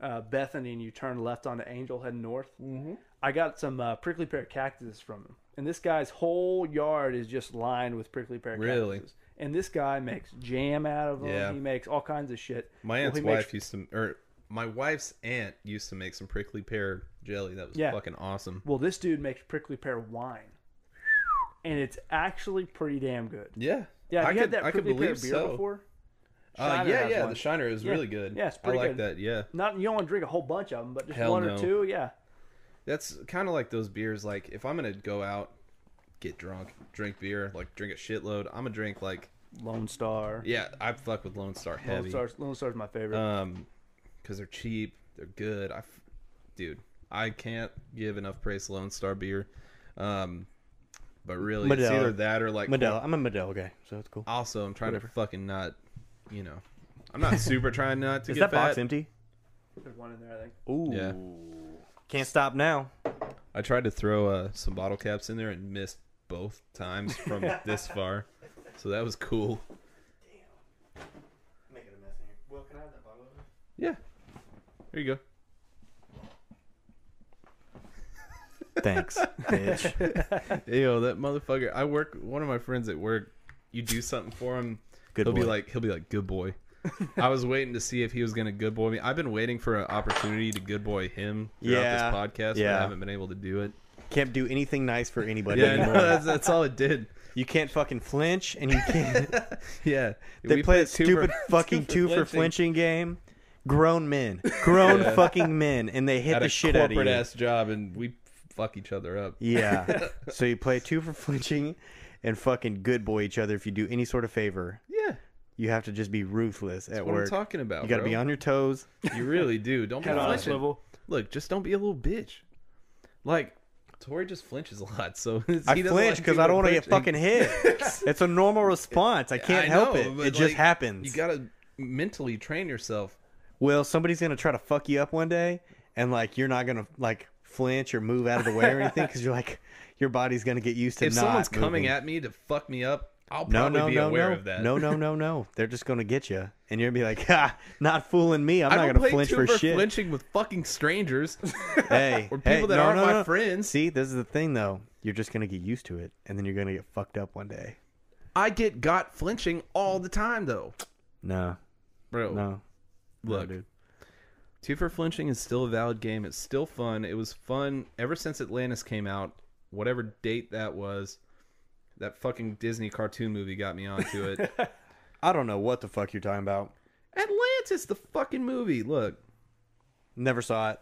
[SPEAKER 4] uh, Bethany and you turn left onto Angel, heading north, mm-hmm. I got some uh, prickly pear cactus from him, and this guy's whole yard is just lined with prickly pear
[SPEAKER 3] Really?
[SPEAKER 4] cactuses. And this guy makes jam out of them.
[SPEAKER 3] Yeah.
[SPEAKER 4] He makes all kinds of shit.
[SPEAKER 3] My
[SPEAKER 4] Well,
[SPEAKER 3] aunt's
[SPEAKER 4] he
[SPEAKER 3] wife
[SPEAKER 4] makes-
[SPEAKER 3] used to, or my wife's aunt used to make some prickly pear jelly. That was
[SPEAKER 4] Yeah.
[SPEAKER 3] fucking awesome.
[SPEAKER 4] Well, this dude makes prickly pear wine, and it's actually pretty damn good.
[SPEAKER 3] Yeah,
[SPEAKER 4] Yeah, have
[SPEAKER 3] I
[SPEAKER 4] you
[SPEAKER 3] could,
[SPEAKER 4] had that
[SPEAKER 3] I could
[SPEAKER 4] prickly pear beer
[SPEAKER 3] believe so.
[SPEAKER 4] before?
[SPEAKER 3] Uh,
[SPEAKER 4] Shiner
[SPEAKER 3] yeah,
[SPEAKER 4] has
[SPEAKER 3] yeah,
[SPEAKER 4] one.
[SPEAKER 3] the Shiner is
[SPEAKER 4] Yeah.
[SPEAKER 3] really good.
[SPEAKER 4] Yeah, it's
[SPEAKER 3] I
[SPEAKER 4] pretty
[SPEAKER 3] like
[SPEAKER 4] good.
[SPEAKER 3] that. Yeah.
[SPEAKER 4] Not you don't want to drink a whole bunch of them, but just
[SPEAKER 3] Hell
[SPEAKER 4] one
[SPEAKER 3] no.
[SPEAKER 4] or two. Yeah,
[SPEAKER 3] That's kind of like those beers. Like if I'm gonna go out get drunk, drink beer, like drink a shitload. I'm a drink like
[SPEAKER 4] Lone Star.
[SPEAKER 3] yeah, I fuck with Lone Star heavy.
[SPEAKER 4] Lone Star's, Lone Star's my favorite.
[SPEAKER 3] um because they're cheap they're good i f- dude i can't give enough praise to lone star beer um but really it's
[SPEAKER 1] Modelo.
[SPEAKER 3] either that or like
[SPEAKER 1] Modelo. I'm a Modelo guy, so it's cool.
[SPEAKER 3] also i'm trying to fucking not you know i'm not super trying not to
[SPEAKER 1] Is
[SPEAKER 3] get
[SPEAKER 1] that box
[SPEAKER 3] fat.
[SPEAKER 1] empty?
[SPEAKER 4] There's one in there, I think.
[SPEAKER 1] Ooh.
[SPEAKER 3] Yeah.
[SPEAKER 1] Can't stop now.
[SPEAKER 3] i tried to throw uh, some bottle caps in there and missed both times from this far so that was cool
[SPEAKER 1] Making a mess in here. Will, can I have that bottle opener?
[SPEAKER 3] yeah here you go
[SPEAKER 1] Thanks, bitch.
[SPEAKER 3] Yo, that motherfucker. I work. One of my friends at work. You do something for him.
[SPEAKER 1] Good
[SPEAKER 3] he'll be
[SPEAKER 1] boy.
[SPEAKER 3] like, he'll be like, good boy. I was waiting to see if he was gonna good boy me. I've been waiting for an opportunity to good boy him throughout
[SPEAKER 1] Yeah,
[SPEAKER 3] this podcast. but
[SPEAKER 1] yeah.
[SPEAKER 3] I haven't been able to do it.
[SPEAKER 1] Can't do anything nice for anybody
[SPEAKER 3] Yeah, no,
[SPEAKER 1] anymore.
[SPEAKER 3] that's, that's all it did.
[SPEAKER 1] You can't fucking flinch, and you can't.
[SPEAKER 3] Yeah,
[SPEAKER 1] They
[SPEAKER 3] we
[SPEAKER 1] play a
[SPEAKER 3] played two for-
[SPEAKER 1] stupid fucking two for flinching game. Grown men, grown
[SPEAKER 3] Yeah.
[SPEAKER 1] fucking men, and they hit
[SPEAKER 3] At
[SPEAKER 1] the
[SPEAKER 3] a
[SPEAKER 1] shit out of you.
[SPEAKER 3] corporate ass job, and we fuck each other up.
[SPEAKER 1] Yeah. so you play two for flinching, and fucking good boy each other. If you do any sort of favor,
[SPEAKER 3] Yeah,
[SPEAKER 1] you have to just be ruthless at
[SPEAKER 3] what
[SPEAKER 1] work.
[SPEAKER 3] I'm talking about.
[SPEAKER 1] you got to
[SPEAKER 3] bro.
[SPEAKER 1] be on your toes.
[SPEAKER 3] You really do. Don't be
[SPEAKER 4] Head on a
[SPEAKER 3] flinching.
[SPEAKER 4] swivel.
[SPEAKER 3] Look, just don't be a little bitch. Like Tori just flinches a lot, so he
[SPEAKER 1] I
[SPEAKER 3] doesn't
[SPEAKER 1] flinch
[SPEAKER 3] like
[SPEAKER 1] because I
[SPEAKER 3] people
[SPEAKER 1] don't want to get fucking
[SPEAKER 3] flinching.
[SPEAKER 1] hit. it's a normal response. I can't
[SPEAKER 3] I
[SPEAKER 1] help
[SPEAKER 3] know,
[SPEAKER 1] it. It
[SPEAKER 3] but,
[SPEAKER 1] just
[SPEAKER 3] like,
[SPEAKER 1] happens.
[SPEAKER 3] You gotta mentally train yourself.
[SPEAKER 1] well, somebody's gonna try to fuck you up one day, and like you're not gonna like flinch or move out of the way or anything because you're like your body's gonna get used to.
[SPEAKER 3] If
[SPEAKER 1] not
[SPEAKER 3] someone's coming
[SPEAKER 1] moving.
[SPEAKER 3] at me to fuck me up, I'll
[SPEAKER 1] No,
[SPEAKER 3] probably
[SPEAKER 1] no,
[SPEAKER 3] be
[SPEAKER 1] no,
[SPEAKER 3] aware
[SPEAKER 1] no.
[SPEAKER 3] of that.
[SPEAKER 1] No, no, no, no. They're just going to get you. And you're going to be like, ha, not fooling me. I'm
[SPEAKER 3] I
[SPEAKER 1] not
[SPEAKER 3] don't
[SPEAKER 1] going to
[SPEAKER 3] play
[SPEAKER 1] flinch for
[SPEAKER 3] Tuber
[SPEAKER 1] shit.
[SPEAKER 3] flinching with fucking strangers.
[SPEAKER 1] Hey,
[SPEAKER 3] Or
[SPEAKER 1] hey,
[SPEAKER 3] people that
[SPEAKER 1] no,
[SPEAKER 3] aren't
[SPEAKER 1] no,
[SPEAKER 3] my
[SPEAKER 1] no.
[SPEAKER 3] friends.
[SPEAKER 1] See, this is the thing, though. You're just going to get used to it, and then you're going to get fucked up one day.
[SPEAKER 3] I get got flinching all the time though,
[SPEAKER 1] No,
[SPEAKER 3] bro.
[SPEAKER 1] no.
[SPEAKER 3] Oh, Look,
[SPEAKER 1] no, dude.
[SPEAKER 3] Two for Flinching is still a valid game. It's still fun. It was fun ever since Atlantis came out, whatever date that was. That fucking Disney cartoon movie got me onto it.
[SPEAKER 1] I don't know what the fuck you're talking about.
[SPEAKER 3] Atlantis, the fucking movie. Look,
[SPEAKER 1] Never saw it.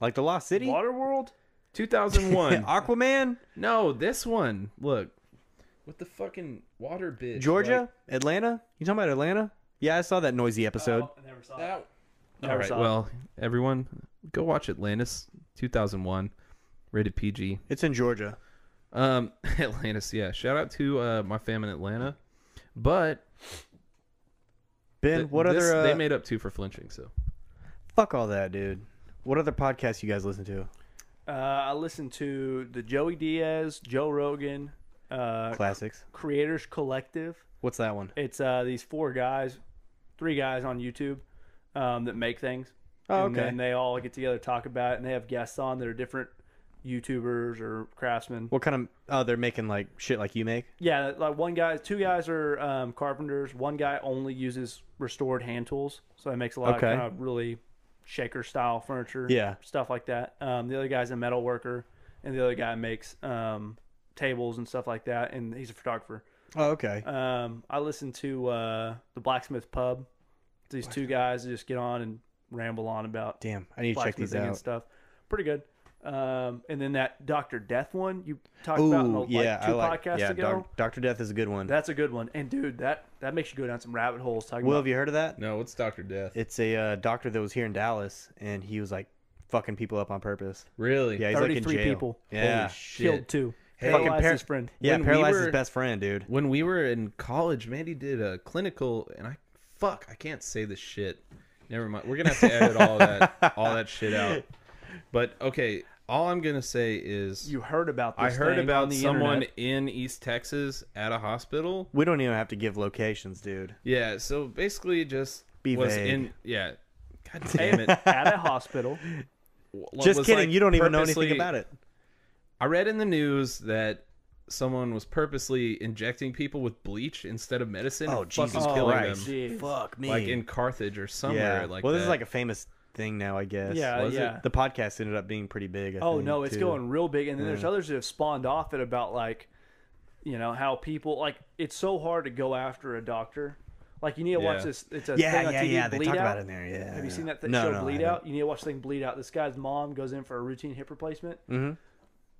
[SPEAKER 1] Like The Lost City?
[SPEAKER 4] Waterworld?
[SPEAKER 3] 2001.
[SPEAKER 1] Aquaman?
[SPEAKER 3] no, this one. Look, with the fucking water bitch.
[SPEAKER 1] Georgia? Atlanta? You talking about Atlanta? Yeah, I saw that noisy episode.
[SPEAKER 4] I never saw
[SPEAKER 3] Like, that-
[SPEAKER 4] Never
[SPEAKER 3] All right.
[SPEAKER 4] saw it.
[SPEAKER 3] Well, everyone, go watch Atlantis 2001, rated PG.
[SPEAKER 1] It's in Georgia.
[SPEAKER 3] Um, Atlantis. Yeah. Shout out to uh, my fam in Atlanta. But
[SPEAKER 1] Ben,
[SPEAKER 3] th-
[SPEAKER 1] what
[SPEAKER 3] this-
[SPEAKER 1] other. Uh,
[SPEAKER 3] they made up two for flinching. So
[SPEAKER 1] fuck all that, dude. What other podcasts you guys listen to?
[SPEAKER 4] Uh, I listened to the Joey Diaz, Joe Rogan, uh,
[SPEAKER 1] Classics.
[SPEAKER 4] Creators Collective.
[SPEAKER 1] What's that one?
[SPEAKER 4] It's uh, these four guys, three guys on YouTube um, that make things.
[SPEAKER 1] Oh,
[SPEAKER 4] And
[SPEAKER 1] okay.
[SPEAKER 4] then they all get together, talk about it, and they have guests on that are different YouTubers or craftsmen.
[SPEAKER 1] What kind of? Oh, they're making like shit like you make.
[SPEAKER 4] Yeah, like one guy, two guys are um, carpenters. One guy only uses restored hand tools, so he makes a lot
[SPEAKER 1] Okay.
[SPEAKER 4] of kind of really shaker style furniture,
[SPEAKER 1] Yeah.
[SPEAKER 4] stuff like that. Um, the other guy's a metal worker, and the other guy makes um, tables and stuff like that, and he's a photographer.
[SPEAKER 1] Oh, okay.
[SPEAKER 4] Um, I listen to uh, the Blacksmith Pub. It's these two guys that just get on and ramble on about
[SPEAKER 1] Damn, I need to check these
[SPEAKER 4] blacksmithing and
[SPEAKER 1] out.
[SPEAKER 4] stuff. Pretty good. Um, and then that Doctor Death one you talked about in the,
[SPEAKER 1] Ooh,
[SPEAKER 4] like,
[SPEAKER 1] yeah,
[SPEAKER 4] two
[SPEAKER 1] I like.
[SPEAKER 4] podcasts
[SPEAKER 1] yeah,
[SPEAKER 4] ago.
[SPEAKER 1] Doctor Death is a good one.
[SPEAKER 4] That's a good one. And dude, that that makes you go down some rabbit holes talking
[SPEAKER 1] Will,
[SPEAKER 4] about
[SPEAKER 1] have you heard of that?
[SPEAKER 3] no, it's Doctor Death.
[SPEAKER 1] It's a uh, doctor that was here in Dallas, and he was like fucking people up on purpose.
[SPEAKER 3] really?
[SPEAKER 1] Yeah, he's like in
[SPEAKER 4] 33
[SPEAKER 1] jail.
[SPEAKER 4] people.
[SPEAKER 1] Yeah,
[SPEAKER 3] Holy shit.
[SPEAKER 4] killed two.
[SPEAKER 3] Hey,
[SPEAKER 4] Paralyzed
[SPEAKER 1] par-
[SPEAKER 4] his friend.
[SPEAKER 1] Yeah,
[SPEAKER 3] When we
[SPEAKER 1] paralyzed
[SPEAKER 3] were-
[SPEAKER 1] his best friend, dude.
[SPEAKER 3] When we were in college, Mandy did a clinical, and I fuck, I can't say this shit. Never mind. We're gonna have to edit all that, all that shit out. But okay, all I'm gonna say is
[SPEAKER 4] You heard about this
[SPEAKER 3] I heard
[SPEAKER 4] thing on
[SPEAKER 3] about
[SPEAKER 4] the
[SPEAKER 3] someone
[SPEAKER 4] internet.
[SPEAKER 3] in East Texas at a hospital.
[SPEAKER 1] We don't even have to give locations, dude.
[SPEAKER 3] Yeah, so basically just
[SPEAKER 1] Be
[SPEAKER 3] was
[SPEAKER 1] vague.
[SPEAKER 3] in yeah. God damn it.
[SPEAKER 4] at a hospital.
[SPEAKER 3] W-
[SPEAKER 1] Just
[SPEAKER 3] was,
[SPEAKER 1] kidding.
[SPEAKER 3] like,
[SPEAKER 1] you don't even know anything
[SPEAKER 3] purposely-
[SPEAKER 1] about it.
[SPEAKER 3] I read in the news that someone was purposely injecting people with bleach instead of medicine
[SPEAKER 1] Oh,
[SPEAKER 3] and fucking
[SPEAKER 1] Jesus
[SPEAKER 3] killing
[SPEAKER 1] Christ.
[SPEAKER 3] them.
[SPEAKER 4] Jeez.
[SPEAKER 1] Fuck me.
[SPEAKER 3] Like in Carthage or somewhere
[SPEAKER 1] Oh, yeah.
[SPEAKER 3] like
[SPEAKER 1] well, this is
[SPEAKER 3] that.
[SPEAKER 1] like a famous thing now, I guess.
[SPEAKER 4] Yeah,
[SPEAKER 3] Was it?
[SPEAKER 4] yeah.
[SPEAKER 1] The podcast ended up being pretty big. I
[SPEAKER 4] Oh
[SPEAKER 1] think,
[SPEAKER 4] no, it's
[SPEAKER 1] too.
[SPEAKER 4] going real big. And then there's others that have spawned off it about like, you know, how people like it's so hard to go after a doctor. Like you need to watch
[SPEAKER 3] Yeah.
[SPEAKER 4] this. It's a
[SPEAKER 1] Yeah,
[SPEAKER 4] thing on
[SPEAKER 1] yeah,
[SPEAKER 4] TV,
[SPEAKER 1] yeah. They
[SPEAKER 4] Bleed
[SPEAKER 1] talk
[SPEAKER 4] Out.
[SPEAKER 1] about it in there. Yeah.
[SPEAKER 4] Have you seen that th-
[SPEAKER 1] No,
[SPEAKER 4] show
[SPEAKER 1] no, I
[SPEAKER 4] Bleed
[SPEAKER 1] haven't.
[SPEAKER 4] Out? You need to watch the thing Bleed Out. This guy's mom goes in for a routine hip replacement. Mm-hmm.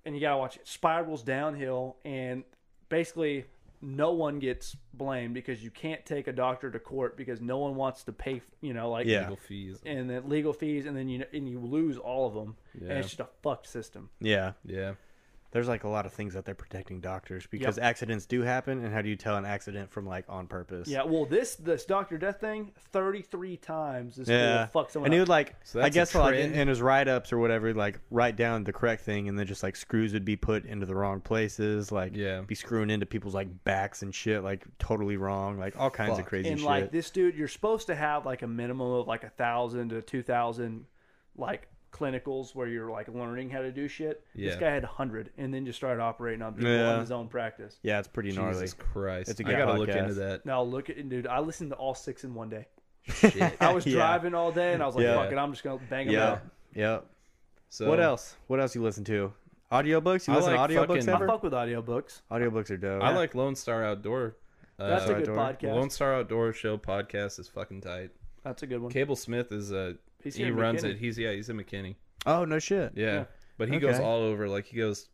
[SPEAKER 4] and you gotta watch it spirals downhill and basically no one gets blamed because you can't take a doctor to court because no one wants to pay you know like
[SPEAKER 1] Yeah.
[SPEAKER 3] Legal fees.
[SPEAKER 4] and then legal fees and then you and you lose all of them
[SPEAKER 3] Yeah.
[SPEAKER 4] and it's just a fucked system
[SPEAKER 1] Yeah.
[SPEAKER 3] Yeah.
[SPEAKER 1] There's like a lot of things out there protecting doctors because
[SPEAKER 4] Yep.
[SPEAKER 1] accidents do happen. And how do you tell an accident from like on purpose?
[SPEAKER 4] yeah well this this doctor death thing 33 times this
[SPEAKER 1] Yeah.
[SPEAKER 4] yeah. fuck someone
[SPEAKER 1] and he would
[SPEAKER 4] up.
[SPEAKER 1] like,
[SPEAKER 3] So
[SPEAKER 1] I
[SPEAKER 3] that's a
[SPEAKER 1] guess like in,
[SPEAKER 3] trend.
[SPEAKER 1] in his write ups or whatever, like write down the correct thing, and then just like screws would be put into the wrong places, like
[SPEAKER 3] Yeah.
[SPEAKER 1] be screwing into people's like backs and shit, like totally wrong, like all kinds of
[SPEAKER 3] Fuck.
[SPEAKER 1] crazy
[SPEAKER 4] and
[SPEAKER 1] shit.
[SPEAKER 4] like this dude you're supposed to have like a minimum of like a thousand to two thousand like clinicals where you're like learning how to do shit this
[SPEAKER 3] Yeah.
[SPEAKER 4] guy had 100 and then just started operating on people
[SPEAKER 1] Yeah.
[SPEAKER 4] in his own practice
[SPEAKER 1] yeah, it's pretty gnarly.
[SPEAKER 3] Jesus Christ.
[SPEAKER 1] It's a
[SPEAKER 3] I
[SPEAKER 1] good
[SPEAKER 3] gotta look
[SPEAKER 1] podcast.
[SPEAKER 3] into that.
[SPEAKER 4] now look at dude i listened to all six in one day
[SPEAKER 3] Shit.
[SPEAKER 4] i was
[SPEAKER 1] Yeah.
[SPEAKER 4] driving all day and i was like
[SPEAKER 1] Yeah.
[SPEAKER 4] fuck it i'm just gonna bang them
[SPEAKER 1] Yeah,
[SPEAKER 4] out
[SPEAKER 1] yeah.
[SPEAKER 3] So,
[SPEAKER 1] What else? What else you listen to? Audiobooks? You
[SPEAKER 3] I
[SPEAKER 1] listen
[SPEAKER 3] like
[SPEAKER 1] to audiobooks
[SPEAKER 3] fucking-
[SPEAKER 4] i
[SPEAKER 1] ever?
[SPEAKER 4] fuck with audiobooks
[SPEAKER 1] Audiobooks are dope.
[SPEAKER 3] I like Lone Star Outdoor. Uh,
[SPEAKER 4] that's a
[SPEAKER 1] Sorry,
[SPEAKER 4] good
[SPEAKER 1] Dory.
[SPEAKER 4] podcast
[SPEAKER 3] Lone Star Outdoor Show podcast is fucking tight.
[SPEAKER 4] that's a good one
[SPEAKER 3] Cable Smith is a
[SPEAKER 4] He's
[SPEAKER 3] he
[SPEAKER 4] here in
[SPEAKER 3] runs
[SPEAKER 4] McKinney.
[SPEAKER 3] it. He's yeah, he's in McKinney.
[SPEAKER 1] Oh no shit.
[SPEAKER 3] Yeah,
[SPEAKER 4] Yeah.
[SPEAKER 3] but he goes
[SPEAKER 1] Okay.
[SPEAKER 3] all over. Like he goes.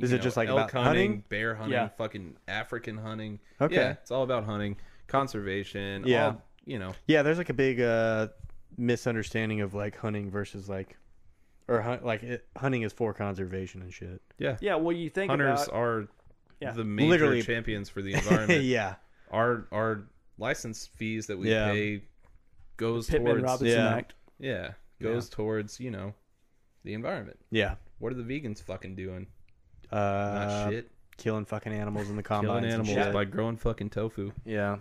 [SPEAKER 1] Is
[SPEAKER 3] you
[SPEAKER 1] it
[SPEAKER 3] know,
[SPEAKER 1] just like
[SPEAKER 3] elk
[SPEAKER 1] about
[SPEAKER 3] hunting,
[SPEAKER 1] hunting?
[SPEAKER 3] bear hunting,
[SPEAKER 4] Yeah.
[SPEAKER 3] fucking African hunting?
[SPEAKER 1] Okay.
[SPEAKER 3] yeah, it's all about hunting, conservation.
[SPEAKER 1] Yeah.
[SPEAKER 3] all, you know,
[SPEAKER 1] Yeah, there's like a big uh, misunderstanding of like hunting versus like, or hunt, like it, hunting is for conservation and shit.
[SPEAKER 3] yeah,
[SPEAKER 4] yeah well you think
[SPEAKER 3] Hunters
[SPEAKER 4] about
[SPEAKER 3] are
[SPEAKER 4] Yeah.
[SPEAKER 3] the major
[SPEAKER 1] Literally.
[SPEAKER 3] champions for the environment.
[SPEAKER 1] yeah,
[SPEAKER 3] Our our license fees that we
[SPEAKER 1] Yeah.
[SPEAKER 3] pay goes
[SPEAKER 4] pittman
[SPEAKER 3] towards
[SPEAKER 4] robinson
[SPEAKER 1] yeah.
[SPEAKER 4] act
[SPEAKER 3] yeah goes towards you know the environment.
[SPEAKER 1] yeah.
[SPEAKER 3] What are the vegans fucking doing? Not
[SPEAKER 1] Uh,
[SPEAKER 3] shit.
[SPEAKER 1] Killing fucking animals in the
[SPEAKER 3] Killing
[SPEAKER 1] combines. and
[SPEAKER 3] animals
[SPEAKER 1] shit.
[SPEAKER 3] by growing fucking tofu.
[SPEAKER 1] yeah,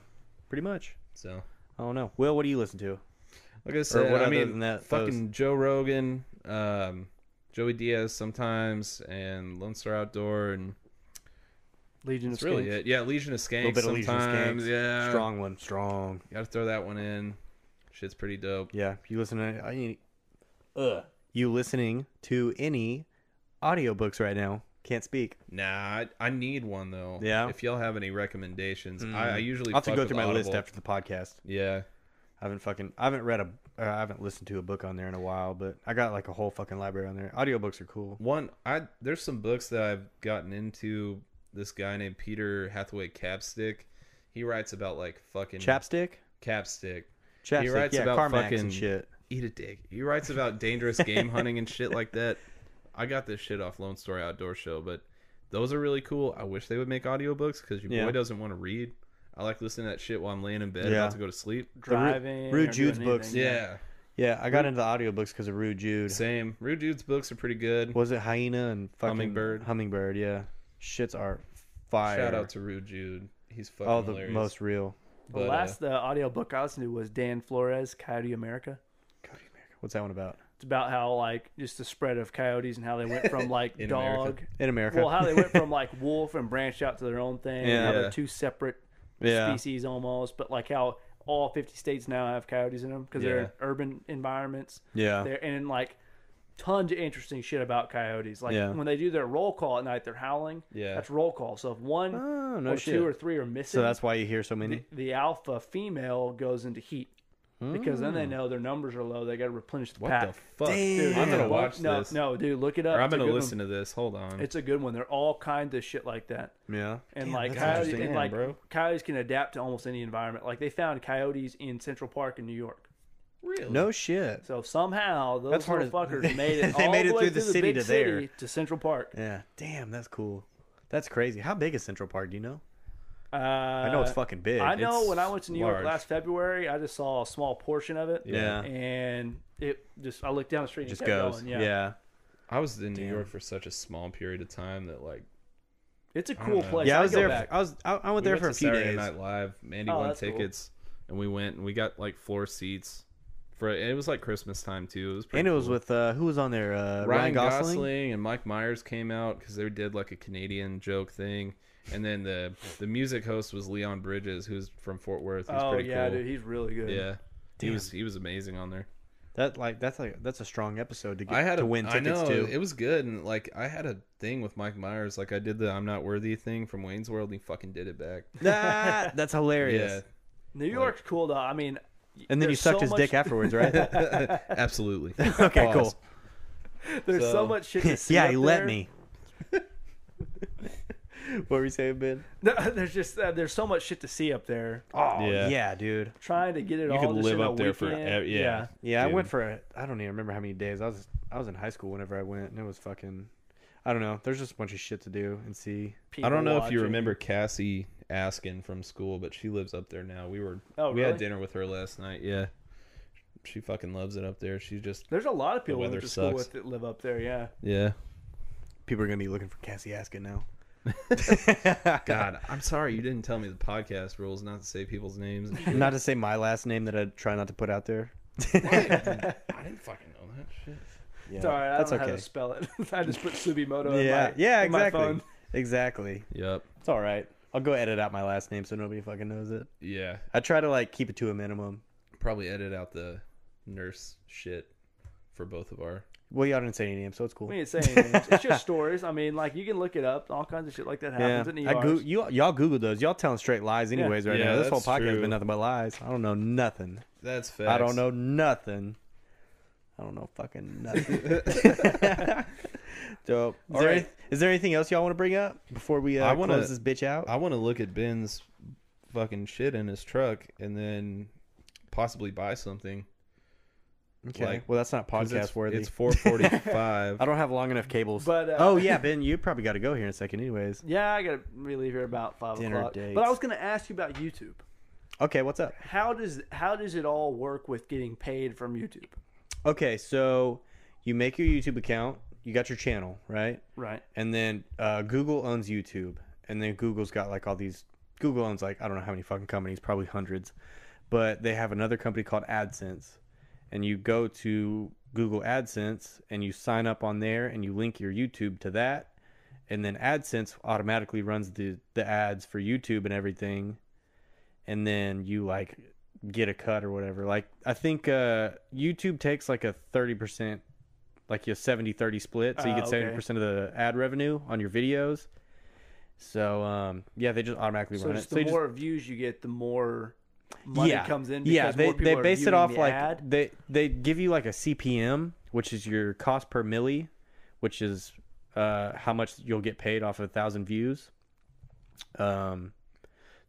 [SPEAKER 1] pretty much.
[SPEAKER 3] So
[SPEAKER 1] I don't know. Will, what do you listen to?
[SPEAKER 3] Like I said,
[SPEAKER 1] what
[SPEAKER 3] I
[SPEAKER 1] other
[SPEAKER 3] mean,
[SPEAKER 1] than that,
[SPEAKER 3] fucking Joe Rogan, um, Joey Diaz sometimes, and Lone Star Outdoor, and
[SPEAKER 4] legion
[SPEAKER 3] that's
[SPEAKER 4] of
[SPEAKER 3] really
[SPEAKER 4] Skanks.
[SPEAKER 3] it. Yeah, Legion of
[SPEAKER 1] A
[SPEAKER 3] Skanks
[SPEAKER 1] little bit of Legion of
[SPEAKER 3] sometimes.
[SPEAKER 1] Skanks.
[SPEAKER 3] Yeah,
[SPEAKER 1] Strong one. Strong.
[SPEAKER 3] Got to throw that one in. Shit's pretty dope.
[SPEAKER 1] Yeah. You listen to any? Ugh. You listening to any audiobooks right now? Can't speak.
[SPEAKER 3] Nah, I, I need one though.
[SPEAKER 1] Yeah? Hmm.
[SPEAKER 3] If y'all have any recommendations, Mm. I, I usually
[SPEAKER 1] I'll have to
[SPEAKER 3] fuck
[SPEAKER 1] go
[SPEAKER 3] with
[SPEAKER 1] through my list
[SPEAKER 3] Audible.
[SPEAKER 1] after the podcast.
[SPEAKER 3] Yeah,
[SPEAKER 1] I haven't fucking I haven't read a or I haven't listened to a book on there in a while, but I got like a whole fucking library on there. Audiobooks are cool.
[SPEAKER 3] one. I there's some books that I've gotten into. This guy named Peter Hathaway Capstick. He writes about like fucking
[SPEAKER 1] Chapstick?
[SPEAKER 3] Capstick.
[SPEAKER 1] Chapstick.
[SPEAKER 3] writes
[SPEAKER 1] yeah,
[SPEAKER 3] about
[SPEAKER 1] Carmax
[SPEAKER 3] fucking-
[SPEAKER 1] and shit.
[SPEAKER 3] eat a dick. He writes about dangerous game hunting and shit like that. I got this shit off Lone Story Outdoor Show, but those are really cool. I wish they would make audiobooks because your
[SPEAKER 1] Yeah.
[SPEAKER 3] boy doesn't want to read. I like listening to that shit while I'm laying in bed
[SPEAKER 1] Yeah.
[SPEAKER 3] about to go to sleep.
[SPEAKER 4] driving
[SPEAKER 1] Rude
[SPEAKER 4] or
[SPEAKER 1] Jude's
[SPEAKER 4] doing anything,
[SPEAKER 1] books.
[SPEAKER 3] Yeah.
[SPEAKER 1] Yeah, I got into the audiobooks because of Rude Jude.
[SPEAKER 3] Same. Rude Dude's books are pretty good.
[SPEAKER 1] Was it Hyena and fucking
[SPEAKER 3] Hummingbird.
[SPEAKER 1] Hummingbird, yeah. Shits are fire.
[SPEAKER 3] Shout out to Rude Jude. He's fucking
[SPEAKER 1] all the
[SPEAKER 3] hilarious.
[SPEAKER 1] most real.
[SPEAKER 3] But,
[SPEAKER 4] the
[SPEAKER 3] uh,
[SPEAKER 4] last uh, audiobook I listened to was Dan Flores, Coyote America.
[SPEAKER 1] What's that one about?
[SPEAKER 4] It's about how like just the spread of coyotes and how they went from like
[SPEAKER 3] In
[SPEAKER 4] dog.
[SPEAKER 3] America.
[SPEAKER 1] In America.
[SPEAKER 4] Well, how they went from like wolf and branched out to their own thing. and how
[SPEAKER 3] Yeah.
[SPEAKER 4] they're two separate
[SPEAKER 1] yeah.
[SPEAKER 4] species almost, but like how all 50 states now have coyotes in them because they're in
[SPEAKER 3] Yeah.
[SPEAKER 4] urban environments.
[SPEAKER 1] Yeah.
[SPEAKER 4] They're, and like tons of interesting shit about coyotes. Like
[SPEAKER 1] Yeah.
[SPEAKER 4] when they do their roll call at night, they're howling.
[SPEAKER 3] Yeah.
[SPEAKER 4] That's roll call. So if one
[SPEAKER 1] Oh, no
[SPEAKER 4] or
[SPEAKER 1] shit.
[SPEAKER 4] two or three are missing,
[SPEAKER 1] So that's why you hear so many.
[SPEAKER 4] the alpha female goes into heat because then they know their numbers are low. They got to replenish the
[SPEAKER 3] Hmm. what
[SPEAKER 4] pack.
[SPEAKER 3] the fuck?
[SPEAKER 1] Damn.
[SPEAKER 3] I'm
[SPEAKER 1] Yeah.
[SPEAKER 3] gonna watch
[SPEAKER 4] no,
[SPEAKER 3] this.
[SPEAKER 4] No, dude, look it up.
[SPEAKER 3] or I'm
[SPEAKER 4] It's a
[SPEAKER 3] gonna
[SPEAKER 4] good
[SPEAKER 3] listen
[SPEAKER 4] one.
[SPEAKER 3] to this. Hold on.
[SPEAKER 4] It's a good one. They're all kinds of shit like that.
[SPEAKER 1] Yeah.
[SPEAKER 4] And
[SPEAKER 1] Damn,
[SPEAKER 4] like
[SPEAKER 1] that's
[SPEAKER 4] coyotes,
[SPEAKER 1] interesting.
[SPEAKER 4] and like
[SPEAKER 3] bro.
[SPEAKER 4] coyotes can adapt to almost any environment. Like they found coyotes in Central Park in New York.
[SPEAKER 3] really
[SPEAKER 1] No shit.
[SPEAKER 4] So somehow those
[SPEAKER 1] That's hard
[SPEAKER 4] little
[SPEAKER 1] as-
[SPEAKER 4] fuckers made it.
[SPEAKER 1] They
[SPEAKER 4] all
[SPEAKER 1] made
[SPEAKER 4] the
[SPEAKER 1] it
[SPEAKER 4] way
[SPEAKER 1] through the city
[SPEAKER 4] big
[SPEAKER 1] to there.
[SPEAKER 4] city to Central Park.
[SPEAKER 1] Yeah. Damn, that's cool. That's crazy. How big is Central Park? Do you know?
[SPEAKER 4] Uh,
[SPEAKER 1] I know it's fucking big.
[SPEAKER 4] I know
[SPEAKER 3] It's
[SPEAKER 4] when I went to New York
[SPEAKER 3] large.
[SPEAKER 4] last February, I just saw a small portion of it.
[SPEAKER 1] Yeah.
[SPEAKER 4] And it just I looked down the street and
[SPEAKER 1] just
[SPEAKER 4] it kept
[SPEAKER 1] goes.
[SPEAKER 4] going.
[SPEAKER 1] yeah.
[SPEAKER 4] yeah.
[SPEAKER 1] yeah.
[SPEAKER 3] I was in New York for such a small period of time that like
[SPEAKER 4] It's a cool
[SPEAKER 3] know.
[SPEAKER 4] place.
[SPEAKER 1] Yeah, I
[SPEAKER 4] I'd
[SPEAKER 1] was
[SPEAKER 4] go
[SPEAKER 1] there.
[SPEAKER 4] back.
[SPEAKER 1] I was. I, I went
[SPEAKER 3] We
[SPEAKER 1] there
[SPEAKER 3] went
[SPEAKER 1] for
[SPEAKER 3] to
[SPEAKER 1] a few
[SPEAKER 3] Saturday
[SPEAKER 1] days.
[SPEAKER 3] Night Live. Mandy
[SPEAKER 4] Oh,
[SPEAKER 3] won
[SPEAKER 4] that's cool.
[SPEAKER 3] tickets, and we went and we got like floor seats for. And it was like Christmas time too. It was pretty
[SPEAKER 1] And it was
[SPEAKER 3] cool.
[SPEAKER 1] with uh, who was on there? Uh, Ryan,
[SPEAKER 3] Ryan,
[SPEAKER 1] Gosling.
[SPEAKER 3] and Mike Myers came out because they did like a Canadian joke thing. And then the the music host was Leon Bridges, who's from Fort Worth. He's
[SPEAKER 4] Oh
[SPEAKER 3] pretty
[SPEAKER 4] yeah,
[SPEAKER 3] cool.
[SPEAKER 4] dude, he's really good.
[SPEAKER 3] yeah, he was he was amazing on there.
[SPEAKER 1] That like that's like that's a strong episode to get
[SPEAKER 3] I had
[SPEAKER 1] to
[SPEAKER 3] a,
[SPEAKER 1] win tickets
[SPEAKER 3] I know,
[SPEAKER 1] to.
[SPEAKER 3] It was good, and like I had a thing with Mike Myers. Like I did the "I'm not worthy" thing from Wayne's World, and he fucking did it back.
[SPEAKER 1] Ah, that's hilarious.
[SPEAKER 4] New York's cool though. I mean,
[SPEAKER 1] And then you
[SPEAKER 4] There's
[SPEAKER 1] sucked
[SPEAKER 4] so
[SPEAKER 1] his
[SPEAKER 4] much-
[SPEAKER 1] dick afterwards, right?
[SPEAKER 3] absolutely.
[SPEAKER 1] okay, cool.
[SPEAKER 3] Pause.
[SPEAKER 4] there's so,
[SPEAKER 3] So-
[SPEAKER 4] much shit to see.
[SPEAKER 1] yeah,
[SPEAKER 4] up
[SPEAKER 1] he let
[SPEAKER 4] there.
[SPEAKER 1] me. What were you saying, Ben?
[SPEAKER 4] There's just uh, there's so much shit to see up there.
[SPEAKER 1] Oh
[SPEAKER 5] Yeah.
[SPEAKER 1] yeah, dude.
[SPEAKER 4] Trying to get it
[SPEAKER 5] You
[SPEAKER 4] all.
[SPEAKER 5] could
[SPEAKER 4] just
[SPEAKER 5] live
[SPEAKER 4] in a
[SPEAKER 5] up there for
[SPEAKER 4] weekend.
[SPEAKER 5] ev- yeah.
[SPEAKER 1] Yeah, I
[SPEAKER 5] Dude.
[SPEAKER 1] went for a, I don't even remember how many days. I was I was in high school whenever I went, and it was fucking. I don't know. There's just a bunch of shit to do and see.
[SPEAKER 5] I don't
[SPEAKER 4] People
[SPEAKER 5] know if you
[SPEAKER 4] watching.
[SPEAKER 5] remember Cassie Askin from school, but she lives up there now. We were
[SPEAKER 4] Oh,
[SPEAKER 5] we had
[SPEAKER 4] really?
[SPEAKER 5] dinner with her last night. Yeah, she fucking loves it up there. She's just
[SPEAKER 4] There's a lot of people we
[SPEAKER 5] weather
[SPEAKER 4] went to school
[SPEAKER 5] sucks.
[SPEAKER 4] with that live up there. Yeah.
[SPEAKER 5] yeah.
[SPEAKER 1] People are gonna be looking for Cassie Askin now.
[SPEAKER 5] God, I'm sorry you didn't tell me the podcast rules not to say people's names. and shit.
[SPEAKER 1] Not to say my last name that I try not to put out there.
[SPEAKER 5] I didn't fucking know that shit.
[SPEAKER 1] Yeah,
[SPEAKER 4] It's all right. I
[SPEAKER 1] that's
[SPEAKER 4] don't know
[SPEAKER 1] okay.
[SPEAKER 4] how to spell it. I just put Subimoto.
[SPEAKER 1] yeah,
[SPEAKER 4] In my,
[SPEAKER 1] yeah,
[SPEAKER 4] in my
[SPEAKER 1] exactly,
[SPEAKER 4] phone.
[SPEAKER 1] exactly.
[SPEAKER 5] Yep.
[SPEAKER 1] It's all right. I'll go edit out my last name so nobody fucking knows it.
[SPEAKER 5] Yeah.
[SPEAKER 1] I try to like keep it to a minimum.
[SPEAKER 5] Probably edit out the nurse shit for both of our.
[SPEAKER 1] Well, y'all didn't say any name, so it's cool.
[SPEAKER 4] We ain't saying anything. It's just stories. I mean, like you can look it up. All kinds of shit like that
[SPEAKER 1] Yeah,
[SPEAKER 4] happens in the
[SPEAKER 1] I
[SPEAKER 4] ERs.
[SPEAKER 1] go- you, y'all Google those. Y'all telling straight lies, anyways, right
[SPEAKER 5] Yeah,
[SPEAKER 1] now. This whole
[SPEAKER 5] that's
[SPEAKER 1] podcast has
[SPEAKER 5] true.
[SPEAKER 1] been nothing but lies. I don't know nothing.
[SPEAKER 5] That's facts.
[SPEAKER 1] I don't know nothing. I don't know fucking nothing. Dope. Is,
[SPEAKER 5] All
[SPEAKER 1] there
[SPEAKER 5] right.
[SPEAKER 1] any- is there anything else y'all want to bring up before we uh,
[SPEAKER 5] I wanna-
[SPEAKER 1] close this bitch out?
[SPEAKER 5] I want to look at Ben's fucking shit in his truck and then possibly buy something.
[SPEAKER 1] okay.
[SPEAKER 5] like-
[SPEAKER 1] well, that's not
[SPEAKER 5] 'Cause
[SPEAKER 1] podcast
[SPEAKER 5] it's,
[SPEAKER 1] worthy.
[SPEAKER 5] It's 445.
[SPEAKER 1] I don't have long enough cables.
[SPEAKER 4] But, uh,
[SPEAKER 1] oh yeah, Ben, you probably got to go here in a second, anyways.
[SPEAKER 4] Yeah, I gotta really leave here about five
[SPEAKER 1] Dinner
[SPEAKER 4] o'clock.
[SPEAKER 1] dates.
[SPEAKER 4] But I was gonna ask you about YouTube.
[SPEAKER 1] Okay, what's up?
[SPEAKER 4] How does how does it all work with getting paid from YouTube?
[SPEAKER 1] Okay, so you make your YouTube account. You got your channel, right?
[SPEAKER 4] Right.
[SPEAKER 1] and then uh, Google owns YouTube, and then Google's got like all these. Google owns like I don't know how many fucking companies, probably hundreds, but they have another company called AdSense, and you go to Google AdSense and you sign up on there and you link your YouTube to that, and then AdSense automatically runs the the ads for YouTube and everything, and then you like get a cut or whatever. Like I think uh, YouTube takes like a thirty percent like your 70 30 split so you
[SPEAKER 4] Ah,
[SPEAKER 1] get
[SPEAKER 4] okay.
[SPEAKER 1] 70% of the ad revenue on your videos so um yeah they just automatically
[SPEAKER 4] So
[SPEAKER 1] run
[SPEAKER 4] just
[SPEAKER 1] it
[SPEAKER 4] the
[SPEAKER 1] so you just-
[SPEAKER 4] more views you get, the more money comes in. Because
[SPEAKER 1] yeah they,
[SPEAKER 4] more people
[SPEAKER 1] they
[SPEAKER 4] are
[SPEAKER 1] base it
[SPEAKER 4] viewing
[SPEAKER 1] off
[SPEAKER 4] the
[SPEAKER 1] like
[SPEAKER 4] ad.
[SPEAKER 1] they they give you like a cpm which is your cost per milli which is uh how much you'll get paid off of a thousand views um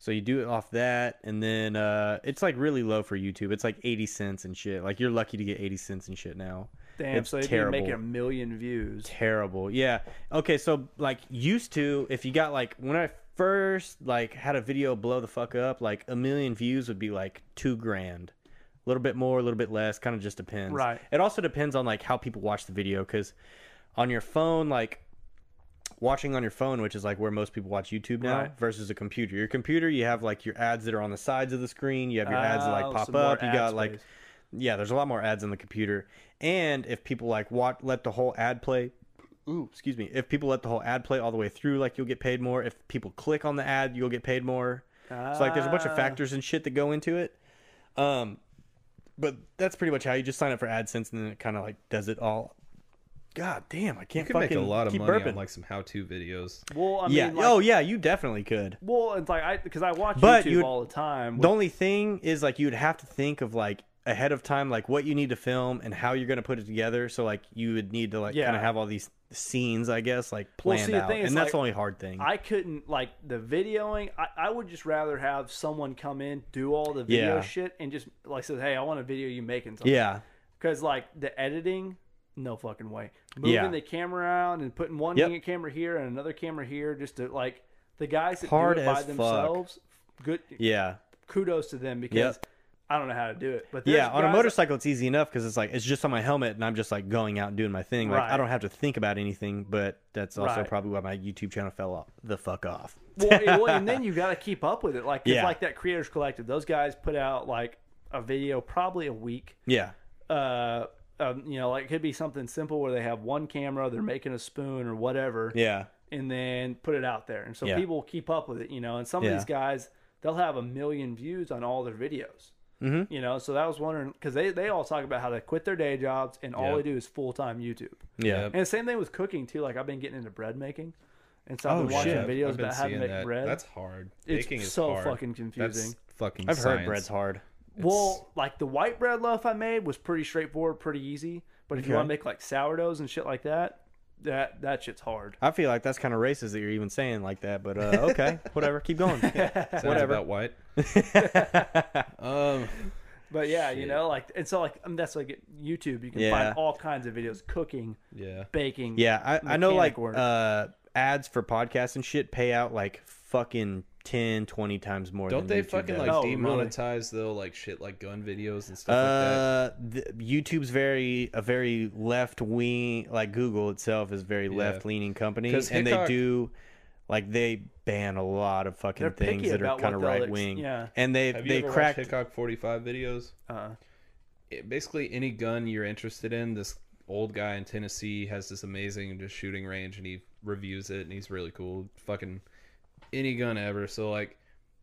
[SPEAKER 1] so you do it off that and then uh it's like really low for youtube it's like 80 cents and shit like you're lucky to get 80 cents and shit now
[SPEAKER 4] Damn,
[SPEAKER 1] it's
[SPEAKER 4] so if you're
[SPEAKER 1] terrible.
[SPEAKER 4] making a million views.
[SPEAKER 1] terrible. Yeah. Okay, so like used to, if you got like when I first like had a video blow the fuck up, like a million views would be like two grand. A little bit more, a little bit less, kind of just depends.
[SPEAKER 4] Right.
[SPEAKER 1] It also depends on like how people watch the video because on your phone, like watching on your phone, which is like where most people watch YouTube now,
[SPEAKER 4] Right.
[SPEAKER 1] versus a computer. Your computer, you have like your ads that are on the sides of the screen. You have your ads that
[SPEAKER 4] Oh,
[SPEAKER 1] like pop
[SPEAKER 4] some more
[SPEAKER 1] up. You
[SPEAKER 4] ad
[SPEAKER 1] got like
[SPEAKER 4] space.
[SPEAKER 1] yeah, there's a lot more ads on the computer. And if people like watch, let the whole ad play. Ooh, excuse me. If people let the whole ad play all the way through, like you'll get paid more. If people click on the ad, you'll get paid more. so like there's a bunch of
[SPEAKER 4] Ah.
[SPEAKER 1] factors and shit that go into it. Um, but that's pretty much how you just sign up for AdSense and then it kind of like does it all. God damn, I
[SPEAKER 5] you
[SPEAKER 1] can't
[SPEAKER 5] could
[SPEAKER 1] fucking
[SPEAKER 5] make a lot of
[SPEAKER 1] keep
[SPEAKER 5] money
[SPEAKER 1] burping.
[SPEAKER 5] on like some how-to videos.
[SPEAKER 4] Well, I mean,
[SPEAKER 1] yeah.
[SPEAKER 4] like,
[SPEAKER 1] oh yeah, you definitely could.
[SPEAKER 4] well, it's like I because I watch
[SPEAKER 1] But
[SPEAKER 4] YouTube
[SPEAKER 1] you-
[SPEAKER 4] all the time. with-
[SPEAKER 1] The only thing is like you'd have to think of like ahead of time like what you need to film and how you're going to put it together. So like you would need to like
[SPEAKER 4] Yeah.
[SPEAKER 1] kind of have all these scenes, I guess, like
[SPEAKER 4] Well,
[SPEAKER 1] planned
[SPEAKER 4] see, the
[SPEAKER 1] out.
[SPEAKER 4] thing is,
[SPEAKER 1] And that's
[SPEAKER 4] like,
[SPEAKER 1] the only hard thing.
[SPEAKER 4] I couldn't like the videoing. I, I would just rather have someone come in, do all the video
[SPEAKER 1] Yeah.
[SPEAKER 4] shit, and just like says, "Hey, I want a video you making something."
[SPEAKER 1] yeah.
[SPEAKER 4] Because like the editing, no fucking way. Moving
[SPEAKER 1] Yeah.
[SPEAKER 4] the camera around and putting one
[SPEAKER 1] Yep.
[SPEAKER 4] camera here and another camera here, just to like the guys that
[SPEAKER 1] Hard
[SPEAKER 4] do it by
[SPEAKER 1] as fuck.
[SPEAKER 4] themselves. Good
[SPEAKER 1] Yeah.
[SPEAKER 4] kudos to them because
[SPEAKER 1] Yep.
[SPEAKER 4] I don't know how to do it. But there's
[SPEAKER 1] Yeah, on a
[SPEAKER 4] guys-
[SPEAKER 1] motorcycle it's easy enough cuz it's like it's just on my helmet and I'm just like going out and doing my thing. Like
[SPEAKER 4] Right.
[SPEAKER 1] I don't have to think about anything, but that's also
[SPEAKER 4] Right.
[SPEAKER 1] probably why my YouTube channel fell off the fuck off.
[SPEAKER 4] well, it- well, and then you got to keep up with it. Like 'cause
[SPEAKER 1] Yeah.
[SPEAKER 4] like that Creators Collective, those guys put out like a video probably a week.
[SPEAKER 1] Yeah.
[SPEAKER 4] uh, um, you know, like it could be something simple where they have one camera, they're making a spoon or whatever,
[SPEAKER 1] Yeah.
[SPEAKER 4] and then put it out there. And so
[SPEAKER 1] Yeah.
[SPEAKER 4] people keep up with it, you know. And some
[SPEAKER 1] Yeah.
[SPEAKER 4] of these guys, they'll have a million views on all their videos, mm-hmm. you know. So that was wondering because they, they all talk about how they quit their day jobs and all
[SPEAKER 5] Yeah.
[SPEAKER 4] they do is full time YouTube.
[SPEAKER 1] Yeah.
[SPEAKER 4] And the same thing with cooking too. Like I've been getting into bread making, and so I've
[SPEAKER 1] Oh,
[SPEAKER 4] been watching
[SPEAKER 1] shit.
[SPEAKER 4] videos
[SPEAKER 5] I've been
[SPEAKER 4] about how to
[SPEAKER 5] seeing
[SPEAKER 4] make
[SPEAKER 5] that.
[SPEAKER 4] bread.
[SPEAKER 5] That's hard.
[SPEAKER 4] It's
[SPEAKER 5] Baking is
[SPEAKER 4] so
[SPEAKER 5] hard.
[SPEAKER 4] fucking
[SPEAKER 5] That's
[SPEAKER 4] confusing.
[SPEAKER 5] fucking
[SPEAKER 1] I've heard
[SPEAKER 5] science.
[SPEAKER 1] bread's hard.
[SPEAKER 4] Well, like the white bread loaf I made was pretty straightforward, pretty easy. But if you
[SPEAKER 1] Okay.
[SPEAKER 4] want to make like sourdoughs and shit like that, that that shit's hard.
[SPEAKER 1] I feel like that's kind of racist that you're even saying like that, but uh, okay, whatever. Keep going.
[SPEAKER 3] Sounds
[SPEAKER 1] Whatever.
[SPEAKER 3] about white. um,
[SPEAKER 4] But yeah, you know, like and so like I mean, that's like YouTube. You can
[SPEAKER 1] Yeah.
[SPEAKER 4] find all kinds of videos, cooking,
[SPEAKER 3] yeah.
[SPEAKER 4] baking.
[SPEAKER 1] Yeah, I, I know
[SPEAKER 4] mechanic
[SPEAKER 1] like
[SPEAKER 4] work.
[SPEAKER 1] uh, ads for podcasts and shit pay out like fucking 10, 20 times more.
[SPEAKER 3] Don't
[SPEAKER 1] than
[SPEAKER 3] they
[SPEAKER 1] YouTube
[SPEAKER 3] fucking
[SPEAKER 1] does.
[SPEAKER 3] like
[SPEAKER 4] No, really.
[SPEAKER 3] demonetize though, like shit, like gun videos and stuff like that?
[SPEAKER 1] Uh, th- YouTube's very a very left wing. Like Google itself is very left leaning company,
[SPEAKER 3] 'Cause
[SPEAKER 1] and
[SPEAKER 3] Hickok-
[SPEAKER 1] they do like they ban a lot of
[SPEAKER 4] They're
[SPEAKER 1] fucking
[SPEAKER 4] picky
[SPEAKER 1] things that are
[SPEAKER 4] about
[SPEAKER 1] kind of
[SPEAKER 4] what they'll ex-
[SPEAKER 1] right wing.
[SPEAKER 4] yeah.
[SPEAKER 1] and they
[SPEAKER 3] Have you
[SPEAKER 1] they
[SPEAKER 3] ever
[SPEAKER 1] cracked. Uh-uh.
[SPEAKER 3] watched Hickok 45 videos?
[SPEAKER 4] Uh,
[SPEAKER 3] It- basically, any gun you're interested in, this old guy in Tennessee has this amazing just shooting range, and he reviews it, and he's really cool. Fucking any gun ever. So like,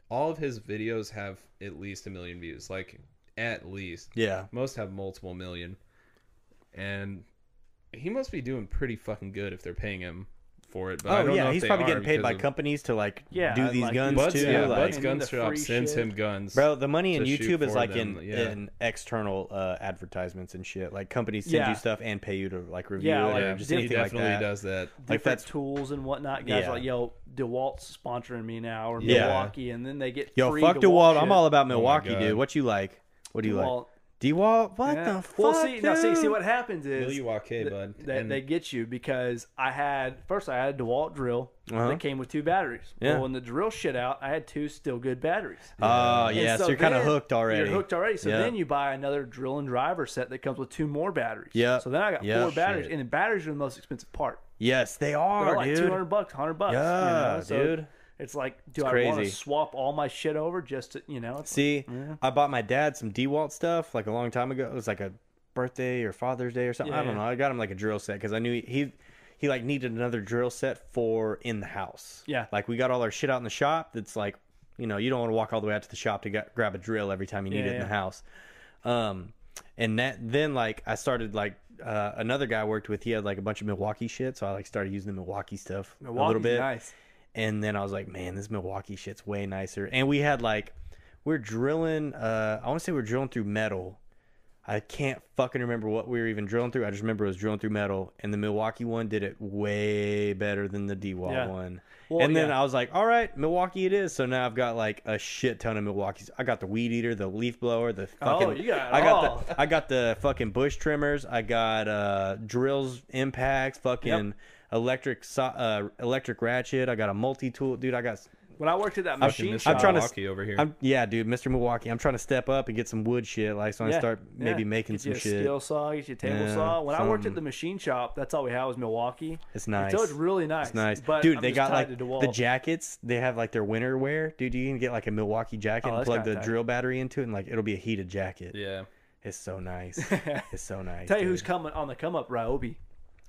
[SPEAKER 3] all of his videos have at least a million views. Like at least.
[SPEAKER 1] Yeah,
[SPEAKER 3] Most have multiple million. And he must be doing pretty fucking good if they're paying him for it. But I
[SPEAKER 1] oh
[SPEAKER 3] don't know
[SPEAKER 1] yeah,
[SPEAKER 3] if
[SPEAKER 1] he's
[SPEAKER 3] they
[SPEAKER 1] probably
[SPEAKER 3] are
[SPEAKER 1] getting paid
[SPEAKER 3] because
[SPEAKER 1] by
[SPEAKER 3] of-
[SPEAKER 1] companies to like
[SPEAKER 4] Yeah,
[SPEAKER 1] do these
[SPEAKER 4] like,
[SPEAKER 1] guns
[SPEAKER 3] Bud's,
[SPEAKER 1] too.
[SPEAKER 3] yeah,
[SPEAKER 1] like,
[SPEAKER 3] Bud's
[SPEAKER 4] And
[SPEAKER 3] gun
[SPEAKER 4] the
[SPEAKER 3] shop
[SPEAKER 4] free
[SPEAKER 3] sends
[SPEAKER 4] shit.
[SPEAKER 3] him guns.
[SPEAKER 1] Bro, the money in
[SPEAKER 3] to shoot
[SPEAKER 1] YouTube is
[SPEAKER 3] for
[SPEAKER 1] like
[SPEAKER 3] them,
[SPEAKER 1] in,
[SPEAKER 3] yeah.
[SPEAKER 1] in external uh, advertisements and shit. Like companies send
[SPEAKER 4] Yeah.
[SPEAKER 1] you stuff and pay you to like review
[SPEAKER 4] Yeah,
[SPEAKER 1] it
[SPEAKER 4] like,
[SPEAKER 3] yeah,
[SPEAKER 1] or just
[SPEAKER 3] he
[SPEAKER 1] anything like
[SPEAKER 3] definitely
[SPEAKER 1] that.
[SPEAKER 3] does that.
[SPEAKER 1] Like
[SPEAKER 4] different
[SPEAKER 1] that's
[SPEAKER 4] tools and whatnot. Guys,
[SPEAKER 1] Yeah.
[SPEAKER 4] are like yo, DeWalt's sponsoring me now, or
[SPEAKER 1] Yeah.
[SPEAKER 4] Milwaukee, and then they get
[SPEAKER 1] yo
[SPEAKER 4] free
[SPEAKER 1] fuck
[SPEAKER 4] DeWalt.
[SPEAKER 1] DeWalt. I'm
[SPEAKER 4] shit.
[SPEAKER 1] all about Milwaukee,
[SPEAKER 3] God.
[SPEAKER 1] dude. What you like? What do you
[SPEAKER 4] DeWalt.
[SPEAKER 1] like? DeWalt? What
[SPEAKER 4] Yeah.
[SPEAKER 1] the fuck?
[SPEAKER 4] Well, see, now see, see
[SPEAKER 1] dude?
[SPEAKER 4] what happens is
[SPEAKER 3] Milwaukee, bud.
[SPEAKER 4] They,
[SPEAKER 3] And-
[SPEAKER 4] they get you because I had first I had a DeWalt drill
[SPEAKER 1] Uh-huh.
[SPEAKER 4] that came with two batteries.
[SPEAKER 1] Yeah.
[SPEAKER 4] Well, when the drill shit out, I had two still good batteries.
[SPEAKER 1] Oh
[SPEAKER 4] And
[SPEAKER 1] yeah, so, you're kind of
[SPEAKER 4] then-
[SPEAKER 1] hooked already.
[SPEAKER 4] You're hooked already. So
[SPEAKER 1] Yeah.
[SPEAKER 4] then you buy another drill and driver set that comes with two more batteries.
[SPEAKER 1] Yep.
[SPEAKER 4] So then I got
[SPEAKER 1] Yep.
[SPEAKER 4] four batteries,
[SPEAKER 1] Shit.
[SPEAKER 4] and the batteries are the most expensive part.
[SPEAKER 1] Yes, they
[SPEAKER 4] They're
[SPEAKER 1] are,
[SPEAKER 4] like
[SPEAKER 1] dude.
[SPEAKER 4] two hundred bucks, hundred bucks. you
[SPEAKER 1] Yeah,
[SPEAKER 4] know? So
[SPEAKER 1] dude.
[SPEAKER 4] It's like,
[SPEAKER 1] It's
[SPEAKER 4] do I want
[SPEAKER 1] crazy.
[SPEAKER 4] to swap all my shit over just to, you know? It's
[SPEAKER 1] See, I bought my dad some DeWalt stuff like a long time ago. It was like a birthday or Father's Day or something. I
[SPEAKER 4] Yeah,
[SPEAKER 1] don't
[SPEAKER 4] yeah.
[SPEAKER 1] know. I got him like a drill set because I knew he, he he like needed another drill set for in the house.
[SPEAKER 4] Yeah.
[SPEAKER 1] like we got all our shit out in the shop. That's like you know you don't want to walk all the way out to the shop to get, grab a drill every time you need
[SPEAKER 4] Yeah,
[SPEAKER 1] it in the
[SPEAKER 4] yeah.
[SPEAKER 1] house. Um, and that then like I started like. Uh, another guy I worked with, he had like a bunch of Milwaukee shit, so I like started using the Milwaukee stuff a little
[SPEAKER 4] Milwaukee's
[SPEAKER 1] bit.
[SPEAKER 4] Nice.
[SPEAKER 1] And then I was like, man, this Milwaukee shit's way nicer. And we had like, we're drilling, uh, I want to say we're drilling through metal. I can't fucking remember what we were even drilling through. I just remember it was drilling through metal. And the Milwaukee one did it way better than the DeWalt
[SPEAKER 4] Yeah.
[SPEAKER 1] one.
[SPEAKER 4] Well,
[SPEAKER 1] and then
[SPEAKER 4] yeah.
[SPEAKER 1] I was like, all right, Milwaukee it is. So now I've got like a shit ton of Milwaukee's. I got the weed eater, the leaf blower, the fucking.
[SPEAKER 4] Oh, you got it
[SPEAKER 1] I got
[SPEAKER 4] all.
[SPEAKER 1] the I got the fucking bush trimmers. I got uh drills, impacts, fucking electric so- uh electric ratchet. I got a multi tool, dude. I got.
[SPEAKER 4] When I worked at that machine
[SPEAKER 3] Mr.
[SPEAKER 4] shop,
[SPEAKER 1] I'm trying to-
[SPEAKER 3] Milwaukee over here.
[SPEAKER 1] I'm yeah, dude, Mr. Milwaukee. I'm trying to step up and get some wood shit. Like, so I
[SPEAKER 4] Yeah,
[SPEAKER 1] start maybe
[SPEAKER 4] yeah.
[SPEAKER 1] making
[SPEAKER 4] Get
[SPEAKER 1] some
[SPEAKER 4] you a
[SPEAKER 1] shit.
[SPEAKER 4] Skill saw, get you a table
[SPEAKER 1] Yeah,
[SPEAKER 4] saw. When I worked
[SPEAKER 1] something.
[SPEAKER 4] at the machine shop, that's all we had was Milwaukee.
[SPEAKER 1] It's
[SPEAKER 4] And
[SPEAKER 1] nice.
[SPEAKER 4] So it's really nice.
[SPEAKER 1] It's nice,
[SPEAKER 4] but
[SPEAKER 1] dude.
[SPEAKER 4] I'm
[SPEAKER 1] they
[SPEAKER 4] just
[SPEAKER 1] got
[SPEAKER 4] tied
[SPEAKER 1] like
[SPEAKER 4] to DeWalt.
[SPEAKER 1] the jackets. They have like their winter wear, dude. You can get like a Milwaukee jacket
[SPEAKER 4] Oh,
[SPEAKER 1] and
[SPEAKER 4] that's
[SPEAKER 1] plug
[SPEAKER 4] kinda
[SPEAKER 1] the
[SPEAKER 4] tight.
[SPEAKER 1] drill battery into it, and like it'll be a heated jacket.
[SPEAKER 3] yeah.
[SPEAKER 1] It's so nice. it's so nice.
[SPEAKER 4] Tell you who's
[SPEAKER 1] dude.
[SPEAKER 4] coming on the come up, Ryobi.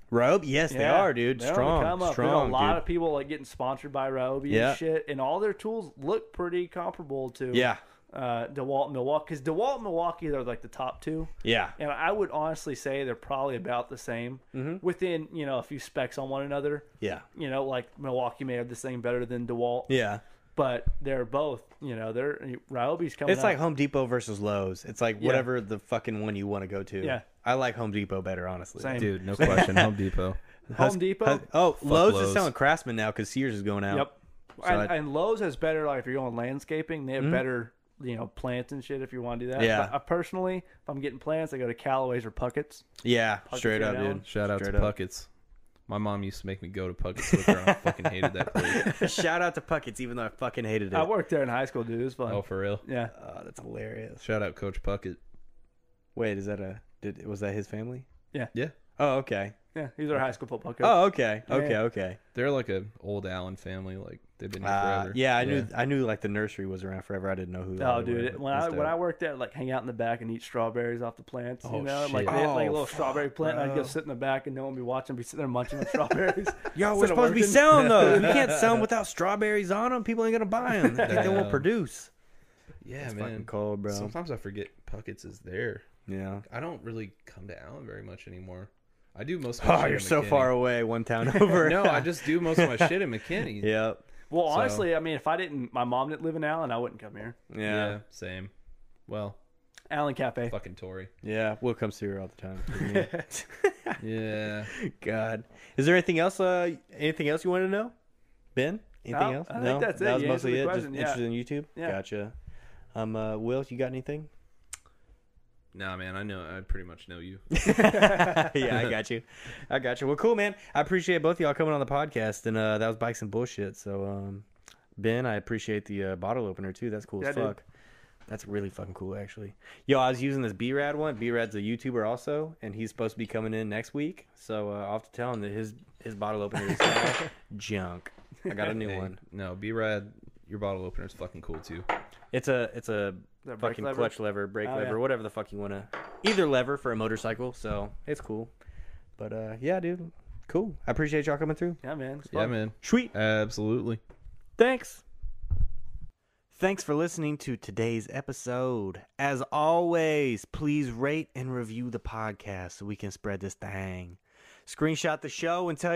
[SPEAKER 1] Robe? Yes, they
[SPEAKER 4] Yeah,
[SPEAKER 1] are, dude.
[SPEAKER 4] they're on the
[SPEAKER 1] strong,
[SPEAKER 4] come up. There's
[SPEAKER 1] strong,
[SPEAKER 4] a lot
[SPEAKER 1] dude.
[SPEAKER 4] of people like getting sponsored by Ryobi
[SPEAKER 1] Yeah.
[SPEAKER 4] and shit, and all their tools look pretty comparable to
[SPEAKER 1] Yeah.
[SPEAKER 4] uh, DeWalt and Milwaukee because DeWalt and Milwaukee are like the top two.
[SPEAKER 1] Yeah.
[SPEAKER 4] And I would honestly say they're probably about the same within, you know, a few specs on one another.
[SPEAKER 1] Mm-hmm. Yeah.
[SPEAKER 4] You know, like Milwaukee may have this thing better than DeWalt.
[SPEAKER 1] Yeah.
[SPEAKER 4] but they're both, you know, they're Ryobi's coming.
[SPEAKER 1] It's like
[SPEAKER 4] up.
[SPEAKER 1] Home Depot versus Lowe's. It's like whatever the fucking one you want to go to.
[SPEAKER 4] Yeah.
[SPEAKER 1] I like Home Depot better, honestly.
[SPEAKER 4] Same.
[SPEAKER 6] Dude, no question. Home Depot.
[SPEAKER 4] Home Depot.
[SPEAKER 1] Huh? Oh, Lowe's, is
[SPEAKER 6] Lowe's.
[SPEAKER 1] selling Craftsman now because Sears is going out.
[SPEAKER 4] yep. and,
[SPEAKER 1] I- Mm-hmm.
[SPEAKER 4] and Lowe's has better. Like if you're going landscaping, they have better, you know, plants and shit. If you want to do that.
[SPEAKER 1] Yeah.
[SPEAKER 4] But I personally, if I'm getting plants, I go to Callaway's or Puckett's.
[SPEAKER 1] Yeah, straight up,
[SPEAKER 4] Allen.
[SPEAKER 1] dude.
[SPEAKER 3] Shout out
[SPEAKER 1] Straight
[SPEAKER 3] to
[SPEAKER 1] up.
[SPEAKER 3] Puckett's. My mom used to make me go to Puckett's with her. and I fucking hated that place.
[SPEAKER 1] Shout out to Puckett's, even though I fucking hated it.
[SPEAKER 4] I worked there in high school, dude. It was fun.
[SPEAKER 3] Oh, for real?
[SPEAKER 4] yeah.
[SPEAKER 1] oh, that's hilarious.
[SPEAKER 3] Shout out Coach Puckett.
[SPEAKER 1] Wait, is that a did was that his family?
[SPEAKER 3] Yeah.
[SPEAKER 1] Oh, okay.
[SPEAKER 4] Yeah. He was our high school football coach.
[SPEAKER 1] Oh, okay. Okay,
[SPEAKER 4] Yeah.
[SPEAKER 1] okay.
[SPEAKER 3] They're like an old Allen family. Like, they've been here
[SPEAKER 1] Uh,
[SPEAKER 3] forever.
[SPEAKER 1] yeah, I knew I knew like the nursery was around forever. I didn't know who. all
[SPEAKER 4] Oh,
[SPEAKER 1] they were,
[SPEAKER 4] dude!
[SPEAKER 1] but
[SPEAKER 4] When
[SPEAKER 1] that's
[SPEAKER 4] I when
[SPEAKER 1] dope.
[SPEAKER 4] I worked at like hang out in the back and eat strawberries off the plants,
[SPEAKER 3] Oh,
[SPEAKER 4] you know,
[SPEAKER 3] shit.
[SPEAKER 4] like they had, like a
[SPEAKER 1] Oh,
[SPEAKER 4] little strawberry plant. and I'd go sit in the back and no one would be watching, be sitting there munching on strawberries.
[SPEAKER 1] Yo, we're
[SPEAKER 4] Instead of
[SPEAKER 1] supposed to be
[SPEAKER 4] working.
[SPEAKER 1] selling those. We can't sell them without strawberries on them. People ain't gonna buy them. They, they won't
[SPEAKER 3] Damn.
[SPEAKER 1] produce.
[SPEAKER 3] Yeah,
[SPEAKER 1] It's
[SPEAKER 3] man.
[SPEAKER 1] fucking cold, bro.
[SPEAKER 3] Sometimes I forget Puckett's is there.
[SPEAKER 1] yeah.
[SPEAKER 3] I don't really come to Allen very much anymore. I do most of my
[SPEAKER 1] Oh,
[SPEAKER 3] shit in
[SPEAKER 1] you're so
[SPEAKER 3] McKinney.
[SPEAKER 1] far away. One town over.
[SPEAKER 3] No, I just do most of my shit in McKinney.
[SPEAKER 1] Yep.
[SPEAKER 4] Well, honestly, I mean, if I didn't, my mom didn't live in Allen, I wouldn't come here.
[SPEAKER 1] Yeah.
[SPEAKER 3] Yeah,
[SPEAKER 1] Yeah.
[SPEAKER 3] same. Well,
[SPEAKER 4] Allen Cafe.
[SPEAKER 3] fucking Tory.
[SPEAKER 1] Will comes through all the time.
[SPEAKER 5] Yeah.
[SPEAKER 1] God, is there anything else? Uh, anything else you want to know, Ben? Anything
[SPEAKER 4] No,
[SPEAKER 1] else?
[SPEAKER 4] I think that's it.
[SPEAKER 1] That was
[SPEAKER 4] You
[SPEAKER 1] mostly
[SPEAKER 4] answered the
[SPEAKER 1] it.
[SPEAKER 4] question, yeah.
[SPEAKER 1] Just interested in YouTube.
[SPEAKER 4] Yeah.
[SPEAKER 1] Gotcha. Um, uh, Will, you got anything?
[SPEAKER 5] Nah, man. I know. I pretty much know you.
[SPEAKER 1] yeah, I got you. I got you. Well, cool, man. I appreciate both of y'all coming on the podcast, and uh, that was bikes and bullshit. So, um, Ben, I appreciate the uh, bottle opener too. That's cool
[SPEAKER 4] Yeah,
[SPEAKER 1] as
[SPEAKER 4] dude.
[SPEAKER 1] fuck. That's really fucking cool, actually. Yo, I was using this B Rad one. B Rad's a YouTuber also, and he's supposed to be coming in next week. So uh, I'll have to tell him that his his bottle opener is junk. I got a new
[SPEAKER 5] Hey,
[SPEAKER 1] one.
[SPEAKER 5] No, B Rad, your bottle opener is fucking cool too.
[SPEAKER 1] It's a it's a
[SPEAKER 4] that brake
[SPEAKER 1] fucking
[SPEAKER 4] lever?
[SPEAKER 1] clutch lever, brake
[SPEAKER 4] Oh,
[SPEAKER 1] lever,
[SPEAKER 4] yeah.
[SPEAKER 1] whatever the fuck you wanna, either lever for a motorcycle. So it's cool. But uh, yeah, dude, cool. I appreciate y'all coming through.
[SPEAKER 4] Yeah, man. It's
[SPEAKER 5] Yeah,
[SPEAKER 4] fun.
[SPEAKER 5] man.
[SPEAKER 1] Sweet.
[SPEAKER 5] Absolutely.
[SPEAKER 1] Thanks. Thanks for listening to today's episode. As always, please rate and review the podcast so we can spread this thing. Screenshot the show and tell